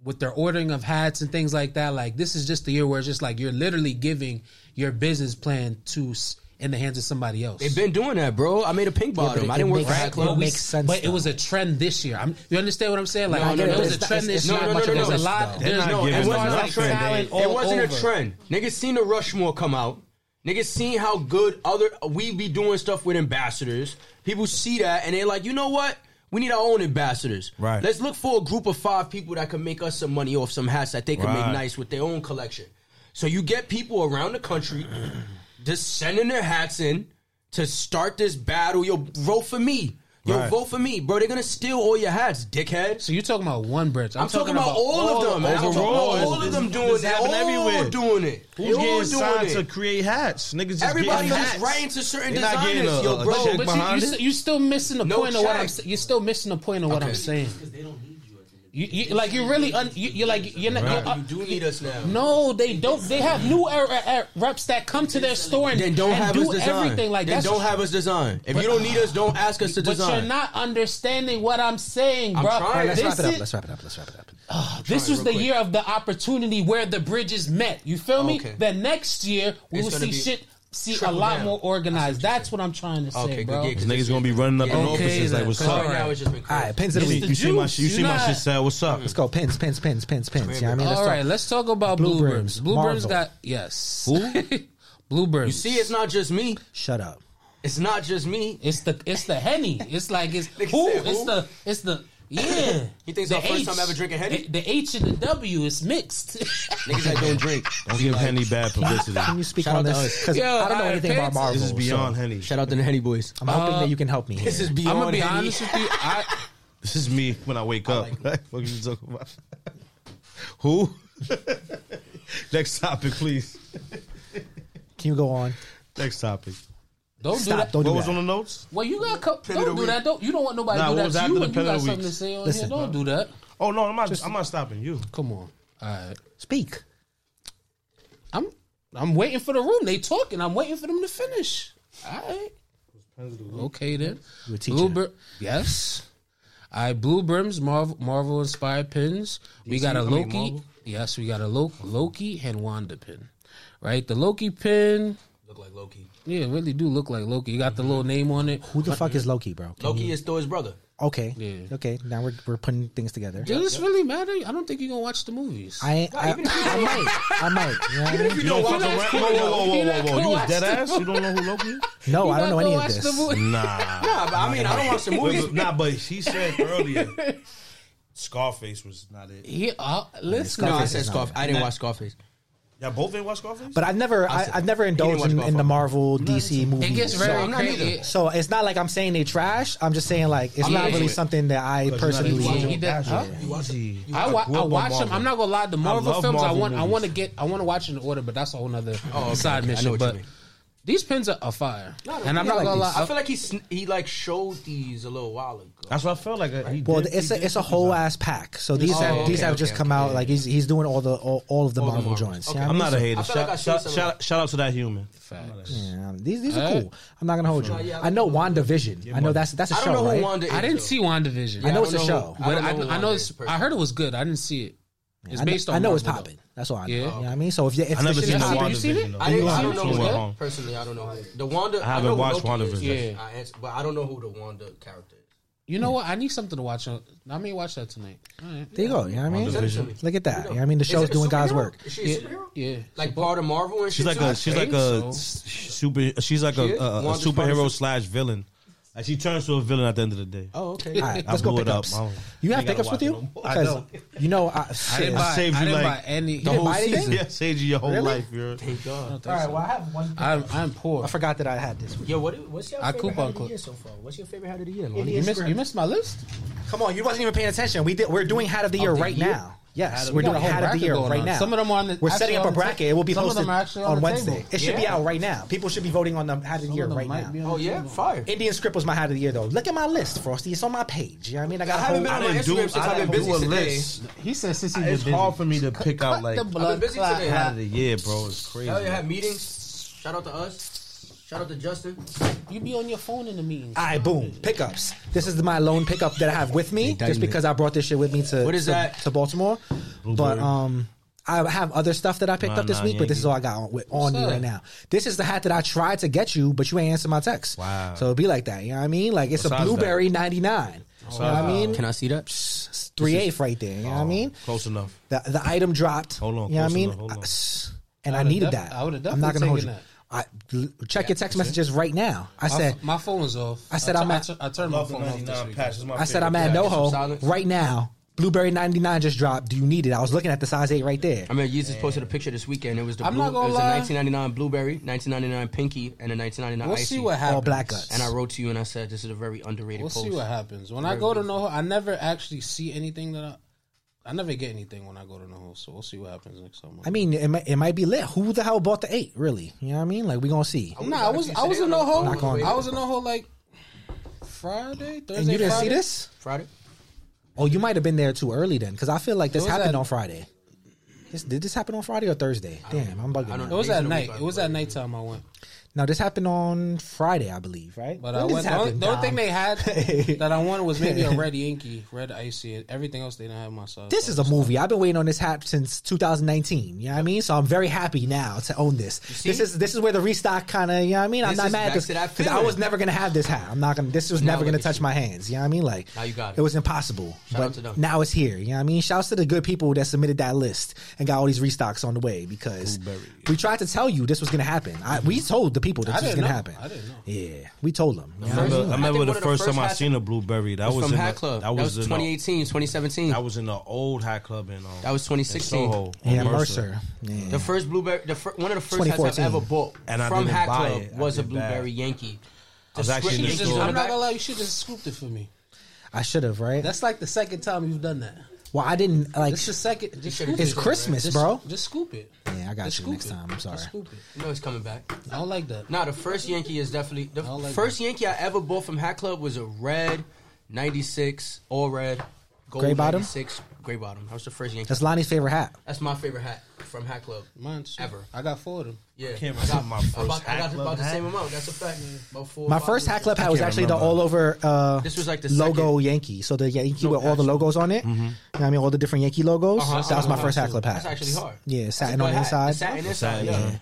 [SPEAKER 4] with their ordering of hats and things like that. Like this is just the year where it's just like you're literally giving your business plan to s- in the hands of somebody else.
[SPEAKER 3] They've been doing that, bro. I made a pink
[SPEAKER 2] but
[SPEAKER 3] bottom.
[SPEAKER 2] it-
[SPEAKER 3] I didn't
[SPEAKER 2] it
[SPEAKER 3] work for
[SPEAKER 2] makes-
[SPEAKER 3] Hat
[SPEAKER 2] it
[SPEAKER 3] Club.
[SPEAKER 4] we-
[SPEAKER 2] makes sense,
[SPEAKER 4] but it
[SPEAKER 2] though.
[SPEAKER 4] was a trend this year. I'm, you understand what I'm saying? Like
[SPEAKER 3] No, no,
[SPEAKER 4] it
[SPEAKER 3] no,
[SPEAKER 4] was
[SPEAKER 3] it's
[SPEAKER 4] a
[SPEAKER 2] not-
[SPEAKER 4] trend
[SPEAKER 2] it's-
[SPEAKER 4] this
[SPEAKER 2] it's
[SPEAKER 4] year.
[SPEAKER 2] not
[SPEAKER 3] much of a
[SPEAKER 4] There's a
[SPEAKER 3] trend.
[SPEAKER 4] lot.
[SPEAKER 7] They're
[SPEAKER 4] There's
[SPEAKER 7] not
[SPEAKER 4] no.
[SPEAKER 7] giving
[SPEAKER 4] It
[SPEAKER 7] us
[SPEAKER 4] wasn't a
[SPEAKER 7] nothing.
[SPEAKER 4] trend.
[SPEAKER 3] It wasn't a trend. Niggas seen the Rushmore come out. Niggas seen how good other we be doing stuff with ambassadors. People see that and they're like, you know what? We need our own ambassadors.
[SPEAKER 7] Right.
[SPEAKER 3] Let's look for a group of five people that can make us some money off some hats that they can
[SPEAKER 7] Right.
[SPEAKER 3] make nice with their own collection. So you get people around the country [CLEARS THROAT] just sending their hats in to start this battle. Yo, vote for me. Yo,
[SPEAKER 7] Right.
[SPEAKER 3] vote for me, bro. They're gonna steal all your hats, dickhead.
[SPEAKER 4] So you're talking about one branch. I'm,
[SPEAKER 3] I'm talking, about, all, of them. man. I'm talking about
[SPEAKER 7] overall.
[SPEAKER 3] all of them
[SPEAKER 7] This-
[SPEAKER 3] doing
[SPEAKER 7] this
[SPEAKER 3] it.
[SPEAKER 7] happened
[SPEAKER 3] all
[SPEAKER 7] everywhere.
[SPEAKER 3] doing it.
[SPEAKER 7] Who's
[SPEAKER 3] All
[SPEAKER 7] getting signed
[SPEAKER 3] doing
[SPEAKER 7] to
[SPEAKER 3] it.
[SPEAKER 7] create hats? Niggas just
[SPEAKER 3] Everybody
[SPEAKER 7] getting
[SPEAKER 3] who's
[SPEAKER 7] hats.
[SPEAKER 3] writing to certain
[SPEAKER 7] They're not getting
[SPEAKER 3] designers,
[SPEAKER 7] a-
[SPEAKER 3] yo,
[SPEAKER 7] a
[SPEAKER 3] bro.
[SPEAKER 7] check
[SPEAKER 4] But
[SPEAKER 3] but you-
[SPEAKER 4] you,
[SPEAKER 7] behind
[SPEAKER 4] you,
[SPEAKER 7] it?
[SPEAKER 4] st- you still missing the
[SPEAKER 3] No
[SPEAKER 4] point of what I'm.
[SPEAKER 3] check.
[SPEAKER 4] sa- You're still missing the point of what
[SPEAKER 3] Okay.
[SPEAKER 4] I'm saying. You, you like you're really un, you, you're like you're not. you're, uh,
[SPEAKER 3] You do need us now.
[SPEAKER 4] no, they don't. They have new era, era reps that come to their store and,
[SPEAKER 3] Then don't
[SPEAKER 4] and
[SPEAKER 3] have
[SPEAKER 4] do
[SPEAKER 3] us design.
[SPEAKER 4] everything like
[SPEAKER 3] then
[SPEAKER 4] that.
[SPEAKER 3] don't have us design. If you don't need us, don't ask us to
[SPEAKER 4] But
[SPEAKER 3] design.
[SPEAKER 4] you're not understanding what I'm saying, bro.
[SPEAKER 3] trying. All right,
[SPEAKER 2] Let's
[SPEAKER 4] this
[SPEAKER 2] wrap it up.
[SPEAKER 4] is-
[SPEAKER 2] Let's wrap it up. Let's wrap it up.
[SPEAKER 4] this was
[SPEAKER 3] real
[SPEAKER 4] the
[SPEAKER 3] quick.
[SPEAKER 4] year of the opportunity where the bridges met. You feel me?
[SPEAKER 3] Okay.
[SPEAKER 4] The next year we
[SPEAKER 3] It's
[SPEAKER 4] will see
[SPEAKER 3] gonna be
[SPEAKER 4] shit, see a
[SPEAKER 3] trickle
[SPEAKER 4] lot
[SPEAKER 3] down.
[SPEAKER 4] more organized. That's what I'm trying to say,
[SPEAKER 3] Okay, good,
[SPEAKER 4] bro.
[SPEAKER 3] good, good.
[SPEAKER 7] Niggas gonna be running up in
[SPEAKER 3] Okay,
[SPEAKER 7] offices like what's
[SPEAKER 3] Cause right
[SPEAKER 7] up.
[SPEAKER 3] now it's just been
[SPEAKER 2] All
[SPEAKER 3] crazy.
[SPEAKER 2] right, pins of the
[SPEAKER 7] You see-
[SPEAKER 2] week.
[SPEAKER 7] you see my shit. You see my
[SPEAKER 4] You're
[SPEAKER 7] shit. Sal, what's up?
[SPEAKER 2] Let's go. Pins, pins, pins, pins, pins. Yeah, I mean, let's
[SPEAKER 4] All
[SPEAKER 2] talk-
[SPEAKER 4] right, let's talk about
[SPEAKER 2] Blue
[SPEAKER 4] Blue Birds.
[SPEAKER 2] Birds,
[SPEAKER 4] Blue Birds
[SPEAKER 2] Marvel.
[SPEAKER 4] got yes. [LAUGHS] Blue Birds.
[SPEAKER 3] You see, it's not just me.
[SPEAKER 2] Shut up.
[SPEAKER 3] It's not just me.
[SPEAKER 4] It's the it's the henny. It's like it's
[SPEAKER 3] [LAUGHS] Nigga
[SPEAKER 4] who?
[SPEAKER 3] said
[SPEAKER 4] It's
[SPEAKER 3] who?
[SPEAKER 4] the it's the yeah.
[SPEAKER 3] [LAUGHS] He thinks
[SPEAKER 4] the
[SPEAKER 3] our first time ever drinking Henny?
[SPEAKER 4] The, the H and the W is mixed. [LAUGHS]
[SPEAKER 3] Niggas that don't drink.
[SPEAKER 7] Don't give Henny bad publicity.
[SPEAKER 2] Can you speak
[SPEAKER 3] Shout
[SPEAKER 2] on
[SPEAKER 3] out to
[SPEAKER 2] this?
[SPEAKER 3] us.
[SPEAKER 2] Because
[SPEAKER 4] Yo,
[SPEAKER 2] I don't know
[SPEAKER 4] all right,
[SPEAKER 2] anything about
[SPEAKER 4] pins.
[SPEAKER 2] Marvel.
[SPEAKER 7] This is beyond
[SPEAKER 2] so
[SPEAKER 7] Henny.
[SPEAKER 3] Shout out to the Henny boys.
[SPEAKER 2] I'm hoping that you can help me.
[SPEAKER 3] This
[SPEAKER 2] here.
[SPEAKER 3] is beyond.
[SPEAKER 4] I'm gonna be
[SPEAKER 3] Henny.
[SPEAKER 4] honest with you.
[SPEAKER 3] [LAUGHS]
[SPEAKER 4] I
[SPEAKER 7] This is me when I wake up. what are you talking about? Who? [LAUGHS] Next topic, please.
[SPEAKER 2] Can you go on?
[SPEAKER 7] Next topic.
[SPEAKER 4] don't do
[SPEAKER 2] Stop.
[SPEAKER 4] that.
[SPEAKER 2] Don't
[SPEAKER 7] What
[SPEAKER 2] do
[SPEAKER 7] was on
[SPEAKER 2] that.
[SPEAKER 7] the notes?
[SPEAKER 4] Well, you got co-
[SPEAKER 7] of the
[SPEAKER 4] don't do
[SPEAKER 7] week.
[SPEAKER 4] that. Don't you don't want nobody
[SPEAKER 7] Nah,
[SPEAKER 4] to
[SPEAKER 7] what
[SPEAKER 4] do
[SPEAKER 7] was
[SPEAKER 4] that to
[SPEAKER 7] after
[SPEAKER 4] you.
[SPEAKER 7] the
[SPEAKER 4] and
[SPEAKER 7] pen
[SPEAKER 4] you
[SPEAKER 7] of
[SPEAKER 4] got
[SPEAKER 7] the
[SPEAKER 4] something
[SPEAKER 7] week?
[SPEAKER 4] to say on
[SPEAKER 2] Listen,
[SPEAKER 4] here. Don't do that.
[SPEAKER 7] Oh no, I'm not. I'm not stopping you.
[SPEAKER 4] Come on. All right.
[SPEAKER 2] Speak.
[SPEAKER 4] I'm I'm waiting for the room. They talking. I'm waiting for them to finish. All right. Okay then.
[SPEAKER 2] a teacher.
[SPEAKER 4] Bir- yes. I blue brims Marvel Marvel inspired pins. We got a Loki.
[SPEAKER 7] Marvel?
[SPEAKER 4] yes, we got a Lo- Loki and Wanda pin. Right, the Loki pin.
[SPEAKER 3] Look like Loki.
[SPEAKER 4] Yeah, it really do look like Loki. You got the little name on it.
[SPEAKER 2] Who the fuck is Loki, bro? Can
[SPEAKER 3] Loki
[SPEAKER 2] you-
[SPEAKER 3] is Thor's brother.
[SPEAKER 2] okay.
[SPEAKER 4] Yeah.
[SPEAKER 2] Okay. Now we're, we're putting things together.
[SPEAKER 4] Does this really matter? I don't think you're gonna watch the movies.
[SPEAKER 2] I, I, I,
[SPEAKER 3] even if you don't-
[SPEAKER 2] might. I might. You know what I mean?
[SPEAKER 3] You
[SPEAKER 7] You
[SPEAKER 3] know
[SPEAKER 7] don't fuck
[SPEAKER 3] what?
[SPEAKER 7] around.
[SPEAKER 3] That's
[SPEAKER 7] Whoa, whoa, whoa, whoa, whoa,
[SPEAKER 4] You're not
[SPEAKER 7] whoa!
[SPEAKER 4] gonna
[SPEAKER 7] You was
[SPEAKER 4] watch
[SPEAKER 7] dead
[SPEAKER 4] the
[SPEAKER 7] ass. You don't know who Loki? is?
[SPEAKER 2] No, I don't know
[SPEAKER 4] Not
[SPEAKER 2] any
[SPEAKER 4] gonna
[SPEAKER 2] of
[SPEAKER 4] watch the
[SPEAKER 2] this.
[SPEAKER 4] movie.
[SPEAKER 7] Nah.
[SPEAKER 3] Nah, but I mean, I don't watch the movies.
[SPEAKER 7] Wait, nah, but she said earlier, Scarface was not it.
[SPEAKER 4] He, uh, listen,
[SPEAKER 3] No, I
[SPEAKER 2] Scarface
[SPEAKER 3] said
[SPEAKER 2] is not
[SPEAKER 3] Scarface.
[SPEAKER 2] bad.
[SPEAKER 3] I didn't watch Scarface.
[SPEAKER 7] Y'all both ain't watch Scarface.
[SPEAKER 2] But I've never, I,
[SPEAKER 3] said
[SPEAKER 2] I've never indulged
[SPEAKER 3] watch
[SPEAKER 2] in, in the
[SPEAKER 3] Godfather.
[SPEAKER 2] Marvel DC movies.
[SPEAKER 4] it gets
[SPEAKER 2] so-
[SPEAKER 4] very
[SPEAKER 3] I'm not
[SPEAKER 4] crazy.
[SPEAKER 3] either.
[SPEAKER 2] So it's not like I'm saying they trash. I'm just saying like it's
[SPEAKER 3] I'm
[SPEAKER 2] not
[SPEAKER 3] not
[SPEAKER 2] really
[SPEAKER 3] into it.
[SPEAKER 2] something that I personally.
[SPEAKER 4] into it. Yeah, he does.
[SPEAKER 2] Huh?
[SPEAKER 4] I, wa- I watch them. I'm not gonna lie. The Marvel
[SPEAKER 7] love
[SPEAKER 4] films
[SPEAKER 7] Marvel
[SPEAKER 4] I want, I
[SPEAKER 7] movies.
[SPEAKER 4] want to get, I want to watch in order, but that's a whole nother
[SPEAKER 3] okay,
[SPEAKER 4] side
[SPEAKER 3] okay. I
[SPEAKER 4] mission.
[SPEAKER 3] know what you
[SPEAKER 4] But
[SPEAKER 3] mean.
[SPEAKER 4] these pins are, are fire,
[SPEAKER 3] No,
[SPEAKER 4] and I'm
[SPEAKER 2] yeah,
[SPEAKER 4] not
[SPEAKER 2] like
[SPEAKER 4] gonna lie.
[SPEAKER 2] these.
[SPEAKER 3] I feel like he sn- he like showed these a little while ago.
[SPEAKER 7] That's what I felt like. uh, He
[SPEAKER 2] Well,
[SPEAKER 7] did,
[SPEAKER 2] it's
[SPEAKER 7] he
[SPEAKER 2] a
[SPEAKER 7] did
[SPEAKER 2] it's a
[SPEAKER 7] do
[SPEAKER 2] whole
[SPEAKER 7] that.
[SPEAKER 2] ass pack. So these
[SPEAKER 3] Oh,
[SPEAKER 2] have
[SPEAKER 3] okay,
[SPEAKER 2] these have just
[SPEAKER 3] okay,
[SPEAKER 2] come
[SPEAKER 3] okay,
[SPEAKER 2] out.
[SPEAKER 3] yeah,
[SPEAKER 2] Like
[SPEAKER 3] yeah.
[SPEAKER 2] he's he's doing all the all, all of the
[SPEAKER 3] All the
[SPEAKER 2] Marvel
[SPEAKER 3] Marvel.
[SPEAKER 2] joints.
[SPEAKER 3] Okay.
[SPEAKER 2] Yeah, I
[SPEAKER 7] I'm
[SPEAKER 2] mean,
[SPEAKER 7] not a
[SPEAKER 2] so-
[SPEAKER 7] hater.
[SPEAKER 3] I feel like I
[SPEAKER 7] Shout,
[SPEAKER 3] see
[SPEAKER 7] shout,
[SPEAKER 3] some-
[SPEAKER 7] shout, shout out to that human.
[SPEAKER 2] yeah, these these are
[SPEAKER 4] Alright.
[SPEAKER 2] cool. I'm not gonna hold you.
[SPEAKER 3] Nah, yeah,
[SPEAKER 2] I know WandaVision. I know that's that's a
[SPEAKER 3] I
[SPEAKER 2] show,
[SPEAKER 3] don't know
[SPEAKER 2] right?
[SPEAKER 3] who Wanda is.
[SPEAKER 4] I didn't
[SPEAKER 3] though.
[SPEAKER 4] see WandaVision.
[SPEAKER 2] I know
[SPEAKER 3] don't
[SPEAKER 2] it's a show.
[SPEAKER 3] who-
[SPEAKER 4] but
[SPEAKER 3] don't
[SPEAKER 4] I,
[SPEAKER 3] who
[SPEAKER 4] I,
[SPEAKER 3] Wanda
[SPEAKER 4] know
[SPEAKER 3] is
[SPEAKER 4] it's. I heard it was good. I didn't see it. It's
[SPEAKER 2] I know,
[SPEAKER 4] based on.
[SPEAKER 2] I know it's
[SPEAKER 4] Marvel,
[SPEAKER 2] popping.
[SPEAKER 4] though.
[SPEAKER 2] That's all I know.
[SPEAKER 4] Yeah.
[SPEAKER 2] You know what I mean? So if you, if
[SPEAKER 7] I never
[SPEAKER 2] the shit
[SPEAKER 7] seen
[SPEAKER 2] is
[SPEAKER 7] the
[SPEAKER 4] Have
[SPEAKER 2] popping-
[SPEAKER 4] you seen it?
[SPEAKER 7] WandaVision.
[SPEAKER 3] I, didn't, I
[SPEAKER 7] though.
[SPEAKER 3] don't know
[SPEAKER 7] Someone
[SPEAKER 3] who
[SPEAKER 7] went
[SPEAKER 3] that-
[SPEAKER 7] home.
[SPEAKER 3] personally. I don't know. who- The Wanda.
[SPEAKER 7] I haven't
[SPEAKER 3] know who
[SPEAKER 7] watched
[SPEAKER 3] Loki is,
[SPEAKER 7] WandaVision.
[SPEAKER 3] I answer, but I don't know who the Wanda character is.
[SPEAKER 4] You know what? I need something to watch. on- I may watch that tonight. All right.
[SPEAKER 2] there you go. You know what I mean?
[SPEAKER 7] WandaVision.
[SPEAKER 2] Look at that. You know what I mean? The show's
[SPEAKER 3] Is it a
[SPEAKER 2] doing God's
[SPEAKER 3] superhero?
[SPEAKER 2] work.
[SPEAKER 3] Is she a superhero?
[SPEAKER 4] Yeah.
[SPEAKER 3] Like part of Marvel and
[SPEAKER 7] She's
[SPEAKER 3] shit
[SPEAKER 7] like
[SPEAKER 3] too?
[SPEAKER 7] a she's like
[SPEAKER 4] think
[SPEAKER 7] a
[SPEAKER 4] so.
[SPEAKER 7] super. She's like a,
[SPEAKER 3] She is?
[SPEAKER 7] a, a
[SPEAKER 3] Wanda's part
[SPEAKER 7] superhero
[SPEAKER 3] of-
[SPEAKER 7] slash villain. Like she turns to a villain at the end of the day.
[SPEAKER 3] Oh, okay.
[SPEAKER 2] All right,
[SPEAKER 7] [LAUGHS] I
[SPEAKER 2] let's go
[SPEAKER 7] blew it up.
[SPEAKER 2] pickups.
[SPEAKER 7] I don't-
[SPEAKER 2] You
[SPEAKER 7] I
[SPEAKER 2] have
[SPEAKER 7] gotta
[SPEAKER 2] pickups
[SPEAKER 7] watch
[SPEAKER 2] with
[SPEAKER 7] it
[SPEAKER 2] you?
[SPEAKER 7] no more. I
[SPEAKER 2] Because
[SPEAKER 7] don't.
[SPEAKER 2] you know, I,
[SPEAKER 4] I
[SPEAKER 2] shit,
[SPEAKER 4] didn't buy,
[SPEAKER 7] saved
[SPEAKER 4] I
[SPEAKER 7] you,
[SPEAKER 4] didn't
[SPEAKER 7] like,
[SPEAKER 4] buy any.
[SPEAKER 2] didn't buy anything?
[SPEAKER 7] Yeah, saved you your whole
[SPEAKER 2] Really?
[SPEAKER 7] life, bro.
[SPEAKER 3] Thank God.
[SPEAKER 4] All right, well, I have one. I'm, I'm poor.
[SPEAKER 2] I forgot that I had this.
[SPEAKER 3] Yo, what, what's your
[SPEAKER 4] I
[SPEAKER 3] favorite
[SPEAKER 4] coupon
[SPEAKER 3] hat of the
[SPEAKER 4] clip.
[SPEAKER 3] year so far? What's your favorite hat of the year,
[SPEAKER 4] You
[SPEAKER 3] Lonnie?
[SPEAKER 4] missed, you missed my list?
[SPEAKER 2] Come on, you wasn't even paying attention. We did. We're doing hat of the year
[SPEAKER 4] the
[SPEAKER 2] right
[SPEAKER 4] year?
[SPEAKER 2] now. Yes,
[SPEAKER 4] Hat of-
[SPEAKER 2] we're
[SPEAKER 4] we got
[SPEAKER 2] doing
[SPEAKER 4] a whole
[SPEAKER 2] hat of the
[SPEAKER 4] bracket
[SPEAKER 2] year
[SPEAKER 4] going
[SPEAKER 2] right
[SPEAKER 4] on.
[SPEAKER 2] now.
[SPEAKER 4] Some of them are on the-
[SPEAKER 2] We're
[SPEAKER 4] actually
[SPEAKER 2] setting up
[SPEAKER 4] on
[SPEAKER 2] a
[SPEAKER 4] the
[SPEAKER 2] bracket.
[SPEAKER 4] ta-
[SPEAKER 2] It will be
[SPEAKER 4] some of
[SPEAKER 2] posted
[SPEAKER 4] them are
[SPEAKER 2] on,
[SPEAKER 4] actually on the
[SPEAKER 2] Wednesday.
[SPEAKER 4] table.
[SPEAKER 2] It should be
[SPEAKER 3] Yeah.
[SPEAKER 2] out right now. People should be voting on the hat of the year right now.
[SPEAKER 3] Oh, yeah? Fire.
[SPEAKER 2] Indian script was my hat of the year though. Look at my list, Frosty. It's on my page. You know what I mean? I
[SPEAKER 3] I
[SPEAKER 2] got a
[SPEAKER 3] haven't
[SPEAKER 2] whole.
[SPEAKER 3] been on my
[SPEAKER 7] didn't do-
[SPEAKER 3] Instagram since
[SPEAKER 7] I
[SPEAKER 3] I've been
[SPEAKER 7] didn't
[SPEAKER 3] busy
[SPEAKER 7] do a
[SPEAKER 3] today.
[SPEAKER 7] list.
[SPEAKER 4] He says since he's
[SPEAKER 7] It's hard for me to pick
[SPEAKER 3] Oh,
[SPEAKER 7] out like
[SPEAKER 4] the blood
[SPEAKER 3] busy
[SPEAKER 4] clot
[SPEAKER 3] today.
[SPEAKER 4] out.
[SPEAKER 7] hat of the year, bro. It's crazy.
[SPEAKER 3] Hell yeah, had meetings. Shout out to us. Shout out to Justin.
[SPEAKER 4] You be on your phone in the meetings.
[SPEAKER 2] I boom pickups. This is my lone pickup that I have with me, just because I brought this shit with me to
[SPEAKER 3] What is
[SPEAKER 2] to,
[SPEAKER 3] that?
[SPEAKER 2] to Baltimore. But um, I have other stuff that I picked
[SPEAKER 7] Nah,
[SPEAKER 2] up this
[SPEAKER 7] nah,
[SPEAKER 2] week, but this is
[SPEAKER 7] Yankee.
[SPEAKER 2] all I got on, with, on me right now. This is the hat that I tried to get you, but you ain't answer my text.
[SPEAKER 7] Wow.
[SPEAKER 2] So it'd be like that. You know what I mean? Like it's
[SPEAKER 7] What
[SPEAKER 2] a
[SPEAKER 7] size is that?
[SPEAKER 2] blueberry ninety nine. You know what I mean?
[SPEAKER 3] Can I see that?
[SPEAKER 2] Three eighth right there. You know what I
[SPEAKER 1] Oh.
[SPEAKER 2] mean?
[SPEAKER 7] Close enough.
[SPEAKER 2] The the item dropped.
[SPEAKER 7] Hold on,
[SPEAKER 2] You know what I
[SPEAKER 7] close
[SPEAKER 2] mean?
[SPEAKER 7] enough, hold on.
[SPEAKER 2] Uh, And I,
[SPEAKER 4] would've
[SPEAKER 2] needed
[SPEAKER 4] def-
[SPEAKER 2] that.
[SPEAKER 4] I would've
[SPEAKER 2] I'm not gonna
[SPEAKER 4] definitely
[SPEAKER 2] hold you.
[SPEAKER 4] taken
[SPEAKER 2] I, check your text messages right now. I
[SPEAKER 4] My
[SPEAKER 2] said.
[SPEAKER 4] ph- my phone was off.
[SPEAKER 2] I said
[SPEAKER 4] tu-
[SPEAKER 2] I'm at-
[SPEAKER 4] I tu- I turned my phone off this week.
[SPEAKER 2] I said I'm at NoHo
[SPEAKER 3] silence.
[SPEAKER 2] right now. Blueberry 99 just dropped. Do you need it? I was looking at the size 8 right there.
[SPEAKER 3] I mean, Yeezus posted a picture this weekend. It was the
[SPEAKER 4] I'm
[SPEAKER 3] blue,
[SPEAKER 4] not
[SPEAKER 3] it
[SPEAKER 4] gonna
[SPEAKER 3] was
[SPEAKER 4] lie.
[SPEAKER 3] a 1999 blueberry, 1999 pinky, and a 1999
[SPEAKER 4] We'll
[SPEAKER 3] icy.
[SPEAKER 4] see what happens.
[SPEAKER 2] All black guts.
[SPEAKER 3] And I wrote to you and I said, "This is a very underrated
[SPEAKER 4] We'll
[SPEAKER 3] post."
[SPEAKER 4] see what happens. When I go to NoHo, I never actually see anything that I. I never get anything when I go to NoHo, so we'll see what happens next summer.
[SPEAKER 2] I mean, it might, it might be lit. Who the hell bought the 8, really? You know what I mean? Like, we going to see.
[SPEAKER 4] nah, I was I was in
[SPEAKER 2] Knock on.
[SPEAKER 4] NoHo. I was in NoHo like Friday, Thursday.
[SPEAKER 2] And you didn't
[SPEAKER 4] Friday.
[SPEAKER 2] see this?
[SPEAKER 3] Friday.
[SPEAKER 2] Oh, you might have been there too early then, because I feel like this
[SPEAKER 4] It was
[SPEAKER 2] happened
[SPEAKER 4] at-
[SPEAKER 2] on Friday. This, did this happen on Friday or Thursday? Damn, I'm bugging.
[SPEAKER 3] I don't
[SPEAKER 2] out.
[SPEAKER 4] It was
[SPEAKER 3] Days of
[SPEAKER 4] at
[SPEAKER 3] the
[SPEAKER 4] night.
[SPEAKER 3] week, I
[SPEAKER 4] It was at nighttime. I went,
[SPEAKER 2] No, this happened on Friday, I believe, right?
[SPEAKER 4] but
[SPEAKER 2] When
[SPEAKER 4] I
[SPEAKER 2] did
[SPEAKER 4] went.
[SPEAKER 2] this
[SPEAKER 4] The only,
[SPEAKER 2] happen,
[SPEAKER 4] the only thing
[SPEAKER 2] Dom?
[SPEAKER 4] they had
[SPEAKER 2] [LAUGHS]
[SPEAKER 4] that I wanted was maybe a red Yankee, red icy. Everything else they didn't have my size.
[SPEAKER 2] This is a movie. I've been waiting on this hat since 2019. You know what I mean? So I'm very happy now to own this.
[SPEAKER 3] see?
[SPEAKER 2] This is this is where the restock kind of. You know what I mean? I'm
[SPEAKER 3] This
[SPEAKER 2] not
[SPEAKER 3] is
[SPEAKER 2] mad
[SPEAKER 3] back to that
[SPEAKER 2] because I
[SPEAKER 3] feeling.
[SPEAKER 2] was never gonna have this hat. I'm not gonna. This was
[SPEAKER 3] Now
[SPEAKER 2] never
[SPEAKER 3] look
[SPEAKER 2] gonna
[SPEAKER 3] at
[SPEAKER 2] touch
[SPEAKER 3] you.
[SPEAKER 2] my hands. You know what I mean? Like
[SPEAKER 3] Now you got it.
[SPEAKER 2] It was impossible,
[SPEAKER 3] Shout out to them.
[SPEAKER 2] but now it's here. You know what I mean? Shouts to the good people that submitted that list and got all these restocks on the way because we tried to tell you this was gonna happen. I, we
[SPEAKER 3] Mm-hmm.
[SPEAKER 2] told the people that this was
[SPEAKER 4] didn't
[SPEAKER 2] gonna
[SPEAKER 4] know.
[SPEAKER 2] happen.
[SPEAKER 4] I didn't know.
[SPEAKER 2] Yeah, we told them. You know
[SPEAKER 7] I
[SPEAKER 2] what I mean?
[SPEAKER 7] remember, I remember
[SPEAKER 3] one
[SPEAKER 7] the
[SPEAKER 3] of the
[SPEAKER 7] first
[SPEAKER 3] first
[SPEAKER 7] time I
[SPEAKER 3] hats-
[SPEAKER 7] seen a blueberry. That was,
[SPEAKER 3] From
[SPEAKER 7] in
[SPEAKER 3] Hat
[SPEAKER 7] the,
[SPEAKER 3] Club.
[SPEAKER 7] That was, in the-
[SPEAKER 3] 2018, 2017.
[SPEAKER 7] That was in the old Hat Club in um,
[SPEAKER 3] That was 2016.
[SPEAKER 7] in Soho,
[SPEAKER 2] Yeah,
[SPEAKER 7] on
[SPEAKER 2] Mercer. Yeah.
[SPEAKER 3] The first blueberry, the fir- one of the first hats
[SPEAKER 2] 2014.
[SPEAKER 3] I've ever bought
[SPEAKER 7] And I
[SPEAKER 3] from
[SPEAKER 7] didn't
[SPEAKER 3] Hat
[SPEAKER 7] buy
[SPEAKER 3] Club
[SPEAKER 7] it. I
[SPEAKER 3] was a
[SPEAKER 7] did
[SPEAKER 3] blueberry
[SPEAKER 7] bad.
[SPEAKER 3] Yankee.
[SPEAKER 7] I was actually in the
[SPEAKER 3] Just-
[SPEAKER 7] store.
[SPEAKER 4] I'm not gonna lie. You should have scooped it for me.
[SPEAKER 2] I should have right.
[SPEAKER 4] That's like the second time you've done that.
[SPEAKER 2] well, I didn't like.
[SPEAKER 4] This is the second. Just scoop
[SPEAKER 2] It's
[SPEAKER 4] it, bro.
[SPEAKER 2] Christmas,
[SPEAKER 4] Just-
[SPEAKER 2] bro.
[SPEAKER 4] Just scoop it.
[SPEAKER 2] Yeah, I got
[SPEAKER 4] Just
[SPEAKER 2] you
[SPEAKER 4] scoop
[SPEAKER 2] next
[SPEAKER 4] it.
[SPEAKER 2] time. I'm sorry.
[SPEAKER 4] Just scoop it.
[SPEAKER 3] You know it's coming back.
[SPEAKER 4] I don't like that.
[SPEAKER 3] Nah,
[SPEAKER 4] [LAUGHS]
[SPEAKER 3] the first Yankee is definitely the
[SPEAKER 4] don't like
[SPEAKER 3] first Yankee I ever bought from Hat Club was a red '96 all red gold
[SPEAKER 2] Gray bottom?
[SPEAKER 3] '96 gray bottom. That was the first Yankee.
[SPEAKER 2] That's Lonnie's favorite hat.
[SPEAKER 3] That's my favorite hat from Hat Club.
[SPEAKER 4] Mine too.
[SPEAKER 3] Ever.
[SPEAKER 4] I got four of them.
[SPEAKER 3] Yeah,
[SPEAKER 7] can't remember my first
[SPEAKER 3] about, I
[SPEAKER 7] Hat
[SPEAKER 3] got
[SPEAKER 7] Club
[SPEAKER 3] about the
[SPEAKER 7] hat.
[SPEAKER 3] same amount. That's a fact. About four,
[SPEAKER 2] My
[SPEAKER 3] five
[SPEAKER 2] first
[SPEAKER 3] years
[SPEAKER 2] hat club
[SPEAKER 3] ago.
[SPEAKER 2] hat was actually the
[SPEAKER 7] remember.
[SPEAKER 2] all over uh,
[SPEAKER 3] This was like the
[SPEAKER 2] logo
[SPEAKER 3] second-
[SPEAKER 2] Yankee. So the Yankee
[SPEAKER 3] No,
[SPEAKER 2] with all the
[SPEAKER 3] actually-
[SPEAKER 2] logos on it. You know what I mean? All the different Yankee logos.
[SPEAKER 3] Uh-huh,
[SPEAKER 2] that was my
[SPEAKER 3] uh-huh.
[SPEAKER 2] first hat club hat.
[SPEAKER 3] That's actually hard.
[SPEAKER 2] Yeah,
[SPEAKER 3] That's a
[SPEAKER 2] satin
[SPEAKER 3] good
[SPEAKER 2] on the
[SPEAKER 3] hat.
[SPEAKER 2] inside.
[SPEAKER 3] Satin inside.
[SPEAKER 7] yeah.
[SPEAKER 3] Yeah.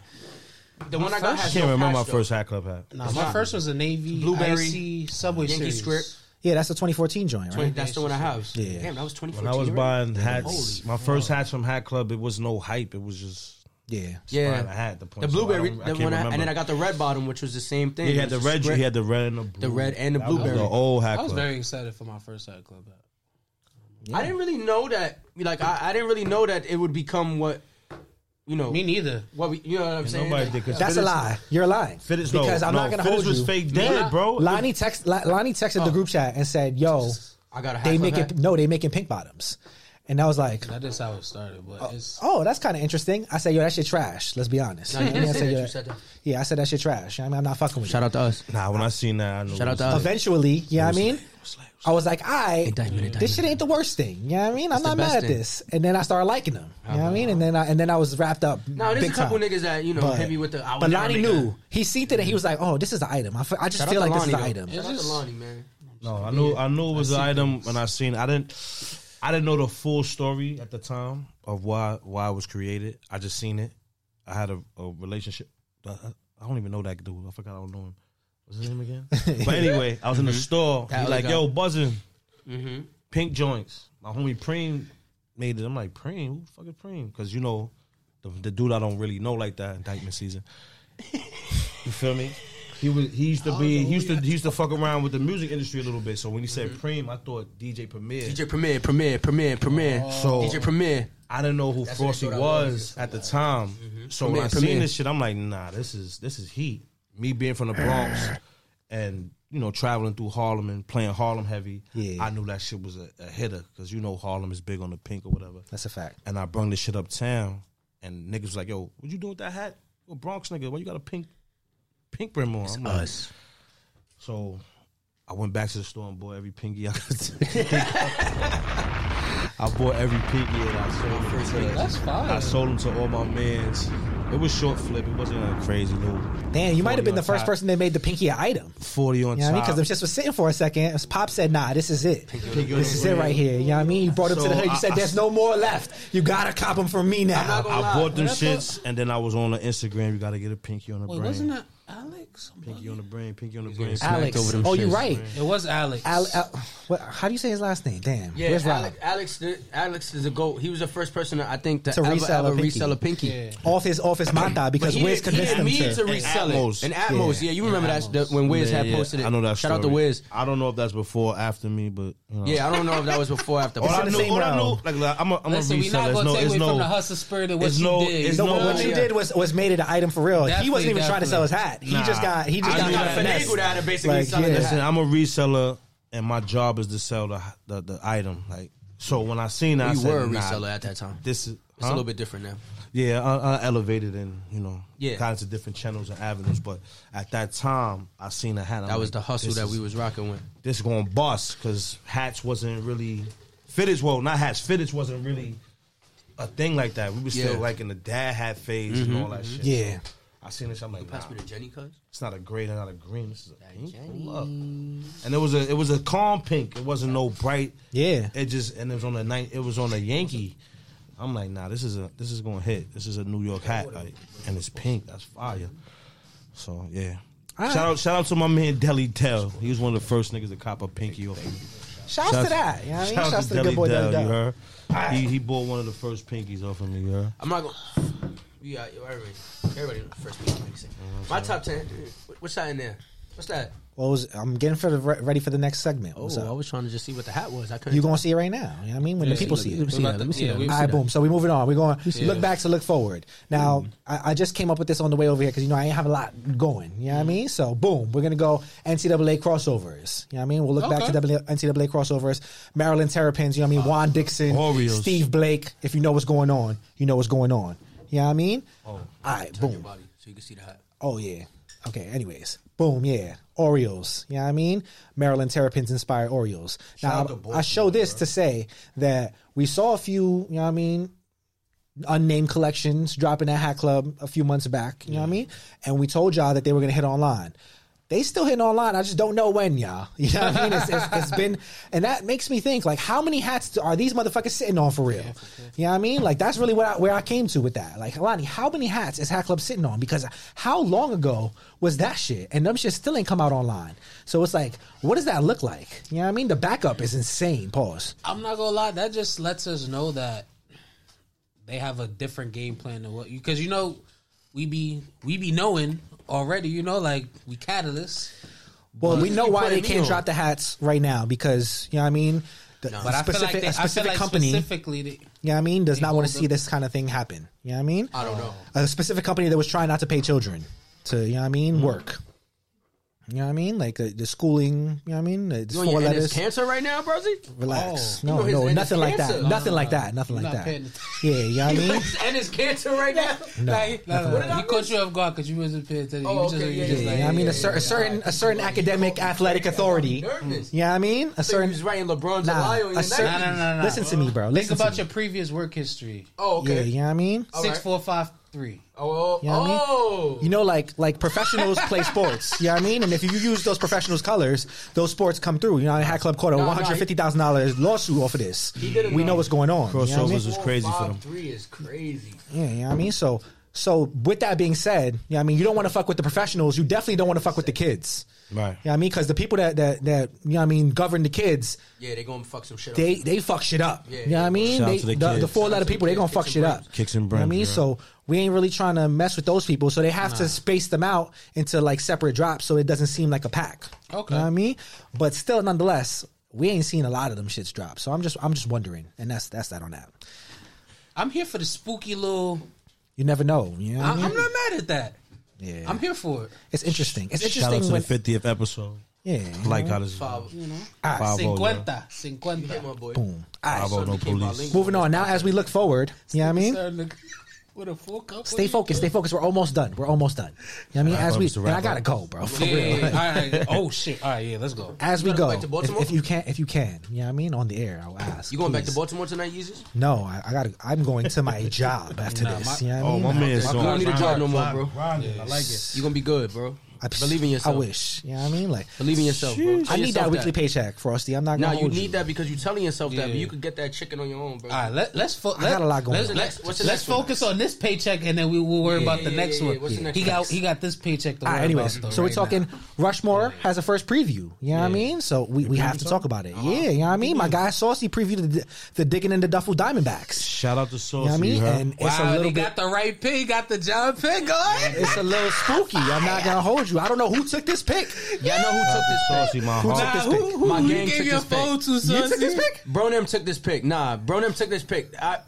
[SPEAKER 3] The one I got
[SPEAKER 1] I
[SPEAKER 3] has
[SPEAKER 1] can't
[SPEAKER 3] no
[SPEAKER 1] remember my
[SPEAKER 3] patch, though.
[SPEAKER 1] first hat club hat.
[SPEAKER 4] Nah, my first was a Navy
[SPEAKER 3] Blueberry,
[SPEAKER 4] Blueberry Subway
[SPEAKER 3] Yankee
[SPEAKER 4] Series.
[SPEAKER 3] script.
[SPEAKER 2] Yeah, that's the 2014 joint,
[SPEAKER 3] Wait,
[SPEAKER 2] right?
[SPEAKER 3] that's the one I have.
[SPEAKER 2] Yeah.
[SPEAKER 3] Damn, that was 2014.
[SPEAKER 1] When I was
[SPEAKER 3] right?
[SPEAKER 1] buying hats, my first hats from Hat Club, it was no hype. It was just
[SPEAKER 2] Yeah.
[SPEAKER 3] Yeah,
[SPEAKER 1] buying a hat at the point.
[SPEAKER 3] the
[SPEAKER 1] So I
[SPEAKER 3] blueberry,
[SPEAKER 1] don't- I
[SPEAKER 3] the
[SPEAKER 1] can't
[SPEAKER 3] one I, and
[SPEAKER 1] remember.
[SPEAKER 3] then I got the red bottom, which was the same thing.
[SPEAKER 1] He
[SPEAKER 3] It
[SPEAKER 1] had the
[SPEAKER 3] was
[SPEAKER 1] red.
[SPEAKER 3] just
[SPEAKER 1] He had the red and the blue.
[SPEAKER 3] the red and the
[SPEAKER 1] That was
[SPEAKER 3] blueberry.
[SPEAKER 1] The old hat
[SPEAKER 4] I was
[SPEAKER 1] club.
[SPEAKER 4] very excited for my first Hat Club. hat.
[SPEAKER 3] I didn't really know that. Like I, I didn't really know that it would become what you know.
[SPEAKER 4] Me neither.
[SPEAKER 3] what we, you know what I'm saying?
[SPEAKER 1] Nobody
[SPEAKER 3] Like,
[SPEAKER 1] did because
[SPEAKER 2] That's a lie. You're lying.
[SPEAKER 1] Fitness, no,
[SPEAKER 2] because I'm
[SPEAKER 1] no,
[SPEAKER 2] not gonna
[SPEAKER 1] Fitness
[SPEAKER 2] hold
[SPEAKER 1] was
[SPEAKER 2] you.
[SPEAKER 1] fake dead, bro.
[SPEAKER 2] Lonnie text Lon- Lonnie texted the group chat and said, "Yo,
[SPEAKER 3] I got a hat.
[SPEAKER 2] they
[SPEAKER 3] club
[SPEAKER 2] make
[SPEAKER 3] hat.
[SPEAKER 2] [LAUGHS] it no, they making pink bottoms," and I was like,
[SPEAKER 4] That is how it started, but it's
[SPEAKER 2] "Oh, that's kind of interesting." I said, "Yo, that shit trash." Let's be honest.
[SPEAKER 3] No, you
[SPEAKER 2] You know what I mean? I
[SPEAKER 3] didn't say
[SPEAKER 2] said,
[SPEAKER 3] that.
[SPEAKER 2] "Yo,
[SPEAKER 3] You said that.
[SPEAKER 2] Yeah, I said that shit trash. I mean, I'm not fucking with
[SPEAKER 3] Shout
[SPEAKER 2] you.
[SPEAKER 3] out to us.
[SPEAKER 1] Nah, when I seen that, I knew.
[SPEAKER 3] Shout
[SPEAKER 1] it
[SPEAKER 3] out
[SPEAKER 1] was-
[SPEAKER 3] to us.
[SPEAKER 2] Eventually, you know what I mean? I was like, I
[SPEAKER 3] Indictment,
[SPEAKER 2] this shit ain't the worst thing. You know what I mean? I'm
[SPEAKER 3] the
[SPEAKER 2] not
[SPEAKER 3] best
[SPEAKER 2] mad at
[SPEAKER 3] thing.
[SPEAKER 2] this. And then I started liking them. You know what I mean? And then I and then I was wrapped up.
[SPEAKER 3] Now there's
[SPEAKER 2] big
[SPEAKER 3] a couple
[SPEAKER 2] time.
[SPEAKER 3] niggas that you know
[SPEAKER 2] But,
[SPEAKER 3] hit me with the. I would
[SPEAKER 2] but
[SPEAKER 3] never
[SPEAKER 2] Lonnie
[SPEAKER 3] make that.
[SPEAKER 2] knew. He seen it and he was like, "Oh, this is an item. I, f- I just
[SPEAKER 3] Shout out
[SPEAKER 2] feel
[SPEAKER 3] to
[SPEAKER 2] like
[SPEAKER 3] Lonnie.
[SPEAKER 2] this is an
[SPEAKER 3] though.
[SPEAKER 2] item."
[SPEAKER 3] Shout out to Lonnie, man.
[SPEAKER 1] No, I knew. I knew it was an item when I seen. I didn't. I didn't know the full story at the time of why why it was created. I just seen it. I had a, a relationship. I, I don't even know that dude. I forgot I don't know him. What's his name again? but anyway, I was in the store. He
[SPEAKER 3] That
[SPEAKER 1] like,
[SPEAKER 3] other
[SPEAKER 1] yo, buzzing.
[SPEAKER 2] Mm-hmm.
[SPEAKER 1] Pink joints. My homie Preem made it. I'm like, Preem, who the fuck is Preem? Because you know, the, the dude I don't really know like that. Indictment
[SPEAKER 3] [LAUGHS]
[SPEAKER 1] season. You feel me? He was he used to be he used to he used to fuck around with the music industry a little bit. So when he said
[SPEAKER 3] Mm-hmm.
[SPEAKER 1] Preem, I thought DJ Premier.
[SPEAKER 3] DJ Premier, Premier, Premier, Premier.
[SPEAKER 2] Oh.
[SPEAKER 1] So-
[SPEAKER 3] DJ Premier.
[SPEAKER 1] I didn't know who Frosty
[SPEAKER 3] what I
[SPEAKER 1] was,
[SPEAKER 3] was. Mm-hmm.
[SPEAKER 1] at the time. So when
[SPEAKER 3] Premier,
[SPEAKER 1] I seen
[SPEAKER 3] Premier.
[SPEAKER 1] this shit, I'm like, nah, this is this is heat. Me being from the
[SPEAKER 3] [CLEARS THROAT]
[SPEAKER 1] Bronx and you know traveling through Harlem and playing Harlem heavy,
[SPEAKER 2] Yeah.
[SPEAKER 1] I knew that shit was a, a hitter because you know Harlem is big on the pink or whatever.
[SPEAKER 2] That's a fact.
[SPEAKER 1] And I brung this shit uptown, and niggas was like, yo, what you doing with that hat? Yo, Bronx nigga, why you got a pink pink brim on? I'm like,
[SPEAKER 3] Us.
[SPEAKER 1] so I went back to the store and bought every pinky I could.
[SPEAKER 2] [LAUGHS]
[SPEAKER 1] I bought every pinky and I sold them. To,
[SPEAKER 4] that's fine.
[SPEAKER 1] I sold them to all my mans. It was short flip. It wasn't a crazy little
[SPEAKER 2] Damn, you might have been the
[SPEAKER 1] Forty on
[SPEAKER 2] first
[SPEAKER 1] top.
[SPEAKER 2] person that made the pinky an item.
[SPEAKER 1] forty on
[SPEAKER 2] You know what I mean?
[SPEAKER 1] top.
[SPEAKER 2] Because them shits was sitting for a second. It was- Pop said, "Nah, this is it. This is it right here." You know what I mean? You brought him to the
[SPEAKER 1] So
[SPEAKER 2] hood. You
[SPEAKER 1] I-
[SPEAKER 2] said,
[SPEAKER 1] I-
[SPEAKER 2] "There's no more left. You gotta cop him from me now."
[SPEAKER 3] not gonna-
[SPEAKER 1] I
[SPEAKER 3] Wow.
[SPEAKER 1] bought them shits and then I was on the Instagram. You got to get a pinky on the
[SPEAKER 4] wait,
[SPEAKER 1] brain.
[SPEAKER 4] wasn't that Alex?
[SPEAKER 1] pinky on the brain? Pinky on the brain.
[SPEAKER 2] Alex.
[SPEAKER 3] over them
[SPEAKER 2] oh, you're
[SPEAKER 3] shits,
[SPEAKER 2] right.
[SPEAKER 4] It was Alex.
[SPEAKER 2] Al, Al, what, how do you say his last name? Damn.
[SPEAKER 3] Yeah,
[SPEAKER 2] Where's Rob?
[SPEAKER 3] Alex, Alex, the- Alex is a goat. He was the first person I think to,
[SPEAKER 2] To
[SPEAKER 3] ever,
[SPEAKER 2] resell a
[SPEAKER 3] ever
[SPEAKER 2] pinky.
[SPEAKER 3] resell a pinky.
[SPEAKER 2] Off his off his mata
[SPEAKER 3] But
[SPEAKER 2] because
[SPEAKER 3] he
[SPEAKER 2] Wiz
[SPEAKER 3] didn't- he didn't
[SPEAKER 2] convinced him
[SPEAKER 3] need
[SPEAKER 2] to.
[SPEAKER 3] to resell
[SPEAKER 1] Atmos.
[SPEAKER 3] it. And Atmos, yeah, you remember that the, when Wiz
[SPEAKER 1] Yeah,
[SPEAKER 3] had
[SPEAKER 1] yeah.
[SPEAKER 3] posted it.
[SPEAKER 1] I know that.
[SPEAKER 3] Shout out to
[SPEAKER 1] story.
[SPEAKER 3] Wiz.
[SPEAKER 1] I don't know if that's before, after me, but you know.
[SPEAKER 3] Yeah, I don't know if that was before or after.
[SPEAKER 1] All I
[SPEAKER 2] the
[SPEAKER 1] knew,
[SPEAKER 2] same
[SPEAKER 1] all I
[SPEAKER 2] realm.
[SPEAKER 1] knew, like, like I'm a, I'm
[SPEAKER 4] Listen,
[SPEAKER 1] a
[SPEAKER 4] we're not
[SPEAKER 1] reseller.
[SPEAKER 4] gonna
[SPEAKER 1] It's no,
[SPEAKER 4] take
[SPEAKER 1] it's
[SPEAKER 4] away
[SPEAKER 1] no,
[SPEAKER 4] from the hustle spirit of what
[SPEAKER 1] it's
[SPEAKER 4] you
[SPEAKER 1] no-
[SPEAKER 4] did.
[SPEAKER 1] it's
[SPEAKER 2] No,
[SPEAKER 1] no-
[SPEAKER 2] but what you
[SPEAKER 3] Yeah.
[SPEAKER 2] did was was made it an item for real. he
[SPEAKER 4] Definitely,
[SPEAKER 2] wasn't even trying to sell his hat. He
[SPEAKER 1] Nah.
[SPEAKER 2] just got he just
[SPEAKER 1] I
[SPEAKER 2] got,
[SPEAKER 1] knew
[SPEAKER 2] got
[SPEAKER 1] that.
[SPEAKER 2] finessed.
[SPEAKER 3] Finagled out of basically
[SPEAKER 2] Like,
[SPEAKER 3] selling
[SPEAKER 2] yeah.
[SPEAKER 3] the
[SPEAKER 1] Listen, I'm a reseller, and my job is to sell the the, the item. Like, so when I seen that, I
[SPEAKER 3] You
[SPEAKER 1] said,
[SPEAKER 3] were a
[SPEAKER 1] nah,
[SPEAKER 3] reseller at that time.
[SPEAKER 1] This is
[SPEAKER 3] It's a little bit different now.
[SPEAKER 1] Yeah, I, I elevated and you know,
[SPEAKER 3] Yeah.
[SPEAKER 1] got into different channels and avenues. But at that time, I seen a hat. I'm
[SPEAKER 3] That was
[SPEAKER 1] like,
[SPEAKER 3] the hustle
[SPEAKER 1] this
[SPEAKER 3] that
[SPEAKER 1] is-
[SPEAKER 3] we was rocking with.
[SPEAKER 1] This going bust because hats wasn't really fitteds. Well, not hats. Fitteds wasn't really a thing like that. We was still
[SPEAKER 3] Yeah.
[SPEAKER 1] like in the dad hat phase and all that shit.
[SPEAKER 2] Yeah.
[SPEAKER 1] So I seen this. I'm like, nah,
[SPEAKER 3] Pass me the Jenny, cuz.
[SPEAKER 1] it's not a gray, not a green. This is a pink. Pull up. And it was a it was a calm pink. It wasn't no bright.
[SPEAKER 2] Yeah.
[SPEAKER 1] It just and it was on the night. It was on a Yankee. I'm like, nah, this is a this is gonna hit. This is a New York hat, like, and it's pink. That's fire. So yeah. Shout out shout out to my man Deli Dell. He was one of the first niggas to cop a pinky off. me.
[SPEAKER 2] Shouts to that. You know what I mean?
[SPEAKER 1] shout out
[SPEAKER 2] Shouts to the
[SPEAKER 1] Deli
[SPEAKER 2] good boy
[SPEAKER 1] Dell,
[SPEAKER 2] Dun
[SPEAKER 1] You
[SPEAKER 2] Dun.
[SPEAKER 1] heard? He, he bought one of the first pinkies off of me. You heard?
[SPEAKER 3] I'm not gonna. You got everybody. Everybody in the first week. like you said.
[SPEAKER 2] Mm-hmm.
[SPEAKER 3] My top ten. what- What's that in there? What's that? Oh,
[SPEAKER 2] Well, it was- I'm getting for the re- ready for the next segment. What's up?
[SPEAKER 3] was trying to just see what the hat was. I couldn't.
[SPEAKER 2] You gonna see it right now? You know what I mean? When the people see it.
[SPEAKER 3] Let me see that. Let me see
[SPEAKER 4] Yeah,
[SPEAKER 3] that.
[SPEAKER 4] we-
[SPEAKER 2] All right, boom. So we're moving on. We're going look back to look forward. Now, I, I just came up with this on the way over here because, you know, I ain't have a lot going. You know what I mean? So, boom, we're going to go NCAA crossovers. You know what I mean? We'll look back to W- NCAA crossovers. Maryland Terrapins, you know what I mean? Juan Dixon,
[SPEAKER 1] Orioles.
[SPEAKER 2] Steve Blake. If you know what's going on, you know what's going on. You know what I mean? All right,
[SPEAKER 3] Your
[SPEAKER 2] boom.
[SPEAKER 3] body, so you can see the hat.
[SPEAKER 2] Oh yeah. Okay. Anyways, boom. Yeah. Orioles. You know what I mean? Maryland Terrapins inspired Orioles. Now I, I show this to say that we saw a few. You know what I mean? Unnamed collections dropping at Hat Club a few months back. You know what I mean? And we told y'all that they were going to hit online. They still hitting online. I just don't know when, y'all. [LAUGHS] You know what I mean? It's, it's, it's been, and that makes me think like, how many hats are these motherfuckers sitting on for real? You know what I mean? Like that's really what I, where I came to with that. Like, Lonnie, how many hats is Hat Club sitting on? Because how long ago was that shit? And them shit still ain't come out online. So it's like, what does that look like? You know what I mean? The backup is insane. Pause.
[SPEAKER 4] I'm not gonna lie, that just lets us know that they have a different game plan than what because you know we be we be knowing already. You know, like we catalyst.
[SPEAKER 2] Well, we know
[SPEAKER 3] keep
[SPEAKER 2] why they
[SPEAKER 3] putting me
[SPEAKER 2] can't
[SPEAKER 3] on.
[SPEAKER 2] drop the hats right now because you know what I mean. The
[SPEAKER 4] But I feel
[SPEAKER 2] specific,
[SPEAKER 4] like they,
[SPEAKER 2] a specific
[SPEAKER 4] I feel like
[SPEAKER 2] company,
[SPEAKER 4] specifically. They,
[SPEAKER 2] you know what I mean, does not want to
[SPEAKER 4] hold
[SPEAKER 2] see this kind of thing happen. You know what I mean?
[SPEAKER 3] I don't know.
[SPEAKER 2] A specific company that was trying not to pay children to, you know what I mean, work. You know what I mean? Like uh, the schooling, you know what I mean? Uh, It's
[SPEAKER 3] You
[SPEAKER 2] four
[SPEAKER 3] on your
[SPEAKER 2] letters.
[SPEAKER 3] NS cancer right now, Brozzy?
[SPEAKER 2] Relax.
[SPEAKER 3] You
[SPEAKER 2] no,
[SPEAKER 3] know his
[SPEAKER 2] no,
[SPEAKER 3] end is
[SPEAKER 2] nothing like
[SPEAKER 3] cancer.
[SPEAKER 2] that.
[SPEAKER 3] No,
[SPEAKER 2] nothing like that. Nothing like
[SPEAKER 4] not
[SPEAKER 2] that. [LAUGHS]
[SPEAKER 4] paying
[SPEAKER 2] Yeah, you know what I mean?
[SPEAKER 3] and it's cancer right now.
[SPEAKER 4] like,
[SPEAKER 2] nothing
[SPEAKER 4] what did
[SPEAKER 2] like
[SPEAKER 4] I
[SPEAKER 2] that.
[SPEAKER 4] he caught you off guard because you wasn't paying attention.
[SPEAKER 3] Oh,
[SPEAKER 4] You just-
[SPEAKER 3] okay,
[SPEAKER 4] you
[SPEAKER 3] yeah,
[SPEAKER 4] just
[SPEAKER 2] Yeah,
[SPEAKER 4] like-
[SPEAKER 2] you know what I mean? A, cer- a certain, a certain academic athletic authority.
[SPEAKER 3] Nervous.
[SPEAKER 2] You know what I mean? A
[SPEAKER 3] So you
[SPEAKER 2] certain.
[SPEAKER 3] was writing LeBron
[SPEAKER 2] Mm-hmm. Nah,
[SPEAKER 3] July on
[SPEAKER 2] a
[SPEAKER 3] your
[SPEAKER 2] certain-
[SPEAKER 4] No,
[SPEAKER 3] Nike?
[SPEAKER 4] no, no, no.
[SPEAKER 2] Listen to me, bro.
[SPEAKER 4] Think
[SPEAKER 2] Listen to
[SPEAKER 4] about
[SPEAKER 2] me.
[SPEAKER 4] your previous work history.
[SPEAKER 3] Oh,
[SPEAKER 2] Yeah,
[SPEAKER 3] okay.
[SPEAKER 2] you know what I mean?
[SPEAKER 4] Six, four, five, three.
[SPEAKER 3] Oh,
[SPEAKER 2] You know what I mean?
[SPEAKER 3] oh.
[SPEAKER 2] You know, like like professionals play sports. You know what I mean? And if you use those professionals' colors, those sports come through. You know, Hat Club caught a
[SPEAKER 3] No,
[SPEAKER 2] one
[SPEAKER 3] no,
[SPEAKER 2] hundred fifty thousand dollars lawsuit off of this.
[SPEAKER 3] did it
[SPEAKER 2] We
[SPEAKER 3] wrong.
[SPEAKER 2] know what's going on. You know what I mean?
[SPEAKER 7] Crossovers was crazy for them.
[SPEAKER 3] Three is crazy.
[SPEAKER 2] Yeah, you know what I mean? So so with that being said, you know what I mean, you don't want to fuck with the professionals, you definitely don't want to fuck with the kids.
[SPEAKER 7] Right.
[SPEAKER 2] You know what I mean? Because the people that that that you know what I mean govern the kids,
[SPEAKER 3] Yeah, they gonna fuck some shit up.
[SPEAKER 2] they they fuck shit up.
[SPEAKER 3] Yeah,
[SPEAKER 2] you know what I mean?
[SPEAKER 7] Shout out
[SPEAKER 2] They,
[SPEAKER 7] to
[SPEAKER 2] the,
[SPEAKER 7] the
[SPEAKER 2] the,
[SPEAKER 7] kids.
[SPEAKER 2] four
[SPEAKER 3] Shout
[SPEAKER 2] letter
[SPEAKER 3] out to
[SPEAKER 2] people,
[SPEAKER 3] the
[SPEAKER 2] they gonna
[SPEAKER 3] kids.
[SPEAKER 2] fuck
[SPEAKER 3] Kicks
[SPEAKER 2] shit
[SPEAKER 3] and
[SPEAKER 2] up.
[SPEAKER 3] bricks.
[SPEAKER 7] Kicks and
[SPEAKER 2] You know what I
[SPEAKER 7] bricks,
[SPEAKER 2] mean,
[SPEAKER 7] yeah.
[SPEAKER 2] so we ain't really trying to mess with those people. So they have to space them out into like separate drops, so it doesn't seem like a pack.
[SPEAKER 4] Okay.
[SPEAKER 2] you know what I mean? But still, nonetheless, we ain't seen a lot of them shits drop. So I'm just I'm just wondering, and that's that's that on that.
[SPEAKER 4] I'm here for the spooky little.
[SPEAKER 2] You never know. You know what I
[SPEAKER 4] I,
[SPEAKER 2] mean?
[SPEAKER 4] I'm not mad at that.
[SPEAKER 2] Mm-hmm. yeah,
[SPEAKER 4] I'm here for it.
[SPEAKER 2] it's interesting. It's
[SPEAKER 7] Shout out
[SPEAKER 2] interesting
[SPEAKER 7] to
[SPEAKER 2] when
[SPEAKER 7] the fiftieth episode.
[SPEAKER 2] yeah.
[SPEAKER 7] I like how this is
[SPEAKER 3] Five,
[SPEAKER 2] Ah,
[SPEAKER 7] Five oh, yeah.
[SPEAKER 4] Cinquenta, cinquenta.
[SPEAKER 3] yeah, my boy.
[SPEAKER 2] Boom. All right.
[SPEAKER 7] Bravo, no police.
[SPEAKER 2] Moving on now, as we look forward, you know what I mean. [LAUGHS]
[SPEAKER 4] Starting to- With a full cup.
[SPEAKER 2] Stay focused. Stay focused. We're almost done. We're almost done. You know what I mean? As
[SPEAKER 7] bro,
[SPEAKER 2] we
[SPEAKER 7] it's a
[SPEAKER 2] and I
[SPEAKER 7] wrap
[SPEAKER 2] gotta
[SPEAKER 7] up.
[SPEAKER 2] go, bro. For
[SPEAKER 4] Yeah,
[SPEAKER 2] real.
[SPEAKER 4] yeah, yeah. All right. Oh shit. All right. Yeah. Let's go.
[SPEAKER 2] As we
[SPEAKER 3] You
[SPEAKER 2] go,
[SPEAKER 3] going back to
[SPEAKER 2] if,
[SPEAKER 3] Baltimore?
[SPEAKER 2] if you can, if you can, you know what I mean. On the air, I'll ask.
[SPEAKER 3] You going back to
[SPEAKER 2] please.
[SPEAKER 3] Baltimore tonight, Jesus?
[SPEAKER 2] No, I, I gotta. I'm going
[SPEAKER 3] [LAUGHS]
[SPEAKER 2] to my job after this. You know what I
[SPEAKER 7] Oh,
[SPEAKER 2] mean?
[SPEAKER 7] my man's
[SPEAKER 3] You don't
[SPEAKER 7] on.
[SPEAKER 3] need a job no more, bro.
[SPEAKER 1] Grinding. I like it.
[SPEAKER 3] You gonna be good, bro.
[SPEAKER 2] I,
[SPEAKER 3] Believe in yourself.
[SPEAKER 2] I wish. You know what I mean? Like,
[SPEAKER 3] Believe in yourself, bro. Tell
[SPEAKER 2] I need
[SPEAKER 3] yourself
[SPEAKER 2] that weekly paycheck, Frosty. I'm not
[SPEAKER 3] Nah,
[SPEAKER 2] gonna.
[SPEAKER 3] you
[SPEAKER 2] hold
[SPEAKER 3] need that because you telling yourself that, but
[SPEAKER 4] Yeah.
[SPEAKER 3] you could get that chicken on your own, bro.
[SPEAKER 4] All right. Let, let's. Fo-
[SPEAKER 2] got a lot going
[SPEAKER 4] Let's,
[SPEAKER 2] on.
[SPEAKER 4] let's,
[SPEAKER 3] What's the
[SPEAKER 4] let's
[SPEAKER 3] next one?
[SPEAKER 4] focus on this paycheck, and then we will worry about
[SPEAKER 3] yeah,
[SPEAKER 4] the
[SPEAKER 3] yeah,
[SPEAKER 4] next
[SPEAKER 3] yeah,
[SPEAKER 4] one.
[SPEAKER 3] yeah. What's the next
[SPEAKER 4] he got.
[SPEAKER 3] next?
[SPEAKER 4] He got this paycheck. To
[SPEAKER 2] All
[SPEAKER 4] worry
[SPEAKER 2] right, anyways,
[SPEAKER 4] about, though,
[SPEAKER 2] so we're
[SPEAKER 4] right
[SPEAKER 2] talking Rushmore has a first preview. You know what I mean? So we, we have to talk about
[SPEAKER 3] Uh-huh.
[SPEAKER 2] it. Yeah, you know what I mean? My guy Saucy previewed the, the digging in the Duffel Diamondbacks.
[SPEAKER 7] Shout out to
[SPEAKER 2] You know what I
[SPEAKER 7] Sauce.
[SPEAKER 2] mean?
[SPEAKER 7] you heard?
[SPEAKER 2] And
[SPEAKER 4] Now.
[SPEAKER 2] it's a
[SPEAKER 4] wow,
[SPEAKER 2] little
[SPEAKER 4] they
[SPEAKER 2] bit.
[SPEAKER 4] got the right pick. Got the John pick going.
[SPEAKER 2] It's a little spooky. I'm not gonna hold you. I don't know who took this pick. Y'all know who
[SPEAKER 7] Shout out to
[SPEAKER 2] took this
[SPEAKER 7] Saucy, my
[SPEAKER 2] Who
[SPEAKER 7] heart.
[SPEAKER 2] took this
[SPEAKER 4] Nah, who,
[SPEAKER 2] pick.
[SPEAKER 4] who,
[SPEAKER 3] My
[SPEAKER 4] you
[SPEAKER 3] gang
[SPEAKER 4] gave
[SPEAKER 3] took
[SPEAKER 4] your
[SPEAKER 3] this pick.
[SPEAKER 4] phone to son?
[SPEAKER 2] You took this pick?
[SPEAKER 3] Bronem took this pick. Nah, Bronem took this pick. I,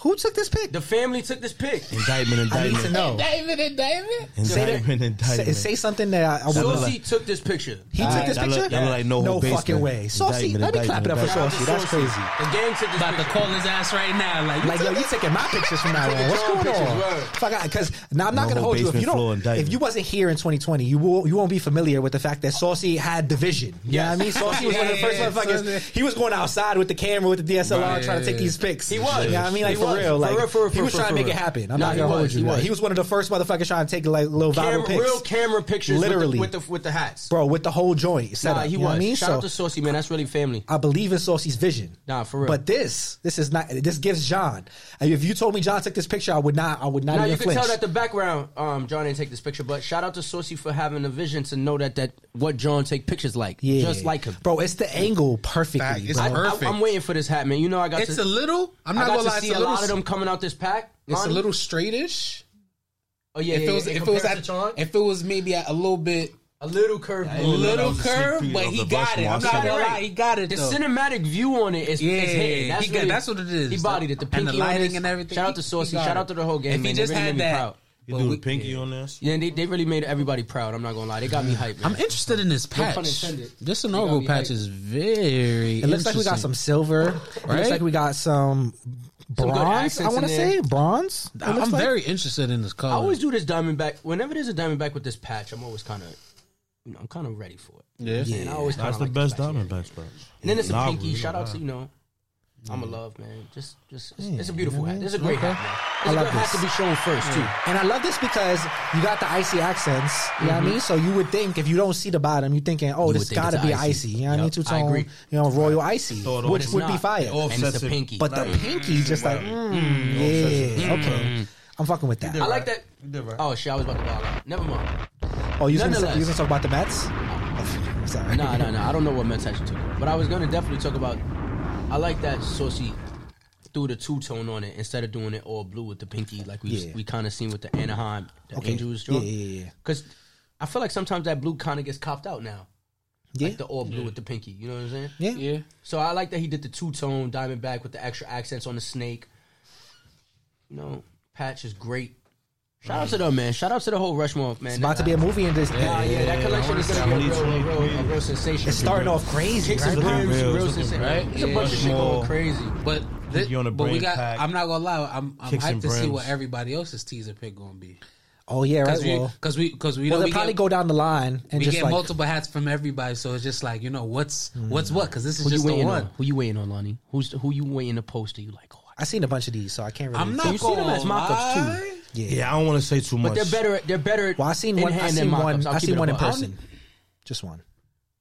[SPEAKER 2] Who took this pick?
[SPEAKER 3] the family took this pick.
[SPEAKER 7] Indictment,
[SPEAKER 2] I need to
[SPEAKER 7] indictment,
[SPEAKER 2] know.
[SPEAKER 4] David and David.
[SPEAKER 7] indictment,
[SPEAKER 2] Say,
[SPEAKER 7] indictment.
[SPEAKER 2] say something that I, I would
[SPEAKER 3] Saucy
[SPEAKER 2] love.
[SPEAKER 3] took this picture.
[SPEAKER 2] He
[SPEAKER 4] All
[SPEAKER 2] took
[SPEAKER 4] right,
[SPEAKER 2] this
[SPEAKER 7] that
[SPEAKER 2] picture?
[SPEAKER 7] look- that look like no
[SPEAKER 2] no
[SPEAKER 7] basement.
[SPEAKER 2] fucking way. Saucy,
[SPEAKER 7] Indictment,
[SPEAKER 2] let me clap it up for
[SPEAKER 7] indictment.
[SPEAKER 2] Saucy. That's crazy.
[SPEAKER 3] The gang took this
[SPEAKER 4] About to
[SPEAKER 3] picture.
[SPEAKER 4] call his ass right now. Like,
[SPEAKER 2] Like yo, you taking my pictures from now on? What's
[SPEAKER 3] your own
[SPEAKER 2] going
[SPEAKER 3] pictures,
[SPEAKER 2] on?
[SPEAKER 3] word.
[SPEAKER 2] Fuck, I because now I'm not
[SPEAKER 7] No
[SPEAKER 2] gonna
[SPEAKER 7] more
[SPEAKER 2] hold you if you
[SPEAKER 7] basement floor
[SPEAKER 2] don't.
[SPEAKER 7] indictment.
[SPEAKER 2] If you wasn't here in 2020, you will you won't be familiar with the fact that Saucy had division. You know what I mean? Saucy was one of the first
[SPEAKER 4] Yeah,
[SPEAKER 2] motherfuckers.
[SPEAKER 4] Saucy.
[SPEAKER 2] he was going outside with the camera with the DSLR trying to take these pics. He
[SPEAKER 3] was.
[SPEAKER 2] You know what I mean? Like
[SPEAKER 3] He
[SPEAKER 2] for
[SPEAKER 3] was.
[SPEAKER 2] real,
[SPEAKER 3] For
[SPEAKER 2] like
[SPEAKER 3] real, for real,
[SPEAKER 2] he
[SPEAKER 3] for
[SPEAKER 2] was
[SPEAKER 3] real,
[SPEAKER 2] trying to
[SPEAKER 3] for
[SPEAKER 2] make it
[SPEAKER 3] real.
[SPEAKER 2] happen. I'm
[SPEAKER 3] Nah,
[SPEAKER 2] not
[SPEAKER 3] he
[SPEAKER 2] gonna hold
[SPEAKER 3] was,
[SPEAKER 2] you.
[SPEAKER 3] he
[SPEAKER 2] Like,
[SPEAKER 3] was.
[SPEAKER 2] He was one of the first motherfuckers trying to take like little viral
[SPEAKER 3] Camera- real
[SPEAKER 2] pics,
[SPEAKER 3] camera pictures
[SPEAKER 2] Literally.
[SPEAKER 3] with the with the, with the hats.
[SPEAKER 2] bro, with the whole joint set
[SPEAKER 3] nah,
[SPEAKER 2] up.
[SPEAKER 3] he
[SPEAKER 2] You know
[SPEAKER 3] was.
[SPEAKER 2] what I mean?
[SPEAKER 3] Shout
[SPEAKER 2] So-
[SPEAKER 3] out to Saucy, man. That's really family.
[SPEAKER 2] I believe in Saucy's vision.
[SPEAKER 3] Nah, for real.
[SPEAKER 2] But this, this is not. This gives John. And if you told me John took this picture, I would not. I would not
[SPEAKER 3] Now
[SPEAKER 2] even
[SPEAKER 3] you can
[SPEAKER 2] flinch.
[SPEAKER 3] tell that the background. Um, John didn't take this picture, but shout out to Saucy for having the vision to know that that what John take pictures like,
[SPEAKER 2] yeah,
[SPEAKER 3] just like him.
[SPEAKER 2] bro. It's the angle perfectly.
[SPEAKER 4] Fact. It's
[SPEAKER 2] bro.
[SPEAKER 4] perfect.
[SPEAKER 3] I, am waiting for this hat, man. You know I got
[SPEAKER 4] it's
[SPEAKER 3] to.
[SPEAKER 4] a little. I'm
[SPEAKER 3] I
[SPEAKER 4] not
[SPEAKER 3] got
[SPEAKER 4] gonna
[SPEAKER 3] to
[SPEAKER 4] lie.
[SPEAKER 3] see
[SPEAKER 4] it's a
[SPEAKER 3] a,
[SPEAKER 4] little.
[SPEAKER 3] lot of them coming out this pack.
[SPEAKER 4] It's a
[SPEAKER 3] Lonnie.
[SPEAKER 4] little straightish.
[SPEAKER 3] Oh yeah,
[SPEAKER 4] If
[SPEAKER 3] yeah,
[SPEAKER 4] it was,
[SPEAKER 3] yeah.
[SPEAKER 4] if it was,
[SPEAKER 3] Compared
[SPEAKER 4] at,
[SPEAKER 3] to John,
[SPEAKER 4] if it was maybe at a little bit,
[SPEAKER 3] a little curve.
[SPEAKER 4] a
[SPEAKER 3] Ooh,
[SPEAKER 4] little
[SPEAKER 7] was a sneak
[SPEAKER 4] curve,
[SPEAKER 7] preview
[SPEAKER 4] but
[SPEAKER 7] of
[SPEAKER 4] he
[SPEAKER 7] the
[SPEAKER 4] got
[SPEAKER 7] Rushmore.
[SPEAKER 4] it. I'm
[SPEAKER 7] I
[SPEAKER 4] not
[SPEAKER 7] said
[SPEAKER 4] gonna
[SPEAKER 3] it.
[SPEAKER 4] lie, he got it
[SPEAKER 3] The
[SPEAKER 4] though.
[SPEAKER 3] cinematic view on it is,
[SPEAKER 4] Yeah,
[SPEAKER 3] is hitting. That's,
[SPEAKER 4] he
[SPEAKER 3] what
[SPEAKER 4] got-
[SPEAKER 3] it,
[SPEAKER 4] that's what it is.
[SPEAKER 3] He bodied it. The
[SPEAKER 4] And the
[SPEAKER 3] pinky on
[SPEAKER 4] lighting
[SPEAKER 3] this.
[SPEAKER 4] and everything.
[SPEAKER 3] Shout out to
[SPEAKER 4] He
[SPEAKER 3] Saucy.
[SPEAKER 4] got
[SPEAKER 3] Shout
[SPEAKER 4] it.
[SPEAKER 3] out to the whole
[SPEAKER 4] If
[SPEAKER 3] game.
[SPEAKER 4] he
[SPEAKER 3] man.
[SPEAKER 4] just
[SPEAKER 3] they really
[SPEAKER 4] had
[SPEAKER 3] made me
[SPEAKER 4] that-
[SPEAKER 3] proud.
[SPEAKER 7] You do the pinky on this.
[SPEAKER 3] Yeah, they, they really made everybody proud. I'm not gonna lie, they got me hyped. Man.
[SPEAKER 4] I'm interested in this
[SPEAKER 3] pun
[SPEAKER 4] patch.
[SPEAKER 3] intended.
[SPEAKER 4] this
[SPEAKER 3] You
[SPEAKER 4] inaugural
[SPEAKER 3] gotta be
[SPEAKER 4] patch
[SPEAKER 3] hyped.
[SPEAKER 4] is very.
[SPEAKER 2] It looks like we got some silver. It looks
[SPEAKER 4] Right?
[SPEAKER 2] like we got some bronze. I
[SPEAKER 3] accents
[SPEAKER 2] want to
[SPEAKER 3] in there.
[SPEAKER 2] say bronze. It
[SPEAKER 4] I'm
[SPEAKER 2] looks like-
[SPEAKER 4] very interested in this color.
[SPEAKER 3] I always do this diamondback. Whenever there's a diamondback with this patch, I'm always kind of, you know, I'm kind of ready for it.
[SPEAKER 4] yeah.
[SPEAKER 3] And I always
[SPEAKER 7] That's
[SPEAKER 3] kinda
[SPEAKER 7] the
[SPEAKER 3] like
[SPEAKER 7] best
[SPEAKER 3] this patch.
[SPEAKER 7] diamondback spot.
[SPEAKER 3] And then it's a
[SPEAKER 7] Nah,
[SPEAKER 3] pinky.
[SPEAKER 7] really,
[SPEAKER 3] Shout out
[SPEAKER 7] nah.
[SPEAKER 3] to you know, I'm a love man. Just, just it's, it's a beautiful hat. It's a great hat. Man. It's
[SPEAKER 2] I
[SPEAKER 3] a
[SPEAKER 2] love
[SPEAKER 3] good hat
[SPEAKER 2] this.
[SPEAKER 3] to be shown first too.
[SPEAKER 2] And I love this because you got the icy accents. You know what I mean? So you would think if you don't see the bottom, you're thinking,
[SPEAKER 3] Mm-hmm.
[SPEAKER 2] oh,
[SPEAKER 3] You
[SPEAKER 2] this
[SPEAKER 3] would think
[SPEAKER 2] gotta
[SPEAKER 3] it's
[SPEAKER 2] be
[SPEAKER 3] icy.
[SPEAKER 2] icy. You know what I mean?
[SPEAKER 3] Yep,
[SPEAKER 2] Two
[SPEAKER 3] I
[SPEAKER 2] tone,
[SPEAKER 3] agree.
[SPEAKER 2] you know, royal icy,
[SPEAKER 7] So it
[SPEAKER 2] which
[SPEAKER 7] offsets
[SPEAKER 2] would be
[SPEAKER 3] Not-
[SPEAKER 2] fire.
[SPEAKER 3] and it's
[SPEAKER 7] Offsets
[SPEAKER 3] a
[SPEAKER 7] it.
[SPEAKER 3] pinky.
[SPEAKER 2] But the
[SPEAKER 7] Nice.
[SPEAKER 2] pinky just like, mm, yeah, okay. I'm fucking with that.
[SPEAKER 3] I like that.
[SPEAKER 7] You did right.
[SPEAKER 3] Oh shit, I was about to dial out. Never mind.
[SPEAKER 2] Oh, you gonna,
[SPEAKER 3] Nonetheless.
[SPEAKER 2] you gonna talk about the Mets? I'm sorry.
[SPEAKER 3] Nah, nah, nah. I don't know what Mets actually took, but I was gonna definitely talk about. I like that saucy threw the two tone on it instead of doing it all blue with the pinky, like we
[SPEAKER 2] Yeah.
[SPEAKER 3] we kind of seen with the Anaheim the
[SPEAKER 2] Okay.
[SPEAKER 3] Angels.
[SPEAKER 2] Yeah,
[SPEAKER 3] joint.
[SPEAKER 2] yeah, yeah.
[SPEAKER 3] Because I feel like sometimes that blue kind of gets copped out now.
[SPEAKER 2] Yeah.
[SPEAKER 3] Like the all blue with the pinky. You know what I'm saying?
[SPEAKER 2] yeah.
[SPEAKER 4] Yeah.
[SPEAKER 3] So I like that he did the two tone diamond back with the extra accents on the snake. You know, patch is great. Shout out to them, man. Shout out to the whole Rushmore, man.
[SPEAKER 2] It's about to be a movie in this.
[SPEAKER 3] Nah, yeah, that collection is gonna be a real, real, real, a real sensation.
[SPEAKER 2] It's starting off crazy,
[SPEAKER 3] Kicks
[SPEAKER 2] right?
[SPEAKER 3] and
[SPEAKER 7] looking
[SPEAKER 3] Burns,
[SPEAKER 7] real,
[SPEAKER 3] real
[SPEAKER 7] it's looking
[SPEAKER 3] sensation.
[SPEAKER 4] real.
[SPEAKER 3] It's a
[SPEAKER 4] Yeah.
[SPEAKER 3] bunch of shit
[SPEAKER 7] Small.
[SPEAKER 3] going crazy.
[SPEAKER 4] But thi-
[SPEAKER 7] You on a
[SPEAKER 4] but we
[SPEAKER 7] brain
[SPEAKER 4] got.
[SPEAKER 7] pack.
[SPEAKER 4] I'm not gonna lie. I'm, I'm
[SPEAKER 7] Kicks
[SPEAKER 4] hyped
[SPEAKER 7] and
[SPEAKER 4] to see
[SPEAKER 7] brims.
[SPEAKER 4] what everybody else's teaser pick gonna be.
[SPEAKER 2] Oh yeah, right.
[SPEAKER 4] Because we,
[SPEAKER 2] Well,
[SPEAKER 4] 'cause we, cause we
[SPEAKER 2] well
[SPEAKER 4] know
[SPEAKER 2] they
[SPEAKER 4] we
[SPEAKER 2] probably
[SPEAKER 4] get,
[SPEAKER 2] go down the line and
[SPEAKER 4] we
[SPEAKER 2] just
[SPEAKER 4] get
[SPEAKER 2] like
[SPEAKER 4] multiple hats from everybody, so it's just like you know what's
[SPEAKER 7] Hmm.
[SPEAKER 4] what's what. Because this is
[SPEAKER 3] Who you
[SPEAKER 4] just the
[SPEAKER 3] waiting
[SPEAKER 4] one.
[SPEAKER 3] on? Who you waiting on, Lonnie? Who's who you waiting to post? Are you like? Oh, I-
[SPEAKER 2] I seen a bunch of these, so I can't really.
[SPEAKER 4] I'm
[SPEAKER 3] So
[SPEAKER 4] not
[SPEAKER 3] you see them
[SPEAKER 4] gonna
[SPEAKER 3] as mock-ups, too.
[SPEAKER 4] lie.
[SPEAKER 7] Yeah, I don't want to say too much.
[SPEAKER 3] but they're better. At, they're better. At
[SPEAKER 2] Well, I seen one. I
[SPEAKER 3] hand than
[SPEAKER 2] seen
[SPEAKER 3] mock-ups.
[SPEAKER 2] one.
[SPEAKER 3] I'll
[SPEAKER 2] I
[SPEAKER 3] keep
[SPEAKER 2] seen
[SPEAKER 3] it a
[SPEAKER 2] one in
[SPEAKER 3] buck.
[SPEAKER 2] person. Just one.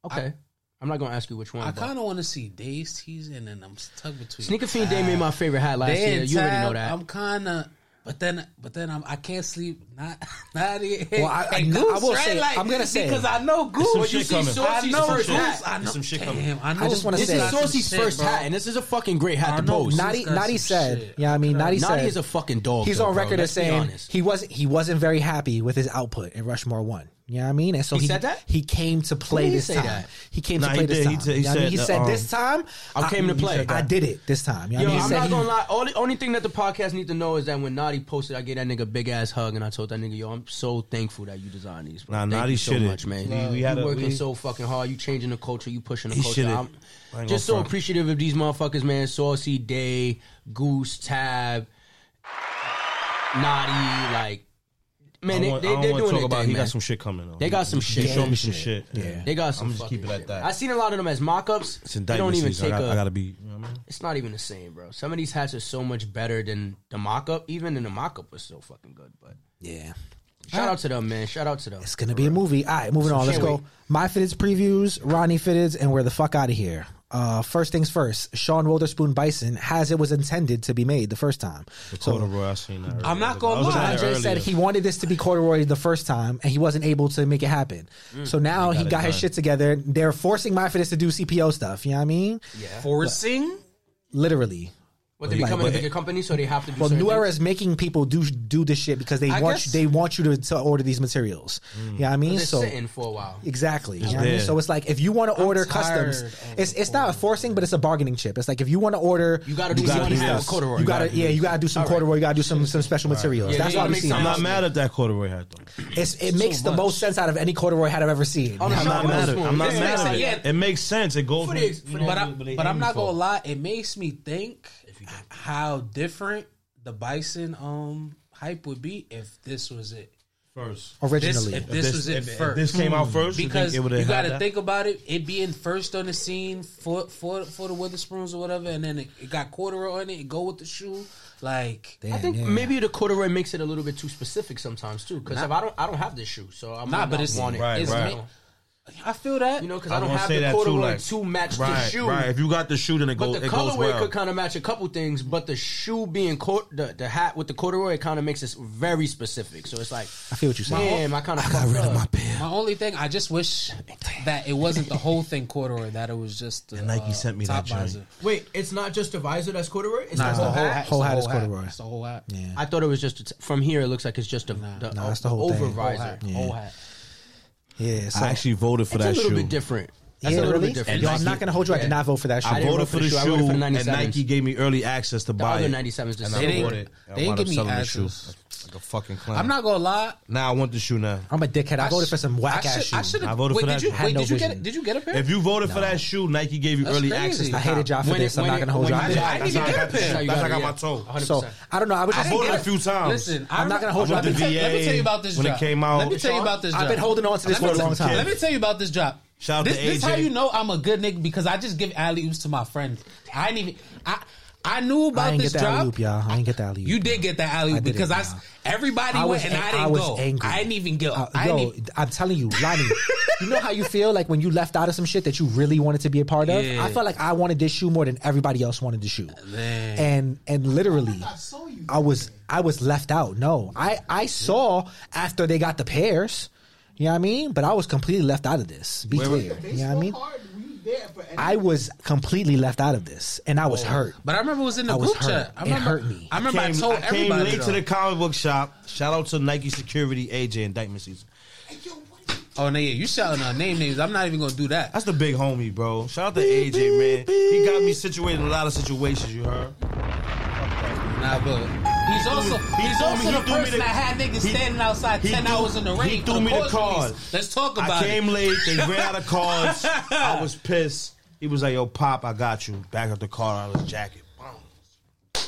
[SPEAKER 3] Okay. I'm not gonna ask you which one.
[SPEAKER 4] I
[SPEAKER 3] but-
[SPEAKER 4] kind of want to see Days teaser, and then I'm stuck between
[SPEAKER 3] Sneaker Fiend Day made my favorite hat last
[SPEAKER 4] Day
[SPEAKER 3] year.
[SPEAKER 4] and
[SPEAKER 3] You already
[SPEAKER 4] Tab,
[SPEAKER 3] know that.
[SPEAKER 4] I'm kind of, but then, but then I'm, I can't sleep. Not, [LAUGHS] not even.
[SPEAKER 2] Well,
[SPEAKER 4] [LAUGHS]
[SPEAKER 2] I- I
[SPEAKER 4] And
[SPEAKER 2] knew- I
[SPEAKER 4] Goose,
[SPEAKER 2] will say- I'm gonna say-
[SPEAKER 4] because I know Goose.
[SPEAKER 7] some shit coming.
[SPEAKER 4] I know
[SPEAKER 7] Some
[SPEAKER 4] Goose.
[SPEAKER 7] shit.
[SPEAKER 4] I know.
[SPEAKER 7] There's some shit
[SPEAKER 4] damn,
[SPEAKER 7] coming.
[SPEAKER 4] I, know
[SPEAKER 2] I just wanna
[SPEAKER 4] Goose
[SPEAKER 2] say-
[SPEAKER 4] got
[SPEAKER 3] This is
[SPEAKER 2] That's
[SPEAKER 4] some
[SPEAKER 3] Saucy's
[SPEAKER 4] shit,
[SPEAKER 3] first
[SPEAKER 4] bro.
[SPEAKER 3] hat, and this is a fucking great hat to
[SPEAKER 4] I know
[SPEAKER 3] post.
[SPEAKER 4] Nadi-
[SPEAKER 2] Naughty,
[SPEAKER 4] got
[SPEAKER 2] Naughty
[SPEAKER 4] some
[SPEAKER 2] said,
[SPEAKER 4] shit.
[SPEAKER 2] yeah, I mean, Naughty
[SPEAKER 3] Naughty
[SPEAKER 2] said
[SPEAKER 3] is a fucking dog.
[SPEAKER 2] he's
[SPEAKER 3] though,
[SPEAKER 2] on
[SPEAKER 3] bro.
[SPEAKER 2] record
[SPEAKER 3] Let's
[SPEAKER 2] as
[SPEAKER 3] be
[SPEAKER 2] saying
[SPEAKER 3] honest.
[SPEAKER 2] he wasn't he wasn't very happy with his output in Rushmore One. You know what I mean? And so
[SPEAKER 3] He
[SPEAKER 2] he,
[SPEAKER 3] said that?
[SPEAKER 2] he came to play
[SPEAKER 3] did he
[SPEAKER 2] this
[SPEAKER 3] say
[SPEAKER 2] time.
[SPEAKER 3] that?
[SPEAKER 2] He came
[SPEAKER 7] Nah,
[SPEAKER 2] to
[SPEAKER 7] he
[SPEAKER 2] play this
[SPEAKER 7] did. He
[SPEAKER 2] time.
[SPEAKER 7] said- he
[SPEAKER 2] You know what I mean?
[SPEAKER 7] said
[SPEAKER 2] He
[SPEAKER 7] that,
[SPEAKER 2] said
[SPEAKER 7] um,
[SPEAKER 2] this time
[SPEAKER 3] I came to
[SPEAKER 2] he
[SPEAKER 3] play.
[SPEAKER 2] said that. I did it this time. You know
[SPEAKER 3] Yo,
[SPEAKER 2] what I mean?
[SPEAKER 3] I'm
[SPEAKER 2] He
[SPEAKER 3] not
[SPEAKER 2] said
[SPEAKER 3] gonna lie. Only only thing that the podcast need to know is that when Naughty posted, I gave that nigga big ass hug, and I told that nigga, "Yo, I'm so thankful that you designed these." Bro.
[SPEAKER 7] Nah,
[SPEAKER 3] Thank
[SPEAKER 7] Naughty
[SPEAKER 3] you so
[SPEAKER 7] shit it.
[SPEAKER 3] much, man.
[SPEAKER 7] We- we
[SPEAKER 3] you
[SPEAKER 7] had a-
[SPEAKER 3] working
[SPEAKER 7] we-
[SPEAKER 3] so fucking hard. You changing the culture. You pushing the
[SPEAKER 7] He
[SPEAKER 3] culture.
[SPEAKER 7] shit it.
[SPEAKER 3] I'm
[SPEAKER 7] I ain't
[SPEAKER 3] just so
[SPEAKER 7] gonna front.
[SPEAKER 3] appreciative of these motherfuckers, man. Saucy Day, Goose Tab, Naughty, like
[SPEAKER 7] I don't
[SPEAKER 3] man, they,
[SPEAKER 7] want-
[SPEAKER 3] they,
[SPEAKER 7] I don't
[SPEAKER 3] they're
[SPEAKER 7] want to
[SPEAKER 3] doing
[SPEAKER 7] talk
[SPEAKER 3] their
[SPEAKER 7] about.
[SPEAKER 3] thing,
[SPEAKER 7] He
[SPEAKER 3] man.
[SPEAKER 7] got some shit coming. though.
[SPEAKER 3] They got some shit.
[SPEAKER 7] He showed me some shit. Yeah,
[SPEAKER 3] They got some.
[SPEAKER 7] I'm just
[SPEAKER 3] fucking
[SPEAKER 7] keep it at
[SPEAKER 3] shit.
[SPEAKER 7] that.
[SPEAKER 3] I seen a lot of them as mock-ups.
[SPEAKER 7] It's
[SPEAKER 3] They don't
[SPEAKER 7] indictment
[SPEAKER 3] even
[SPEAKER 7] season.
[SPEAKER 3] take
[SPEAKER 7] I got-
[SPEAKER 3] a.
[SPEAKER 7] I gotta be. You know what I mean?
[SPEAKER 3] it's not even the same, bro. Some of these hats are so much better than the mock-up. Even in the mock-up was so fucking good. But
[SPEAKER 2] yeah.
[SPEAKER 3] shout out to them, man. Shout out to them.
[SPEAKER 2] It's gonna be a movie. All right, moving on. Let's
[SPEAKER 3] can't
[SPEAKER 2] go.
[SPEAKER 3] wait.
[SPEAKER 2] My fitteds previews, Ronnie fitteds, and we're the fuck out of here. Uh, first things first. Sean Wotherspoon Bison has it was intended to be made the first time. So
[SPEAKER 7] Corduroy, I seen that.
[SPEAKER 4] I'm not
[SPEAKER 7] earlier.
[SPEAKER 4] gonna
[SPEAKER 7] I was looking
[SPEAKER 4] lie.
[SPEAKER 7] at it
[SPEAKER 2] Andre said
[SPEAKER 7] earlier.
[SPEAKER 2] he wanted this to be corduroy the first time, and he wasn't able to make it happen. so now
[SPEAKER 7] Mm,
[SPEAKER 2] he
[SPEAKER 7] got it
[SPEAKER 2] got, his
[SPEAKER 7] done.
[SPEAKER 2] shit together. They're forcing my fitteds to do CPO stuff. You know what I mean?
[SPEAKER 4] Forcing.
[SPEAKER 2] Literally.
[SPEAKER 3] What they becoming a
[SPEAKER 2] Like,
[SPEAKER 3] bigger company, so they have to do.
[SPEAKER 2] Well,
[SPEAKER 3] certain
[SPEAKER 2] New Era
[SPEAKER 3] things.
[SPEAKER 2] is making people do do this shit because they
[SPEAKER 4] I
[SPEAKER 2] want
[SPEAKER 4] guess-
[SPEAKER 2] you, they want you to, to order these materials. You know what I mean?
[SPEAKER 3] They're
[SPEAKER 2] So
[SPEAKER 3] sitting for a while.
[SPEAKER 2] Exactly. You know what I mean?
[SPEAKER 7] Mm. there.
[SPEAKER 2] So it's like if you want to order customs,
[SPEAKER 4] tired
[SPEAKER 2] it's it's not a forcing, but it's a bargaining chip. It's like if you want to order,
[SPEAKER 3] You gotta do one half
[SPEAKER 2] this.
[SPEAKER 3] corduroy.
[SPEAKER 2] You gotta,
[SPEAKER 3] You gotta
[SPEAKER 2] yeah, you gotta do some corduroy. You gotta do some some special materials.
[SPEAKER 3] Yeah,
[SPEAKER 2] That's
[SPEAKER 3] you
[SPEAKER 2] why
[SPEAKER 3] gotta
[SPEAKER 2] we
[SPEAKER 3] make
[SPEAKER 2] seen.
[SPEAKER 7] I'm
[SPEAKER 2] it.
[SPEAKER 7] not mad at that corduroy hat though.
[SPEAKER 2] It's, it makes the most sense out of any corduroy hat I've ever seen.
[SPEAKER 3] the
[SPEAKER 7] I'm not
[SPEAKER 3] Sean
[SPEAKER 7] mad at.
[SPEAKER 3] Wotherspoon.
[SPEAKER 7] I'm not
[SPEAKER 3] Yeah.
[SPEAKER 7] mad at it.
[SPEAKER 4] Yeah.
[SPEAKER 7] It makes sense. It goes.
[SPEAKER 3] For
[SPEAKER 7] from-
[SPEAKER 3] the ex-
[SPEAKER 7] you know,
[SPEAKER 4] But I'm,
[SPEAKER 7] they
[SPEAKER 4] but I'm
[SPEAKER 7] aiming
[SPEAKER 4] not
[SPEAKER 7] for.
[SPEAKER 4] gonna lie. It makes me think how different the Bison um hype would be if this was it.
[SPEAKER 7] first.
[SPEAKER 4] This,
[SPEAKER 2] originally.
[SPEAKER 4] if this, was it
[SPEAKER 7] if, if
[SPEAKER 4] first.
[SPEAKER 7] this came out first, you think
[SPEAKER 4] because
[SPEAKER 7] it
[SPEAKER 4] you,
[SPEAKER 7] would've had
[SPEAKER 4] got to
[SPEAKER 7] that?
[SPEAKER 4] think about it. It being first on the scene for for for the Witherspoons or whatever, and then it, it got corduroy on it. It go with the shoe, like
[SPEAKER 2] Damn,
[SPEAKER 3] I think
[SPEAKER 2] yeah.
[SPEAKER 3] maybe the corduroy makes it a little bit too specific sometimes too. Because if I don't, I don't have this shoe, so I'm
[SPEAKER 4] nah.
[SPEAKER 3] not.
[SPEAKER 4] But it's,
[SPEAKER 3] want it.
[SPEAKER 7] Right,
[SPEAKER 4] it's
[SPEAKER 7] right.
[SPEAKER 4] ma- I feel that
[SPEAKER 3] You know, because
[SPEAKER 7] I
[SPEAKER 3] I, don't
[SPEAKER 7] wanna
[SPEAKER 3] have
[SPEAKER 7] say
[SPEAKER 3] the
[SPEAKER 7] that too,
[SPEAKER 3] corduroy
[SPEAKER 7] like-
[SPEAKER 3] to match the
[SPEAKER 7] Right,
[SPEAKER 3] shoe.
[SPEAKER 7] right. If you got the shoe, then it
[SPEAKER 3] But
[SPEAKER 7] goes.
[SPEAKER 3] the
[SPEAKER 7] It goes
[SPEAKER 3] colorway
[SPEAKER 7] well.
[SPEAKER 3] could kind of match a couple things, but the shoe being cor- the, the hat with the corduroy kind of makes it very specific. So it's like,
[SPEAKER 2] I feel what you're saying.
[SPEAKER 3] damn, I kind of got rid of my pair.
[SPEAKER 4] my only thing. I just wish that it wasn't the whole thing corduroy. That it was just the,
[SPEAKER 7] Nike
[SPEAKER 4] uh,
[SPEAKER 7] sent me
[SPEAKER 4] top
[SPEAKER 7] that joint.
[SPEAKER 4] visor.
[SPEAKER 3] Wait, it's not just the visor that's corduroy. It's
[SPEAKER 4] Nah,
[SPEAKER 3] the
[SPEAKER 4] it's
[SPEAKER 3] whole
[SPEAKER 4] the
[SPEAKER 3] hat.
[SPEAKER 4] It's
[SPEAKER 2] Whole
[SPEAKER 4] the
[SPEAKER 2] hat is corduroy.
[SPEAKER 4] It's the whole hat.
[SPEAKER 2] Yeah.
[SPEAKER 3] I thought it was just a t- from here. It looks like it's just a, the,
[SPEAKER 2] nah,
[SPEAKER 3] uh,
[SPEAKER 2] that's the whole
[SPEAKER 3] over
[SPEAKER 2] thing.
[SPEAKER 3] visor,
[SPEAKER 2] Whole
[SPEAKER 3] whole
[SPEAKER 2] hat.
[SPEAKER 3] hat.
[SPEAKER 2] Yeah. Yeah, so
[SPEAKER 7] I actually voted for
[SPEAKER 3] It's a
[SPEAKER 7] that
[SPEAKER 3] little
[SPEAKER 7] shoe.
[SPEAKER 3] bit different. That's a
[SPEAKER 2] yeah,
[SPEAKER 3] little
[SPEAKER 2] really?
[SPEAKER 3] bit different.
[SPEAKER 2] Yo, I'm not gonna hold you. I did not vote for that shoe.
[SPEAKER 3] I
[SPEAKER 7] I
[SPEAKER 3] didn't
[SPEAKER 7] voted for
[SPEAKER 3] vote
[SPEAKER 7] the
[SPEAKER 3] I voted
[SPEAKER 7] shoe,
[SPEAKER 3] for the
[SPEAKER 7] and
[SPEAKER 3] 97s.
[SPEAKER 7] Nike gave me early access to
[SPEAKER 3] The
[SPEAKER 7] buy
[SPEAKER 3] other
[SPEAKER 7] it.
[SPEAKER 3] 97s just
[SPEAKER 7] And
[SPEAKER 3] they
[SPEAKER 7] I
[SPEAKER 3] didn't-
[SPEAKER 7] bought it. I
[SPEAKER 4] they didn't
[SPEAKER 7] wound
[SPEAKER 4] give
[SPEAKER 7] up
[SPEAKER 4] me
[SPEAKER 7] selling the shoe
[SPEAKER 4] access.
[SPEAKER 7] like a fucking clown.
[SPEAKER 4] I'm not gonna lie.
[SPEAKER 7] Now I want the shoe now.
[SPEAKER 2] I'm a dickhead. I, voted for some whack
[SPEAKER 4] I
[SPEAKER 2] ass
[SPEAKER 4] should-
[SPEAKER 2] shoe.
[SPEAKER 4] I should
[SPEAKER 7] I
[SPEAKER 4] have.
[SPEAKER 7] voted
[SPEAKER 4] Wait,
[SPEAKER 7] for that
[SPEAKER 4] did you
[SPEAKER 7] shoe.
[SPEAKER 4] wait?
[SPEAKER 2] Had no
[SPEAKER 4] Did you get
[SPEAKER 2] vision.
[SPEAKER 4] it? Did you get a pair?
[SPEAKER 7] If you voted for that shoe, Nike gave you
[SPEAKER 4] That's
[SPEAKER 7] early
[SPEAKER 4] crazy.
[SPEAKER 7] access. To
[SPEAKER 2] I hated y'all for
[SPEAKER 3] When
[SPEAKER 2] this.
[SPEAKER 3] it-
[SPEAKER 2] I'm
[SPEAKER 3] when
[SPEAKER 2] not
[SPEAKER 3] it-
[SPEAKER 2] gonna hold
[SPEAKER 3] when
[SPEAKER 2] you.
[SPEAKER 3] it-
[SPEAKER 2] I did-
[SPEAKER 4] I didn't even get a
[SPEAKER 7] That's
[SPEAKER 4] pair.
[SPEAKER 7] how I
[SPEAKER 3] got it,
[SPEAKER 7] got
[SPEAKER 3] yeah.
[SPEAKER 7] my toe.
[SPEAKER 3] 100%.
[SPEAKER 2] So I don't know. I was
[SPEAKER 4] I
[SPEAKER 2] just
[SPEAKER 4] didn't
[SPEAKER 7] voted
[SPEAKER 4] get
[SPEAKER 7] a few times.
[SPEAKER 4] Listen,
[SPEAKER 2] I'm not gonna hold you.
[SPEAKER 7] I
[SPEAKER 4] Let
[SPEAKER 2] I've
[SPEAKER 7] went
[SPEAKER 4] me,
[SPEAKER 7] to
[SPEAKER 2] been,
[SPEAKER 4] tell, let me
[SPEAKER 7] VA
[SPEAKER 4] tell you about this
[SPEAKER 7] when it
[SPEAKER 4] drop.
[SPEAKER 7] came out.
[SPEAKER 4] Let me tell you about this.
[SPEAKER 2] I've
[SPEAKER 4] drop.
[SPEAKER 2] been holding on to
[SPEAKER 4] Let
[SPEAKER 2] this
[SPEAKER 4] me
[SPEAKER 2] for a
[SPEAKER 4] tell-
[SPEAKER 2] long time.
[SPEAKER 4] Let me tell you about this drop.
[SPEAKER 7] Shout out
[SPEAKER 4] This,
[SPEAKER 7] to
[SPEAKER 4] this
[SPEAKER 7] AJ.
[SPEAKER 4] how you know I'm a good nigga because I just give alley oops to my friends. I didn't even. I I knew
[SPEAKER 2] I
[SPEAKER 4] about
[SPEAKER 2] ain't
[SPEAKER 4] this
[SPEAKER 2] get that alley
[SPEAKER 4] drop.
[SPEAKER 2] oop, y'all. I ain't get that alley oop.
[SPEAKER 4] You did get that alley
[SPEAKER 2] I
[SPEAKER 4] oop
[SPEAKER 2] did it,
[SPEAKER 4] because I s-
[SPEAKER 2] y'all.
[SPEAKER 4] everybody went and
[SPEAKER 2] ang-
[SPEAKER 4] I didn't go. I didn't even go.
[SPEAKER 2] Uh,
[SPEAKER 4] I
[SPEAKER 2] yo,
[SPEAKER 4] didn't even,
[SPEAKER 2] I'm telling you,
[SPEAKER 4] [LAUGHS]
[SPEAKER 2] Lonnie, you know how you feel like when you left out of some shit that you really wanted to be a part of.
[SPEAKER 4] Yeah.
[SPEAKER 2] I felt like I wanted this shoe more than everybody else wanted the shoe, and and literally,
[SPEAKER 6] I saw you.
[SPEAKER 2] I was I was left out. No, I I saw after they got the pairs. You know what I mean? But I was completely left out of this. Be clear. You know what I mean?
[SPEAKER 6] Hard, were you there for any-
[SPEAKER 2] I was completely left out of this, and I
[SPEAKER 4] Oh.
[SPEAKER 2] was hurt.
[SPEAKER 4] but I remember it was in the
[SPEAKER 2] I was
[SPEAKER 4] group chat.
[SPEAKER 2] hurt.
[SPEAKER 4] I
[SPEAKER 2] It
[SPEAKER 4] remember,
[SPEAKER 2] hurt me.
[SPEAKER 4] I remember I,
[SPEAKER 7] came,
[SPEAKER 4] told
[SPEAKER 7] I came
[SPEAKER 4] everybody.
[SPEAKER 7] late to
[SPEAKER 4] though.
[SPEAKER 7] the comic book shop. Shout out to Nike Security, AJ, indictment season.
[SPEAKER 4] oh no, yeah, you shouting out name names. I'm not even gonna do that.
[SPEAKER 7] That's the big homie, bro. Shout out to AJ, man. He got me situated in a lot of situations. You heard?
[SPEAKER 4] Nah, but he's also
[SPEAKER 7] he
[SPEAKER 4] he's
[SPEAKER 7] threw
[SPEAKER 4] also
[SPEAKER 7] me- he threw
[SPEAKER 4] the
[SPEAKER 7] me
[SPEAKER 4] person
[SPEAKER 7] the-
[SPEAKER 4] that had niggas
[SPEAKER 7] he-
[SPEAKER 4] standing outside
[SPEAKER 7] he
[SPEAKER 4] ten
[SPEAKER 7] threw-
[SPEAKER 4] hours in the
[SPEAKER 7] he
[SPEAKER 4] rain.
[SPEAKER 7] threw
[SPEAKER 4] for
[SPEAKER 7] me the
[SPEAKER 4] cause
[SPEAKER 7] card.
[SPEAKER 4] release. Let's talk about
[SPEAKER 7] I came
[SPEAKER 4] it.
[SPEAKER 7] late. They ran out of cards. I was pissed. He was like, "Yo, Pop, I got you." Back up the car out of his jacket. Boom.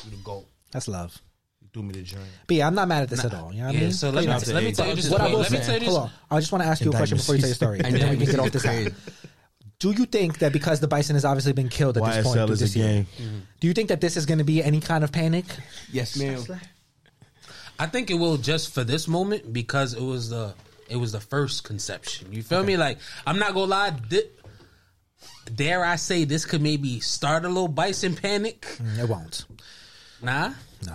[SPEAKER 7] You the goat.
[SPEAKER 2] That's love.
[SPEAKER 7] He threw me the drink.
[SPEAKER 2] But yeah, I'm not mad at this at all. You know what I
[SPEAKER 4] Yeah,
[SPEAKER 2] mean?
[SPEAKER 4] so let me,
[SPEAKER 7] Shout out to
[SPEAKER 4] let me
[SPEAKER 7] AJ.
[SPEAKER 4] tell you this.
[SPEAKER 2] what I
[SPEAKER 4] wait,
[SPEAKER 2] will
[SPEAKER 4] let me
[SPEAKER 2] say-
[SPEAKER 4] tell you this.
[SPEAKER 2] hold on. I just want to ask you a question before you tell your story, and then we can get off [LAUGHS] this. Hat. Do you think that because the Bison has obviously been killed at this point
[SPEAKER 7] YSL
[SPEAKER 2] through
[SPEAKER 7] is a
[SPEAKER 2] this year,
[SPEAKER 7] game.
[SPEAKER 2] do you think that this is going to be any kind of panic?
[SPEAKER 3] Yes, ma'am.
[SPEAKER 4] I think it will just for this moment because it was the it was the first conception. You feel me? Like I'm not gonna lie. Di- dare I say this could maybe start a little bison panic?
[SPEAKER 2] Mm, It won't.
[SPEAKER 4] Nah,
[SPEAKER 2] No,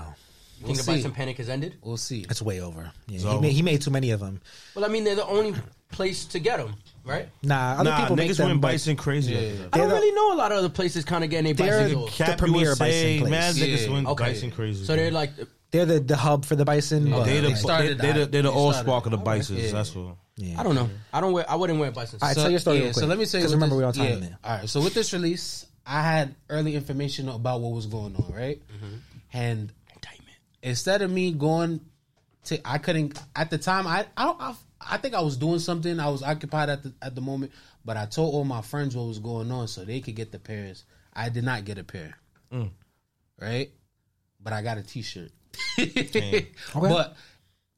[SPEAKER 4] we'll
[SPEAKER 3] Think about
[SPEAKER 4] see.
[SPEAKER 3] some panic has ended.
[SPEAKER 4] We'll see.
[SPEAKER 2] it's way over. Yeah, he, made, he made too many of them.
[SPEAKER 3] Well, I mean, they're the only place to get them, right?
[SPEAKER 2] Nah, other
[SPEAKER 7] Nah,
[SPEAKER 2] people make
[SPEAKER 7] niggas
[SPEAKER 2] them.
[SPEAKER 7] went
[SPEAKER 2] but
[SPEAKER 7] bison crazy.
[SPEAKER 3] I don't
[SPEAKER 2] They're the-
[SPEAKER 3] really know a lot of other places kind of getting a
[SPEAKER 2] They're-
[SPEAKER 3] bicycle.
[SPEAKER 2] The
[SPEAKER 7] Cap
[SPEAKER 2] premier
[SPEAKER 7] USA,
[SPEAKER 2] bison place.
[SPEAKER 7] man, niggas
[SPEAKER 4] Yeah.
[SPEAKER 7] went
[SPEAKER 3] Okay.
[SPEAKER 7] bison crazy.
[SPEAKER 3] So they're like,
[SPEAKER 2] They're the, the hub for the Bison. but,
[SPEAKER 7] They the,
[SPEAKER 2] yeah.
[SPEAKER 4] They started
[SPEAKER 7] they, they the,
[SPEAKER 4] that.
[SPEAKER 7] they the
[SPEAKER 4] They
[SPEAKER 7] all
[SPEAKER 4] started
[SPEAKER 7] spark of the
[SPEAKER 4] that. Alright.
[SPEAKER 7] bisons.
[SPEAKER 4] Yeah.
[SPEAKER 7] That's what.
[SPEAKER 2] Yeah.
[SPEAKER 3] I don't know. I don't wear. I wouldn't wear bicycle.
[SPEAKER 2] All right, tell your story
[SPEAKER 4] yeah,
[SPEAKER 2] real
[SPEAKER 4] so
[SPEAKER 2] quick,
[SPEAKER 4] let me say
[SPEAKER 2] 'cause
[SPEAKER 4] what
[SPEAKER 2] remember
[SPEAKER 4] this-
[SPEAKER 2] we on time
[SPEAKER 4] yeah,
[SPEAKER 2] in there.
[SPEAKER 4] All right, so with this release, I had early information about what was going on, right? And instead of me going to, I couldn't at the time. I I, don't, I I think I was doing something. I was occupied at the at the moment, but I told all my friends what was going on so they could get the pairs. I did not get a pair, right? But I got a T-shirt. [LAUGHS] But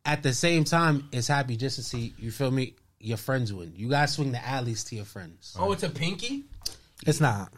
[SPEAKER 4] at the same time, it's happy just to see you feel me. Your friends win. You guys swing the alleys to your friends.
[SPEAKER 3] Oh, it's a pinky.
[SPEAKER 2] It's not.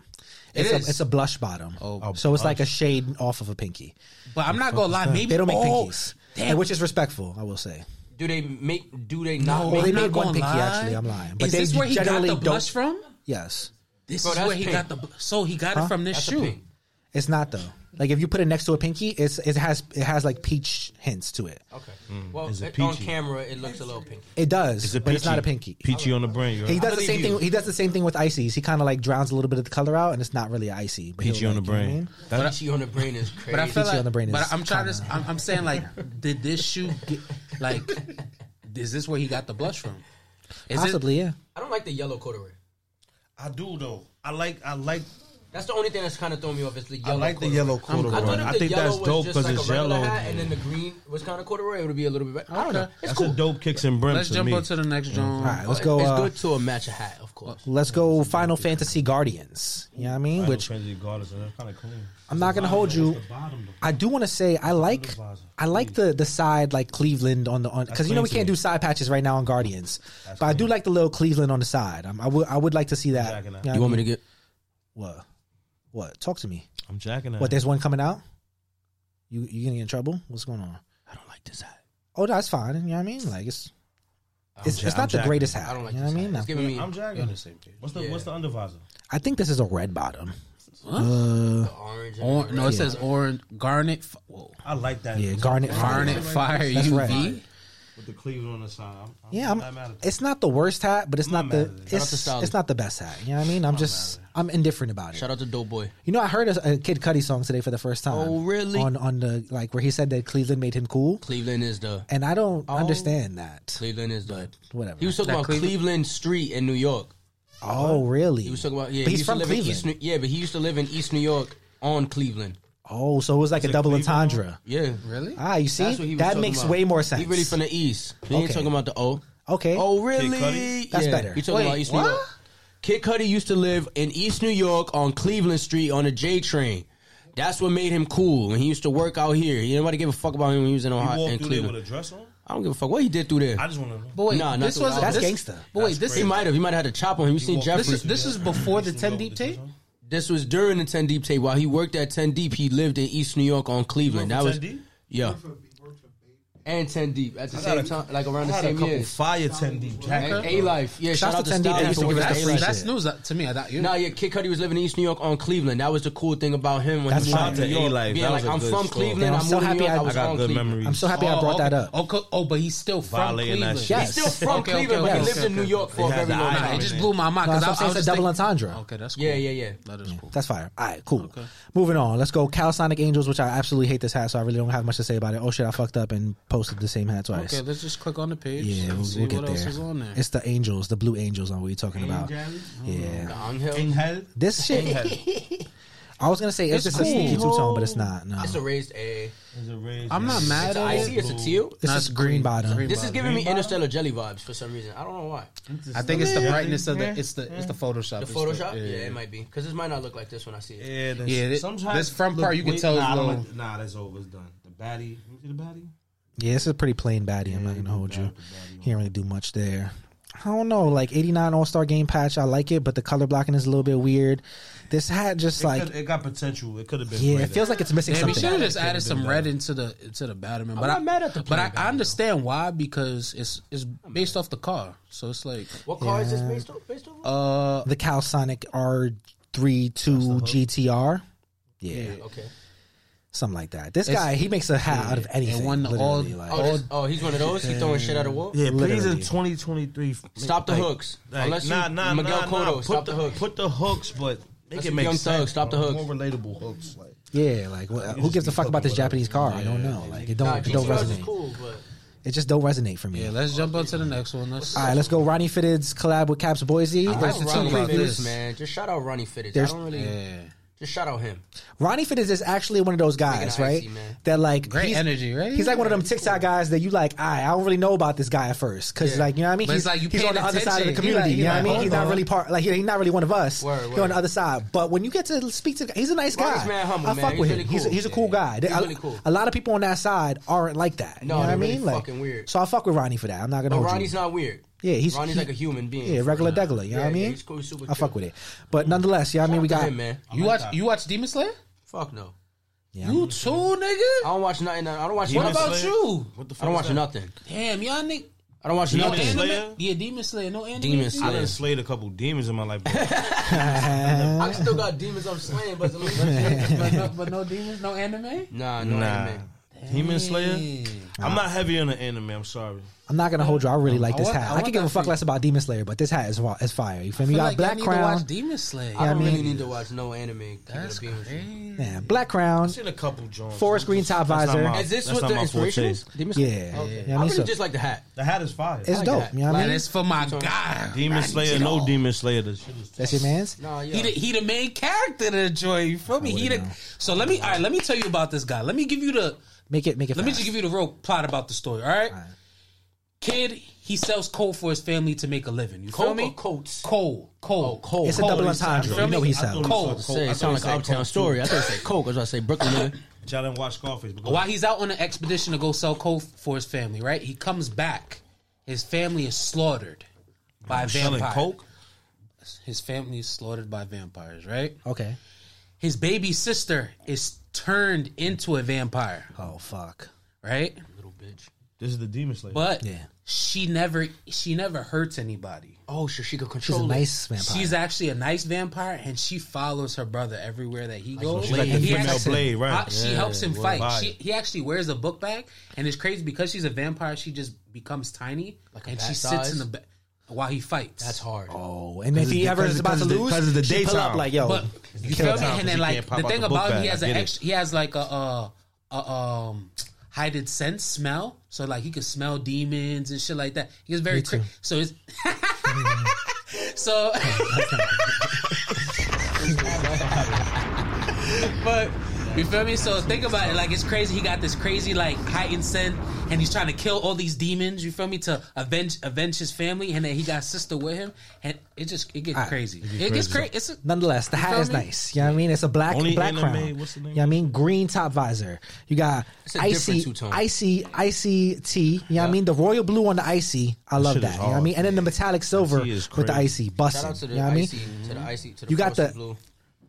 [SPEAKER 4] It
[SPEAKER 2] It's,
[SPEAKER 4] is.
[SPEAKER 2] A, it's a blush bottom.
[SPEAKER 4] Oh.
[SPEAKER 2] so it's like a shade off of a pinky.
[SPEAKER 4] But I'm not gonna lie, maybe
[SPEAKER 2] They don't make
[SPEAKER 4] all-
[SPEAKER 2] pinkies,
[SPEAKER 4] oh, Damn.
[SPEAKER 2] And which is respectful, I will say.
[SPEAKER 3] Do they make? Do they not?
[SPEAKER 4] Oh,
[SPEAKER 2] Well,
[SPEAKER 3] make
[SPEAKER 2] they
[SPEAKER 4] I'm not
[SPEAKER 2] made one
[SPEAKER 4] gonna
[SPEAKER 2] pinky,
[SPEAKER 4] lie.
[SPEAKER 2] actually. I'm lying. But
[SPEAKER 4] is
[SPEAKER 2] they
[SPEAKER 4] this where he got
[SPEAKER 2] generally
[SPEAKER 4] the
[SPEAKER 2] don't-
[SPEAKER 4] blush from?
[SPEAKER 2] Yes,
[SPEAKER 4] This
[SPEAKER 3] Bro,
[SPEAKER 4] is
[SPEAKER 3] that's
[SPEAKER 4] where he
[SPEAKER 3] pink.
[SPEAKER 4] got the. bl- So he got it from this
[SPEAKER 3] That's a
[SPEAKER 4] shoe.
[SPEAKER 3] pink.
[SPEAKER 2] it's not though. Like if you put it next to a pinky, it's it has it has like peach hints to it.
[SPEAKER 3] Okay. Well,
[SPEAKER 7] It's a
[SPEAKER 3] it- on
[SPEAKER 7] peachy.
[SPEAKER 3] camera, it looks a little pinky.
[SPEAKER 2] It does,
[SPEAKER 7] It's a
[SPEAKER 2] but it's not a pinky.
[SPEAKER 7] Peachy on the brain. You
[SPEAKER 2] He
[SPEAKER 7] heard?
[SPEAKER 2] does the
[SPEAKER 3] believe
[SPEAKER 2] same
[SPEAKER 3] you.
[SPEAKER 2] thing. He does the same thing with ices. He kind of like drowns a little bit of the color out, and it's not really icy. But he'll,
[SPEAKER 7] Peachy on the
[SPEAKER 2] like, you know what I
[SPEAKER 7] brain.
[SPEAKER 2] mean?
[SPEAKER 7] That's
[SPEAKER 3] Peachy on the brain is crazy.
[SPEAKER 4] But I feel
[SPEAKER 2] Peachy
[SPEAKER 4] like,
[SPEAKER 2] on the brain
[SPEAKER 4] but
[SPEAKER 2] is
[SPEAKER 4] I'm trying to.
[SPEAKER 2] kinda-
[SPEAKER 4] I'm, I'm saying like, did this shoe get like? Is this where he got the blush from? Is
[SPEAKER 2] Possibly, yeah.
[SPEAKER 3] I don't like the yellow corduroy.
[SPEAKER 7] I do though. I like I like
[SPEAKER 3] That's the only thing that's kind of throwing me off. Is the
[SPEAKER 7] I
[SPEAKER 3] yellow.
[SPEAKER 7] like the
[SPEAKER 3] corduroy.
[SPEAKER 7] yellow corduroy.
[SPEAKER 3] I
[SPEAKER 7] I,
[SPEAKER 3] thought if the
[SPEAKER 7] think
[SPEAKER 3] yellow
[SPEAKER 7] that's
[SPEAKER 3] was
[SPEAKER 7] dope
[SPEAKER 3] just
[SPEAKER 7] because
[SPEAKER 3] like
[SPEAKER 7] it's
[SPEAKER 3] a regular
[SPEAKER 7] yellow.
[SPEAKER 3] Hat, and then the green was kind of corduroy. It would be a little bit. better. I don't know. It's
[SPEAKER 7] That's
[SPEAKER 3] cool.
[SPEAKER 7] a dope kicks and brim
[SPEAKER 4] It, let's
[SPEAKER 7] to
[SPEAKER 4] jump
[SPEAKER 7] me.
[SPEAKER 4] on to the next
[SPEAKER 2] All
[SPEAKER 4] joint.
[SPEAKER 2] right, let's go.
[SPEAKER 3] It's
[SPEAKER 2] Uh,
[SPEAKER 3] good to a match a hat, of course.
[SPEAKER 2] let's go. Final Fantasy Guardians. You know what I mean? Which
[SPEAKER 7] kind of clean.
[SPEAKER 2] I'm not gonna hold you.
[SPEAKER 7] Bottom though.
[SPEAKER 2] I do want to say I like I like the the side like Cleveland on the on because you know we
[SPEAKER 7] clean
[SPEAKER 2] can't
[SPEAKER 7] to
[SPEAKER 2] do
[SPEAKER 7] me.
[SPEAKER 2] side patches right now on Guardians, but I do like the little Cleveland on the side. I'm, I would I would like to see that.
[SPEAKER 7] Jacking that.
[SPEAKER 2] know
[SPEAKER 3] You
[SPEAKER 2] what
[SPEAKER 3] want me to get?
[SPEAKER 2] I mean? what? What? Talk to me.
[SPEAKER 7] I'm jacking that.
[SPEAKER 2] What? There's one coming out. You you gonna get in trouble? What's going on?
[SPEAKER 3] I don't like this hat.
[SPEAKER 2] Oh, that's fine. You know what I mean? Like it's it's,
[SPEAKER 7] ja-
[SPEAKER 2] it's not
[SPEAKER 7] I'm
[SPEAKER 2] the
[SPEAKER 7] jacking
[SPEAKER 2] greatest
[SPEAKER 7] it.
[SPEAKER 2] hat.
[SPEAKER 3] I don't like
[SPEAKER 2] you know
[SPEAKER 3] this
[SPEAKER 2] what I mean?
[SPEAKER 3] hat. It's
[SPEAKER 2] No.
[SPEAKER 3] giving me.
[SPEAKER 7] I'm jacking. the same What's the what's the undervisor?
[SPEAKER 2] I think this is a red bottom.
[SPEAKER 3] orange.
[SPEAKER 4] Or,
[SPEAKER 3] and
[SPEAKER 4] Oh, no, it
[SPEAKER 3] red.
[SPEAKER 4] says orange garnet. f- Whoa,
[SPEAKER 7] I like that.
[SPEAKER 2] Yeah, garnet. fire.
[SPEAKER 4] garnet fire
[SPEAKER 2] That's
[SPEAKER 4] UV.
[SPEAKER 2] red.
[SPEAKER 7] with the Cleveland on the side. I'm, I'm
[SPEAKER 2] Yeah,
[SPEAKER 7] not mad
[SPEAKER 2] I'm,
[SPEAKER 7] at that.
[SPEAKER 2] it's not the worst hat, but it's
[SPEAKER 7] I'm
[SPEAKER 2] not
[SPEAKER 7] not mad
[SPEAKER 2] the
[SPEAKER 7] at it.
[SPEAKER 3] out to
[SPEAKER 2] it's,
[SPEAKER 3] Solid.
[SPEAKER 2] it's not the best hat. You know what I mean? I'm just I'm indifferent about it.
[SPEAKER 3] Shout out to Dope Boy.
[SPEAKER 2] You know, I heard a, a Kid Cudi song today for the first time.
[SPEAKER 3] Oh, really?
[SPEAKER 2] On on the like where he said that Cleveland made him cool,
[SPEAKER 3] Cleveland is the.
[SPEAKER 2] and I don't understand that.
[SPEAKER 3] Cleveland is the.
[SPEAKER 2] Whatever.
[SPEAKER 3] Oh. He was talking
[SPEAKER 4] That
[SPEAKER 3] about
[SPEAKER 4] Cleveland-
[SPEAKER 3] Cleveland Street in New York.
[SPEAKER 2] oh, really?
[SPEAKER 3] He was talking about yeah. he
[SPEAKER 2] But he's
[SPEAKER 3] used to
[SPEAKER 2] from
[SPEAKER 3] live in East
[SPEAKER 2] Cleveland.
[SPEAKER 3] New- yeah, but he used to live in East New York on Cleveland.
[SPEAKER 2] Oh, so it was like a double entendre.
[SPEAKER 3] Yeah,
[SPEAKER 4] Really?
[SPEAKER 2] Ah, you
[SPEAKER 3] That's what
[SPEAKER 2] see,
[SPEAKER 3] he was
[SPEAKER 2] that
[SPEAKER 3] talking
[SPEAKER 2] makes
[SPEAKER 3] about.
[SPEAKER 2] way more sense.
[SPEAKER 3] He really from the East. He ain't
[SPEAKER 2] Okay.
[SPEAKER 3] talking about the O.
[SPEAKER 2] okay.
[SPEAKER 3] Oh, really?
[SPEAKER 7] Eh? Cudi?
[SPEAKER 2] That's
[SPEAKER 3] yeah.
[SPEAKER 2] better.
[SPEAKER 3] You talking
[SPEAKER 4] Wait,
[SPEAKER 3] about East
[SPEAKER 4] what?
[SPEAKER 3] New York? Kid Cudi used to live in East New York on Cleveland Street on a J train. That's what made him cool. And he used to work out here. You nobody give a fuck about him when he was in
[SPEAKER 7] You
[SPEAKER 3] Ohio
[SPEAKER 7] walk
[SPEAKER 3] in
[SPEAKER 7] through there with
[SPEAKER 3] Cleveland.
[SPEAKER 7] a dress on.
[SPEAKER 3] I don't give a fuck what he did through there.
[SPEAKER 7] I just want to.
[SPEAKER 4] But wait,
[SPEAKER 3] Nah, not
[SPEAKER 4] this
[SPEAKER 3] too
[SPEAKER 4] was
[SPEAKER 3] loud.
[SPEAKER 2] That's
[SPEAKER 4] this,
[SPEAKER 2] gangster.
[SPEAKER 4] But wait, this
[SPEAKER 3] he might have. He might have had a chop on him. You seen
[SPEAKER 4] this
[SPEAKER 3] Jeffrey?
[SPEAKER 4] is this is before the ten deep tape.
[SPEAKER 3] This was during the 10 Deep tape. While he worked at 10 Deep, he lived in East New York on Cleveland.
[SPEAKER 7] You
[SPEAKER 3] That
[SPEAKER 7] worked
[SPEAKER 3] was
[SPEAKER 7] for 10 Deep?
[SPEAKER 3] yeah, and 10 Deep at the
[SPEAKER 7] got
[SPEAKER 3] same
[SPEAKER 7] a-
[SPEAKER 3] time, like
[SPEAKER 7] I
[SPEAKER 3] around the
[SPEAKER 7] had a
[SPEAKER 3] same
[SPEAKER 7] couple
[SPEAKER 3] years.
[SPEAKER 7] fire 10 deep jackets.
[SPEAKER 3] A Life, yeah. Shout,
[SPEAKER 2] Shouts
[SPEAKER 3] out
[SPEAKER 2] to
[SPEAKER 3] to
[SPEAKER 2] 10 Deep. They
[SPEAKER 3] Styles
[SPEAKER 2] used
[SPEAKER 3] for
[SPEAKER 2] to give
[SPEAKER 3] working at
[SPEAKER 2] us that
[SPEAKER 3] A
[SPEAKER 2] free
[SPEAKER 3] Life.
[SPEAKER 2] shit.
[SPEAKER 4] That's news to me. I thought you.
[SPEAKER 3] Nah, yeah, Kid Cudi was living in East New York on Cleveland. That was the cool thing about him when
[SPEAKER 2] That's
[SPEAKER 3] he
[SPEAKER 2] fine.
[SPEAKER 3] moved to
[SPEAKER 7] Shout
[SPEAKER 3] New
[SPEAKER 7] out to
[SPEAKER 3] York.
[SPEAKER 7] A-Life.
[SPEAKER 3] Being
[SPEAKER 7] That
[SPEAKER 3] like,
[SPEAKER 7] was a
[SPEAKER 3] I'm
[SPEAKER 7] good
[SPEAKER 3] from
[SPEAKER 7] store.
[SPEAKER 3] Cleveland.
[SPEAKER 2] Damn,
[SPEAKER 3] I'm
[SPEAKER 2] I'm so
[SPEAKER 3] moving to New York.
[SPEAKER 2] happy I-
[SPEAKER 3] I was
[SPEAKER 2] I got
[SPEAKER 3] on
[SPEAKER 7] good
[SPEAKER 3] Cleveland.
[SPEAKER 7] memories.
[SPEAKER 2] I'm so happy I brought
[SPEAKER 4] okay.
[SPEAKER 2] that up.
[SPEAKER 4] Oh, co- oh, but he's still from
[SPEAKER 7] Violating that
[SPEAKER 4] Cleveland.
[SPEAKER 7] shit.
[SPEAKER 3] He's
[SPEAKER 2] Yes.
[SPEAKER 3] still from
[SPEAKER 4] Okay, okay,
[SPEAKER 3] Cleveland,
[SPEAKER 4] okay,
[SPEAKER 3] but he
[SPEAKER 4] okay,
[SPEAKER 3] lived in
[SPEAKER 4] okay.
[SPEAKER 3] New York for a
[SPEAKER 7] He has
[SPEAKER 3] very
[SPEAKER 7] the
[SPEAKER 3] long
[SPEAKER 7] eye
[SPEAKER 3] time.
[SPEAKER 7] on
[SPEAKER 4] It just
[SPEAKER 7] Cleveland.
[SPEAKER 4] blew my mind
[SPEAKER 2] No,
[SPEAKER 4] because
[SPEAKER 2] that's
[SPEAKER 4] I, I was
[SPEAKER 2] what I'm saying. It's a
[SPEAKER 4] just
[SPEAKER 2] double
[SPEAKER 4] thinking-
[SPEAKER 2] entendre.
[SPEAKER 4] Okay, that's cool.
[SPEAKER 3] Yeah, yeah, yeah.
[SPEAKER 4] That is cool.
[SPEAKER 2] That's fire. All right, cool. Moving on. Let's go. Calisonic Angels, which I absolutely hate this hat, so I really don't have much to say about it. Oh shit, I fucked up and posted the same hat twice.
[SPEAKER 4] Okay, let's just click on the page.
[SPEAKER 2] Yeah,
[SPEAKER 4] and
[SPEAKER 2] we'll,
[SPEAKER 4] see
[SPEAKER 2] we'll get
[SPEAKER 4] what
[SPEAKER 2] there.
[SPEAKER 4] else is on there. Oh,
[SPEAKER 2] It's the Angels, the Blue Angels. On what you're talking about? Yeah,
[SPEAKER 3] I'm here.
[SPEAKER 7] Angel.
[SPEAKER 2] this shit. I was gonna say it's,
[SPEAKER 4] It's
[SPEAKER 2] just a sneaky
[SPEAKER 4] cool.
[SPEAKER 2] two tone, but it's not. No,
[SPEAKER 3] It's
[SPEAKER 2] it's
[SPEAKER 3] a raised A.
[SPEAKER 4] I'm not mad
[SPEAKER 3] It's
[SPEAKER 4] at
[SPEAKER 3] icy.
[SPEAKER 4] it.
[SPEAKER 3] It's a teal.
[SPEAKER 4] Nah,
[SPEAKER 2] just green bottom.
[SPEAKER 4] green
[SPEAKER 3] This is
[SPEAKER 4] bottom.
[SPEAKER 3] giving me interstellar jelly vibes for some reason. I don't know why.
[SPEAKER 4] I think it's the brightness of the. It's the. It's the Photoshop.
[SPEAKER 3] The
[SPEAKER 4] It's
[SPEAKER 3] Photoshop? Yeah,
[SPEAKER 4] yeah.
[SPEAKER 3] it might be. Because this might not look like this when I see it.
[SPEAKER 7] Yeah, that's,
[SPEAKER 4] Yeah, thi- this front part you can tell is
[SPEAKER 7] Nah, I don't
[SPEAKER 4] little-
[SPEAKER 7] like- nah, that's over. It's done. The baddie. You see the baddie?
[SPEAKER 2] yeah, it's a pretty plain baddie. I'm not gonna hold you. He didn't really do much there. I don't know, like 89 All Star Game patch. I like it, but the color blocking is a little bit weird. This hat just
[SPEAKER 7] Like,
[SPEAKER 2] like
[SPEAKER 7] it, could- it got potential. It could have been.
[SPEAKER 2] yeah, it
[SPEAKER 7] greater.
[SPEAKER 2] feels like it's missing
[SPEAKER 4] Yeah, we should have
[SPEAKER 2] something.
[SPEAKER 4] just added some red into the into the Batman. But
[SPEAKER 3] not
[SPEAKER 4] I-
[SPEAKER 3] mad at the
[SPEAKER 4] But I,
[SPEAKER 3] plain
[SPEAKER 4] I
[SPEAKER 3] Batman,
[SPEAKER 4] understand why because it's it's based off the car, so it's like
[SPEAKER 3] What car is this based off? Based off?
[SPEAKER 4] uh
[SPEAKER 3] of?
[SPEAKER 2] The Calsonic R32 GTR. yeah.
[SPEAKER 3] okay.
[SPEAKER 2] something like that. This guy, he makes a hat out of anything.
[SPEAKER 4] and won the all-
[SPEAKER 2] literally, like-
[SPEAKER 3] Oh, this- oh, he's one of those? He throwing shit at a wall?
[SPEAKER 7] Yeah, please in
[SPEAKER 2] Literally.
[SPEAKER 7] 2023.
[SPEAKER 3] Stop the
[SPEAKER 7] like-
[SPEAKER 3] hooks.
[SPEAKER 7] Like,
[SPEAKER 3] Unless you,
[SPEAKER 7] nah, nah,
[SPEAKER 3] Miguel
[SPEAKER 7] nah,
[SPEAKER 3] Cotto,
[SPEAKER 7] nah. Put
[SPEAKER 3] stop the, hooks.
[SPEAKER 7] Put the hooks, but make
[SPEAKER 3] Let's
[SPEAKER 7] it
[SPEAKER 3] do
[SPEAKER 7] make
[SPEAKER 3] Young
[SPEAKER 7] sense.
[SPEAKER 3] Thug, stop the
[SPEAKER 7] bro.
[SPEAKER 3] hooks.
[SPEAKER 7] More relatable hooks. Like,
[SPEAKER 2] yeah, like wh- who gives a fuck about this Japanese car? I don't know. Like it don't
[SPEAKER 3] nah,
[SPEAKER 2] it don't
[SPEAKER 3] GTRs
[SPEAKER 2] resonate.
[SPEAKER 3] is cool, but
[SPEAKER 2] It just don't resonate for me.
[SPEAKER 4] yeah. Let's jump on to the next one. Let's
[SPEAKER 2] All right, let's go. Ronnie Fitted's collab with Caps Boise. There's
[SPEAKER 3] Shout out
[SPEAKER 2] two
[SPEAKER 3] Ronnie
[SPEAKER 2] previews.
[SPEAKER 3] Fitteds, man. Just shout out Ronnie Fitteds. I
[SPEAKER 2] There's-
[SPEAKER 3] don't really.
[SPEAKER 4] yeah.
[SPEAKER 3] Just shout out him.
[SPEAKER 2] Ronnie Fitteds is actually one of those guys,
[SPEAKER 3] Making it
[SPEAKER 2] right?
[SPEAKER 3] icy, man.
[SPEAKER 2] That like
[SPEAKER 4] Great
[SPEAKER 2] he's-
[SPEAKER 4] energy, right?
[SPEAKER 2] He's like one of them TikTok guys that you like. I I don't really know about this guy at first because like you know what I mean.
[SPEAKER 4] But it's
[SPEAKER 2] he's
[SPEAKER 4] like you
[SPEAKER 2] he's
[SPEAKER 4] paying
[SPEAKER 2] on the other side of the
[SPEAKER 4] attention. He like-
[SPEAKER 2] community.
[SPEAKER 4] he
[SPEAKER 2] you know what I
[SPEAKER 4] like,
[SPEAKER 2] mean?
[SPEAKER 4] hold
[SPEAKER 2] He's not
[SPEAKER 4] on.
[SPEAKER 2] really part. Like he- he's not really one of us.
[SPEAKER 3] Word,
[SPEAKER 2] he's
[SPEAKER 3] word.
[SPEAKER 2] on the other side. But when you get to speak to, the guy, he's a nice guy.
[SPEAKER 3] Ronnie's mad humble,
[SPEAKER 2] I
[SPEAKER 3] man.
[SPEAKER 2] fuck
[SPEAKER 3] He's
[SPEAKER 2] with
[SPEAKER 3] really
[SPEAKER 2] him. He's a,
[SPEAKER 3] cool.
[SPEAKER 2] he's a cool
[SPEAKER 3] Yeah.
[SPEAKER 2] guy.
[SPEAKER 3] He's
[SPEAKER 2] a,
[SPEAKER 3] really cool.
[SPEAKER 2] a lot of people on that side aren't like
[SPEAKER 3] No,
[SPEAKER 2] that. you know what
[SPEAKER 3] they're
[SPEAKER 2] I
[SPEAKER 3] really
[SPEAKER 2] mean? Like
[SPEAKER 3] fucking weird.
[SPEAKER 2] So I fuck with Ronnie for that. I'm not gonna.
[SPEAKER 3] But
[SPEAKER 2] hold you.
[SPEAKER 3] Ronnie's not weird.
[SPEAKER 2] Yeah, he's
[SPEAKER 3] Ronnie's
[SPEAKER 2] he-
[SPEAKER 3] like a human being.
[SPEAKER 2] Yeah, regular degular. You know
[SPEAKER 3] Yeah,
[SPEAKER 2] what I
[SPEAKER 3] yeah,
[SPEAKER 2] mean?
[SPEAKER 3] he's cool, he's super chill.
[SPEAKER 2] I fuck with it. But nonetheless, you know what I mean? We
[SPEAKER 3] Fuck
[SPEAKER 2] got.
[SPEAKER 3] him, man.
[SPEAKER 4] You watch you watch Demon Slayer?
[SPEAKER 3] Fuck no.
[SPEAKER 4] You too,
[SPEAKER 3] I
[SPEAKER 4] nigga.
[SPEAKER 3] don't watch nothing. I don't watch.
[SPEAKER 7] Demon
[SPEAKER 3] nothing.
[SPEAKER 7] Slayer?
[SPEAKER 4] About you?
[SPEAKER 7] What the fuck
[SPEAKER 3] I don't
[SPEAKER 7] is
[SPEAKER 3] watch
[SPEAKER 7] that?
[SPEAKER 3] nothing.
[SPEAKER 4] Damn, y'all nigga.
[SPEAKER 3] I don't watch
[SPEAKER 7] Demon
[SPEAKER 3] nothing.
[SPEAKER 7] Slayer?
[SPEAKER 4] Yeah, Demon Slayer. No anime.
[SPEAKER 3] Demon
[SPEAKER 7] I
[SPEAKER 3] Slayer.
[SPEAKER 7] done slayed a couple demons in my life. bro.
[SPEAKER 2] [LAUGHS]
[SPEAKER 3] I still got demons I'm slaying, but
[SPEAKER 4] but, no, but no demons. No anime.
[SPEAKER 3] [LAUGHS] nah, no
[SPEAKER 7] nah.
[SPEAKER 3] anime.
[SPEAKER 7] Demon Slayer? I'm not heavy on the anime, I'm sorry.
[SPEAKER 2] I'm not gonna hold you. I really like this
[SPEAKER 4] want- I
[SPEAKER 2] hat. I,
[SPEAKER 4] want
[SPEAKER 2] could give
[SPEAKER 4] that
[SPEAKER 2] a fuck
[SPEAKER 4] for you.
[SPEAKER 2] less about Demon Slayer, but this hat is wa- is fire. You feel me? You got
[SPEAKER 4] Like, y'all
[SPEAKER 2] black
[SPEAKER 4] need to
[SPEAKER 2] crown.
[SPEAKER 4] watch Demon Slayer.
[SPEAKER 3] I don't
[SPEAKER 2] I mean-
[SPEAKER 3] really need to watch no anime.
[SPEAKER 4] That's
[SPEAKER 3] That's
[SPEAKER 4] crazy.
[SPEAKER 2] Yeah, black crown.
[SPEAKER 7] Seen a couple joints.
[SPEAKER 2] Forest green top
[SPEAKER 7] That's not
[SPEAKER 2] visor.
[SPEAKER 7] my-
[SPEAKER 3] Is this
[SPEAKER 7] that's
[SPEAKER 3] what
[SPEAKER 7] not
[SPEAKER 3] the
[SPEAKER 7] my
[SPEAKER 3] inspiration
[SPEAKER 7] forte.
[SPEAKER 3] is? Demon
[SPEAKER 2] Yeah,
[SPEAKER 3] Okay.
[SPEAKER 2] you know what I
[SPEAKER 3] I
[SPEAKER 2] mean?
[SPEAKER 3] really
[SPEAKER 2] So
[SPEAKER 3] just like the hat.
[SPEAKER 7] The hat is fire.
[SPEAKER 2] it's
[SPEAKER 3] like
[SPEAKER 2] dope.
[SPEAKER 3] that.
[SPEAKER 2] You know what I
[SPEAKER 4] Like,
[SPEAKER 2] mean?
[SPEAKER 4] it's for my guy.
[SPEAKER 7] Demon Slayer, no Demon Slayer. This shit is
[SPEAKER 2] That's your man's.
[SPEAKER 3] Nah, yeah.
[SPEAKER 4] He the, he the main character of the joy. You feel me? He the, so let me all right. Let me tell you about this guy. Let me give you the
[SPEAKER 2] Make it make it.
[SPEAKER 4] let me
[SPEAKER 2] fast.
[SPEAKER 4] just give you the real plot about the story. All right, kid. He sells coal for his family to make a living. You feel
[SPEAKER 3] Coke
[SPEAKER 4] me?
[SPEAKER 3] or coats?
[SPEAKER 4] Coal,
[SPEAKER 2] Oh,
[SPEAKER 4] coal, coal.
[SPEAKER 2] It's a double entendre. You know what he sells.
[SPEAKER 4] Coal.
[SPEAKER 3] Say, it sounds like Uptown Story. I thought it said Coke. I was about to say Brooklyn. nigga.
[SPEAKER 7] Y'all didn't watch Scarface. but go
[SPEAKER 4] While he's out on an expedition to go sell coal for his family, right? He comes back. His family is slaughtered by
[SPEAKER 7] Selling
[SPEAKER 4] vampires.
[SPEAKER 7] coke?
[SPEAKER 4] His family is slaughtered by vampires, right?
[SPEAKER 2] Okay.
[SPEAKER 4] His baby sister is turned into a vampire,
[SPEAKER 2] Oh fuck.
[SPEAKER 4] right?
[SPEAKER 3] Little bitch.
[SPEAKER 7] This is the Demon Slayer.
[SPEAKER 4] But
[SPEAKER 2] Yeah.
[SPEAKER 4] she never she never hurts anybody.
[SPEAKER 3] Oh, shit, she could
[SPEAKER 2] She's
[SPEAKER 3] control
[SPEAKER 2] a
[SPEAKER 3] it.
[SPEAKER 2] nice vampire.
[SPEAKER 4] She's actually a nice vampire, and she follows her brother everywhere that he goes.
[SPEAKER 2] she's like a
[SPEAKER 4] He
[SPEAKER 2] female
[SPEAKER 4] actually-
[SPEAKER 7] Blade, right.
[SPEAKER 4] uh, she
[SPEAKER 7] Yeah,
[SPEAKER 4] helps him
[SPEAKER 7] yeah,
[SPEAKER 4] fight.
[SPEAKER 7] right.
[SPEAKER 4] She, he actually wears a book bag, and it's crazy because she's a vampire. She just becomes tiny,
[SPEAKER 3] a
[SPEAKER 4] and she
[SPEAKER 3] bat
[SPEAKER 4] sits
[SPEAKER 3] size?
[SPEAKER 4] in the ba- while he fights.
[SPEAKER 3] That's hard.
[SPEAKER 2] Oh, and if he
[SPEAKER 7] it's-
[SPEAKER 2] ever
[SPEAKER 7] because
[SPEAKER 2] is about to
[SPEAKER 7] it's-
[SPEAKER 2] lose,
[SPEAKER 7] because it's the
[SPEAKER 2] she pull up
[SPEAKER 7] daytime.
[SPEAKER 2] like yo.
[SPEAKER 4] But you
[SPEAKER 2] kill
[SPEAKER 4] feel
[SPEAKER 7] time,
[SPEAKER 4] me? And
[SPEAKER 2] it.
[SPEAKER 7] 'cause
[SPEAKER 4] then
[SPEAKER 7] he
[SPEAKER 4] like
[SPEAKER 7] can't pop
[SPEAKER 4] the
[SPEAKER 7] out
[SPEAKER 4] thing
[SPEAKER 7] the book
[SPEAKER 4] about him,
[SPEAKER 7] bag.
[SPEAKER 4] he has
[SPEAKER 7] I
[SPEAKER 4] an
[SPEAKER 7] get it.
[SPEAKER 4] extra, he has like a uh, a um hidden sense smell. So like he can smell demons and shit like that. He's very cra- so it's [LAUGHS] so. [LAUGHS] but You feel me? So think about it. Like it's crazy. He got this crazy like heightened sin, and he's trying to kill all these demons. You feel me? To avenge avenge his family, and then he got sister with him, and it just it gets crazy. It gets crazy. It's a,
[SPEAKER 2] Nonetheless, the hat
[SPEAKER 4] feel
[SPEAKER 2] is
[SPEAKER 4] me?
[SPEAKER 2] nice. You know what I mean? It's a black
[SPEAKER 7] Only
[SPEAKER 2] black
[SPEAKER 7] anime,
[SPEAKER 2] crown.
[SPEAKER 7] what's the name
[SPEAKER 2] You know what I mean? Green top visor. You got
[SPEAKER 3] It's a different
[SPEAKER 2] icy
[SPEAKER 3] two-tone.
[SPEAKER 2] icy icy tea. You know what I mean? The royal blue on the icy. I love
[SPEAKER 7] shit is
[SPEAKER 2] that. You know what I
[SPEAKER 7] hard,
[SPEAKER 2] mean? And then the metallic silver
[SPEAKER 7] tea is
[SPEAKER 2] with the
[SPEAKER 7] crazy.
[SPEAKER 2] icy
[SPEAKER 3] Shout out to
[SPEAKER 2] busting.
[SPEAKER 3] the
[SPEAKER 2] You know what I mean?
[SPEAKER 3] icy, to the icy, to the
[SPEAKER 2] You got
[SPEAKER 3] frosty
[SPEAKER 2] the-
[SPEAKER 3] blue.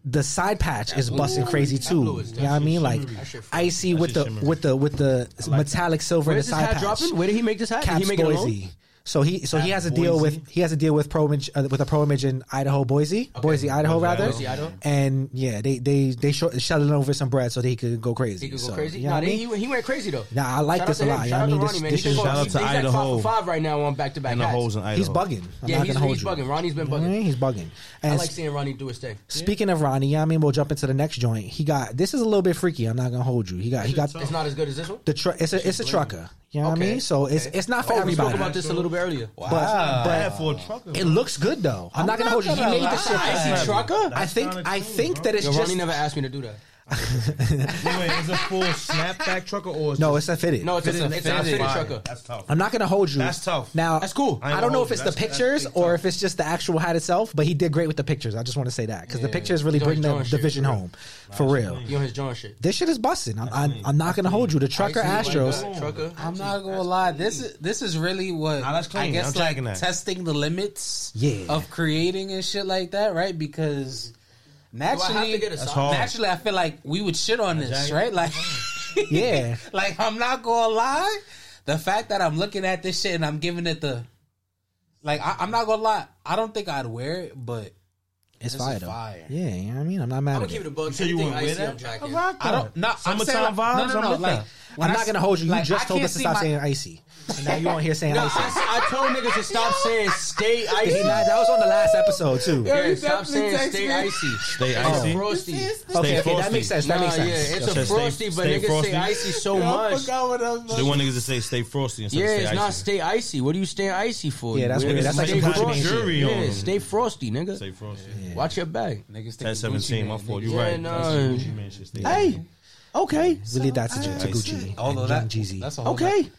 [SPEAKER 2] the side patch is busting crazy
[SPEAKER 3] that
[SPEAKER 2] too.
[SPEAKER 3] blue is-
[SPEAKER 2] you
[SPEAKER 3] that
[SPEAKER 2] know what I
[SPEAKER 3] shit
[SPEAKER 2] mean? Like
[SPEAKER 3] That shit fire.
[SPEAKER 2] icy with
[SPEAKER 7] shit
[SPEAKER 2] the
[SPEAKER 7] shimmery.
[SPEAKER 2] with the with the metallic silver
[SPEAKER 3] Where
[SPEAKER 2] and
[SPEAKER 3] is
[SPEAKER 2] the
[SPEAKER 3] this
[SPEAKER 2] side
[SPEAKER 3] hat
[SPEAKER 2] patch.
[SPEAKER 3] dropping? Where did he make this hat? Did he
[SPEAKER 2] Caps
[SPEAKER 3] make it alone?
[SPEAKER 2] Boise. So he so he has a deal
[SPEAKER 7] Boise?
[SPEAKER 2] with he has a deal with Pro Image uh, with a Pro Image in Idaho Boise Boise Idaho rather
[SPEAKER 3] Boise, Idaho.
[SPEAKER 2] and yeah they they they short, shuttling over some bread so that he could go crazy
[SPEAKER 3] He could go
[SPEAKER 2] So,
[SPEAKER 3] crazy.
[SPEAKER 2] you know
[SPEAKER 3] nah,
[SPEAKER 2] what I
[SPEAKER 3] they-
[SPEAKER 2] mean?
[SPEAKER 3] he, he went crazy though.
[SPEAKER 2] Nah, I like
[SPEAKER 3] Shout
[SPEAKER 2] this
[SPEAKER 3] out
[SPEAKER 2] a
[SPEAKER 3] to him.
[SPEAKER 2] lot. You know
[SPEAKER 3] Shout out
[SPEAKER 2] what I
[SPEAKER 3] to Ronnie,
[SPEAKER 2] mean? This-
[SPEAKER 3] man.
[SPEAKER 2] this
[SPEAKER 3] He's
[SPEAKER 2] is-
[SPEAKER 3] been
[SPEAKER 7] Shout
[SPEAKER 3] going-
[SPEAKER 7] out to
[SPEAKER 3] he's like
[SPEAKER 7] Idaho.
[SPEAKER 3] five for five right now on back to back
[SPEAKER 7] and the holes
[SPEAKER 3] hats.
[SPEAKER 7] in Idaho.
[SPEAKER 2] he's bugging I'm
[SPEAKER 3] Yeah,
[SPEAKER 2] not
[SPEAKER 3] he's,
[SPEAKER 2] gonna hold
[SPEAKER 3] he's
[SPEAKER 2] you
[SPEAKER 3] bugging. Ronnie's been
[SPEAKER 2] You know what I
[SPEAKER 3] bugging.
[SPEAKER 2] mean? he's bugging
[SPEAKER 3] I
[SPEAKER 2] and
[SPEAKER 3] like seeing Ronnie do his thing.
[SPEAKER 2] Speaking of Ronnie, you know what I mean, we'll jump into the next joint. He got this is a little bit freaky. I'm not gonna hold you. He got he got
[SPEAKER 3] It's not as good as this one.
[SPEAKER 2] the truck. It's a it's a trucker. You know what I mean? So it's
[SPEAKER 3] okay.
[SPEAKER 2] it's not for
[SPEAKER 3] oh, We
[SPEAKER 2] everybody.
[SPEAKER 3] spoke about this a little bit earlier. Wow.
[SPEAKER 2] but
[SPEAKER 7] Bad for a trucker.
[SPEAKER 2] but it looks good though. I'm, not gonna hold you. He made this shit.
[SPEAKER 3] Icy trucker.
[SPEAKER 2] I think
[SPEAKER 7] kinda
[SPEAKER 2] I
[SPEAKER 7] cool,
[SPEAKER 2] think
[SPEAKER 7] bro.
[SPEAKER 2] that it's
[SPEAKER 3] Yo,
[SPEAKER 2] just
[SPEAKER 3] Ronnie never asked me to do that.
[SPEAKER 1] Wait, wait, is it full snapback trucker or is
[SPEAKER 2] no. It's a fitted.
[SPEAKER 3] No, it's just a, it's a fitted
[SPEAKER 1] fire.
[SPEAKER 3] trucker.
[SPEAKER 1] That's tough.
[SPEAKER 2] I'm not gonna hold you.
[SPEAKER 1] That's tough.
[SPEAKER 2] Now
[SPEAKER 3] That's cool.
[SPEAKER 2] I,
[SPEAKER 1] ain't
[SPEAKER 2] don't
[SPEAKER 1] gonna
[SPEAKER 2] know
[SPEAKER 1] hold
[SPEAKER 2] if it's
[SPEAKER 1] you.
[SPEAKER 2] the
[SPEAKER 1] That's- that's
[SPEAKER 2] pictures
[SPEAKER 1] big
[SPEAKER 2] or
[SPEAKER 1] tough.
[SPEAKER 2] if it's just the actual hat itself, but he did great with the pictures. I just want to say that because the pictures really
[SPEAKER 3] He's always
[SPEAKER 2] bring the
[SPEAKER 3] drawing shit,
[SPEAKER 2] division
[SPEAKER 3] bro.
[SPEAKER 2] home for real.
[SPEAKER 3] You on his John shit.
[SPEAKER 2] This shit is busting. I'm, I'm, I'm not gonna hold you. The trucker
[SPEAKER 3] Icy, like [LAUGHS]
[SPEAKER 2] Astros.
[SPEAKER 3] that, Trucker.
[SPEAKER 4] I'm not gonna lie. This is this is really what
[SPEAKER 7] Nah, that's clean.
[SPEAKER 4] I
[SPEAKER 7] I'm
[SPEAKER 4] guess like
[SPEAKER 7] jacking that.
[SPEAKER 4] testing the limits
[SPEAKER 2] Yeah.
[SPEAKER 4] of creating and shit like that, right? Because naturally,
[SPEAKER 3] have to get a That's sock?
[SPEAKER 7] hard.
[SPEAKER 4] naturally, I feel like we would shit on this,
[SPEAKER 7] jacket?
[SPEAKER 4] right? Like,
[SPEAKER 2] Yeah.
[SPEAKER 4] [LAUGHS] like I'm not gonna lie. The fact that I'm looking at this shit and I'm giving it the, like, I, I'm not gonna lie. I don't think I'd wear it, but
[SPEAKER 2] It's
[SPEAKER 4] This is
[SPEAKER 2] fire, though.
[SPEAKER 4] fire.
[SPEAKER 2] Yeah, you know what I mean? I'm not
[SPEAKER 3] I'm
[SPEAKER 2] mad at
[SPEAKER 3] gonna
[SPEAKER 2] it.
[SPEAKER 3] keep it a bug.
[SPEAKER 7] So you
[SPEAKER 3] Anything
[SPEAKER 7] wouldn't wear
[SPEAKER 3] icy, I'm
[SPEAKER 7] that?
[SPEAKER 3] jacking.
[SPEAKER 4] I don't. No, I'm saying
[SPEAKER 7] Summertime
[SPEAKER 4] like,
[SPEAKER 7] vibes.
[SPEAKER 4] No, no, no.
[SPEAKER 7] I'm with
[SPEAKER 4] like,
[SPEAKER 7] that.
[SPEAKER 4] when
[SPEAKER 2] I'm
[SPEAKER 4] I
[SPEAKER 2] not
[SPEAKER 4] s-
[SPEAKER 2] gonna hold you. You
[SPEAKER 4] like, I
[SPEAKER 2] just told
[SPEAKER 4] can't
[SPEAKER 2] us to
[SPEAKER 4] see
[SPEAKER 2] stop
[SPEAKER 4] my-
[SPEAKER 2] saying icy. And now you on here saying
[SPEAKER 3] Nah,
[SPEAKER 2] icy.
[SPEAKER 3] I, I told niggas to stop saying stay icy.
[SPEAKER 2] Hey, nah, that was on the last episode too.
[SPEAKER 3] Yeah,
[SPEAKER 4] you
[SPEAKER 3] stop
[SPEAKER 4] definitely
[SPEAKER 3] saying
[SPEAKER 4] text
[SPEAKER 3] stay
[SPEAKER 4] me.
[SPEAKER 3] icy.
[SPEAKER 7] Stay icy.
[SPEAKER 3] Frosty.
[SPEAKER 2] Okay, okay, that
[SPEAKER 7] frosty.
[SPEAKER 2] makes sense. That
[SPEAKER 3] nah,
[SPEAKER 2] makes
[SPEAKER 3] yeah,
[SPEAKER 2] sense.
[SPEAKER 3] it's
[SPEAKER 7] Yo,
[SPEAKER 3] a
[SPEAKER 7] stay-
[SPEAKER 3] frosty, but
[SPEAKER 7] stay
[SPEAKER 3] niggas
[SPEAKER 7] frosty.
[SPEAKER 3] say icy so much.
[SPEAKER 7] So they want niggas to say stay frosty instead
[SPEAKER 3] Yeah,
[SPEAKER 7] of stay
[SPEAKER 3] it's
[SPEAKER 7] icy.
[SPEAKER 3] not stay icy. What are you staying icy for?
[SPEAKER 2] Yeah, that's
[SPEAKER 3] You
[SPEAKER 2] weird.
[SPEAKER 3] niggas
[SPEAKER 2] That's like
[SPEAKER 3] stay
[SPEAKER 2] some
[SPEAKER 3] frosty.
[SPEAKER 2] Congress
[SPEAKER 7] jury on
[SPEAKER 3] Yeah,
[SPEAKER 7] them.
[SPEAKER 3] stay frosty, nigga.
[SPEAKER 7] Stay frosty.
[SPEAKER 3] Watch your back.
[SPEAKER 4] Niggas
[SPEAKER 7] Ten
[SPEAKER 4] think
[SPEAKER 7] seventeen, my fault. You
[SPEAKER 3] Yeah,
[SPEAKER 7] right.
[SPEAKER 3] nah.
[SPEAKER 7] That's Gucci man shit. Stay icy.
[SPEAKER 3] Hey, okay,
[SPEAKER 2] We leave that to, to Gucci
[SPEAKER 4] Although
[SPEAKER 2] and
[SPEAKER 4] that,
[SPEAKER 2] Young Jeezy.
[SPEAKER 4] that's a whole nother-
[SPEAKER 3] okay.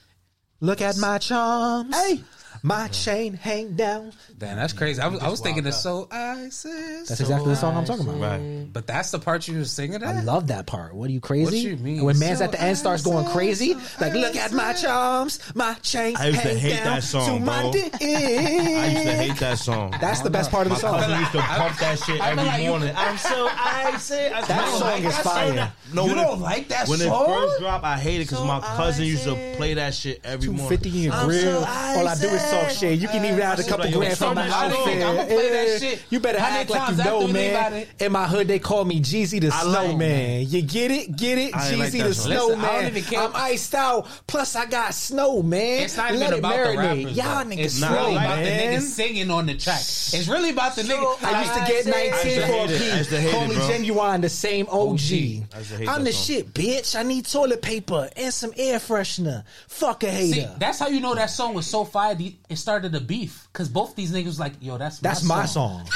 [SPEAKER 2] Look at my charms.
[SPEAKER 3] Hey.
[SPEAKER 2] My chain hang down.
[SPEAKER 4] Damn, that's crazy. I was, I was thinking of so ISIS.
[SPEAKER 2] That's exactly the song I'm talking about.
[SPEAKER 3] Mm,
[SPEAKER 7] Right.
[SPEAKER 4] But that's the part you were singing
[SPEAKER 2] I
[SPEAKER 4] at?
[SPEAKER 2] love that part. What are you crazy?
[SPEAKER 4] What you mean?
[SPEAKER 2] And When man's
[SPEAKER 4] So
[SPEAKER 2] at the end starts going crazy, like look at my charms, my chain
[SPEAKER 7] I used to
[SPEAKER 2] hang
[SPEAKER 7] hate
[SPEAKER 2] down
[SPEAKER 7] that song,
[SPEAKER 2] to my [LAUGHS]
[SPEAKER 7] bro.
[SPEAKER 2] dick.
[SPEAKER 7] I used to hate that song.
[SPEAKER 2] That's the best part of the
[SPEAKER 7] My
[SPEAKER 2] song.
[SPEAKER 7] cousin used to pump that shit
[SPEAKER 4] I
[SPEAKER 7] every
[SPEAKER 4] feel like you-
[SPEAKER 7] morning. I'm so icy. I
[SPEAKER 2] That
[SPEAKER 7] don't
[SPEAKER 2] song
[SPEAKER 7] like
[SPEAKER 2] is
[SPEAKER 7] that
[SPEAKER 2] fire.
[SPEAKER 7] song. No,
[SPEAKER 4] You
[SPEAKER 7] when it-
[SPEAKER 4] don't like that
[SPEAKER 7] When it
[SPEAKER 4] song?
[SPEAKER 7] first dropped, I hated because my cousin used to play that shit every morning.
[SPEAKER 2] 250 in your grill. All I do is talk shit. You can even out a couple
[SPEAKER 7] like, yo,
[SPEAKER 2] grand from
[SPEAKER 7] turn
[SPEAKER 2] my
[SPEAKER 7] that shit
[SPEAKER 2] outfit.
[SPEAKER 7] on.
[SPEAKER 4] I'ma play that
[SPEAKER 2] Yeah.
[SPEAKER 4] shit
[SPEAKER 2] You better
[SPEAKER 4] 100
[SPEAKER 2] act like you
[SPEAKER 4] times after
[SPEAKER 2] know,
[SPEAKER 4] we leave out
[SPEAKER 2] man.
[SPEAKER 4] it.
[SPEAKER 2] In my hood, they call me Jeezy the
[SPEAKER 7] I like
[SPEAKER 2] Snowman. You get it? Get it?
[SPEAKER 7] I ain't like
[SPEAKER 2] Jeezy
[SPEAKER 7] that
[SPEAKER 2] the
[SPEAKER 7] song.
[SPEAKER 2] Snowman.
[SPEAKER 4] Listen, I don't even care.
[SPEAKER 2] I'm iced out. Plus, I got snow, man.
[SPEAKER 4] It's not even
[SPEAKER 2] Let it
[SPEAKER 4] about the
[SPEAKER 2] marinate.
[SPEAKER 4] rappers,
[SPEAKER 2] Y'all
[SPEAKER 4] though.
[SPEAKER 2] niggas
[SPEAKER 4] It's
[SPEAKER 2] slow,
[SPEAKER 7] not
[SPEAKER 4] really
[SPEAKER 7] like
[SPEAKER 4] about the
[SPEAKER 2] man.
[SPEAKER 4] niggas singing on the track. It's really about the nigga.
[SPEAKER 2] I used to get
[SPEAKER 7] I used
[SPEAKER 2] 19
[SPEAKER 7] to
[SPEAKER 2] for a
[SPEAKER 7] hate it. I used to
[SPEAKER 2] P.
[SPEAKER 7] hate
[SPEAKER 2] Call
[SPEAKER 7] it,
[SPEAKER 2] me
[SPEAKER 7] bro.
[SPEAKER 2] genuine, the same OG.
[SPEAKER 7] I used to hate
[SPEAKER 2] I'm
[SPEAKER 7] that
[SPEAKER 2] the
[SPEAKER 7] song.
[SPEAKER 2] shit, bitch. I need toilet paper and some air freshener. Fuck a hater.
[SPEAKER 4] See, that's how you know that song was so fire. the- It started the beef because both these niggas was like, "Yo, that's my
[SPEAKER 2] That's
[SPEAKER 4] song.
[SPEAKER 2] my song.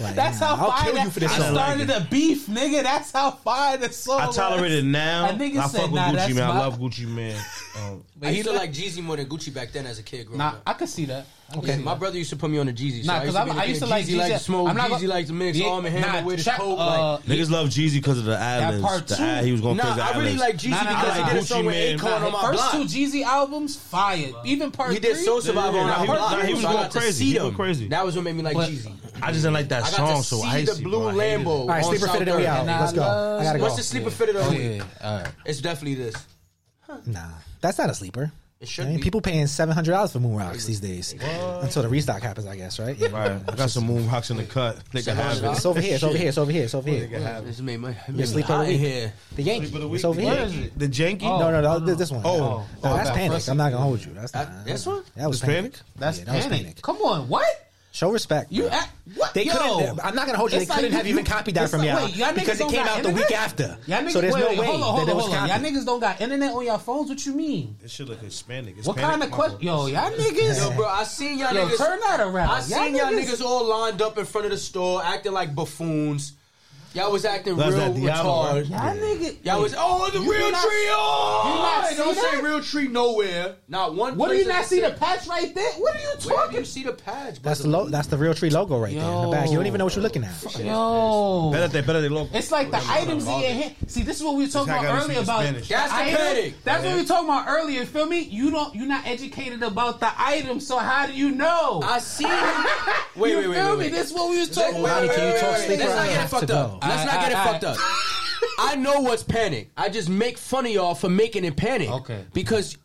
[SPEAKER 2] Like,
[SPEAKER 4] That's
[SPEAKER 2] nah,
[SPEAKER 4] how
[SPEAKER 2] I'll
[SPEAKER 4] fire
[SPEAKER 2] kill
[SPEAKER 4] that,
[SPEAKER 2] you for this
[SPEAKER 4] I
[SPEAKER 2] song.
[SPEAKER 4] started the beef, nigga. That's how fire the song.
[SPEAKER 7] I tolerate
[SPEAKER 4] was.
[SPEAKER 7] it now. I,
[SPEAKER 4] A nigga
[SPEAKER 7] fuck
[SPEAKER 4] said,
[SPEAKER 7] with
[SPEAKER 4] nah,
[SPEAKER 7] Gucci
[SPEAKER 4] that's
[SPEAKER 7] man. I
[SPEAKER 4] my-
[SPEAKER 7] love Gucci man. Um,
[SPEAKER 4] But
[SPEAKER 3] I
[SPEAKER 4] he
[SPEAKER 3] used to
[SPEAKER 4] like,
[SPEAKER 3] like Jeezy more than Gucci back then as a kid growing
[SPEAKER 4] nah,
[SPEAKER 3] up.
[SPEAKER 4] I could see that.
[SPEAKER 3] Okay, my brother used to put me on the Jeezy. So
[SPEAKER 4] Nah,
[SPEAKER 3] I used
[SPEAKER 4] 'cause
[SPEAKER 3] to,
[SPEAKER 4] I'm-
[SPEAKER 3] be the
[SPEAKER 4] I
[SPEAKER 3] kid.
[SPEAKER 4] used to like
[SPEAKER 3] Jeezy like
[SPEAKER 4] Jeezy.
[SPEAKER 3] to smoke.
[SPEAKER 4] I'm not
[SPEAKER 3] Jeezy
[SPEAKER 4] gonna-
[SPEAKER 3] like to mix
[SPEAKER 4] Yeah,
[SPEAKER 3] arm and
[SPEAKER 4] nah,
[SPEAKER 3] hammer with his
[SPEAKER 4] check,
[SPEAKER 3] coat.
[SPEAKER 4] uh,
[SPEAKER 3] Like,
[SPEAKER 7] niggas love Jeezy because of the ad
[SPEAKER 4] part
[SPEAKER 7] libs. The
[SPEAKER 4] two.
[SPEAKER 7] ad he was going to
[SPEAKER 3] nah,
[SPEAKER 7] crazy.
[SPEAKER 3] I really like Jeezy
[SPEAKER 4] Nah, nah, I
[SPEAKER 3] because
[SPEAKER 4] like
[SPEAKER 3] he did a song
[SPEAKER 7] Gucci
[SPEAKER 3] with
[SPEAKER 7] Mane.
[SPEAKER 3] Akon
[SPEAKER 4] Nah,
[SPEAKER 3] on
[SPEAKER 4] the
[SPEAKER 3] my
[SPEAKER 4] first
[SPEAKER 3] block.
[SPEAKER 4] two Jeezy albums, fire. Even part
[SPEAKER 3] He did
[SPEAKER 4] three,
[SPEAKER 3] Soul Survivor on
[SPEAKER 7] yeah,
[SPEAKER 3] our
[SPEAKER 7] he was-
[SPEAKER 3] block.
[SPEAKER 7] nah, he was
[SPEAKER 3] so I
[SPEAKER 7] going
[SPEAKER 3] got to
[SPEAKER 7] crazy.
[SPEAKER 3] see
[SPEAKER 7] He was
[SPEAKER 3] them.
[SPEAKER 7] crazy.
[SPEAKER 3] That was what made me like
[SPEAKER 4] But-
[SPEAKER 3] Jeezy.
[SPEAKER 7] I just didn't like that
[SPEAKER 3] I got
[SPEAKER 7] song.
[SPEAKER 3] to
[SPEAKER 7] So
[SPEAKER 3] see
[SPEAKER 7] I
[SPEAKER 3] the blue Lambo.
[SPEAKER 2] All right, sleeper fitted and we out.
[SPEAKER 4] And I
[SPEAKER 2] Let's go.
[SPEAKER 4] love-
[SPEAKER 2] I gotta go.
[SPEAKER 3] What's the sleeper fitted of
[SPEAKER 4] Oh
[SPEAKER 3] the week?
[SPEAKER 4] yeah, all right.
[SPEAKER 3] It's definitely this.
[SPEAKER 2] Nah, that's not a sleeper.
[SPEAKER 3] It should
[SPEAKER 2] Ain't
[SPEAKER 3] be.
[SPEAKER 2] People paying seven hundred dollars for moon rocks these days until the restock happens, I guess. Right? Yeah.
[SPEAKER 7] Right. I got some moon rocks in the cut. Nigga have it.
[SPEAKER 2] It's over here. It's over here. It's over here. It's over here.
[SPEAKER 3] This made my
[SPEAKER 2] Your
[SPEAKER 3] made me
[SPEAKER 2] sleeper of
[SPEAKER 3] hot
[SPEAKER 2] the
[SPEAKER 3] in
[SPEAKER 2] week.
[SPEAKER 3] here.
[SPEAKER 2] The Yankee. It's over here.
[SPEAKER 7] The janky?
[SPEAKER 2] No, no, no. th- This one.
[SPEAKER 7] Oh.
[SPEAKER 2] No, that's panic. I'm not gonna hold you. That's not.
[SPEAKER 3] This one?
[SPEAKER 2] That was
[SPEAKER 7] It's panic?
[SPEAKER 2] panic. That's that was panic.
[SPEAKER 4] Come on, what
[SPEAKER 2] Show respect.
[SPEAKER 4] you?
[SPEAKER 2] bro.
[SPEAKER 4] At, what
[SPEAKER 2] They
[SPEAKER 4] Yo.
[SPEAKER 2] couldn't. I'm not gonna hold you. They
[SPEAKER 4] It's like
[SPEAKER 2] couldn't
[SPEAKER 4] you-
[SPEAKER 2] have even
[SPEAKER 4] you-
[SPEAKER 2] copied that
[SPEAKER 4] it's
[SPEAKER 2] from
[SPEAKER 4] like-
[SPEAKER 2] y'all
[SPEAKER 4] wait, y'all niggas
[SPEAKER 2] because it
[SPEAKER 4] don't
[SPEAKER 2] came
[SPEAKER 4] got
[SPEAKER 2] out the week
[SPEAKER 4] internet?
[SPEAKER 2] after.
[SPEAKER 4] Y'all niggas,
[SPEAKER 2] So there's
[SPEAKER 4] wait,
[SPEAKER 2] no
[SPEAKER 4] wait,
[SPEAKER 2] way
[SPEAKER 4] hold on,
[SPEAKER 2] that
[SPEAKER 4] hold
[SPEAKER 2] it
[SPEAKER 4] on,
[SPEAKER 2] was
[SPEAKER 4] hold on. Y'all
[SPEAKER 2] copied.
[SPEAKER 4] niggas don't got internet on y'all phones. What you mean?
[SPEAKER 7] This shit look Hispanic. It's
[SPEAKER 4] What
[SPEAKER 7] panic,
[SPEAKER 4] kind of
[SPEAKER 7] my
[SPEAKER 4] question?
[SPEAKER 7] boy.
[SPEAKER 4] Yo, y'all niggas.
[SPEAKER 3] Yo, bro, I seen y'all
[SPEAKER 4] Yo,
[SPEAKER 3] niggas.
[SPEAKER 4] turn that around.
[SPEAKER 3] I seen
[SPEAKER 4] Y'all
[SPEAKER 3] y'all niggas,
[SPEAKER 4] niggas-
[SPEAKER 3] all lined up in front of the store, acting like buffoons. Y'all was acting
[SPEAKER 1] That's
[SPEAKER 3] real
[SPEAKER 1] that Diablo,
[SPEAKER 3] retarded.
[SPEAKER 4] That nigga.
[SPEAKER 3] Y'all was oh the real
[SPEAKER 4] not-
[SPEAKER 3] tree.
[SPEAKER 4] you
[SPEAKER 3] Oh,
[SPEAKER 4] not
[SPEAKER 3] Hey, don't
[SPEAKER 4] see
[SPEAKER 3] say
[SPEAKER 4] that?
[SPEAKER 3] real tree nowhere. Not one.
[SPEAKER 4] What do
[SPEAKER 3] place
[SPEAKER 4] you not
[SPEAKER 3] that
[SPEAKER 4] see the
[SPEAKER 3] said-
[SPEAKER 4] patch right there? What are you
[SPEAKER 3] Where do you
[SPEAKER 4] talking?
[SPEAKER 3] see the patch?
[SPEAKER 2] That's the lo- that's the real tree logo right there in the back. You don't even know what you're looking at.
[SPEAKER 4] Yo.
[SPEAKER 1] Better they better they look.
[SPEAKER 4] It's like the items in your hand. See, this is what we were talking
[SPEAKER 1] guy
[SPEAKER 4] about
[SPEAKER 1] gotta speak
[SPEAKER 4] earlier about.
[SPEAKER 1] Spanish.
[SPEAKER 3] That's the
[SPEAKER 4] items.
[SPEAKER 3] panic.
[SPEAKER 4] That's what we were talking about earlier. Feel me? You don't. You're not educated about the item. So how do you know? [LAUGHS]
[SPEAKER 3] I see. Wait,
[SPEAKER 4] you
[SPEAKER 3] wait, wait,
[SPEAKER 4] feel
[SPEAKER 3] wait,
[SPEAKER 4] me?
[SPEAKER 3] wait.
[SPEAKER 4] This is what we was talking about.
[SPEAKER 2] Lonnie, can you talk
[SPEAKER 3] Let's
[SPEAKER 2] slick right
[SPEAKER 3] not
[SPEAKER 2] now?
[SPEAKER 3] get it
[SPEAKER 2] Have to
[SPEAKER 3] fucked up.
[SPEAKER 2] go.
[SPEAKER 3] Let's not get it
[SPEAKER 10] I- I-
[SPEAKER 3] fucked up. I know what's panic. I just make fun of y'all for making it panic.
[SPEAKER 10] Okay.
[SPEAKER 3] Because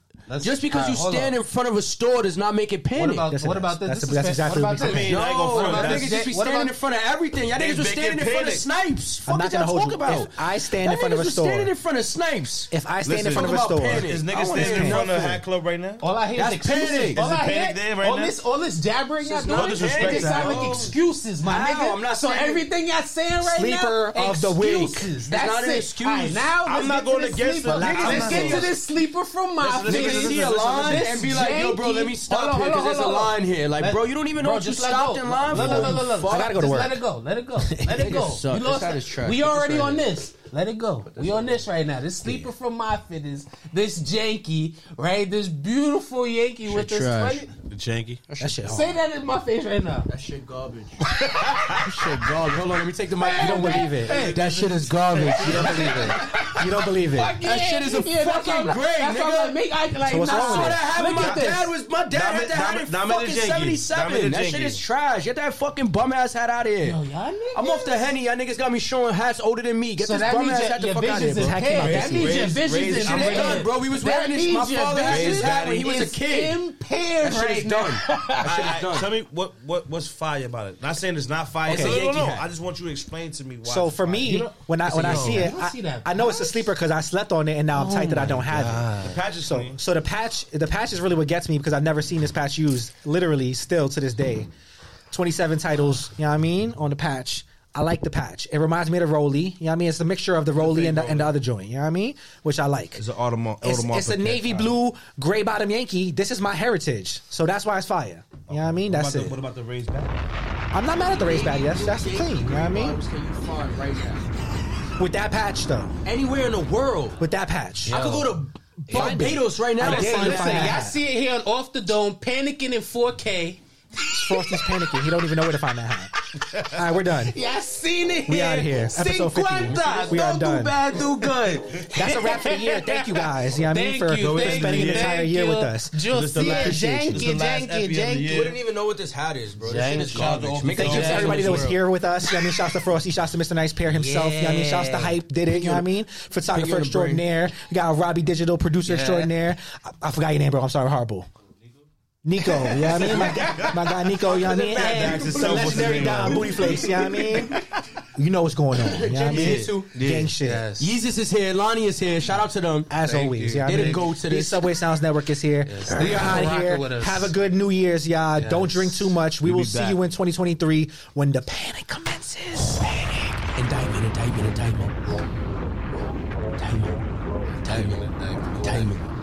[SPEAKER 3] just
[SPEAKER 10] all
[SPEAKER 3] because
[SPEAKER 10] right,
[SPEAKER 3] you
[SPEAKER 10] hold
[SPEAKER 3] stand
[SPEAKER 10] on.
[SPEAKER 3] in front of a store does not make it
[SPEAKER 10] What
[SPEAKER 3] panic.
[SPEAKER 10] about
[SPEAKER 2] Yes, it
[SPEAKER 10] what
[SPEAKER 2] is.
[SPEAKER 10] about this?
[SPEAKER 2] That's-
[SPEAKER 10] this is
[SPEAKER 2] that's
[SPEAKER 10] fa-
[SPEAKER 2] exactly
[SPEAKER 10] what
[SPEAKER 2] what
[SPEAKER 10] about
[SPEAKER 2] we
[SPEAKER 10] this?
[SPEAKER 2] do.
[SPEAKER 1] mean, I ain't
[SPEAKER 3] No,
[SPEAKER 1] gonna front,
[SPEAKER 3] y'all
[SPEAKER 1] that's-
[SPEAKER 3] niggas just be
[SPEAKER 10] What
[SPEAKER 3] standing
[SPEAKER 10] about-
[SPEAKER 3] in front of everything. Y'all niggas
[SPEAKER 1] They
[SPEAKER 3] was
[SPEAKER 1] big
[SPEAKER 3] standing in
[SPEAKER 1] and
[SPEAKER 3] front of
[SPEAKER 1] panic.
[SPEAKER 3] snipes. Fuck did
[SPEAKER 2] I'm not
[SPEAKER 3] y'all
[SPEAKER 2] gonna hold
[SPEAKER 3] talk
[SPEAKER 2] you.
[SPEAKER 3] about.
[SPEAKER 2] If I stand in
[SPEAKER 3] Y'all
[SPEAKER 2] front
[SPEAKER 3] niggas
[SPEAKER 2] of a
[SPEAKER 3] was
[SPEAKER 2] store-
[SPEAKER 3] standing in front of snipes.
[SPEAKER 2] If I stand in
[SPEAKER 1] Listen,
[SPEAKER 2] front of a
[SPEAKER 3] talk about
[SPEAKER 2] store,
[SPEAKER 3] panic.
[SPEAKER 1] Is
[SPEAKER 3] I
[SPEAKER 1] niggas
[SPEAKER 3] wanna
[SPEAKER 1] standing in
[SPEAKER 3] hear
[SPEAKER 1] front of
[SPEAKER 3] nothing.
[SPEAKER 1] Hat Club right now?
[SPEAKER 4] All I hear
[SPEAKER 3] That's
[SPEAKER 4] is excuses.
[SPEAKER 3] panic.
[SPEAKER 4] All
[SPEAKER 1] Is it
[SPEAKER 4] I hear,
[SPEAKER 1] panic there right
[SPEAKER 4] all
[SPEAKER 1] now?
[SPEAKER 4] this, all this jabbering y'all
[SPEAKER 3] is
[SPEAKER 4] doing,
[SPEAKER 3] no
[SPEAKER 1] disrespect
[SPEAKER 4] it
[SPEAKER 1] to
[SPEAKER 4] sound
[SPEAKER 3] y'all.
[SPEAKER 4] like excuses, my
[SPEAKER 3] How?
[SPEAKER 4] nigga.
[SPEAKER 3] I'm not
[SPEAKER 4] so
[SPEAKER 3] saying-
[SPEAKER 4] everything y'all saying right
[SPEAKER 2] Sleeper
[SPEAKER 4] now,
[SPEAKER 2] of the week.
[SPEAKER 4] excuses.
[SPEAKER 2] It's
[SPEAKER 4] That's
[SPEAKER 3] not an
[SPEAKER 4] it.
[SPEAKER 3] excuse.
[SPEAKER 4] All right, now
[SPEAKER 1] I'm
[SPEAKER 4] let's
[SPEAKER 1] not
[SPEAKER 4] get
[SPEAKER 1] going
[SPEAKER 4] to this
[SPEAKER 1] against
[SPEAKER 4] sleeper.
[SPEAKER 1] it.
[SPEAKER 2] Relax, I'm
[SPEAKER 4] Let's
[SPEAKER 2] not
[SPEAKER 4] get to
[SPEAKER 2] going.
[SPEAKER 4] this sleeper from my
[SPEAKER 1] Listen, listen,
[SPEAKER 3] Niggas
[SPEAKER 1] listen,
[SPEAKER 3] see a
[SPEAKER 1] listen,
[SPEAKER 3] line
[SPEAKER 4] listen.
[SPEAKER 3] and be like, yo, bro, let me
[SPEAKER 4] This
[SPEAKER 3] stop
[SPEAKER 4] janky-
[SPEAKER 3] here
[SPEAKER 4] Hold
[SPEAKER 3] because
[SPEAKER 4] on,
[SPEAKER 3] there's a
[SPEAKER 4] hold on,
[SPEAKER 3] line here. Like,
[SPEAKER 4] Let-
[SPEAKER 3] bro, you don't even know
[SPEAKER 4] Bro,
[SPEAKER 3] what you
[SPEAKER 4] just let
[SPEAKER 3] stopped
[SPEAKER 4] go.
[SPEAKER 3] in line
[SPEAKER 4] Look,
[SPEAKER 3] for.
[SPEAKER 4] look, look, look, look.
[SPEAKER 3] Fuck.
[SPEAKER 2] I gotta go to
[SPEAKER 4] Just
[SPEAKER 2] work.
[SPEAKER 4] Let it go. Let it go. Let it
[SPEAKER 3] Niggas
[SPEAKER 4] go.
[SPEAKER 3] suck.
[SPEAKER 4] We
[SPEAKER 3] This
[SPEAKER 4] lost.
[SPEAKER 3] side
[SPEAKER 4] it.
[SPEAKER 3] is trash.
[SPEAKER 4] We
[SPEAKER 3] Put this
[SPEAKER 4] already
[SPEAKER 3] right
[SPEAKER 4] on
[SPEAKER 3] here.
[SPEAKER 4] this. Let it go. We on this right now. This sleeper from my fitters. This janky, right? This beautiful Yankee with this.
[SPEAKER 3] trash.
[SPEAKER 4] funny-
[SPEAKER 1] The janky.
[SPEAKER 2] that shit hard.
[SPEAKER 4] Say that in my face right now.
[SPEAKER 3] That shit garbage. that shit garbage. Hold on, let me take the mic.
[SPEAKER 2] You don't believe it. That shit is garbage. You don't believe it. [LAUGHS] You don't believe it.
[SPEAKER 3] That shit is a
[SPEAKER 4] that's
[SPEAKER 3] fucking
[SPEAKER 4] what I'm-
[SPEAKER 3] gray,
[SPEAKER 4] that's what
[SPEAKER 3] nigga.
[SPEAKER 4] I'm like, make, I, like,
[SPEAKER 2] So what's
[SPEAKER 4] nah,
[SPEAKER 2] wrong with
[SPEAKER 4] I saw
[SPEAKER 2] it?
[SPEAKER 4] that happen.
[SPEAKER 3] my
[SPEAKER 4] Look at this.
[SPEAKER 3] dad was my dad
[SPEAKER 1] Dame-
[SPEAKER 3] had that hat in
[SPEAKER 1] dame- dame the
[SPEAKER 3] fucking
[SPEAKER 1] Jenky.
[SPEAKER 3] seventy seven.
[SPEAKER 1] Dame the
[SPEAKER 3] That shit
[SPEAKER 1] Jenky.
[SPEAKER 3] is trash. Get that fucking bum ass hat out of here.
[SPEAKER 4] Yo, y'all niggas.
[SPEAKER 3] I'm off the henny. Y'all niggas got me showing hats older than me. Get
[SPEAKER 4] So
[SPEAKER 3] this
[SPEAKER 4] that
[SPEAKER 3] bum
[SPEAKER 4] means
[SPEAKER 3] ass
[SPEAKER 4] your,
[SPEAKER 3] hat the
[SPEAKER 4] your
[SPEAKER 3] fuck out
[SPEAKER 4] visions
[SPEAKER 3] of
[SPEAKER 4] is
[SPEAKER 3] here, bro.
[SPEAKER 2] Hack him out
[SPEAKER 4] impaired.
[SPEAKER 2] this
[SPEAKER 4] That means your
[SPEAKER 1] raise-
[SPEAKER 4] visions
[SPEAKER 1] raise-
[SPEAKER 4] is
[SPEAKER 1] I'm
[SPEAKER 3] Shit is done,
[SPEAKER 4] impaired.
[SPEAKER 3] bro. We was
[SPEAKER 4] That
[SPEAKER 3] wearing this. My
[SPEAKER 4] means your
[SPEAKER 3] father had this
[SPEAKER 4] vision
[SPEAKER 3] hat when he was a
[SPEAKER 4] is
[SPEAKER 3] kid.
[SPEAKER 4] Impaired
[SPEAKER 3] That shit
[SPEAKER 4] right
[SPEAKER 3] is
[SPEAKER 4] now.
[SPEAKER 3] done. That shit is
[SPEAKER 1] I- I-
[SPEAKER 3] done.
[SPEAKER 1] Tell me what what what's fire about it. Not saying it's not fire.
[SPEAKER 3] It's
[SPEAKER 1] No,
[SPEAKER 3] a
[SPEAKER 1] no, no,
[SPEAKER 3] Yankee
[SPEAKER 1] no.
[SPEAKER 3] hat.
[SPEAKER 1] I just want you to explain to me why.
[SPEAKER 2] So
[SPEAKER 1] it's
[SPEAKER 2] for
[SPEAKER 1] fire.
[SPEAKER 2] me, when I when I see it,
[SPEAKER 4] You don't see
[SPEAKER 2] I,
[SPEAKER 4] that Oh
[SPEAKER 2] I know it's a sleeper because I slept on it and now I'm tight that I don't have it.
[SPEAKER 1] the patch is
[SPEAKER 2] So
[SPEAKER 1] clean.
[SPEAKER 2] so the patch the patch is really what gets me because I've never seen this patch used literally still to this day. Twenty seven titles, you know what I mean, on the patch. I like the patch. It reminds me of the Roly. You know what I mean? It's a mixture of the Roly and the, and the other joint. You know what I mean? Which I like.
[SPEAKER 11] It's an Audemars.
[SPEAKER 2] It's,
[SPEAKER 11] Audemars
[SPEAKER 2] it's a
[SPEAKER 11] Piguet.
[SPEAKER 2] navy blue, gray bottom Yankee. This is my heritage, so that's why it's fire. You know what I mean?
[SPEAKER 1] What
[SPEAKER 2] That's
[SPEAKER 1] about
[SPEAKER 2] it.
[SPEAKER 1] the, what about the raised back?
[SPEAKER 2] I'm not mad at the race bag. That's that's clean. You know what I mean?
[SPEAKER 3] Can you find right now?
[SPEAKER 2] With that patch though,
[SPEAKER 3] Anywhere in the world,
[SPEAKER 2] with that patch,
[SPEAKER 3] I could go to Barbados right now.
[SPEAKER 2] I
[SPEAKER 3] and
[SPEAKER 2] dare
[SPEAKER 3] find
[SPEAKER 2] you
[SPEAKER 3] that
[SPEAKER 2] to find
[SPEAKER 3] hat.
[SPEAKER 2] that
[SPEAKER 10] Y'all
[SPEAKER 2] hat.
[SPEAKER 10] see it here on off the dome, panicking in 4K.
[SPEAKER 2] Frosty's panicking. He don't even know where to find that [LAUGHS] hat. All right, we're done.
[SPEAKER 10] Y'all seen it here.
[SPEAKER 2] We out here. Episode 50. We are
[SPEAKER 10] Don't do
[SPEAKER 2] done.
[SPEAKER 10] bad, do good.
[SPEAKER 3] [LAUGHS]
[SPEAKER 2] That's a wrap for the year. Thank you guys. You know what I mean?
[SPEAKER 10] Thank
[SPEAKER 2] For,
[SPEAKER 10] you,
[SPEAKER 2] for
[SPEAKER 10] thank
[SPEAKER 2] spending
[SPEAKER 10] you,
[SPEAKER 2] the entire
[SPEAKER 10] thank
[SPEAKER 2] year
[SPEAKER 10] you.
[SPEAKER 2] with us.
[SPEAKER 1] This the
[SPEAKER 10] Juicy,
[SPEAKER 1] last- this the
[SPEAKER 10] janky,
[SPEAKER 1] last epi of
[SPEAKER 10] janky,
[SPEAKER 1] the
[SPEAKER 10] janky.
[SPEAKER 1] year.
[SPEAKER 3] Wouldn't even know what this hat is, bro. This shit is garbage. Make
[SPEAKER 2] Thank
[SPEAKER 3] it
[SPEAKER 2] you to
[SPEAKER 3] just
[SPEAKER 2] everybody that was
[SPEAKER 3] world.
[SPEAKER 2] here with us. You know what I mean? Shouts to Frosty. Shouts to Mr. Nice Pair himself. You know what I mean? Shouts to Hype. Did it. You know what I mean?
[SPEAKER 3] Finger
[SPEAKER 2] Photographer
[SPEAKER 3] in the brain.
[SPEAKER 2] extraordinaire. We got Robbie Digital, producer extraordinaire. I, I forgot your name, bro. I'm sorry. Horrible. Nico, you know what I mean? My, my guy Nico, you know what I mean? And
[SPEAKER 1] Bags itself, what's his
[SPEAKER 2] legendary
[SPEAKER 1] name,
[SPEAKER 2] Dom
[SPEAKER 1] man?
[SPEAKER 2] Booty Flakes, you know what I mean? You know what's going on, you know what I mean?
[SPEAKER 3] Jitsu.
[SPEAKER 2] Gang shit.
[SPEAKER 3] Yeezus is here. Lonnie is here. Shout out to them.
[SPEAKER 2] As always, yeah.
[SPEAKER 3] They the GOAT to
[SPEAKER 2] The
[SPEAKER 3] this.
[SPEAKER 2] Subway Sounds Network is here. We are
[SPEAKER 10] Thanks for
[SPEAKER 2] out of
[SPEAKER 10] rocking
[SPEAKER 2] here.
[SPEAKER 10] with us.
[SPEAKER 2] Have a good New Year's, y'all. Don't drink too much. We will
[SPEAKER 1] be
[SPEAKER 2] see
[SPEAKER 1] back.
[SPEAKER 2] you in 2023 when the panic commences.
[SPEAKER 3] Indictment, indictment, indictment. Indictment. Indictment. Indictment.